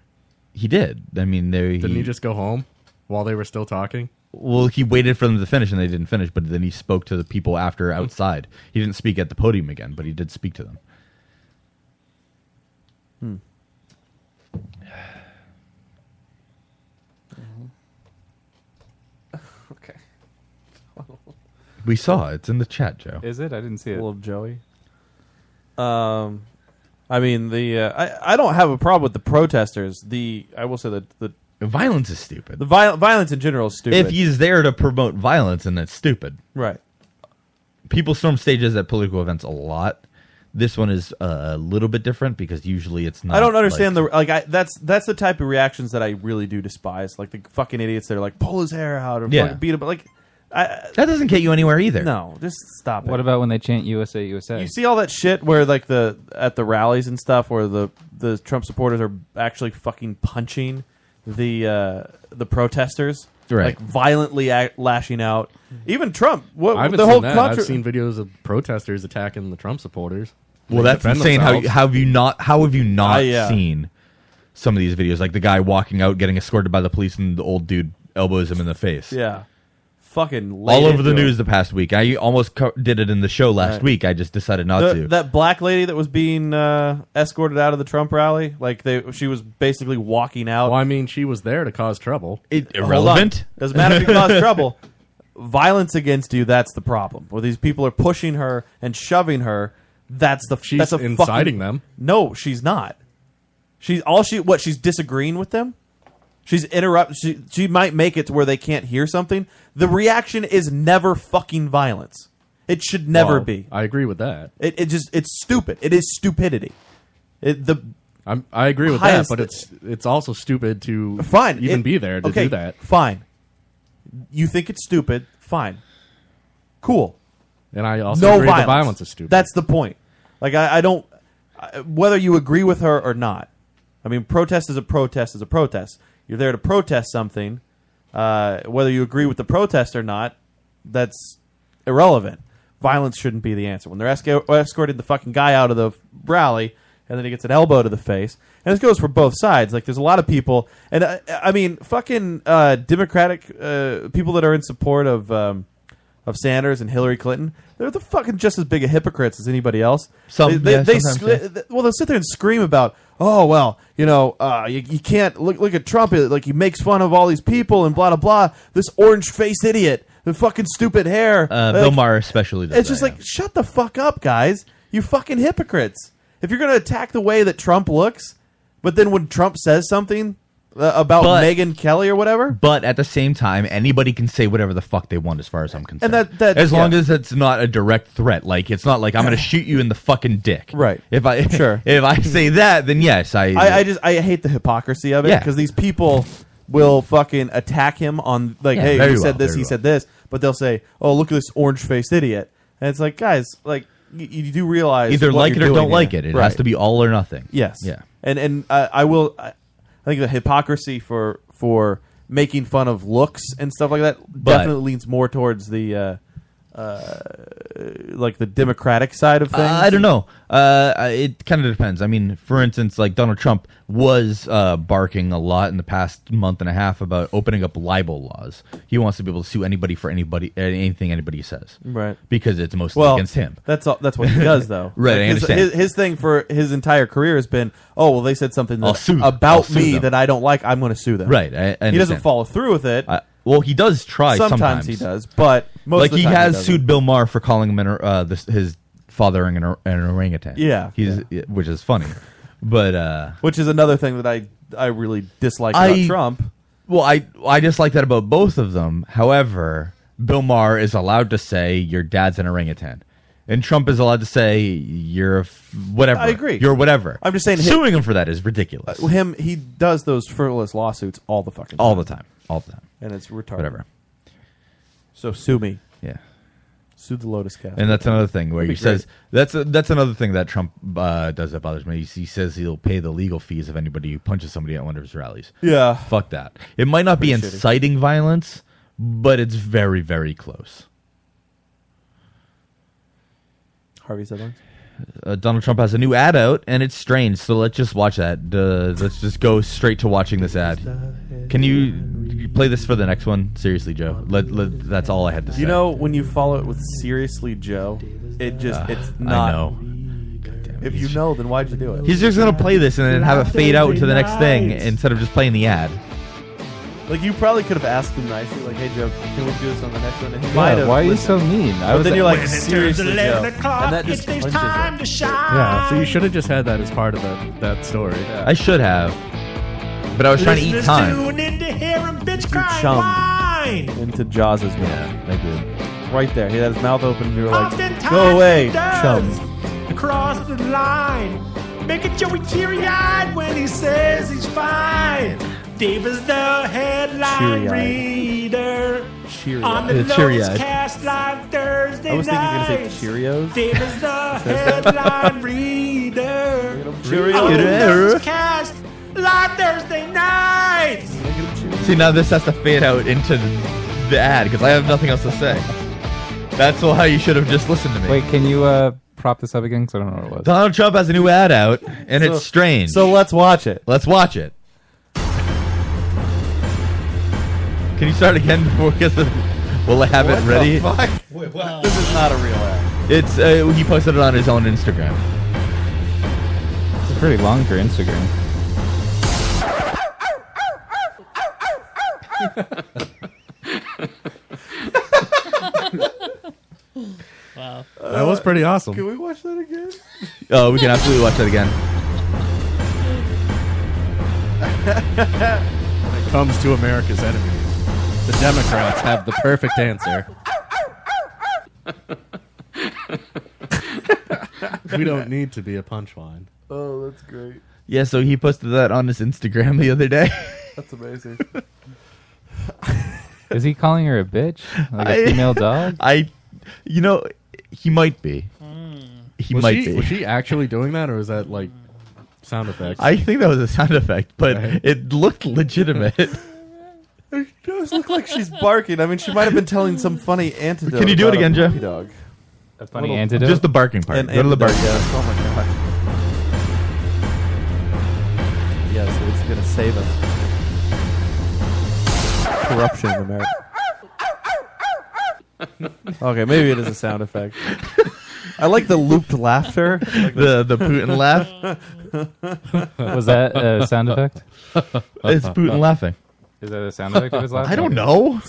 S9: he did. I mean, they
S13: Didn't he just go home while they were still talking?
S9: Well, he waited for them to finish, and they didn't finish. But then he spoke to the people after
S10: Hmm.
S9: outside. He didn't speak at the podium again, but he did speak to them.
S10: *sighs*
S9: We saw it. it's in the chat, Joe.
S8: Is it? I didn't see it.
S10: Little Joey. Um, I mean the uh, I I don't have a problem with the protesters. The I will say that the
S9: violence is stupid.
S10: The viol- violence in general is stupid.
S9: If he's there to promote violence, and that's stupid.
S10: Right.
S9: People storm stages at political events a lot. This one is a little bit different because usually it's not.
S10: I don't understand the like. I that's that's the type of reactions that I really do despise. Like the fucking idiots that are like pull his hair out or
S9: Yeah.
S10: fucking beat him. Like I,
S9: that doesn't get you anywhere either.
S10: No, just stop it.
S8: What about when they chant USA USA?
S10: You see all that shit where like the at the rallies and stuff where the the Trump supporters are actually fucking punching the uh, the protesters.
S13: Right.
S10: Like violently a- lashing out. Even Trump. What
S13: I haven't
S10: the
S13: seen
S10: whole
S13: that.
S10: contro-
S13: I've seen videos of protesters attacking the Trump supporters.
S9: Well,
S13: They
S9: that's
S13: defend
S9: insane. How,
S13: themselves.
S9: how have you not? How have you not
S10: Oh,
S13: I, yeah.
S9: seen some of these videos? Like the guy walking out, getting escorted by the police, and the old dude elbows him in the face.
S10: Yeah. Fucking laid
S9: All over the
S10: into it.
S9: news the past week. I almost co- did it in the show last
S10: Right.
S9: week. I just decided not
S10: The-
S9: to.
S10: That black lady that was being uh, escorted out of the Trump rally, like they, she was basically walking out. Well,
S13: I mean, she was there to cause trouble.
S9: irrelevant.
S10: Doesn't matter if you cause
S13: *laughs*
S10: trouble. Violence against you, that's the problem. Where these people are pushing her and shoving her, that's the
S13: She's
S10: that's a fucking-
S13: inciting them.
S10: No, she's not. She's all she what she's disagreeing with them. She's interrupt. She she might make it to where they can't hear something. The reaction is never fucking violence. It should never
S13: Well,
S10: be.
S13: I agree with that.
S10: It, it just it's stupid. It is stupidity. It, the
S13: I'm, I agree with that,
S10: highest-
S13: but it's it's also stupid to
S10: fine.
S13: even
S10: it-
S13: be there to
S10: okay,
S13: do that.
S10: Fine. You think it's stupid? Fine. Cool.
S13: And I also agree the violence is stupid.
S10: That's the point. Like I, I don't I, whether you agree with her or not. I mean, protest is a protest is a protest. You're there to protest something. Uh, whether you agree with the protest or not, that's irrelevant. Violence shouldn't be the answer. When they're esco- escorting the fucking guy out of the rally, and then he gets an elbow to the face, and this goes for both sides. Like there's a lot of people, and I, I mean, fucking uh, Democratic uh, people that are in support of um, of Sanders and Hillary Clinton, they're the fucking just as big of hypocrites as anybody else.
S9: Some-
S10: they, they,
S9: yeah,
S10: they
S9: sometimes,
S10: sli-
S9: yeah.
S10: th- well, they'll sit there and scream about, oh well, you know, uh, you, you can't look look at Trump. it- Like he makes fun of all these people and blah blah blah. This orange faced idiot, the fucking stupid hair.
S9: Uh,
S10: Like,
S9: Bill Maher especially does
S10: It's just
S9: that,
S10: like shut the fuck up, guys. You fucking hypocrites. If you're gonna attack the way that Trump looks, but then when Trump says something uh, about
S9: But-
S10: Megan Kelly or whatever,
S9: But at the same time, anybody can say whatever the fuck they want, as far as I'm concerned.
S10: that- that-
S9: as long
S10: yeah.
S9: as it's not a direct threat, like it's not like I'm
S10: *clears throat*
S9: going to shoot you in the fucking dick. Right. If I
S10: Sure.
S9: *laughs* if I say that, then yes, I
S10: I, I just I hate the hypocrisy of it
S9: Yeah.
S10: because these people will fucking attack him on like,
S9: Yeah,
S10: hey, he
S9: very well,
S10: said this,
S9: very
S10: he
S9: well.
S10: said this, but they'll say, oh, look at this orange faced idiot, and it's like, guys, like you, you do realize
S9: either
S10: what
S9: like it
S10: you're
S9: or
S10: doing
S9: don't like
S10: here.
S9: it. It
S10: Right.
S9: has to be all or nothing.
S10: Yes.
S9: Yeah.
S10: And and uh, I will. I, I think the hypocrisy for for making fun of looks and stuff like that
S9: But-
S10: definitely leans more towards the. Uh, uh, like the democratic side of things.
S9: Uh, I don't know. Uh, I- it kind of depends. I mean, for instance, like Donald Trump was uh, barking a lot in the past month and a half about opening up libel laws. He wants to be able to sue anybody for anybody anything anybody says,
S10: Right.
S9: Because it's mostly
S10: well,
S9: against him.
S10: That's all, that's what he does, though.
S9: *laughs* Right, I
S10: Like, his,
S9: understand.
S10: His, his thing for his entire career has been, oh well, they said something
S9: I'll
S10: that,
S9: sue- I'll
S10: about
S9: sue
S10: me
S9: them.
S10: that I don't like. I'm going to sue them.
S9: Right, I- I
S10: he doesn't
S9: understand.
S10: follow through with it.
S9: I- well, he does try.
S10: Sometimes
S9: Sometimes,
S10: he does, but most
S9: like
S10: of the
S9: he
S10: time he
S9: has
S10: doesn't.
S9: sued Bill Maher for calling him an, or- uh, this, his fathering an, or- an orangutan.
S10: Yeah.
S9: he's which is funny, but uh,
S10: which is another thing that I I really dislike about Trump.
S9: Well, I I dislike that about both of them. However, Bill Maher is allowed to say your dad's an orangutan, and Trump is allowed to say you're a f- whatever.
S10: I agree.
S9: You're whatever.
S10: I'm just saying hi-
S9: suing him for that is ridiculous.
S10: Uh, Him he does those frivolous lawsuits all the fucking
S9: all the time, all the time,
S10: and it's retarded.
S9: whatever.
S10: So sue me.
S9: Yeah.
S10: Sue the Lotus Cast.
S9: And that's another thing where
S10: That'd
S9: he
S10: be great.
S9: says that's a, that's another thing that Trump uh, does that bothers me. He, he says he'll pay the legal fees of anybody who punches somebody at one of his rallies.
S10: Yeah.
S9: fuck that. It might not be
S10: Pretty shitty.
S9: inciting violence, but it's very very close.
S10: Harvey Siblings.
S9: Uh, Donald Trump has a new ad out, and it's strange. So let's just watch that. Uh, let's just go straight to watching this ad. Can you play this for the next one? Seriously, Joe. Let, let, that's all I had to say.
S10: You know when you follow it with seriously Joe, it just
S9: Ah,
S10: it's
S9: I
S10: not.
S9: know.
S10: If you know, then why'd you do it?
S9: He's just gonna play this and then have it fade out into the next thing instead of just playing the ad.
S10: Like you probably could have asked him nicely, like, "Hey Joe, can we do this on the next one?" And he
S8: Yeah,
S10: might have.
S8: why are you so
S10: listened.
S8: mean? I
S10: But
S8: was
S10: then
S8: like-
S10: you're like,
S8: When it turns
S10: seriously, Joe.
S8: 11 o'clock,
S10: And that just clinches it.
S19: to shine.
S13: Yeah, so you should have just had that as part of that, that story.
S9: I should have, but I was trying to eat
S19: Listeners
S9: time.
S19: Tune in to hear 'em bitch
S10: You
S19: crying
S10: chummed
S19: wine.
S10: into Jaws' mouth. Yeah,
S9: I did.
S10: Right there, he had his mouth open. and You were like,
S19: Oftentimes
S10: "Go away,
S19: it does.
S10: chum."
S19: Across the line, making Joey teary eyed when he says he's fine. Dave is the headline
S10: Cheery-eyed.
S19: reader on
S10: Cheery-eyed.
S19: the
S10: Yeah, cheery-eyed.
S19: Lotus Cast Live Thursday
S10: I was thinking you were
S19: night.
S10: gonna say Cheerios.
S19: Dave
S10: *laughs*
S19: is the headline Oh, reader
S10: Cheerio.
S19: on the
S9: Cheerio.
S19: Lotus Cast Live Thursday nights.
S9: See, now this has to fade out into the, the ad because I have nothing else to say. That's why you should have just listened to me.
S8: Wait, can you uh, prop this up again? Because I don't know what it was.
S9: Donald Trump has a new ad out, and
S8: So-
S9: it's strange.
S8: so
S9: let's watch it. Let's watch it. Can you start again before? Because will I have
S10: What
S9: it
S10: the
S9: ready?
S10: fuck? This is not a real ad.
S9: It's uh, he posted it on his own Instagram.
S8: It's pretty long for Instagram.
S12: wow.
S9: That was pretty awesome.
S10: Can we watch that again?
S9: Oh, we can absolutely watch
S3: *laughs*
S9: that again.
S13: It comes to America's enemies. The Democrats have the perfect
S10: *laughs*
S13: answer. we don't need to be a punchline.
S10: Oh, that's great.
S9: Yeah, so he posted that on his Instagram *laughs* the other day.
S10: That's *laughs* amazing.
S8: Is he calling her a bitch? Like a
S9: I-
S8: female dog?
S9: *laughs* I, you know, he might be. He
S13: was
S9: might
S13: she,
S9: be.
S13: Was she actually doing that, or was that like sound effects?
S9: I think that was a sound effect, but
S13: Okay.
S9: it
S8: *laughs*
S9: looked legitimate.
S10: It does look like she's barking. I mean, she might have been telling some funny antidote.
S9: Can you do it
S10: about
S9: again,
S10: a
S9: Jeff?
S10: puppy Dog.
S8: A
S9: funny antidote? Just the barking part.
S10: An
S9: Go to the
S10: antidote,
S9: barking
S10: yes.
S9: part.
S10: Oh my god. Yes, it's gonna save us. Corruption in
S9: *laughs*
S10: America. okay, maybe it is a sound effect. I like the looped laughter, Like
S9: *laughs* the the
S10: *laughs*
S9: Putin laugh.
S8: Was that a sound effect?
S9: It's Putin laughing.
S8: Is that a sound effect of
S9: *laughs*
S8: his laughing?
S9: I don't know.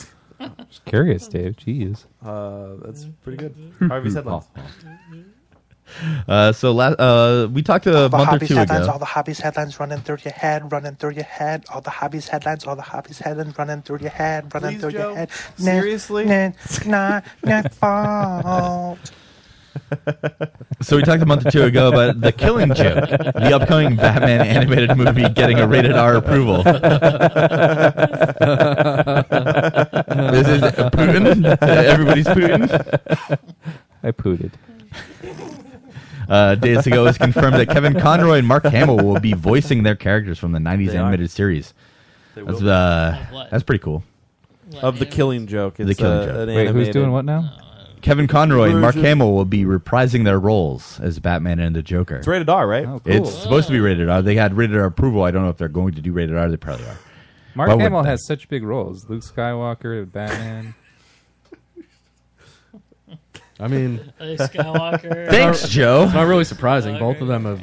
S8: Just curious, Dave. Jeez.
S10: Uh, that's pretty good. Harvey's headlines.
S9: Uh, so la- uh, we talked a
S3: the
S9: month or
S3: hobbies
S9: two
S3: headlines, all
S9: ago.
S3: the hobbies headlines running through your head, running through your head, all the hobbies headlines, all the hobbies headlines running through your head, running
S10: Please,
S3: through
S10: Joe?
S3: your head.
S10: Seriously?
S3: Nah, nah, nah,
S8: *laughs*
S10: *laughs*
S3: fault.
S9: So we talked a month or two ago about the
S8: *laughs*
S10: *laughs*
S9: Killing Joke, the upcoming Batman animated movie getting a rated
S8: *laughs*
S9: R approval. this is
S8: *laughs*
S9: Putin. Everybody's Putin.
S8: I pooted.
S9: Uh, days ago, it was confirmed that Kevin Conroy and Mark Hamill will be voicing their characters from the '90s
S10: They are.
S9: animated series.
S10: They
S9: That's,
S10: will be.
S9: uh, that's pretty cool.
S10: Of the killing joke. It's
S9: the Killing
S10: uh,
S8: Wait,
S10: an
S9: Joke.
S8: who's
S10: animated- uh,
S8: doing what now?
S9: Kevin Conroy and Mark
S10: Version.
S9: Hamill will be reprising their roles as Batman and the Joker.
S10: It's rated R,
S8: Oh,
S10: right?
S9: It's supposed to be rated R. They had rated R approval. I don't know if they're going to do rated R. They probably are.
S8: Mark
S9: Why would
S8: Hamill
S9: they?
S8: has such big roles. Luke Skywalker, Batman.
S13: I mean,
S12: Luke
S9: *laughs*
S12: Skywalker.
S13: It's
S12: Thanks,
S13: not-
S12: Joe.
S13: It's not really surprising. Both of them have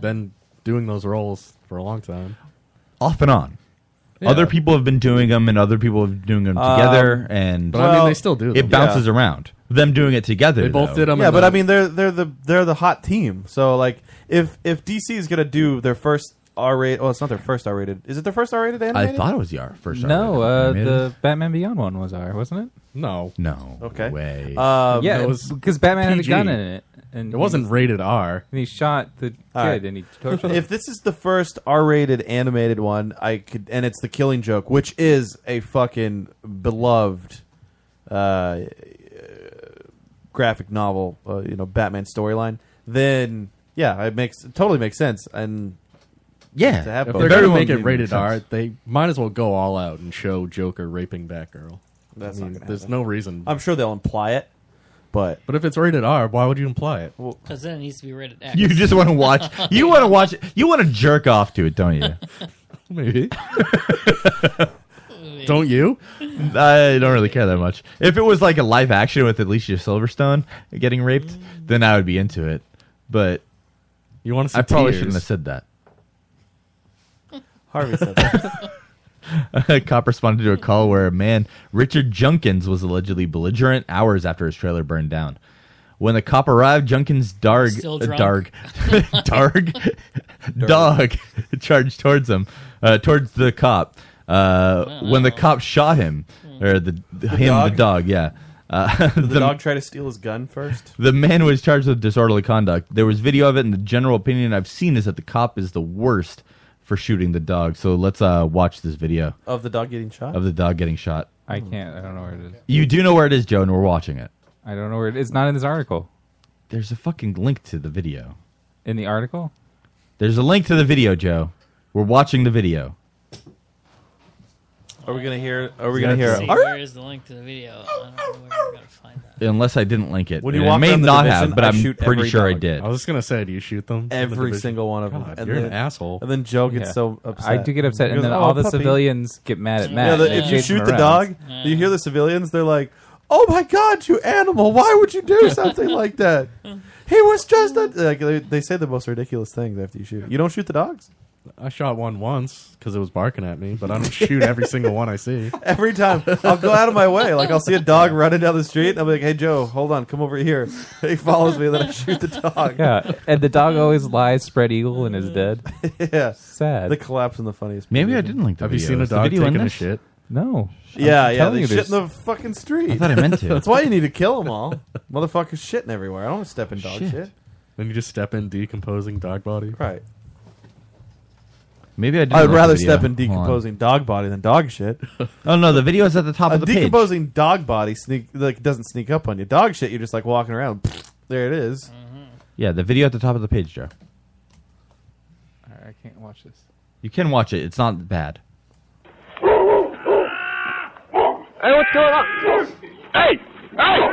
S13: been doing those roles for a long time.
S9: Off and on.
S13: Yeah.
S9: Other people have been doing them, and other people have been doing them
S13: Um,
S9: together. And
S13: but I mean, they well, still do them.
S9: It bounces
S10: Yeah.
S9: around. Them doing it together. though.
S10: Yeah, but I mean, they're they're the they're the hot team. So like, if if DC is gonna do their first R rated, well, it's not their first R rated. Is it their first R rated animated?
S9: thought it was the R first R
S8: No,
S9: rated
S8: uh,
S9: animated.
S8: the Batman Beyond one was R, wasn't it?
S13: No.
S9: No. Okay. Way.
S10: Um,
S8: yeah,
S10: it was
S8: because Batman
S10: PG.
S8: had a gun in it, and
S10: It wasn't
S13: rated R.
S8: And he shot the kid,
S10: All right.
S8: and he tortured him.
S10: if this is the first R-rated animated one, I could, and it's the Killing Joke, which is a fucking beloved uh, uh, graphic novel, uh, you know, Batman storyline. Then, yeah, it makes it totally makes sense. And
S9: yeah,
S10: to have
S13: if
S10: both.
S13: they're going to make it rated R, they might as well go all out and show Joker raping Batgirl.
S10: That's
S13: I
S10: not
S13: mean,
S10: gonna
S13: There's
S10: happen.
S13: no reason.
S10: I'm sure they'll imply it, but
S13: but if it's rated R, why would you imply it?
S12: Because then it needs to be rated X.
S9: *laughs* You just want
S12: *laughs*
S9: to watch. You want to watch. You want to jerk off to it, don't you?
S13: *laughs*
S9: *laughs*
S13: Maybe. don't you?
S9: I don't really care that much. If it was like a live action with Alicia Silverstone getting raped, then I would be into it. But
S13: you want
S9: I probably shouldn't have said that. *laughs*
S10: Harvey said that.
S9: A *laughs* cop responded to a call where a man, Richard Junkins, was allegedly belligerent hours after his trailer burned down. When the cop arrived, Junkins' darg,
S3: Still
S9: uh,
S3: drunk.
S9: darg,
S3: *laughs*
S9: darg, *laughs* dog *laughs* charged towards him, uh, towards the cop. Uh, when the cop shot him,
S3: Hmm.
S9: or the, him,
S10: dog?
S9: the dog, yeah. Uh, *laughs*
S10: Did the,
S13: *laughs*
S10: dog try to steal his gun first?
S9: the man was charged with disorderly conduct. There was video of it, and the general opinion I've seen is that the cop is the worst for shooting the dog. So let's uh, watch this video
S10: Of the dog getting shot?
S9: of the dog getting shot.
S8: I can't. I don't know where it is.
S9: You do know where it is, Joe, and we're watching it.
S8: I don't know where it is. It's not in this article.
S9: There's a fucking link to the video.
S8: In the article?
S9: There's a link to the video, Joe. We're watching the video.
S10: Are we gonna hear? Are we
S9: Is
S10: gonna
S9: that
S10: hear?
S9: the-
S10: a-
S12: Where is the link to the video? I don't know where we're gonna find it.
S9: Unless I didn't link it,
S10: When you
S9: And I
S10: walk
S9: may
S10: around the
S9: not
S10: division,
S9: have, but
S10: I
S9: am
S10: shoot
S9: pretty
S10: every
S9: sure I
S10: dog.
S9: did.
S13: I was just gonna say, do you shoot them?
S10: Every single one of them.
S13: God,
S10: And
S13: you're
S10: then-
S13: an asshole.
S10: And then Joe gets
S8: Yeah.
S10: so upset.
S8: I do get upset,
S10: He
S8: and
S10: goes,
S8: then
S10: "Oh,
S8: all the
S10: puppy."
S8: civilians get mad at Matt.
S10: Yeah, the-
S8: and
S10: if you
S8: chase him
S10: shoot the
S8: around.
S10: dog, you hear the civilians. They're like, "Oh my *laughs* god, you animal! Why would you
S3: *laughs*
S10: do something like that?" He was just a, like they, they say the most ridiculous things after you shoot. You don't shoot the dogs.
S13: I shot one once because it was barking at me, but I don't shoot every single one I
S8: *laughs*
S13: see.
S10: Every time I'll go out of my way, like I'll see a dog running down the street, and I'll be like, "Hey Joe, hold on, come over here." He follows me, then I shoot
S8: *laughs*
S10: the dog.
S8: Yeah, and the dog always lies spread eagle and
S3: *laughs*
S8: is dead.
S10: yeah,
S8: sad.
S10: The collapse in the funniest.
S9: Maybe I didn't link the
S13: Have you
S9: video.
S13: seen a
S9: Is the
S13: dog
S9: video in
S13: taking a
S9: this?
S13: shit?
S8: No.
S10: Yeah,
S8: I'm
S10: yeah,
S8: telling
S10: they
S8: you,
S10: shit in
S8: there's-
S10: the fucking street.
S9: I thought I meant to.
S10: That's why you need to kill them all. Motherfuckers shitting everywhere. I don't want to step in dog shit.
S13: Shit. Then you just step in decomposing dog body.
S10: Right.
S9: Maybe I didn't
S10: I'd
S9: like the
S10: rather
S9: video.
S10: step in
S9: Hold on.
S10: decomposing dog body than dog shit.
S9: *laughs* Oh no, the video is at the top
S10: a
S9: of the page.
S10: decomposing dog body sneak like doesn't sneak up on you. Dog shit, you're just like walking around. There it is.
S9: Yeah, the video at the top of the page, Joe.
S8: I can't watch this.
S9: You can watch it. It's not bad.
S3: Hey, what's going on? Hey! Hey!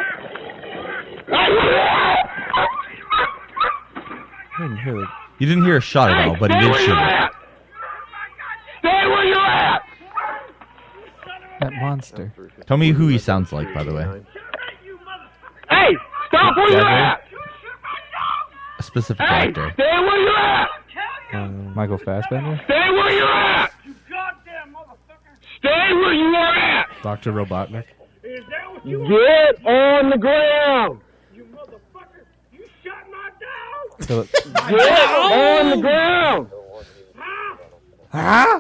S10: I didn't hear it.
S9: You didn't hear a shot at all, but he did shoot it.
S3: Stay where you at!
S8: That monster.
S9: Tell me who he sounds like, by the way.
S3: Hey! Stop where you
S9: Devil.
S3: at!
S9: A specific
S3: Hey!
S9: actor.
S3: Stay where you at!
S8: Um, Michael Fassbender.
S3: Stay where you at! Stay where you are at!
S13: Doctor Robotnik.
S3: Get on the ground! Get on the ground! Huh?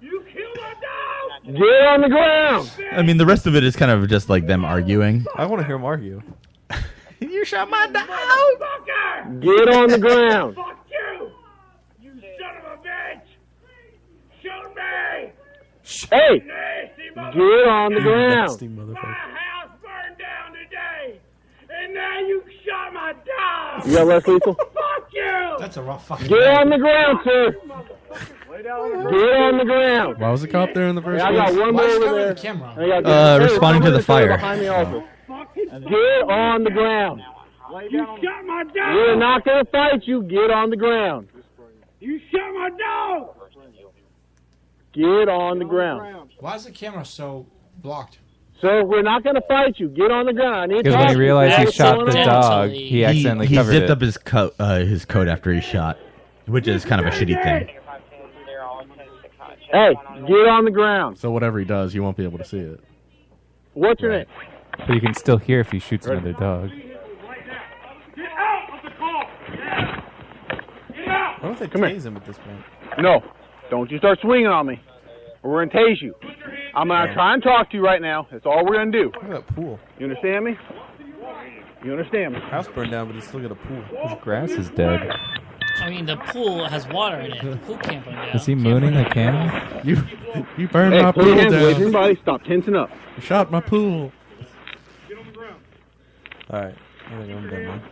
S3: You killed my dog! Get on the ground!
S9: I mean, the rest of it is kind of just like them arguing.
S10: I want to hear him argue.
S3: You shot my dog! Get on the ground! Hey! Get on the ground!
S10: Nasty motherfucker.
S3: You got less lethal?
S11: That's a rough fucking.
S3: Get on the ground, sir! Get on the ground!
S13: Why was the cop there in the first
S3: I got
S13: place?
S3: one
S11: Why
S3: more
S11: is
S3: over
S11: Kevin
S3: there.
S11: the camera?
S3: I got-
S9: Uh,
S3: Hey,
S9: responding to the
S3: someone over
S9: fire.
S3: Behind the office. Get on the ground.
S20: You shot my dog!
S3: We're not gonna fight you. Get on the ground.
S20: You shot my dog!
S3: Get on the ground.
S11: Why is the camera so blocked?
S3: So we're not gonna fight you. Get on the ground. I need
S8: Because when
S3: help.
S8: he realized he
S3: What's
S8: shot
S3: going
S8: the
S3: on?
S8: dog, he accidentally
S9: he
S8: covered
S9: zipped
S8: it.
S9: up his coat, uh, his coat after he shot, which is kind of a shitty thing.
S3: Hey, get on the ground.
S13: So whatever he does, you won't be able to see it.
S3: What's your name?
S8: But you can still hear if he shoots another dog.
S20: Get out of the car! Get out!
S10: Why don't they
S3: Come here.
S10: tase him at this point?
S3: No, don't you start swinging on me. or We're gonna tase you. I'm gonna try and talk to you right now. That's all we're gonna do.
S10: Look at that pool.
S3: You understand me? You understand me?
S10: House burned down, but he's look at a pool.
S8: His grass is dead.
S12: I mean, the pool has water in it. The pool can't burn down.
S8: Is he mooning the camera?
S13: You, you burned
S3: hey,
S13: my
S3: put
S13: pool
S3: your hands away
S13: down.
S3: from your body. Stop tensing up.
S13: You shot my pool.
S10: All right, I think I'm done. now.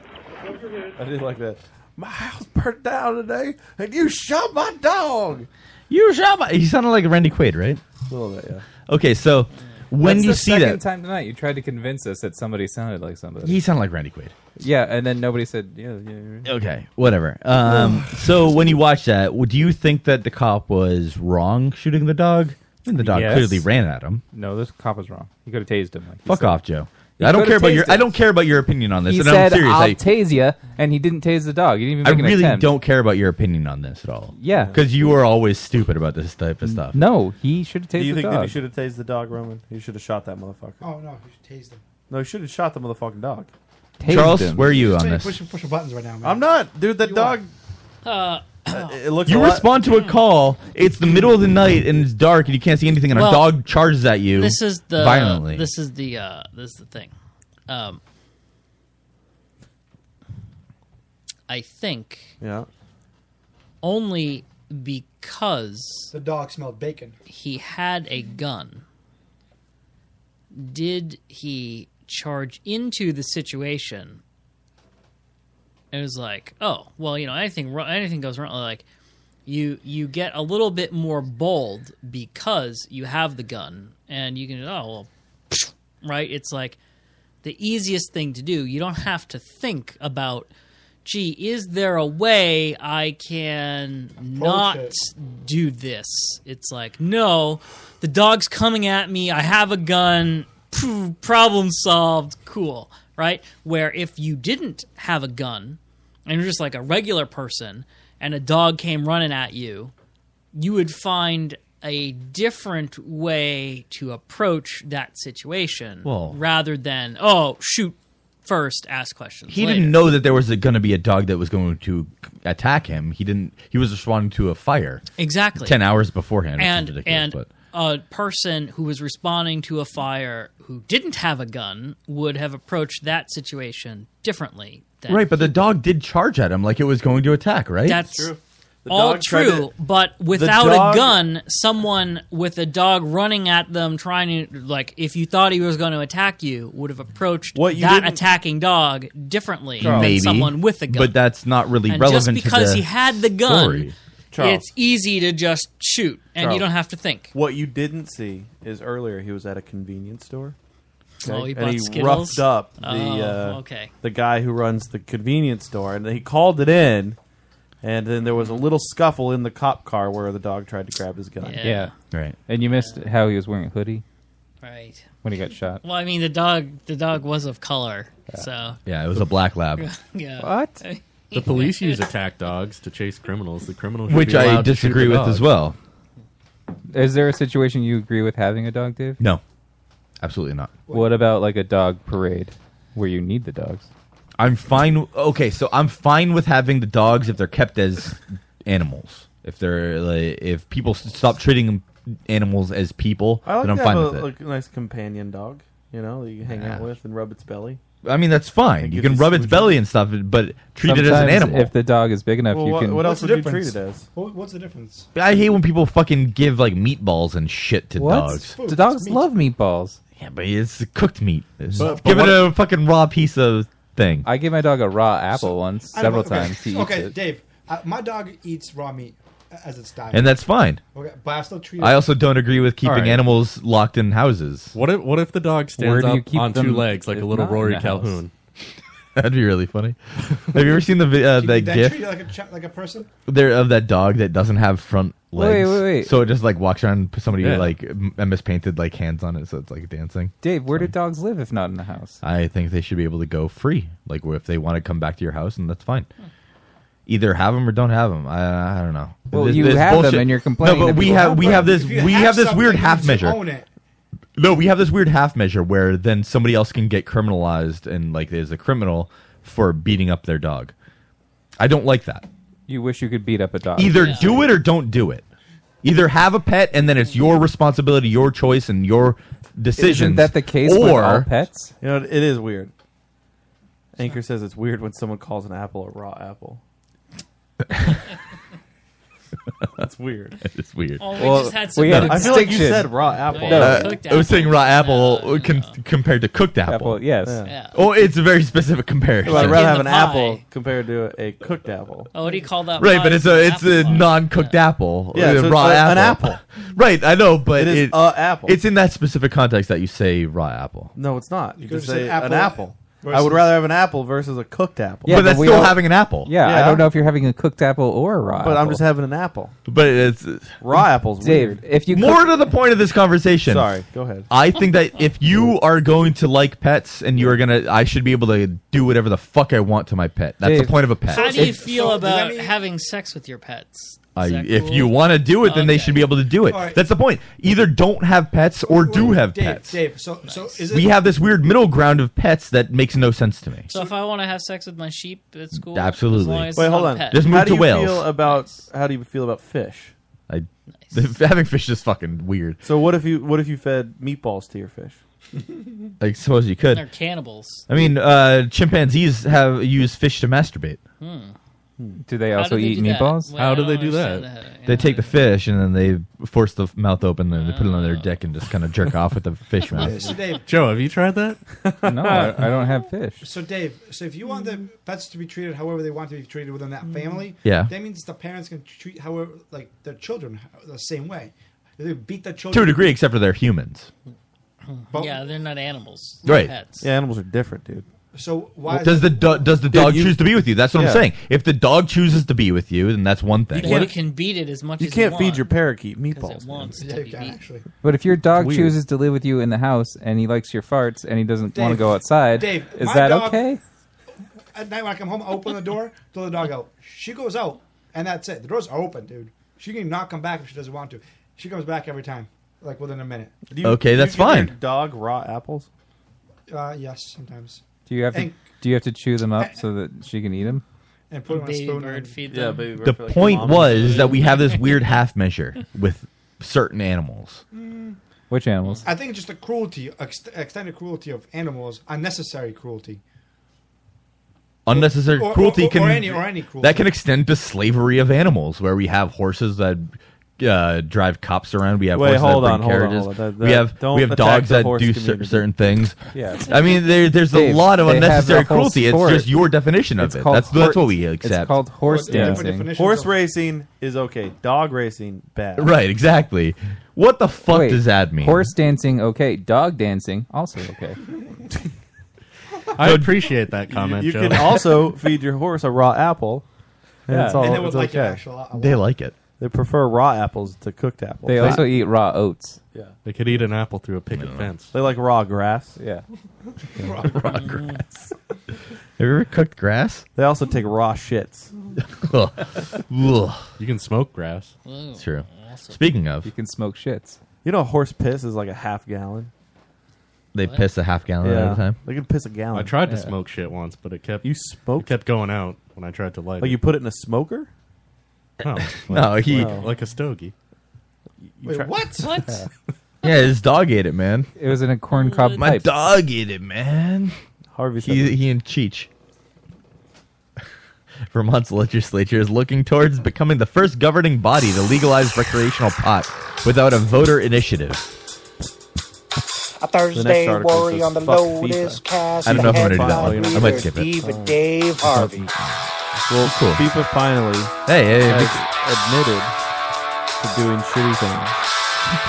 S10: I did like that. My house burned down today, and you shot my dog.
S9: You shot my. He sounded like Randy Quaid, right?
S10: A little bit, yeah.
S9: Okay, so when
S8: That's
S9: you
S8: the
S9: see
S8: second
S9: that,
S8: time tonight, you tried to convince us that somebody sounded like somebody.
S9: he sounded like Randy Quaid.
S8: Yeah, and then nobody said. Yeah, yeah.
S9: Okay, whatever.
S10: *laughs*
S9: Um, so when you watch that, do you think that the cop was wrong shooting the dog? I mean, the dog
S8: Yes.
S9: clearly ran at him.
S8: No, this cop was wrong. He could have tased him. Like he
S9: Fuck
S8: said.
S9: off, Joe. I don't care about your. I don't care about your opinion on this.
S8: He
S9: and
S8: said,
S9: I'm serious.
S8: "I'll
S9: I-
S8: tase you," and he didn't tase the dog. He didn't even
S9: I
S8: make an
S9: really
S8: attempt.
S9: don't care about your opinion on this at all.
S8: Yeah.
S9: because you are always stupid about this type of stuff.
S8: No, he should have
S10: Do you
S8: tased the
S10: think that he
S8: dog.
S10: should have tased the dog, Roman? He should have shot that motherfucker.
S11: Oh no, you should tase them.
S10: No, he should have shot the motherfucking dog.
S9: Tased Charles, him. where are you
S11: Just
S9: on
S11: trying to
S9: this?
S11: Push, push buttons right now, man.
S10: I'm not, dude. That dog.
S12: Uh,
S10: It looks.
S9: You
S10: a lot-
S9: respond to a call. It's the middle of the night and it's dark and you can't see anything, and
S12: Well,
S9: a dog charges at you.
S12: This is the
S9: violently.
S12: This is the uh, this is the thing. Um, I think
S10: Yeah.
S12: only because
S11: the dog smelled bacon.
S12: He had a gun. Did he charge into the situation? It was like, oh, well, you know, anything wro- anything goes wrong. Like, you you get a little bit more bold because you have the gun, and you can oh well, *sniffs* right? It's like the easiest thing to do. You don't have to think about, gee, is there a way I can not
S11: it.
S12: do this? It's like, no, the dog's coming at me. I have a gun. Phew, problem solved. Cool, right? Where if you didn't have a gun and you're just like a regular person and a dog came running at you, you would find a different way to approach that situation
S9: Well-
S12: rather than oh shoot first ask questions
S9: he
S12: later.
S9: didn't know that there was going to be a dog that was going to attack him. He didn't. He was responding to a fire
S12: Exactly.
S9: ten hours beforehand. which is
S12: and
S9: ridiculous,
S12: and
S9: but-
S12: a person who was responding to a fire who didn't have a gun would have approached that situation differently than
S9: right,
S12: *laughs*
S9: but the dog did charge at him like it was going to attack. Right?
S12: That's all
S9: dog tried
S12: true,
S9: to-
S12: but
S9: The
S12: without
S9: dog-
S12: a gun, someone with a dog running at them, trying to like, if you thought he was going to attack you, would have approached
S9: What you
S12: that
S9: didn't-
S12: attacking dog differently
S9: Maybe
S12: than someone with a gun.
S9: but that's not really
S12: and
S9: relevant.
S12: Just because
S9: to the
S12: he had the gun,
S9: story.
S10: Charles.
S12: it's easy to just shoot, and
S10: Charles,
S12: you don't have to think.
S10: What you didn't see is earlier he was at a convenience store.
S12: Oh, he
S10: and
S12: bought
S10: he
S12: Skittles?
S10: roughed up the
S12: Oh,
S10: uh,
S12: okay.
S10: the guy who runs the convenience store, and he called it in, and then there was a little scuffle in the cop car where the dog tried to grab his gun.
S8: Yeah.
S9: Right.
S8: And you missed how he was wearing a hoodie.
S12: Right.
S8: When he got shot.
S12: Well, I mean, the dog, the dog was of color, so
S9: Yeah, it was a black lab.
S12: *laughs* yeah.
S8: What?
S13: The police use attack dogs to chase criminals. The criminals, should
S9: Which
S13: be
S9: I
S13: allowed to shoot
S9: disagree
S13: the
S9: with
S13: dog.
S9: as well.
S8: Is there a situation you agree with having a dog, Dave?
S9: No, absolutely not.
S8: What about like a dog parade where you need the dogs?
S9: I'm fine. Okay, so I'm fine with having the dogs if they're kept as animals. If they're like, if people s- stop treating them- animals as people,
S10: I like
S9: then I'm
S10: to
S9: fine
S10: have
S9: with
S10: a,
S9: it.
S10: like, a nice companion dog, you know, that you hang out with and rub its belly.
S9: I mean, that's fine. You can rub its belly and stuff, but treat it as an
S8: Sometimes
S9: animal.
S8: If the dog is big enough,
S10: Well,
S8: you
S10: what-
S8: can.
S10: what else
S11: What's the
S10: would you treat
S11: difference?
S10: it as?
S11: What, what's the difference?
S9: I hate when people fucking give like meatballs and shit to
S8: What?
S9: dogs.
S8: The dogs love meatballs.
S9: Yeah, but it's cooked meat. It's-
S8: But- but
S9: give
S8: what-
S9: it a fucking raw piece of thing.
S8: I gave my dog a raw apple once,
S11: I don't
S8: several
S11: know, okay.
S8: times. He eats
S11: okay,
S8: it.
S11: Dave, uh, my dog eats raw meat uh, as its diet,
S9: And that's fine.
S11: Okay, but I still treat.
S9: I
S11: it-
S9: also don't agree with keeping
S13: All right.
S9: animals locked in houses.
S13: What if what if the dog
S9: Where
S13: stands
S9: do you
S13: up
S9: keep
S13: on two
S9: them
S13: legs like a
S9: if
S13: little
S9: not in
S13: Rory
S9: the house?
S13: Calhoun?
S9: *laughs* That'd be
S13: *laughs*
S9: really funny. Have you ever seen the vi- uh,
S11: Do you
S9: that
S11: think
S9: gif
S11: treat it like a ch- like a person.
S9: there of that dog that doesn't have front
S8: Wait,
S9: legs?
S8: wait, wait.
S9: So it just like walks around. Somebody
S8: Yeah.
S9: like MS painted like hands on it, so it's like dancing.
S8: Dave, where do dogs live if not in the house?
S9: I think they should be able to go free. Like if they want to come back to your house, and that's fine. Either have them or don't have them. I, I don't know.
S8: Well, you have them and you're complaining
S9: No, but
S8: that
S9: we
S8: people
S9: have
S8: have
S9: we
S8: them.
S9: have this
S8: If you
S9: we
S8: have
S9: have this
S8: something,
S9: weird
S8: you need
S9: half
S8: to
S9: measure.
S8: own it.
S9: No, we have this weird half measure where then somebody else can get criminalized and like is a criminal for beating up their dog. I don't like that.
S8: You wish you could beat up a dog.
S9: Either do it or don't do it. Either have a pet and then it's your responsibility, your choice, and your decision.
S8: Isn't that the case with
S9: *laughs*
S8: all pets?
S10: You know, it is weird. Anchor says it's weird when someone calls an apple a raw apple. That's weird.
S9: It's weird.
S10: Oh, we Well, just had some we had
S9: I
S10: good I feel like you distinction. said raw apple. Yeah,
S9: Uh,
S10: cooked
S9: I was saying
S10: apple.
S9: raw apple con- compared to cooked apple.
S10: Apple, yes. Yeah.
S9: Oh, it's a very specific comparison.
S10: I'd rather have an
S12: the
S10: apple compared to a, a cooked apple.
S12: Oh, what do you call that?
S9: Right,
S12: pie?
S9: but it's a it's a non-cooked apple.
S10: Yeah,
S9: uh,
S10: so it's
S9: raw
S10: a- an
S9: apple. right, I know, but
S10: It is a apple.
S9: It's in that specific context that you say raw apple.
S10: No, it's not. You,
S11: You
S10: can
S11: could've
S10: say
S11: said
S10: an apple. I would rather have an apple versus a cooked apple.
S8: Yeah, we don't- Yeah, I
S10: Yeah.
S8: don't know if you're having a cooked apple or a raw.
S10: But I'm
S8: apple.
S10: just having an apple.
S9: But it's
S10: raw apples.
S8: Dave,
S10: weird.
S8: if you
S9: more to the point of this conversation.
S10: Sorry, go ahead.
S9: I think that if
S10: *laughs*
S9: you are going to like pets and you are gonna, I should be able to do whatever the fuck I want to my pet. That's
S8: Dave,
S9: the point of a pet.
S12: How do you
S9: If-
S12: feel
S11: so does
S12: about
S11: that mean-
S12: having sex with your pets?
S9: I- if you want to do it, then they should be able to do it. That's the point. Either don't have pets or do have
S11: Dave,
S9: pets.
S11: Dave, so so is it
S9: We have this weird middle ground of pets that makes no sense to me.
S12: So if I want to have sex with my sheep, it's cool.
S9: Absolutely.
S12: As long as
S10: Wait,
S12: it's
S10: hold
S12: not a
S10: on.
S12: pet.
S9: Just move
S10: how do
S9: to
S10: you
S9: Wales.
S10: Feel about how do you feel about fish?
S9: I *laughs* having fish is fucking weird.
S10: So what if you what if you fed meatballs to your fish?
S9: I suppose you could.
S12: They're cannibals.
S9: I mean, uh, chimpanzees have use fish to masturbate.
S12: Hmm.
S8: Do they
S12: How do
S8: also
S12: they
S8: eat
S12: do that?
S8: meatballs?
S12: Well, How I do don't they do understand
S11: Uh,
S9: They take the fish and then they force the f- mouth open and they put it on their dick and just kind of jerk off with
S11: *laughs*
S9: the fish mouth.
S11: Oh. So Dave-
S13: Joe, have you tried that?
S8: *laughs* no, I, I don't have fish.
S11: *laughs* So Dave, so if you want the pets to be treated however they want to be treated within that family,
S9: Mm. Yeah.
S11: that means the parents can treat however like their children ho- the same way. They beat their children
S9: *laughs* To a degree, except for they're humans.
S12: yeah, they're not animals. They're
S9: Right.
S12: Pets.
S10: Yeah, animals are different, dude.
S11: So
S9: does the do- does the
S10: Dude,
S9: dog
S10: you-
S9: choose to be with you? That's what
S10: Yeah.
S9: I'm saying. If the dog chooses to be with you, then that's one thing.
S12: Well, you can beat it as much
S10: You
S12: as
S10: can't
S12: you
S10: feed
S12: want,
S10: your parakeet
S12: 'cause
S10: meatballs,
S12: It wants to be actually.
S8: But if your dog
S10: weird.
S8: chooses to live with you in the house and he likes your farts and he doesn't want to
S11: Dave,
S8: go outside,
S11: Dave,
S8: is
S11: my
S8: that
S11: dog-
S8: okay?
S11: At night when I come home, I open the door, throw the dog out. She goes out, and that's it. The doors are open, dude. She can not come back if she doesn't want to. She comes back every time, like within a minute.
S10: Do you-
S9: Okay,
S10: do you
S9: that's
S10: give your
S9: fine.
S10: Dog raw apples.
S11: Uh, yes, sometimes.
S8: Do you have to
S11: And-
S8: do you have to chew them up so that she can eat them?
S11: And put it on a
S12: Baby
S11: spoon.
S12: bird
S11: and-
S12: feed Yeah, them. baby
S9: The point was that we have this weird half measure with certain animals.
S10: Mm.
S8: Which animals?
S11: *laughs* I think it's just the cruelty, ex- extended cruelty of animals, unnecessary cruelty.
S9: Unnecessary
S11: Or- or-
S9: cruelty
S11: or-
S9: can
S11: or any- or any cruelty.
S9: that can extend to slavery of animals, where we have horses that uh, drive cops around. We have
S10: Wait,
S9: horses
S10: hold
S9: that
S10: on,
S9: bring
S10: hold on,
S9: carriages.
S10: hold on. That-
S9: we
S10: that-
S9: have
S10: don't
S9: we have
S10: attack
S9: dogs
S10: the
S9: that
S10: horse
S9: do cer-
S10: community.
S9: certain things.
S10: Yeah.
S9: I mean there, there's
S8: Dave,
S9: a lot of
S8: they have
S9: unnecessary
S8: the whole
S9: cruelty.
S8: sport.
S9: It's just your definition
S8: It's
S9: of it.
S8: called
S9: That's that's what
S8: hort-
S9: we
S8: it's
S9: accept.
S8: called horse Well, different dancing. definitions
S10: Horse
S8: of-
S10: racing is okay. Dog racing bad.
S13: *laughs*
S9: Right, exactly. What the fuck
S8: Wait,
S9: does that mean?
S8: Horse dancing, okay. Dog dancing, also
S10: *laughs*
S8: okay.
S13: I appreciate that comment,
S10: You, you
S13: Joe. *laughs*
S10: can also feed your horse a raw apple. And
S13: Yeah.
S10: it's all,
S13: And they would
S10: it's
S13: like it
S10: okay.
S13: actually a lot-
S9: They like it.
S10: They prefer raw apples to cooked apples.
S8: They also eat raw oats.
S10: Yeah.
S13: They could eat an apple through a picket fence.
S10: They like raw grass.
S13: *laughs*
S8: Yeah.
S10: raw
S9: grass. *laughs* Have you ever cooked grass?
S10: They also take raw
S9: *laughs*
S10: shits.
S13: you can smoke grass.
S9: It's true. Speaking of,
S8: you can smoke shits.
S10: You know, horse piss is like a half gallon.
S9: They piss a half gallon
S10: Yeah.
S9: at a time.
S10: They can piss a gallon.
S13: I tried to
S10: Yeah.
S13: smoke shit once, but it kept you smoked. It kept going out when I tried to light
S10: Like
S13: it.
S10: Oh, you put it in a smoker.
S13: No,
S9: No, he-
S13: like, like a stogie.
S11: Wait,
S9: *laughs*
S11: what? What?
S9: Yeah, his dog ate it, man.
S8: It was in a corn cob
S9: My
S8: pipe.
S9: dog ate it, man.
S10: Harvey.
S9: He, he and Cheech. *laughs* Vermont's legislature is looking towards becoming the first governing body to legalize recreational pot without a voter initiative.
S6: A Thursday
S9: article
S6: worry
S9: says,
S6: on the
S9: "Fuck
S6: loaders
S9: FIFA."
S6: cast.
S9: I don't know if I'm gonna do that
S6: headline
S9: one. I
S6: reader,
S9: might skip it.
S6: D with Dave Harvey.
S10: Well, cool. FIFA finally.
S9: Hey, hey, hey.
S10: has admitted to doing shitty things.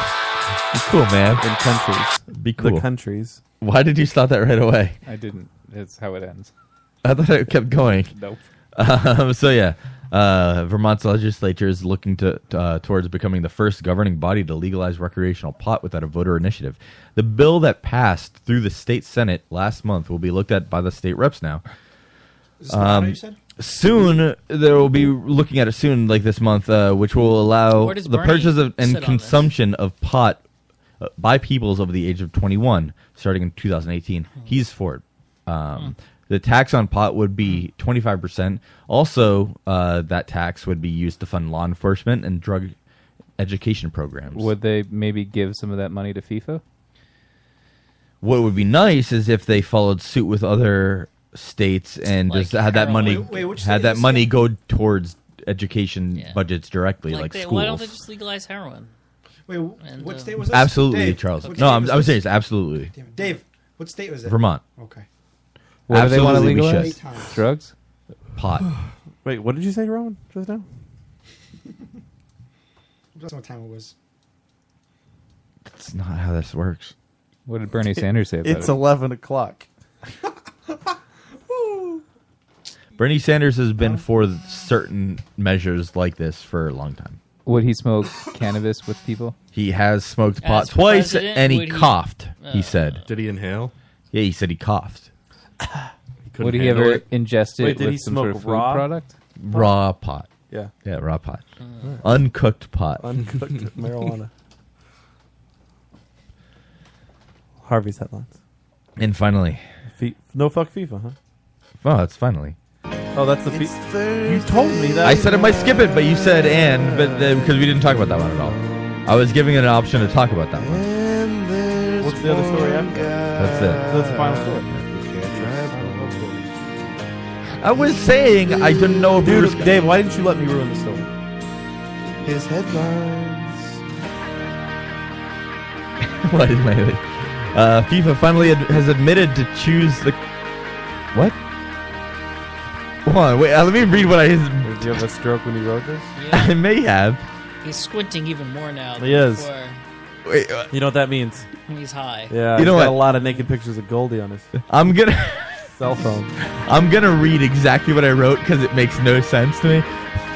S9: It's cool, man.
S10: In countries,
S9: Be cool.
S10: The countries.
S9: Why did you stop that right away?
S8: I didn't. That's how it ends.
S9: *laughs* I thought it kept going.
S8: Nope.
S9: Um, so yeah, uh, Vermont's legislature is looking to uh, towards becoming the first governing body to legalize recreational pot without a voter initiative. The bill that passed through the state senate last month will be looked at by the state reps now.
S11: Is this
S9: Um,
S11: the one you said?
S9: Soon they will be looking at it soon, like this month, uh, which will allow
S11: Where does
S9: the
S11: Bernie
S9: purchase of
S11: sit on
S9: and
S11: this?
S9: consumption of pot uh, by peoples over the age of 21, starting in 2018.
S11: Hmm.
S9: He's for it. Um, The tax on pot would
S11: Hmm.
S9: be 25%. Also, uh, that tax would be used to fund law enforcement and drug education programs.
S8: Would they maybe give some of that money to FIFA?
S9: What would be nice is if they followed suit with other states and just had that money
S11: Wait, wait, which
S9: had
S11: state
S9: that
S11: is
S9: money go towards education budgets directly, like,
S12: Like, they, why don't they
S9: schools.
S12: just legalize heroin?
S11: Wait, what state was this?
S9: Absolutely,
S11: Dave,
S9: Charles.
S11: what
S9: No,
S11: state
S9: I'm,
S11: was
S9: I'm
S11: this?
S9: serious. Absolutely,
S11: Damn it. Dave, what state was it?
S9: Vermont.
S11: Okay.
S8: What do they want to
S9: Absolutely, we
S8: legalize?
S9: should.
S8: Drugs?
S9: Pot.
S10: *sighs* Wait, what did you say, Roman?
S11: *laughs*
S10: Just now?
S11: That's what time it was.
S9: That's not how this works.
S8: What did Bernie Sanders say about
S10: it's
S8: it?
S10: eleven o'clock.
S9: Bernie Sanders has been for certain measures like this for a long time.
S8: Would he smoke cannabis with people?
S9: He has smoked pot
S8: As
S9: twice,
S8: president,
S9: and he
S8: would he- uh,
S9: coughed. he said,
S13: "Did he inhale?"
S9: Yeah, he said he coughed.
S13: couldn't
S8: Would he
S13: handle
S8: ever
S13: it.
S8: ingest it
S10: Wait, did
S8: with
S10: he
S8: some
S10: smoke
S8: sort of food
S10: raw?
S8: product?
S9: Raw pot.
S10: Yeah.
S9: yeah, raw pot.
S10: Mm.
S8: Uh.
S9: Uncooked pot. *laughs*
S10: Uncooked marijuana. Harvey's headlines.
S9: and finally,
S10: Fe- no fuck FIFA, huh?
S9: oh, it's finally.
S10: Oh, that's the. Fe- you told me that.
S9: I said I might skip it, but you said and, but then because we didn't talk about that one at all. I was giving it an option to talk about that one. *laughs*
S10: What's the other story after?
S9: That's it.
S10: So that's the final story.
S9: I was saying I didn't know if we
S10: Dude,
S9: were-
S10: Dave, why didn't you let me ruin the story?
S3: His headlines.
S9: Why didn't I? Uh, FIFA finally ad- has admitted to choose the. What? Hold on, wait. Uh, let me read what I. Did
S10: you have a stroke when you wrote this?
S9: *laughs* I may have.
S12: He's squinting even more now. Than
S10: He is.
S12: Before.
S10: you know what that means?
S12: He's high.
S10: Yeah,
S9: uh, You
S10: you
S9: know
S10: know got a
S9: what?
S10: lot of naked pictures of Goldie on his
S9: *laughs*
S8: *laughs*
S9: I'm gonna.
S10: cell phone.
S9: I'm gonna read exactly what I wrote because it makes no sense to me.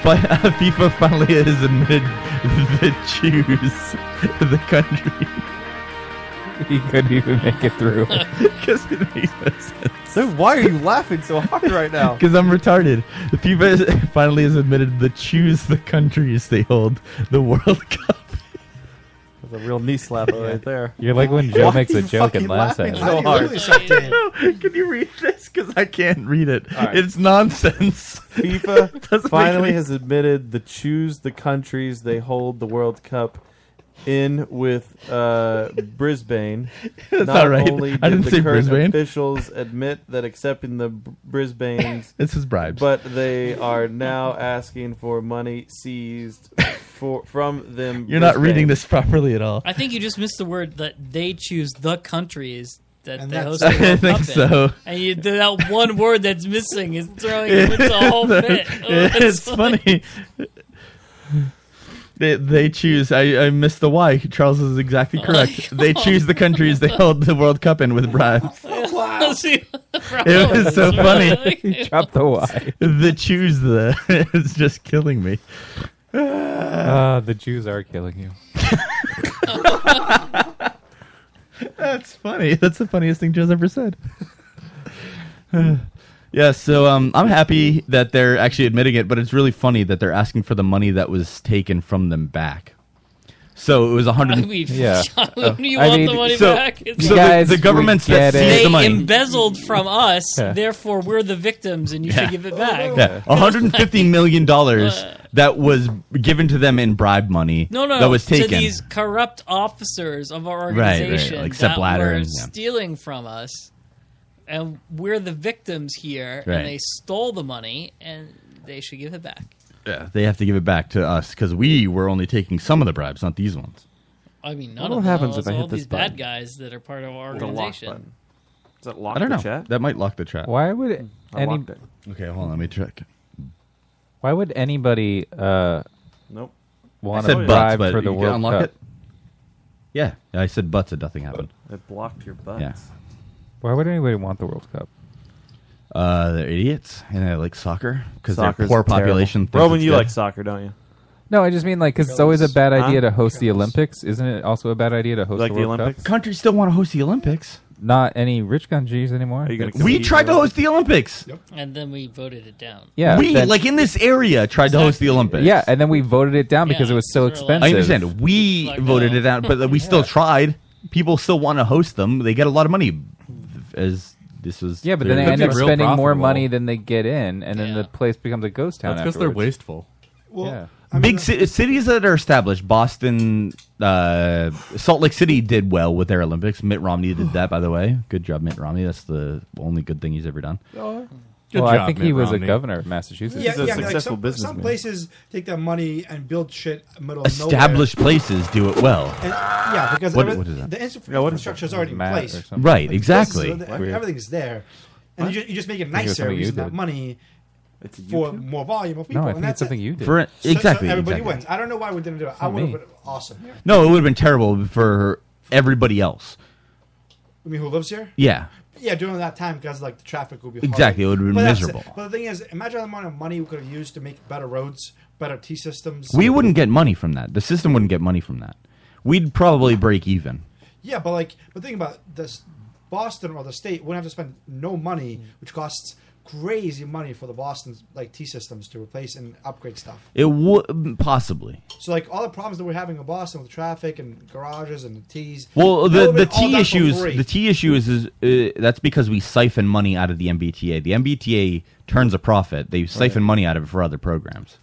S9: But uh, FIFA finally has admitted *laughs* the choose the country.
S8: He couldn't even make it
S10: *laughs*
S8: through.
S9: Because it makes no sense.
S10: Dude, why are you laughing so hard right
S9: *laughs*
S10: now?
S9: Because I'm retarded. The FIFA has- *laughs* finally has admitted the choose the countries they hold the World *laughs* Cup.
S10: That's a real knee slapper right there.
S8: You're like when Joe
S10: Why
S8: makes
S10: are
S8: a
S10: you
S8: joke
S10: fucking
S8: and laughs at
S10: laughing
S8: it.
S10: so hard.
S9: *laughs* Can you read this? Because I can't read it.
S10: right.
S9: It's nonsense. *laughs* Doesn't
S10: FIFA
S9: make
S10: finally
S9: any-
S10: has admitted the choose the countries they hold the World Cup in with uh,
S9: *laughs*
S10: Brisbane.
S9: That's not right.
S10: only
S9: I
S10: did
S9: didn't
S10: the
S9: say
S10: current
S9: Brisbane.
S10: officials admit that accepting the B- Brisbane's
S9: *laughs* This is bribes.
S10: but they are now asking for money seized for from them.
S9: *laughs* You're not
S10: Brisbane.
S9: reading this properly at all.
S12: I think you just missed the word that they choose the countries that they host.
S9: that's-
S12: the
S9: *laughs* I
S12: World
S9: think
S12: Cup in.
S9: so.
S12: And you, that one word that's missing is throwing you into
S9: *laughs*
S12: a whole fit. *laughs*
S9: it's funny. They, they choose. I, I missed the why. Charles is exactly correct. they choose the countries they hold the World Cup in with bribes.
S12: *laughs* Wow. it
S9: It was
S12: *laughs*
S9: so funny.
S8: Drop the why.
S9: The choose the. *laughs* it's just killing me. *sighs*
S8: Ah, the Jews are killing you.
S9: That's funny. That's the funniest thing Joe's ever said. yeah, so um, I'm happy that they're actually admitting it, but it's really funny that they're asking for the money that was taken from them back. So it was a hundred.
S12: I mean, Yeah. *laughs* John,
S8: Oh.
S9: Oh.
S12: wouldn't you want the money
S9: so,
S12: back? It's
S9: So
S12: like-
S9: the,
S12: Guys,
S9: the
S12: we
S9: government's
S8: get
S9: that
S8: it.
S9: seized
S12: They
S9: the money.
S12: embezzled from us,
S9: Yeah.
S12: therefore we're the victims, and you
S9: Yeah.
S12: should give it back.
S9: yeah, 150 million dollars
S12: *laughs*
S9: that was given to them in bribe money.
S12: No, no,
S9: that was
S12: to
S9: taken.
S12: these corrupt officers of our
S9: Right, right,
S12: organization
S9: like Sepp
S12: that
S9: Blatter
S12: were
S9: and- yeah.
S12: stealing from us, and we're the victims here,
S9: Right.
S12: and they stole the money, and they should give it back.
S9: Yeah, they have to give it back to us because we were only taking some of the bribes, not these ones.
S12: I mean,
S10: What
S12: none of
S10: happens
S12: those,
S10: if I hit
S12: all
S10: this
S12: these
S10: button?
S12: bad guys that are part of our
S10: With a lock
S12: organization.
S10: Does it lock
S9: I don't
S10: the
S9: know.
S10: chat?
S9: That might lock the trap.
S8: Why would it,
S9: Hmm,
S10: I
S8: any?
S10: locked it.
S9: Okay, hold on. Let me check.
S8: Why would anybody? Uh,
S10: Nope.
S8: Want
S9: I
S8: to
S9: said
S8: bribe
S9: butts, but
S8: for the
S9: you can
S8: World
S9: unlock
S8: Cup?
S9: it? Yeah, I said butts and nothing happened.
S10: It blocked your butt.
S9: Yeah.
S8: Why would anybody want the World Cup?
S9: Uh, they're idiots and they like soccer because their
S10: Soccer's
S9: poor
S10: terrible.
S9: population. thinks
S10: Roman,
S9: it's
S10: you
S9: good.
S10: like soccer, don't you?
S8: No, I just mean like because it's always a bad
S10: Huh?
S8: idea to host the Olympics. Isn't it also a bad idea to host
S10: Like
S8: the,
S10: the
S8: World
S10: Olympics?
S8: Cup?
S9: Countries still want to host the Olympics.
S8: Not any rich countries anymore.
S10: you gonna
S8: That's-
S9: We tried to host the Olympics.
S12: And then we voted it down.
S8: Yeah,
S9: we
S8: then-
S9: like in this area tried to host the Olympics.
S8: Yeah, and then we voted it down because it was so expensive.
S9: I understand. We voted it out, but we still tried. People still want to host them. They get a lot of money. As this was.
S8: Yeah, but
S9: their-
S8: then they end up spending more
S9: profitable.
S8: money than they get in, and then the place becomes a ghost town.
S13: That's 'cause they're
S8: afterwards.
S13: wasteful.
S11: Well,
S8: yeah.
S9: Big ci- cities that are established, Boston, uh, Salt Lake City did well with their Olympics. Mitt Romney did that, by the way. Good job, Mitt Romney. That's the only good thing he's ever done.
S11: Oh.
S8: Good Well, I job, think he Mitt was a Romney. governor of Massachusetts.
S11: Yeah,
S8: He's
S11: yeah,
S8: a
S11: like
S8: successful
S11: some,
S8: businessman.
S11: Some places take that money and build shit in the middle of
S9: Established places do it well.
S11: nowhere. And, yeah, because
S9: What-
S11: every-
S9: what is that?
S11: the infra-
S9: Yeah, what is
S11: infrastructure is
S9: that?
S11: already in
S9: Mat or
S11: place.
S9: something. Right,
S11: Like,
S9: exactly.
S11: this is-
S9: Weird.
S11: Everything's there, and you just, you just make it
S8: think it was
S11: nicer
S8: something you
S11: using that
S8: did.
S11: money
S10: it's
S11: for more volume of
S8: No,
S11: people.
S8: I
S11: and
S8: think
S11: that's
S8: it's something
S11: it.
S8: you did.
S9: For-
S11: So- so
S9: exactly,
S11: everybody
S9: exactly.
S11: wins. I don't know why we didn't do it. I
S8: For
S11: would have
S8: me.
S11: been awesome.
S9: No, it would have been terrible for everybody else.
S11: I mean, who lives here?
S9: Yeah.
S11: Yeah, during that time, because like the traffic would be horrible.
S9: Exactly, it would've been
S11: But that's
S9: miserable.
S11: But the thing is, imagine the amount of money we could have used to make better roads, better T systems.
S9: We wouldn't get money from that. The system wouldn't get money from that. We'd probably break even.
S11: Yeah, but like, but think about it, this: Boston or the state wouldn't have to spend no money, which costs crazy money for the Boston's like T systems to replace and upgrade stuff.
S9: It would possibly.
S11: So like all the problems that we're having in Boston with traffic and garages and the T's.
S9: Well,
S11: that
S9: the
S11: would've
S9: the
S11: been all
S9: T
S11: done for
S9: issues
S11: free.
S9: the T issue is, is uh, that's because we siphon money out of the MBTA. The MBTA turns a profit. They siphon money out of it for other programs.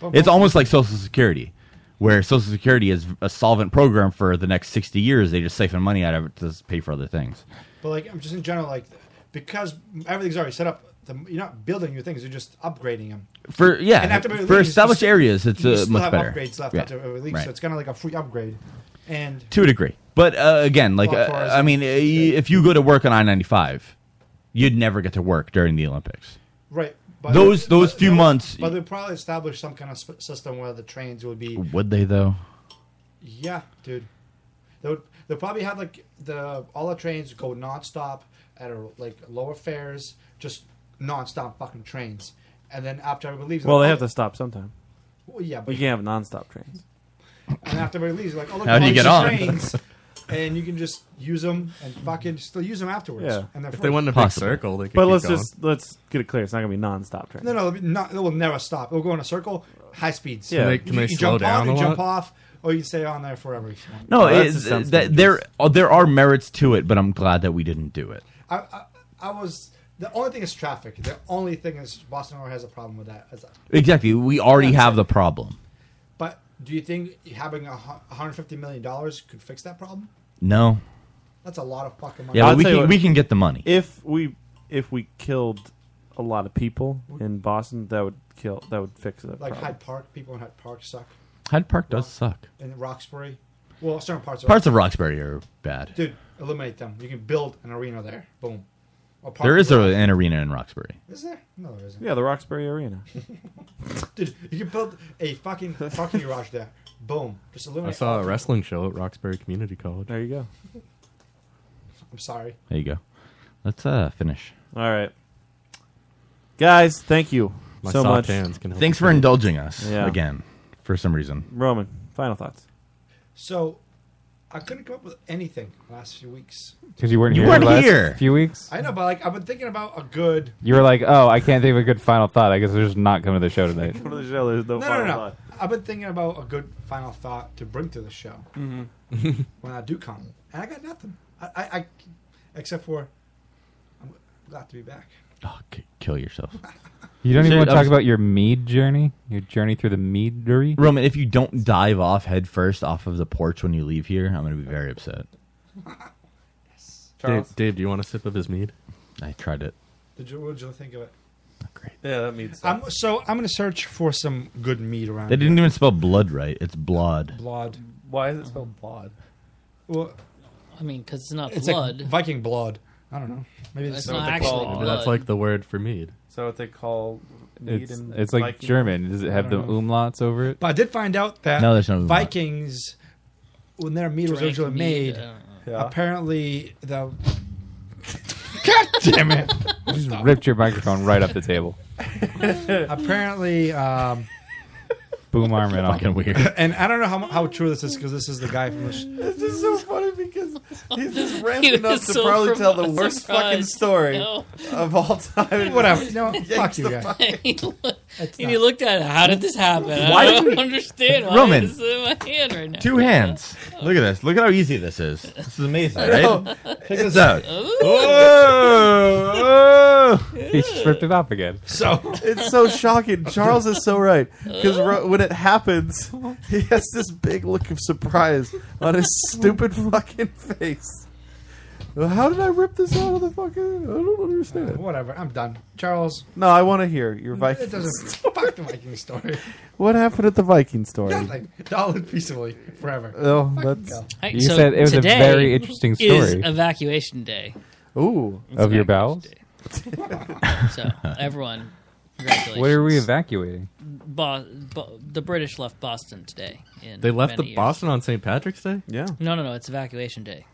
S11: Well,
S9: It's
S11: most-
S9: almost like Social Security, where Social Security is a solvent program for the next sixty years. They just siphon money out of it to s- pay for other things.
S11: But like, I'm just in general like, because everything's already set up. The, you're not building new things; you're just upgrading them.
S9: For- yeah,
S11: And after Mary
S9: for
S11: Lee, you
S9: established
S11: still-
S9: areas, it's,
S11: you
S9: uh,
S11: still
S9: much
S11: have
S9: better.
S11: upgrades left
S9: Yeah,
S11: after Mary Lee,
S9: right.
S11: so it's kind of like a free upgrade. And
S9: to a degree. But uh, again, like
S11: Well,
S9: uh,
S11: tourism.
S9: I mean, uh, y- if you go to work on I ninety five, you'd never get to work during the Olympics.
S11: Right.
S9: Those- those few
S11: but-
S9: months-
S11: But they probably establish some kind of sp- system where the trains would be.
S9: Would they though?
S11: Yeah, dude. They would. They probably have like the all the trains go nonstop at a, like lower fares, just nonstop fucking trains. And then after everybody leaves,
S10: Well, they have to stop sometime.
S11: Well, yeah, but
S10: you can't have nonstop trains.
S11: and after everybody leaves, you're like, oh look,
S10: How do
S11: all
S10: you get
S11: these
S10: on?
S9: *laughs*
S11: Trains, and you can just use them and fucking still use them afterwards.
S10: Yeah,
S11: and they're free.
S10: but let's just let's get it clear. It's not going to be nonstop trains.
S11: No, no, it'll be not, it will never stop. It will go in a circle, high speeds.
S10: Yeah. Can they-
S11: You-
S10: can they
S11: you
S10: slow
S11: jump
S10: down
S11: on,
S10: a
S11: you jump
S10: lot?
S11: off, or you can stay on there forever. if you want.
S9: No,
S10: Well, Oh, that
S9: it's-
S10: just sounds
S9: that, there uh, there are merits to it, but I'm glad that we didn't do it.
S11: I, I, I was the only thing is traffic. The only thing is Boston already has a problem with that. Is-
S9: Exactly, we already have the problem.
S11: But do you think having a hu- 150 million dollars could fix that problem?
S9: No,
S11: That's a lot of fucking money.
S9: Yeah, but we
S10: tell you
S9: can- we can get the money.
S10: if we if we killed a lot of people in Boston. That would kill. That would fix it.
S11: like Hyde Park, people in Hyde Park suck.
S9: Hyde Park does suck.
S11: In Roxbury, well, certain parts of
S9: Parts of Roxbury are bad.
S11: Dude, eliminate them. You can build an arena there. Boom. Or park
S9: There is
S11: the-
S9: a, an arena in Roxbury.
S11: Is there? No, there isn't.
S10: Yeah, the Roxbury Arena.
S11: *laughs*
S10: *laughs*
S11: Dude, you can build a fucking parking garage there. Boom. Just
S13: I
S11: eliminate.
S13: saw
S11: all-
S13: a wrestling show at Roxbury Community College.
S10: There you go.
S11: I'm sorry.
S9: There you go. Let's uh, finish.
S10: All right, guys. Thank you
S9: My
S10: so much.
S9: soft hands can help Thanks you for too. indulging us again, for some reason.
S10: Roman, final thoughts.
S11: So, I couldn't come up with anything the last few weeks.
S8: 'Cause you weren't
S10: You
S8: here.
S10: weren't
S8: the last
S10: here.
S8: Few weeks.
S11: I know, but like I've been thinking about a good.
S8: You were like, "Oh, I can't think of a good final thought. I guess we're just not coming to the show
S10: *laughs*
S8: tonight."
S10: Come to the show. There's
S11: No,
S10: no,
S11: no,
S10: final
S11: no.
S10: thought.
S11: I've been thinking about a good final thought to bring to the show
S8: Mm-hmm.
S11: when I do come, and I got nothing. I, I, I except for I'm glad to be back.
S9: Kill yourself.
S8: You don't even
S9: Dude,
S8: want to
S9: I
S8: talk
S9: was-
S8: about your mead journey, your journey through the meadery.
S9: Roman, if you don't dive off head first off of the porch when you leave here, I'm going to be very upset.
S13: Dave, Dave, do you want a sip of his mead?
S9: I tried it.
S11: Did you, what did you think of it? Great.
S10: Yeah, that means.
S11: I'm, so I'm gonna search for some good meat around.
S9: They
S11: here.
S9: didn't even spell blood right. It's blood.
S11: blood.
S10: Why is
S8: Oh.
S10: it spelled blood?
S11: Well,
S12: I mean, because it's not
S11: it's
S12: blood.
S11: like Viking blood. I don't know. Maybe
S12: It's
S11: this
S12: not actually
S13: Maybe that's
S8: Uh,
S13: like the word for mead.
S10: So what they call mead
S8: It's,
S10: and
S8: it's like
S10: Viking-
S8: German. Does it
S11: I
S8: have the
S11: don't know.
S8: umlauts over it?
S11: But I did find out that
S8: No, there's no remote.
S11: Vikings, when their meat was
S12: Drank
S11: originally
S12: meat,
S11: made,
S12: uh,
S10: Yeah.
S11: apparently the. *laughs* God damn it!
S8: You just ripped your microphone right up the table.
S11: apparently, um,
S8: Boom arm it off.
S9: Fucking weird.
S11: and I don't know how, how true this is because this is the guy from the. Sh-
S10: It's just so funny because he's
S12: *laughs*
S10: just
S12: He
S10: ramping up
S12: was
S10: to
S12: so
S10: probably tell the
S12: surprised.
S10: worst fucking story
S12: No.
S10: of all time. *laughs*
S11: Whatever. You know,
S10: Yanks
S11: fuck you
S10: the
S11: guys.
S10: fuck-
S12: *laughs* he looked- and he looked at it. How did this happen?
S9: Why
S12: I
S9: did
S12: don't
S9: we-
S12: understand. Why
S9: Roman,
S12: is it in my hand right now?
S9: Two hands. Look at this. Look at how easy this is. This is amazing, right? Check this out.
S8: He just ripped it off again.
S11: So
S10: it's so shocking. Charles is so right because ro- when it happens, he has this big look of surprise on his stupid fucking face. Well, How did I rip this out of the fucking? I don't understand.
S11: Whatever. I'm done. Charles.
S10: No, I want to hear your Viking.
S11: It doesn't. *laughs* Fuck the Viking
S10: *laughs*
S11: story.
S10: What happened at the Viking story?
S11: Nothing. All in peacefully forever.
S10: Oh,
S11: Fucking
S10: that's-
S11: go.
S12: All right,
S10: You said it was a
S12: today
S10: very interesting
S12: Is
S10: story.
S12: evacuation day.
S10: Ooh,
S12: It's
S8: Of your
S12: evacuation
S8: bowels?
S12: day. *laughs* so everyone, congratulations.
S8: What are we evacuating?
S12: Bo- Bo- the British left Boston today. In
S13: They left
S12: many
S13: the
S12: years.
S13: Boston on St. Patrick's Day.
S10: Yeah.
S12: No, no, no. It's evacuation day.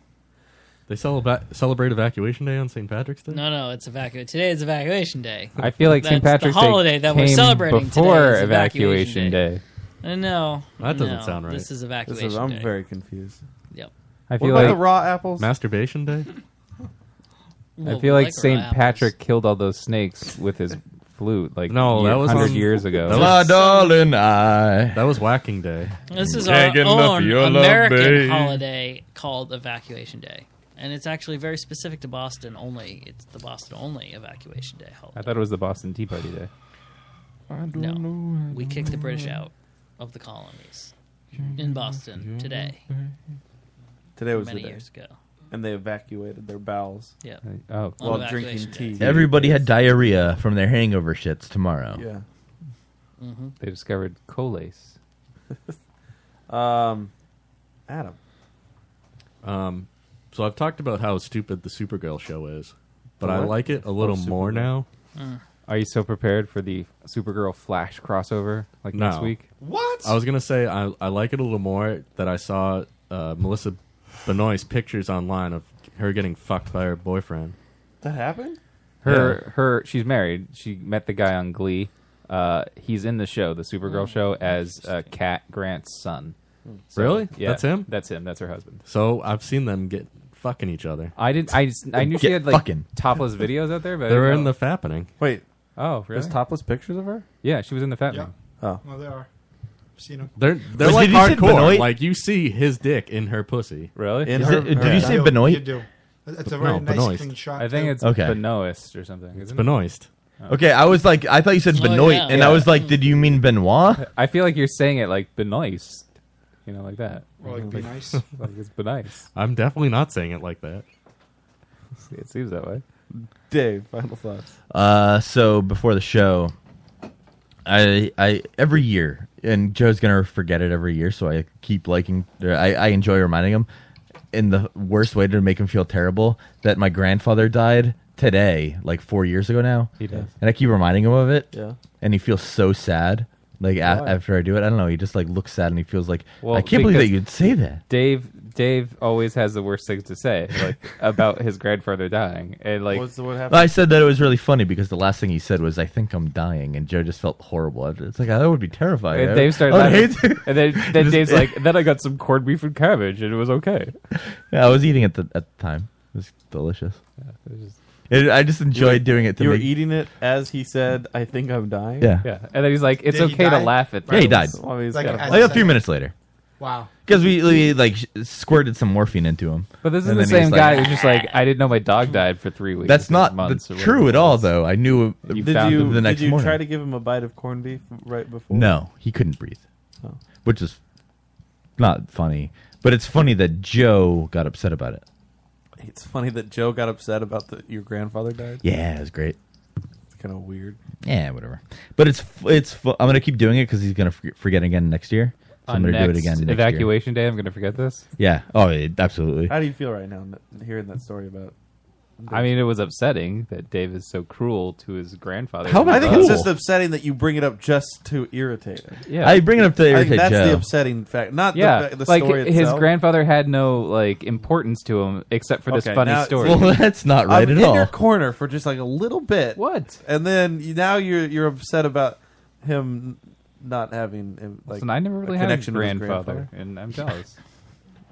S13: They celebra- celebrate Evacuation Day on St. Patrick's Day?
S12: No, no, it's evacuation. Today is evacuation day.
S8: I feel like St.
S12: That's
S8: Patrick's
S12: the holiday
S8: Day
S12: that we're
S8: came
S12: celebrating
S8: before
S12: today is
S8: evacuation day.
S12: Uh, no,
S13: That doesn't
S12: no,
S13: sound right. um,
S12: This is evacuation
S10: I'm
S12: day.
S10: very confused.
S12: Yep.
S8: I
S10: What
S8: feel
S10: about
S8: like
S10: the raw apples?
S13: Masturbation Day?
S8: I feel like St. Patrick killed all those snakes with his flute like
S13: No, that was
S8: hundred
S13: on-
S8: years ago.
S13: that was-
S9: darling, I.
S13: That was Whacking Day.
S12: This is our
S13: Can't get enough of
S12: own
S13: your love,
S12: American
S13: babe.
S12: holiday called Evacuation Day, and it's actually very specific to Boston only. It's the Boston only Evacuation Day holiday.
S8: I thought it was the Boston Tea Party Day.
S10: *laughs*
S12: No, we kicked the British out of the colonies in Boston today.
S10: Today was
S12: many
S10: the day.
S12: years *laughs* ago.
S10: And they evacuated their bowels.
S12: Yeah.
S8: Oh,
S10: while
S12: On
S10: drinking tea.
S9: Everybody had diarrhea from their hangover shits tomorrow.
S10: Yeah.
S12: Mm-hmm.
S8: They discovered colace.
S10: Um, Adam.
S13: Um, so I've talked about how stupid the Supergirl show is, but
S8: The
S13: I
S8: what?
S13: like it a little
S8: Oh,
S13: more
S8: Supergirl.
S13: now.
S12: Mm.
S8: Are you so prepared for the Supergirl Flash crossover like
S13: no.
S8: next week?
S13: I was gonna say I, I like it a little more that I saw uh, Melissa Benoist's pictures online of her getting fucked by her boyfriend.
S10: That happened?
S8: Her her she's married. She met the guy on Glee. Uh, he's in the show, the Supergirl
S10: Mm.
S13: Oh,
S8: show, as uh, Cat Grant's son.
S10: Hmm.
S13: Really?
S8: Yeah,
S13: That's him?
S8: That's him. That's her husband.
S13: So I've seen them get fucking each other.
S8: I didn't. I just- I knew she
S13: Get
S8: had like
S13: fucking.
S8: topless videos out there, but I
S13: they
S8: didn't
S13: were in
S8: know.
S13: the fappening.
S10: Wait.
S8: Oh, really?
S10: There's topless pictures of her?
S8: Yeah, she was in the Fat Man.
S10: Oh.
S11: Well, they are. I've seen them.
S13: They're they're
S9: But
S13: like
S9: did you say
S13: hardcore.
S9: Benoit?
S13: Like you see his dick in her pussy.
S8: Really?
S9: In Is her- it- did her- you say Benoit?
S11: You do. It's a very
S13: No,
S11: nice
S13: Benoist.
S11: clean shot.
S8: I think
S11: too.
S8: it's
S9: Okay.
S8: Benoist or something.
S13: It's
S8: Isn't
S13: Benoist.
S8: Oh.
S9: Okay, I was like, I thought you said
S8: Oh,
S9: Benoit,
S8: yeah.
S9: and
S8: Yeah.
S9: I was like, did you
S8: *laughs*
S9: mean Benoit?
S8: It? *laughs* I feel like you're saying it like Benoist, you know, like that.
S11: Or like be nice.
S8: *laughs* like it's Benice.
S13: I'm definitely not saying it like that.
S8: *laughs* It seems that
S10: *laughs*
S8: way.
S10: Dave, final thoughts.
S9: Uh, so before the show, I I every year, and Joe's gonna forget it every year, so I keep liking. I I enjoy reminding him. In the worst way to make him feel terrible, that my grandfather died today, like four years ago now.
S8: He does.
S9: and I keep reminding him of it.
S10: Yeah.
S9: and he feels so sad. Like a-
S8: Why?
S9: after I do it, I don't know. He just like looks sad, and he feels like I can't believe
S8: because
S9: that you'd say that.
S8: Dave Dave always has the worst things to say,
S9: *laughs*
S8: like about his grandfather dying, and like
S10: What's the- what happened?
S9: Well, I said that it was really funny because the last thing he said was, "I think I'm dying," and Joe just felt horrible. It's like that would be terrifying.
S8: And Dave started
S9: I would *laughs* hate
S8: laughing,
S9: to-
S8: and then, then
S9: Oh, Just-
S8: Dave's like, "Then I got some corned beef and cabbage, and it was okay."
S9: Yeah, I was eating it the, at the time. It was delicious.
S8: it was just-
S9: It- I just enjoyed
S10: You were-
S9: doing it. To
S10: You were
S9: make,
S10: eating it as he said, "I think I'm dying."
S9: Yeah.
S8: Yeah, and then he's like, "It's
S11: Did he
S8: okay to
S11: die?
S8: laugh at."
S9: yeah, he
S8: things."
S9: died.
S10: I mean, it's
S11: Like,
S10: gotta-
S11: as
S9: Like a
S11: I
S9: few
S11: said-
S9: minutes later,
S11: Wow.
S9: because we, we like sh- squirted some morphine into him.
S8: But this is
S9: And
S8: the
S9: then he was
S8: same
S9: like,
S8: guy who's just like, "I didn't know my dog died for three weeks."
S9: That's
S8: or
S9: not
S8: months
S9: the-
S8: or
S9: true
S8: whatever."
S9: at all, though. I knew
S8: You
S9: the-
S10: Did
S8: found
S10: you
S9: the next
S10: did you
S9: morning.
S10: try to give him a bite of corned beef right before?
S9: No, he couldn't breathe,
S10: Oh.
S9: which is not funny. But it's funny that Joe got upset about it.
S10: It's funny that Joe got upset about the your grandfather died.
S9: Yeah, it was great.
S10: it's kind of weird.
S9: Yeah, whatever. But it's f- it's. F- I'm gonna keep doing it because he's gonna f- forget again next year. So I'm
S8: On
S9: gonna do it
S8: next
S9: again. Next year.
S8: evacuation day. I'm going to forget this.
S9: Yeah. Oh, it, absolutely.
S10: How do you feel right now n- hearing that story about?
S8: I mean, it was upsetting that Dave is so cruel to his grandfather.
S9: How
S10: I think it's
S9: cool.
S10: just upsetting that you bring it up just to irritate him.
S8: Yeah. I
S9: bring it up to
S10: I think
S9: irritate
S10: that's the
S9: Joe.
S10: upsetting fact, not the,
S8: yeah,
S10: fa- the
S8: like
S10: story
S8: his
S10: itself.
S8: grandfather had no like importance to him except for this
S10: Okay,
S8: funny
S10: now-
S8: story.
S9: Well, that's not right
S10: I'm
S9: at
S10: in your
S9: all.
S10: corner for just like a little bit.
S8: What?
S10: And then you, now you're you're upset about him not having him, like
S8: Listen, I never really
S10: a
S8: had a
S10: connection with his
S8: grandfather, and I'm jealous.
S10: *laughs*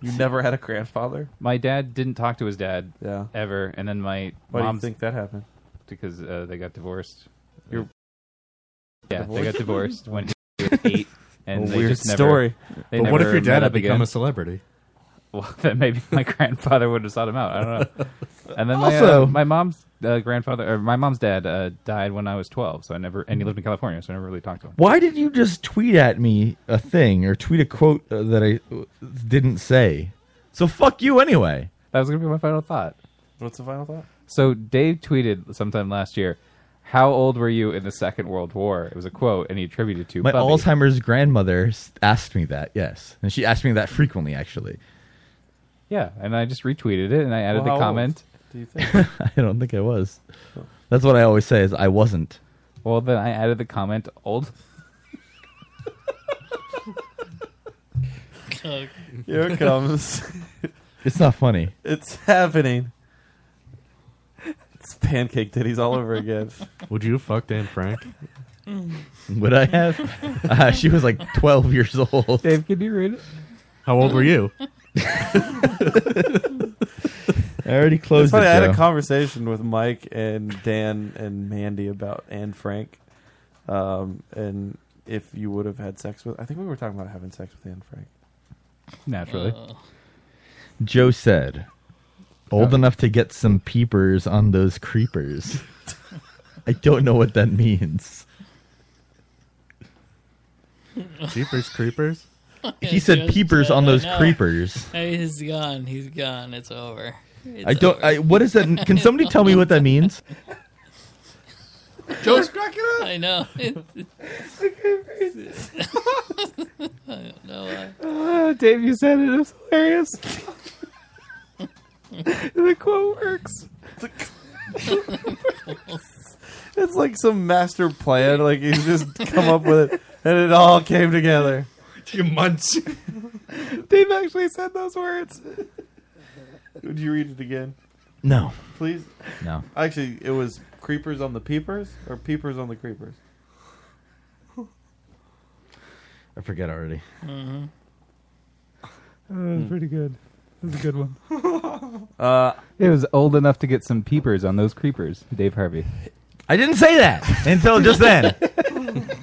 S10: You never had a grandfather?
S8: my dad didn't talk to his dad
S10: Yeah.
S8: ever, and then my
S10: Why do you
S8: mom
S10: think that happened?
S8: because uh, they got divorced.
S10: Your-
S8: yeah, they got divorced
S10: *laughs*
S8: when he was
S10: Divorced?
S8: eight, and
S10: A
S8: they
S10: weird
S8: just never-
S10: story.
S8: they
S13: but what if
S8: never
S13: your dad
S8: met
S13: had
S8: up
S13: become
S8: again.
S13: a celebrity?
S8: *laughs* Well, then maybe my grandfather would have sought him out. I don't
S13: *laughs*
S8: know. And then my, uh,
S9: Also-
S8: my mom's uh, grandfather, or my mom's dad, uh, died when I was twelve. So I never, and he lived in California, so I never really talked to him.
S9: Why did you just tweet at me a thing or tweet a quote uh, that I uh, didn't say? So fuck you anyway.
S8: That was gonna be my final thought.
S10: What's the final thought?
S8: So Dave tweeted sometime last year, "How old were you in the Second World War?" It was a quote, and he attributed to
S9: My
S8: Bubby.
S9: Alzheimer's grandmother s- asked me that. Yes, and she asked me that frequently. Actually,
S8: Yeah, and I just retweeted it, and I added
S10: Well, how
S8: the
S10: old
S8: comment.
S10: Do you think?
S9: *laughs* I don't think I was. That's what I always say is I wasn't.
S8: Well, then I added the comment old.
S12: Oh,
S9: *laughs*
S10: Here it comes.
S9: *laughs*
S10: *laughs*
S9: It's not funny.
S10: It's *laughs* happening. It's pancake titties all over again.
S13: Would you fuck Dan Frank?
S9: *laughs* Would I have?
S8: *laughs*
S9: Uh, she was like 12 years old.
S8: Dave, can you read it?
S13: How old were
S10: *laughs*
S13: you?
S9: I already closed
S10: It's funny,
S9: it,
S10: I had a
S9: Joe.
S10: conversation with Mike and Dan and Mandy about and Frank, um, and if you would have had sex with. I think we were talking about having sex with Anne Frank.
S8: Naturally.
S10: Uh.
S9: Joe said,
S8: Oh.
S9: old enough to get some peepers on those creepers. *laughs* I don't know what that means.
S13: Jeepers creepers.
S9: *laughs* He said peepers on those
S12: *laughs*
S9: creepers.
S12: He's gone. He's gone. It's over. It's
S9: I don't.
S12: over.
S9: I, what
S12: *laughs*
S9: is that? Can somebody tell me what that means?
S12: Joe's cracking up. I
S10: *laughs*
S12: know. *laughs* I don't know. why.
S8: Oh, Dave, you said it. It was hilarious. *laughs*
S9: *laughs*
S8: the quote
S10: *laughs*
S8: works.
S10: It's like some master plan. Like you *laughs* just come up with it, and it all came together.
S11: Two months.
S10: Dave actually said those words. Would you read it again?
S9: No.
S10: Please.
S9: No.
S10: Actually, it was creepers on the peepers or peepers on the creepers.
S9: I forget already.
S12: Mhm.
S13: Hmm.
S8: Oh, Mm-hmm. pretty good. That's a good
S10: *laughs*
S8: one.
S10: Uh,
S8: it was old enough to get some peepers on those creepers, Dave Harvey.
S9: I didn't say that until
S8: *laughs*
S9: just then.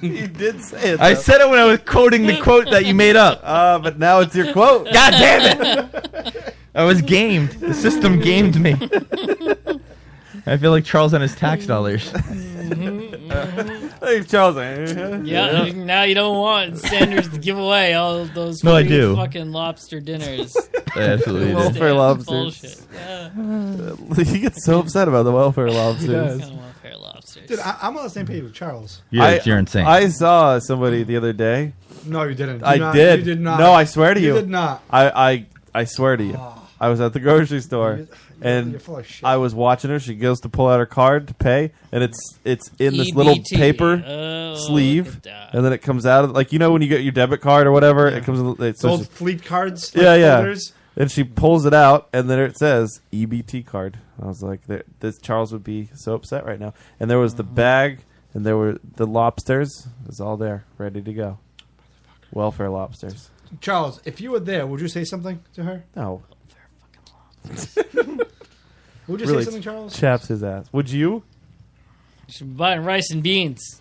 S9: *laughs*
S10: you did say it.
S9: I said it when I was quoting the quote that you made up.
S10: Uh, but now it's your quote.
S9: *laughs* God damn it! I was gamed. The system gamed me. *laughs* I feel like Charles and his tax dollars.
S10: *laughs* Hey,
S13: *laughs*
S10: Charles. eh?
S12: Yeah,
S10: Yeah.
S12: now you don't want Sanders to give away all those
S9: No, I
S12: free
S9: do.
S12: fucking lobster dinners.
S10: *laughs*
S9: I absolutely
S12: Bullshit.
S10: Welfare
S12: Bullshit.
S10: lobsters. *sighs*
S9: *laughs*
S12: Yeah.
S10: *laughs* he gets so upset about the welfare lobsters.
S11: Dude, I, I'm on the same page with Charles.
S10: I- I saw somebody the other day.
S11: No, you didn't. Do
S10: I
S11: not-
S10: did.
S11: you did not.
S10: No, I swear to you.
S11: You did not. Ah.
S10: I, I, I swear to you. I was at the grocery store and
S11: full of shit.
S10: I was watching her. She goes to pull out her card to pay, and it's it's in this little
S11: EBT.
S10: paper
S11: Oh,
S10: sleeve, and then it comes out of like you know when you get your debit card or whatever, it comes. in- It's
S11: Those old fleet cards, like
S10: Yeah, yeah.
S11: folders.
S10: And she pulls it out, and then it says EBT card. I was like, there- "This Charles would be so upset right now." And there was the
S11: Uh-huh.
S10: bag, and there were the lobsters. It was all there, ready to go. Welfare lobsters.
S11: Charles, if you were there, would you say something to her?
S10: No.
S11: Would you
S10: Really
S11: say something, Charles?
S10: Chaps his ass. Would you?
S12: She's buying rice and beans.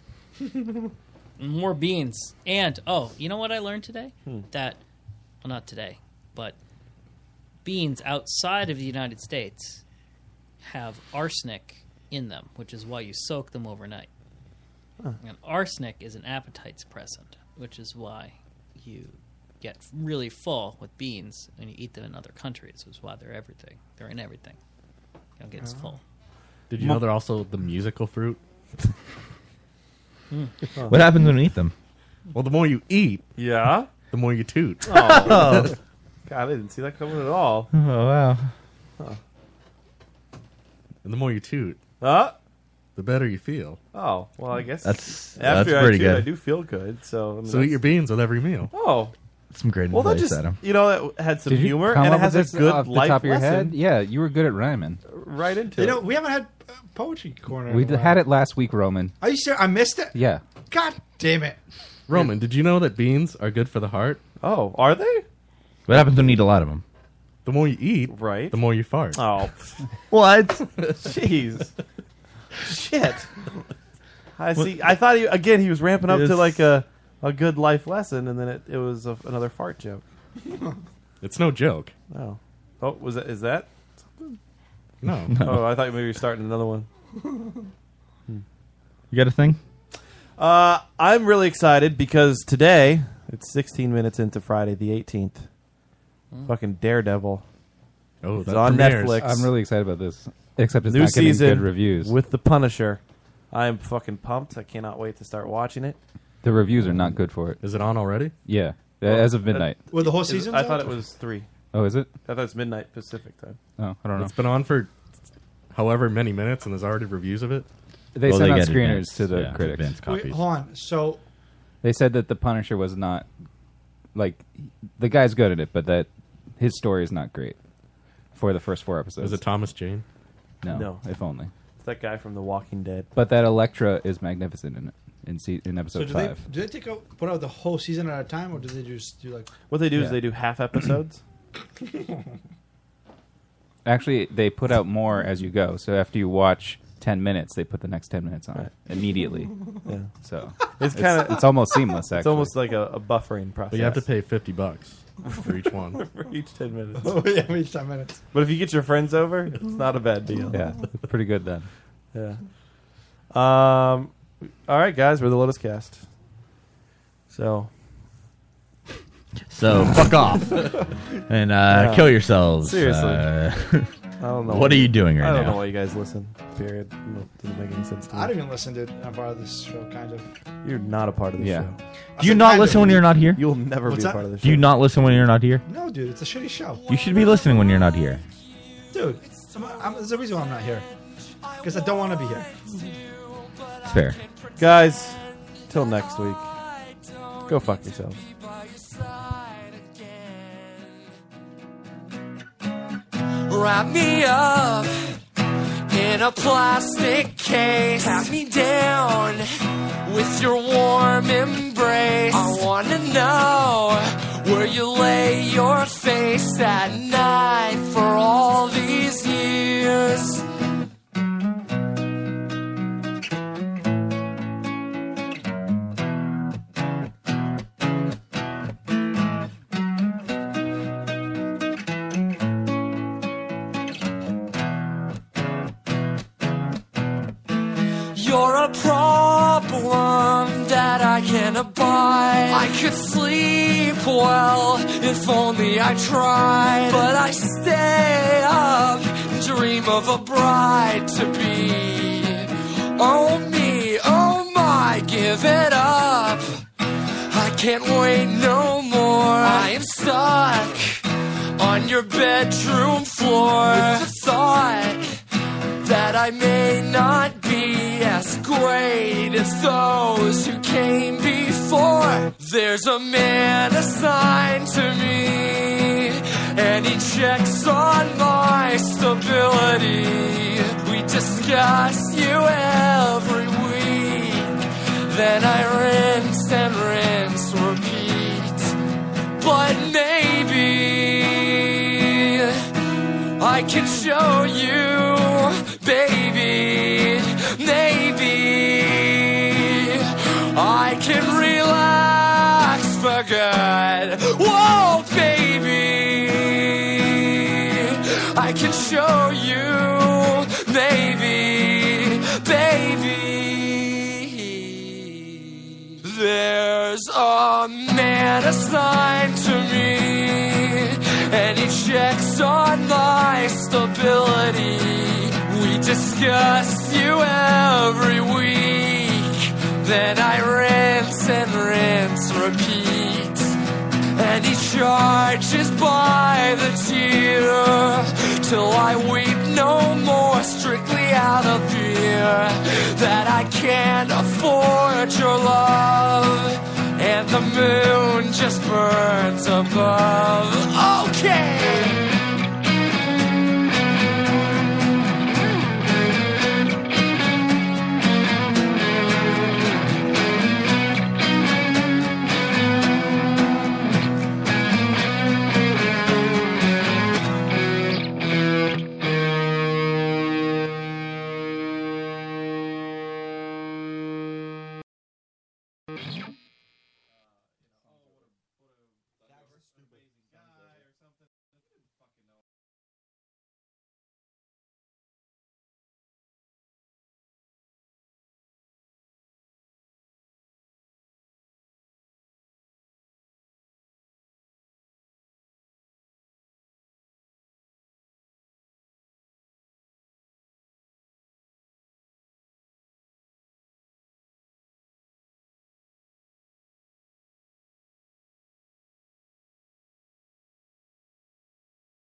S12: *laughs* More beans. And, oh, you know what I learned today?
S10: Hmm.
S12: That, well, not today, but beans outside of the United States have arsenic in them, which is why you soak them overnight.
S10: Huh.
S12: And arsenic is an appetite suppressant, which is why you get really full with beans when you eat them in other countries, which is why they're everything. They're in everything. You don't get
S10: Oh.
S12: as full.
S13: Did you know they're also the musical fruit?
S9: *laughs* What happens when you eat them?
S13: Well, the more you eat,
S10: yeah,
S13: the more you toot.
S10: *laughs* Oh. God, I didn't see that coming at all.
S9: *laughs* Oh wow!
S13: and the more you toot,
S10: Uh?
S13: the better you feel.
S10: Oh, well, I guess
S13: That's-
S10: after
S13: that's
S10: I
S13: pretty
S10: toot,
S13: good.
S10: I do feel good. So, I mean,
S13: So eat your beans with every meal.
S10: Oh,
S9: Some great
S10: well, that
S9: advice,
S10: just
S9: Adam.
S10: you know it had some
S8: Did you
S10: humor
S8: come
S10: and it
S8: up
S10: has
S8: with
S10: a
S8: this
S10: good
S8: off the
S10: life
S8: top of your
S10: lesson Uh,
S8: head? Yeah, you were good at rhyming.
S10: right into
S11: You
S10: it.
S11: know, we haven't had uh, poetry corner. in
S8: We
S11: a
S8: d-
S11: while.
S8: had it last week, Roman.
S11: Are you sure? I missed it.
S8: Yeah.
S11: God damn it!
S13: Roman, did you know that beans are good for the heart?
S10: Oh, are they?
S9: What happens when you eat a lot of them?
S13: The more you eat,
S10: right?
S13: The more you fart.
S10: Oh,
S9: *laughs* what?
S10: Jeez, shit. I see. I thought he again. He was ramping up to
S13: Yes.
S10: like a a good life lesson, and then it, it was a, another fart joke.
S13: *laughs* It's no joke.
S10: Oh, oh, was that is that?
S13: No.
S10: Oh, I thought maybe you were starting another one.
S9: *laughs* You got a thing?
S10: Uh, I'm really excited because today it's 16 minutes into Friday the 18th. Fucking Daredevil.
S13: Oh,
S10: it's on Netflix.
S8: Hmm. I'm really excited about this. Except it's
S10: New
S8: not getting
S10: season
S8: good reviews.
S10: with the Punisher. I am fucking pumped. I cannot wait to start watching it.
S8: The reviews are not good for it.
S13: Is it on already?
S8: Yeah, Uh, as of midnight.
S11: Well, the whole
S10: Is-
S11: season's
S10: I thought
S11: out?
S10: it was three.
S8: Oh, is it?
S10: I thought it's midnight Pacific time.
S8: Oh, I don't know.
S13: It's been on for however many minutes, and there's already reviews of it.
S8: They Well, sent they out get screeners advanced- to the yeah, critics. advanced
S11: Wait, hold on. So
S8: They said that the Punisher was not like the guy's good at it, but that his story is not great. for the first four episodes.
S13: Is it Thomas Jane?
S8: No,
S10: No.
S8: if only.
S10: It's that guy from The Walking Dead.
S8: But that Electra is magnificent in it in, se- in
S11: So
S8: episode
S11: do they
S8: five.
S11: do they take out put out the whole season at a time, or do they just do like
S10: What they do
S8: Yeah.
S10: is they do half
S13: *laughs*
S10: episodes.
S8: Actually, they put out more as you go. So after you watch ten minutes, they put the next ten minutes on immediately.
S10: Yeah.
S8: So
S10: It's kind of
S8: it's almost seamless. Actually,
S10: It's almost like a, a buffering process.
S13: But you have to pay fifty bucks for each one.
S10: for each ten minutes.
S11: *laughs* Oh, yeah,
S10: *laughs*
S11: for each 10 minutes.
S10: But if you get your friends over, it's not a bad deal.
S8: Yeah, pretty good then.
S10: Yeah. Um. All right, guys, we're the Lotus Cast. So.
S9: So fuck off and uh,
S10: Yeah.
S9: kill yourselves.
S10: Seriously.
S9: Uh,
S10: I don't know.
S9: What are you doing right
S10: I don't
S9: now?
S10: know why you guys listen. Period. No, doesn't make any sense to me.
S11: I don't even listen to a part of this show, kind of.
S10: You're not a part of the
S9: Yeah.
S10: show.
S9: Do you not listen when you're not here?
S10: You'll never
S11: What's
S10: be a
S11: that?
S10: part of the show.
S9: Do you not listen when you're not here?
S11: No, dude, it's a shitty show,
S9: You should be listening when you're not here.
S11: dude. I'm, I'm, there's a reason why I'm not here, because I don't want to be here.
S9: It's fair.
S10: Guys, till next week. Go fuck yourselves.
S20: Wrap me up in a plastic case. Pat me down with your warm embrace. I wanna know where you lay your face at night for all these years. You're a problem that I can abide. I could sleep well if only I tried. But I stay up, dream of a bride to be. Oh me, oh my, give it up. I can't wait no more. I am stuck on your bedroom floor with the thought that I may not be as great as those who came before. There's a man assigned to me, and he checks on my stability. We discuss you every week, then I rinse and rinse, repeat. But maybe. I can show you, baby. Maybe I can relax for good. Whoa, baby. I can show you, maybe, baby. There's a man assigned to me and he checks on my stability. We discuss you every week, then I rinse and rinse, repeat. And he charges by the tear till I weep no more, strictly out of fear that I can't afford your love. And the moon just burns above. Okay.